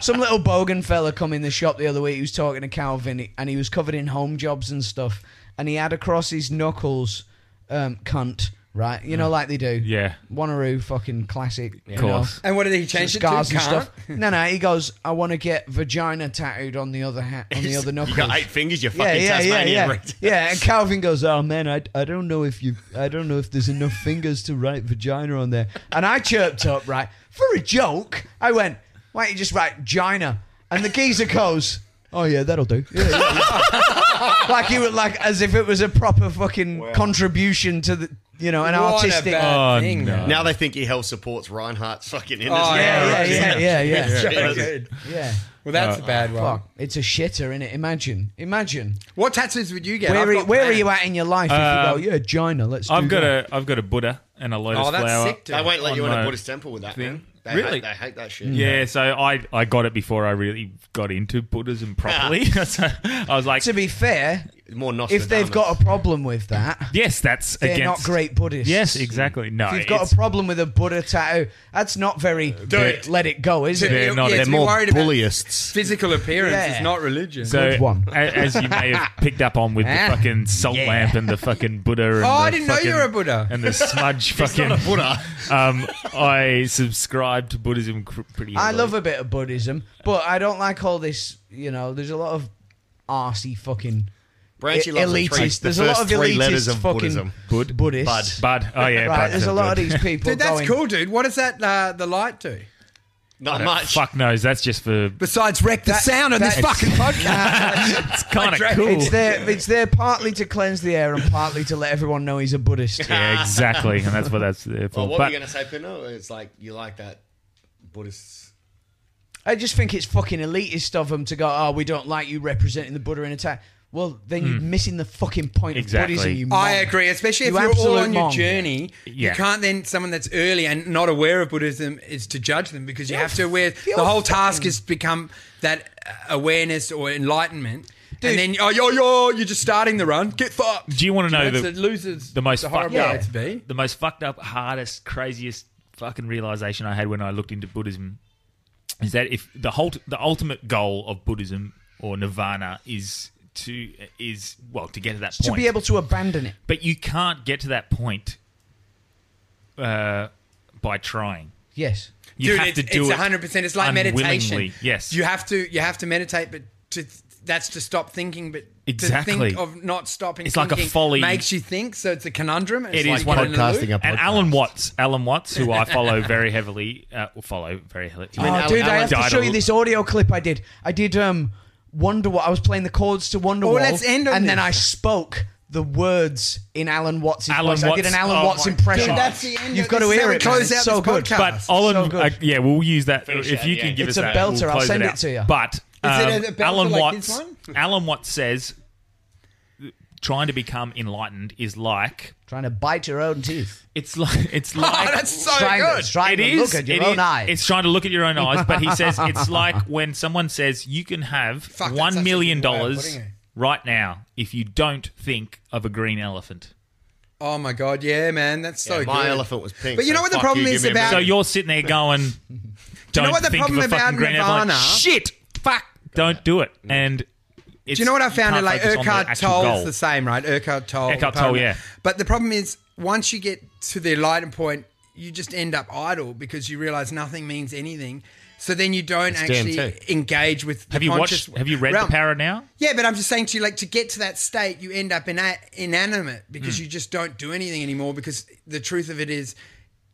Speaker 6: some little bogan fella come in the shop the other week. He was talking to Calvin, and he was covered in home jobs and stuff. And he had across his knuckles, um, cunt. Right, you know, like they do.
Speaker 2: Yeah.
Speaker 6: Wanneroo, fucking classic. Of
Speaker 2: course.
Speaker 11: And what did he change it to?
Speaker 6: scars and
Speaker 11: Can't?
Speaker 5: [LAUGHS]
Speaker 6: [LAUGHS] stuff. No, no, he goes, I want to get vagina tattooed on the other ha- on the
Speaker 4: [LAUGHS]
Speaker 6: other knuckles.
Speaker 7: You got eight fingers. You're
Speaker 6: yeah,
Speaker 7: fucking
Speaker 6: yeah, yeah,
Speaker 7: Tasmanian.
Speaker 6: yeah.
Speaker 7: red.
Speaker 6: yeah, and Calvin goes, "Oh man, I, I don't know if you I don't know if there's enough fingers to write vagina on there." And I chirped up, right, for a joke. I went, "Why don't you just write gina?" And the geezer goes, "Oh yeah, that'll do." Yeah, yeah, yeah. [LAUGHS] like you were like as if it was a proper fucking contribution to the you know an
Speaker 11: What a
Speaker 6: artistic.
Speaker 11: bad
Speaker 2: Oh,
Speaker 11: thing,
Speaker 2: no.
Speaker 11: man.
Speaker 7: Now they think EHEL supports Reinhardt's fucking industry.
Speaker 11: Oh,
Speaker 6: yeah, yeah,
Speaker 11: [LAUGHS]
Speaker 6: yeah, yeah, yeah.
Speaker 11: So
Speaker 7: Yeah.
Speaker 11: good.
Speaker 6: yeah.
Speaker 11: Well, that's a bad one.
Speaker 6: Uh, Fuck, it's a shitter, innit? Imagine, imagine.
Speaker 5: what tattoos would you get?
Speaker 6: where
Speaker 5: I've
Speaker 6: are,
Speaker 5: got
Speaker 6: where are
Speaker 5: many.
Speaker 6: you at in your life?
Speaker 2: Uh,
Speaker 6: if you go, yeah, Gina, let's. do
Speaker 2: I've got
Speaker 6: that.
Speaker 2: a I've got a Buddha and a lotus
Speaker 5: Oh, that's
Speaker 2: flower.
Speaker 5: sick, dude.
Speaker 7: They won't let
Speaker 2: On
Speaker 7: you in
Speaker 2: my
Speaker 7: a Buddhist temple with that
Speaker 2: thing.
Speaker 7: man. They
Speaker 2: Really?
Speaker 7: Hate, they hate that shit.
Speaker 2: Yeah, so I, I got it before I really got into Buddhism properly. [LAUGHS] so I was like,
Speaker 6: To be fair,
Speaker 7: More Nostradamus.
Speaker 6: if they've got a problem with that,
Speaker 2: yes, that's
Speaker 6: they're
Speaker 2: against.
Speaker 6: not great Buddhists.
Speaker 2: Yes, exactly. No,
Speaker 6: If you've got
Speaker 2: it's-
Speaker 6: a problem with a Buddha tattoo, that's not very
Speaker 11: it.
Speaker 6: let it go, is it?
Speaker 2: They're
Speaker 11: Yeah,
Speaker 2: not-
Speaker 11: yeah,
Speaker 2: they're
Speaker 11: to be
Speaker 7: more
Speaker 11: worried about
Speaker 7: bullyists.
Speaker 11: Physical appearance
Speaker 6: Yeah.
Speaker 11: is not religion.
Speaker 2: So,
Speaker 6: Good one.
Speaker 2: a- as you may have picked up on with the fucking salt lamp and the fucking Buddha. And
Speaker 11: Oh, I
Speaker 2: the
Speaker 11: didn't know you
Speaker 2: fucking-
Speaker 11: were a Buddha.
Speaker 2: And the smudge fucking Buddha. Um, I subscribe to Buddhism cr- pretty.
Speaker 6: I
Speaker 2: heavily.
Speaker 6: love a bit of Buddhism, but I don't like all this. You know, there's a lot of arsey fucking
Speaker 7: Branchy
Speaker 6: e-
Speaker 7: loves the
Speaker 6: elitist.
Speaker 7: three- the
Speaker 6: there's a lot
Speaker 7: first
Speaker 6: of
Speaker 7: three
Speaker 6: elitist
Speaker 7: letters of
Speaker 6: fucking
Speaker 7: Buddhism.
Speaker 2: Bud.
Speaker 6: Buddhists.
Speaker 2: Bud. Oh yeah,
Speaker 6: Right,
Speaker 2: Bud.
Speaker 6: there's a lot of
Speaker 2: Bud.
Speaker 6: these
Speaker 2: [LAUGHS]
Speaker 6: people.
Speaker 5: Dude, that's
Speaker 6: going,
Speaker 5: cool, dude. What does that uh, the light do?
Speaker 7: Not much.
Speaker 2: Fuck knows. That's just for.
Speaker 5: Besides wreck the sound of this
Speaker 6: that-
Speaker 5: fucking
Speaker 6: [LAUGHS]
Speaker 5: podcast.
Speaker 2: It's kind of cool.
Speaker 6: It's there. It's there partly to cleanse the air and partly to let everyone know he's a Buddhist.
Speaker 2: Yeah, exactly, and that's what that's there for.
Speaker 7: Well, what
Speaker 2: but
Speaker 7: were you going to say, Pino? It's like, you like that Buddhist.
Speaker 6: I just think it's fucking elitist of them to go. Oh, we don't like you representing the Buddha in a ta-" Well, then you're missing the fucking point
Speaker 2: Hmm. Exactly.
Speaker 6: of Buddhism. You
Speaker 5: I
Speaker 6: monk.
Speaker 5: agree, especially if
Speaker 6: You
Speaker 5: you are all
Speaker 6: absolute
Speaker 5: on your
Speaker 6: monk.
Speaker 5: journey.
Speaker 2: Yeah.
Speaker 5: You can't then someone that's early and not aware of Buddhism is to judge them because you have to aware.
Speaker 6: you're
Speaker 5: The whole task is to become that uh, awareness or enlightenment. And
Speaker 6: Dude.
Speaker 5: then oh yo yo, you're just starting the run. Get fucked.
Speaker 2: do you want to know
Speaker 5: That's
Speaker 2: the
Speaker 5: a loser's
Speaker 2: the most
Speaker 5: it's a
Speaker 2: fucked
Speaker 5: horrible
Speaker 2: up,
Speaker 5: way to be.
Speaker 2: the most fucked up, hardest, craziest fucking realization I had when I looked into Buddhism is that if the whole the ultimate goal of Buddhism or Nirvana is to is well to get to that
Speaker 6: To
Speaker 2: point,
Speaker 6: be able to abandon it.
Speaker 2: but you can't get to that point uh, by trying.
Speaker 6: Yes.
Speaker 2: You
Speaker 5: Dude,
Speaker 2: have
Speaker 5: it's,
Speaker 2: to do
Speaker 5: it's
Speaker 2: it
Speaker 5: 100%. It's like
Speaker 2: unwillingly.
Speaker 5: meditation.
Speaker 2: Yes,
Speaker 5: You have to you have to meditate but to that's to stop thinking but
Speaker 2: Exactly.
Speaker 5: to think of not stopping
Speaker 2: It's like a
Speaker 5: thinking
Speaker 2: folly-
Speaker 5: makes you think so it's a conundrum. It's
Speaker 2: It is
Speaker 5: like
Speaker 2: one
Speaker 5: you're in a loop.
Speaker 7: podcasting up.
Speaker 2: And Alan Watts, Alan Watts, who I follow
Speaker 5: [LAUGHS]
Speaker 2: very heavily, uh, follow very heavily.
Speaker 6: Oh,
Speaker 7: Alan-
Speaker 6: dude, I
Speaker 7: Alan
Speaker 6: have to
Speaker 2: died
Speaker 6: show
Speaker 2: a-
Speaker 6: you this audio clip I did. I did um Wonderwall. I was playing the chords to Wonderwall.
Speaker 5: Oh, let's end on
Speaker 6: and then
Speaker 5: this.
Speaker 6: I spoke the words in Alan Watts'
Speaker 2: Alan
Speaker 6: voice. I did an
Speaker 2: Watts-
Speaker 6: Alan
Speaker 2: oh
Speaker 6: Watts
Speaker 2: my
Speaker 6: impression.
Speaker 2: God.
Speaker 5: That's the end
Speaker 6: You've
Speaker 5: of
Speaker 6: got to
Speaker 5: this.
Speaker 6: hear
Speaker 5: Now
Speaker 6: it.
Speaker 5: close
Speaker 6: man. It's
Speaker 5: out
Speaker 6: so
Speaker 5: this
Speaker 6: good.
Speaker 5: podcast.
Speaker 2: But Olin,
Speaker 6: Ah, good.
Speaker 2: uh, yeah, we'll use that
Speaker 7: Finish
Speaker 2: if
Speaker 7: that,
Speaker 2: you
Speaker 7: yeah.
Speaker 2: can give
Speaker 6: It's
Speaker 2: us
Speaker 6: a
Speaker 2: that.
Speaker 6: belter.
Speaker 2: we'll
Speaker 6: I'll
Speaker 2: close
Speaker 6: send
Speaker 2: out.
Speaker 6: it to you.
Speaker 2: But
Speaker 5: Is it
Speaker 2: um,
Speaker 5: a belter
Speaker 2: Alan
Speaker 5: like
Speaker 2: Watts,
Speaker 5: this one?
Speaker 2: Alan Watts says trying to become enlightened is like
Speaker 6: Trying to bite your own teeth.
Speaker 2: it's like [LAUGHS] it's like
Speaker 5: so
Speaker 6: trying to, Oh, trying
Speaker 2: It
Speaker 6: to
Speaker 2: is.
Speaker 6: look at your
Speaker 2: it
Speaker 6: own
Speaker 2: is-
Speaker 6: eyes.
Speaker 2: It's trying to look at your own eyes, but
Speaker 6: [LAUGHS]
Speaker 2: he says it's like when someone says you can have
Speaker 5: Fuck, that's
Speaker 2: one
Speaker 5: such a
Speaker 2: million
Speaker 5: good way of putting
Speaker 2: dollars
Speaker 5: it.
Speaker 2: right now if you don't think of a green elephant.
Speaker 5: Oh my god, yeah, man, that's so
Speaker 7: Yeah,
Speaker 5: good.
Speaker 7: my elephant was pink.
Speaker 5: But you know
Speaker 7: so
Speaker 5: what the
Speaker 7: fuck
Speaker 5: problem
Speaker 7: you,
Speaker 5: is
Speaker 7: give me a
Speaker 5: about-
Speaker 2: So
Speaker 7: million.
Speaker 2: you're sitting there going, "Don't
Speaker 5: what the
Speaker 2: think of
Speaker 5: problem
Speaker 2: a fucking
Speaker 5: about
Speaker 2: green elephant."
Speaker 5: Nirvana-
Speaker 2: Shit, fuck, don't do it. And it's,
Speaker 5: Do you know what I found? It
Speaker 2: can't
Speaker 5: like
Speaker 2: focus on the
Speaker 5: Urquhart
Speaker 2: actual
Speaker 5: Toll's
Speaker 2: goal.
Speaker 5: the same, right? Urquhart Toll.
Speaker 2: Urquhart
Speaker 5: Parliament.
Speaker 2: Tolle, yeah.
Speaker 5: But the problem is, once you get to the enlightened point, you just end up idle because you realize nothing means anything. So then you don't actually
Speaker 7: DMT.
Speaker 5: engage with. The
Speaker 2: Have you
Speaker 5: conscious
Speaker 2: watched? Have you read
Speaker 5: realm.
Speaker 2: the Power now?
Speaker 5: Yeah, but I'm just saying to you, like, to get to that state, you end up ina- inanimate because
Speaker 7: Hmm.
Speaker 5: you just don't do anything anymore. Because the truth of it is,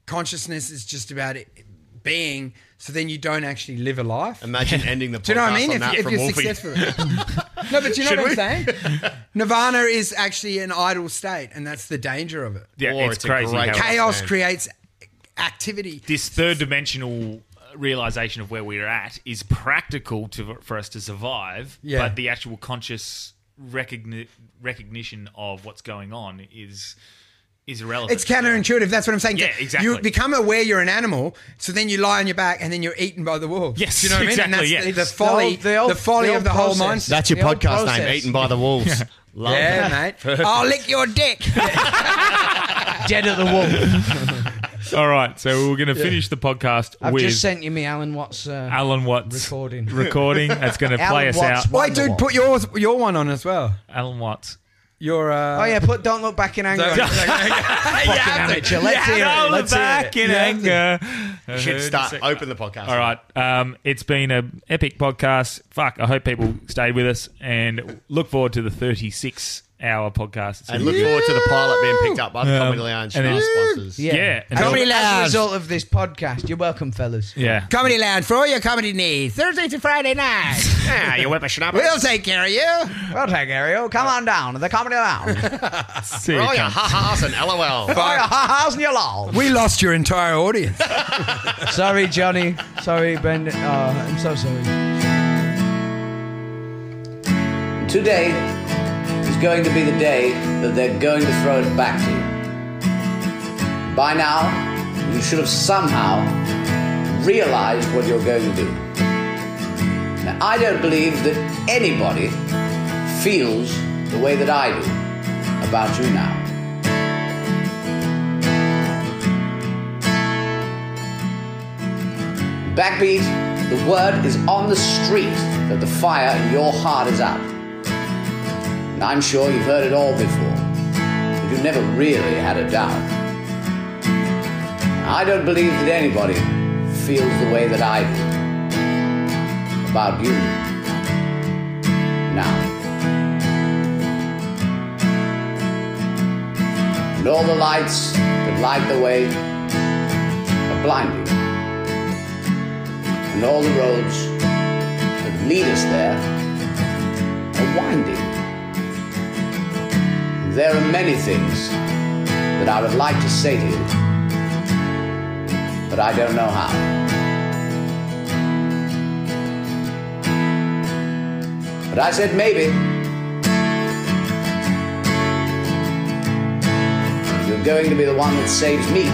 Speaker 5: consciousness is just about it being. So then you don't actually live a life.
Speaker 7: Imagine ending the podcast
Speaker 5: Do you know what I mean?
Speaker 7: on
Speaker 5: If,
Speaker 7: that
Speaker 5: if
Speaker 7: from
Speaker 5: you're
Speaker 7: Wolfie.
Speaker 5: successful.
Speaker 7: [LAUGHS]
Speaker 5: no, but you know what I'm saying? Nirvana is actually an idle state, and that's the danger of it.
Speaker 2: Yeah,
Speaker 7: Or
Speaker 2: it's,
Speaker 7: it's a
Speaker 2: crazy.
Speaker 7: great-
Speaker 2: how-
Speaker 5: Chaos
Speaker 7: understand.
Speaker 5: creates activity.
Speaker 2: this third dimensional realization of where we're at is practical to, for us to survive,
Speaker 5: Yeah.
Speaker 2: but the actual conscious recogni- recognition of what's going on is is irrelevant.
Speaker 5: It's counterintuitive. That's what I'm saying.
Speaker 2: Yeah, exactly.
Speaker 5: You become aware you're an animal, so then you lie on your back, and then you're eaten by the wolves.
Speaker 2: Yes,
Speaker 5: Do you know what I
Speaker 2: exactly,
Speaker 5: mean?
Speaker 2: yeah.
Speaker 5: And that's the, the
Speaker 2: It's
Speaker 6: the whole-
Speaker 5: folly,
Speaker 6: the whole-
Speaker 5: the folly
Speaker 6: the
Speaker 5: of the whole
Speaker 6: whole
Speaker 5: mindset.
Speaker 6: process.
Speaker 7: That's your
Speaker 6: The old
Speaker 7: podcast name,
Speaker 6: process.
Speaker 7: Eaten by the Wolves. Love
Speaker 5: yeah,
Speaker 7: that.
Speaker 5: mate. I'll lick
Speaker 2: [LAUGHS]
Speaker 5: your dick.
Speaker 6: Dead at the wolf.
Speaker 7: [LAUGHS]
Speaker 2: All right, so we're going to finish the podcast
Speaker 6: I've
Speaker 2: with
Speaker 6: just sent you me Alan Watts. Uh,
Speaker 2: Alan Watts
Speaker 6: Recording.
Speaker 2: Recording that's going to
Speaker 6: Alan
Speaker 2: play us
Speaker 6: Watts
Speaker 2: out.
Speaker 5: Wait,
Speaker 6: Wonder
Speaker 5: dude,
Speaker 6: Woman.
Speaker 5: put yours, your one on as well.
Speaker 2: Alan Watts.
Speaker 5: Your uh,
Speaker 6: Oh yeah, put "Don't Look Back in Anger."
Speaker 5: [LAUGHS]
Speaker 6: on.
Speaker 2: [LAUGHS]
Speaker 6: amateur. Let's hear it.
Speaker 2: Roll
Speaker 6: Let's hear
Speaker 2: back in
Speaker 6: it.
Speaker 2: anger.
Speaker 7: You should start. Open the podcast.
Speaker 2: All right. Um, it's been a epic podcast. Fuck. I hope people stay with us and look forward to the 36 hour podcast. It's
Speaker 7: And
Speaker 2: gonna
Speaker 7: look
Speaker 2: be-
Speaker 7: forward to the pilot being picked up by the
Speaker 2: Um,
Speaker 7: Comedy Lounge
Speaker 2: and
Speaker 7: and
Speaker 2: then-
Speaker 7: sponsors.
Speaker 2: yeah. and
Speaker 6: As,
Speaker 2: all-
Speaker 6: a- as a result of this podcast, you're welcome, fellas.
Speaker 2: yeah.
Speaker 5: Comedy Lounge for all your comedy needs. Thursday to Friday night.
Speaker 2: [LAUGHS]
Speaker 7: Ah, you whippersnapper.
Speaker 5: We'll take care of you.
Speaker 6: Well, take Ariel. Come on down to the comedy lounge.
Speaker 2: See you,
Speaker 7: Oh, yeah.
Speaker 2: cunt.
Speaker 7: Ha-has
Speaker 5: [LAUGHS]
Speaker 7: and LOL.
Speaker 6: Fire ha-has and your lol.
Speaker 5: We lost your entire audience.
Speaker 6: Sorry, Johnny. Sorry, Ben. Oh, I'm so sorry.
Speaker 14: Today is going to be the day that they're going to throw it back to you. By now, you should have somehow realized what you're going to do. Now, I don't believe that anybody feels the way that I do about you now. Backbeat, the word is on the street that the fire in your heart is out. And I'm sure you've heard it all before, but you never really had it down. I don't believe that anybody feels the way that I do about you now. And all the lights that light the way are blinding and all the roads that lead us there are winding. There are many things that I would like to say to you, but I don't know how. But I said maybe. You're going to be the one that saves me.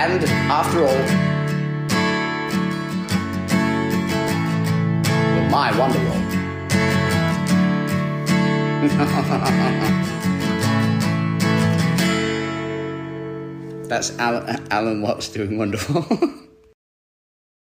Speaker 14: And after all, you're my Wonder Woman. [LAUGHS] That's Alan, Alan Watts doing wonderful. [LAUGHS]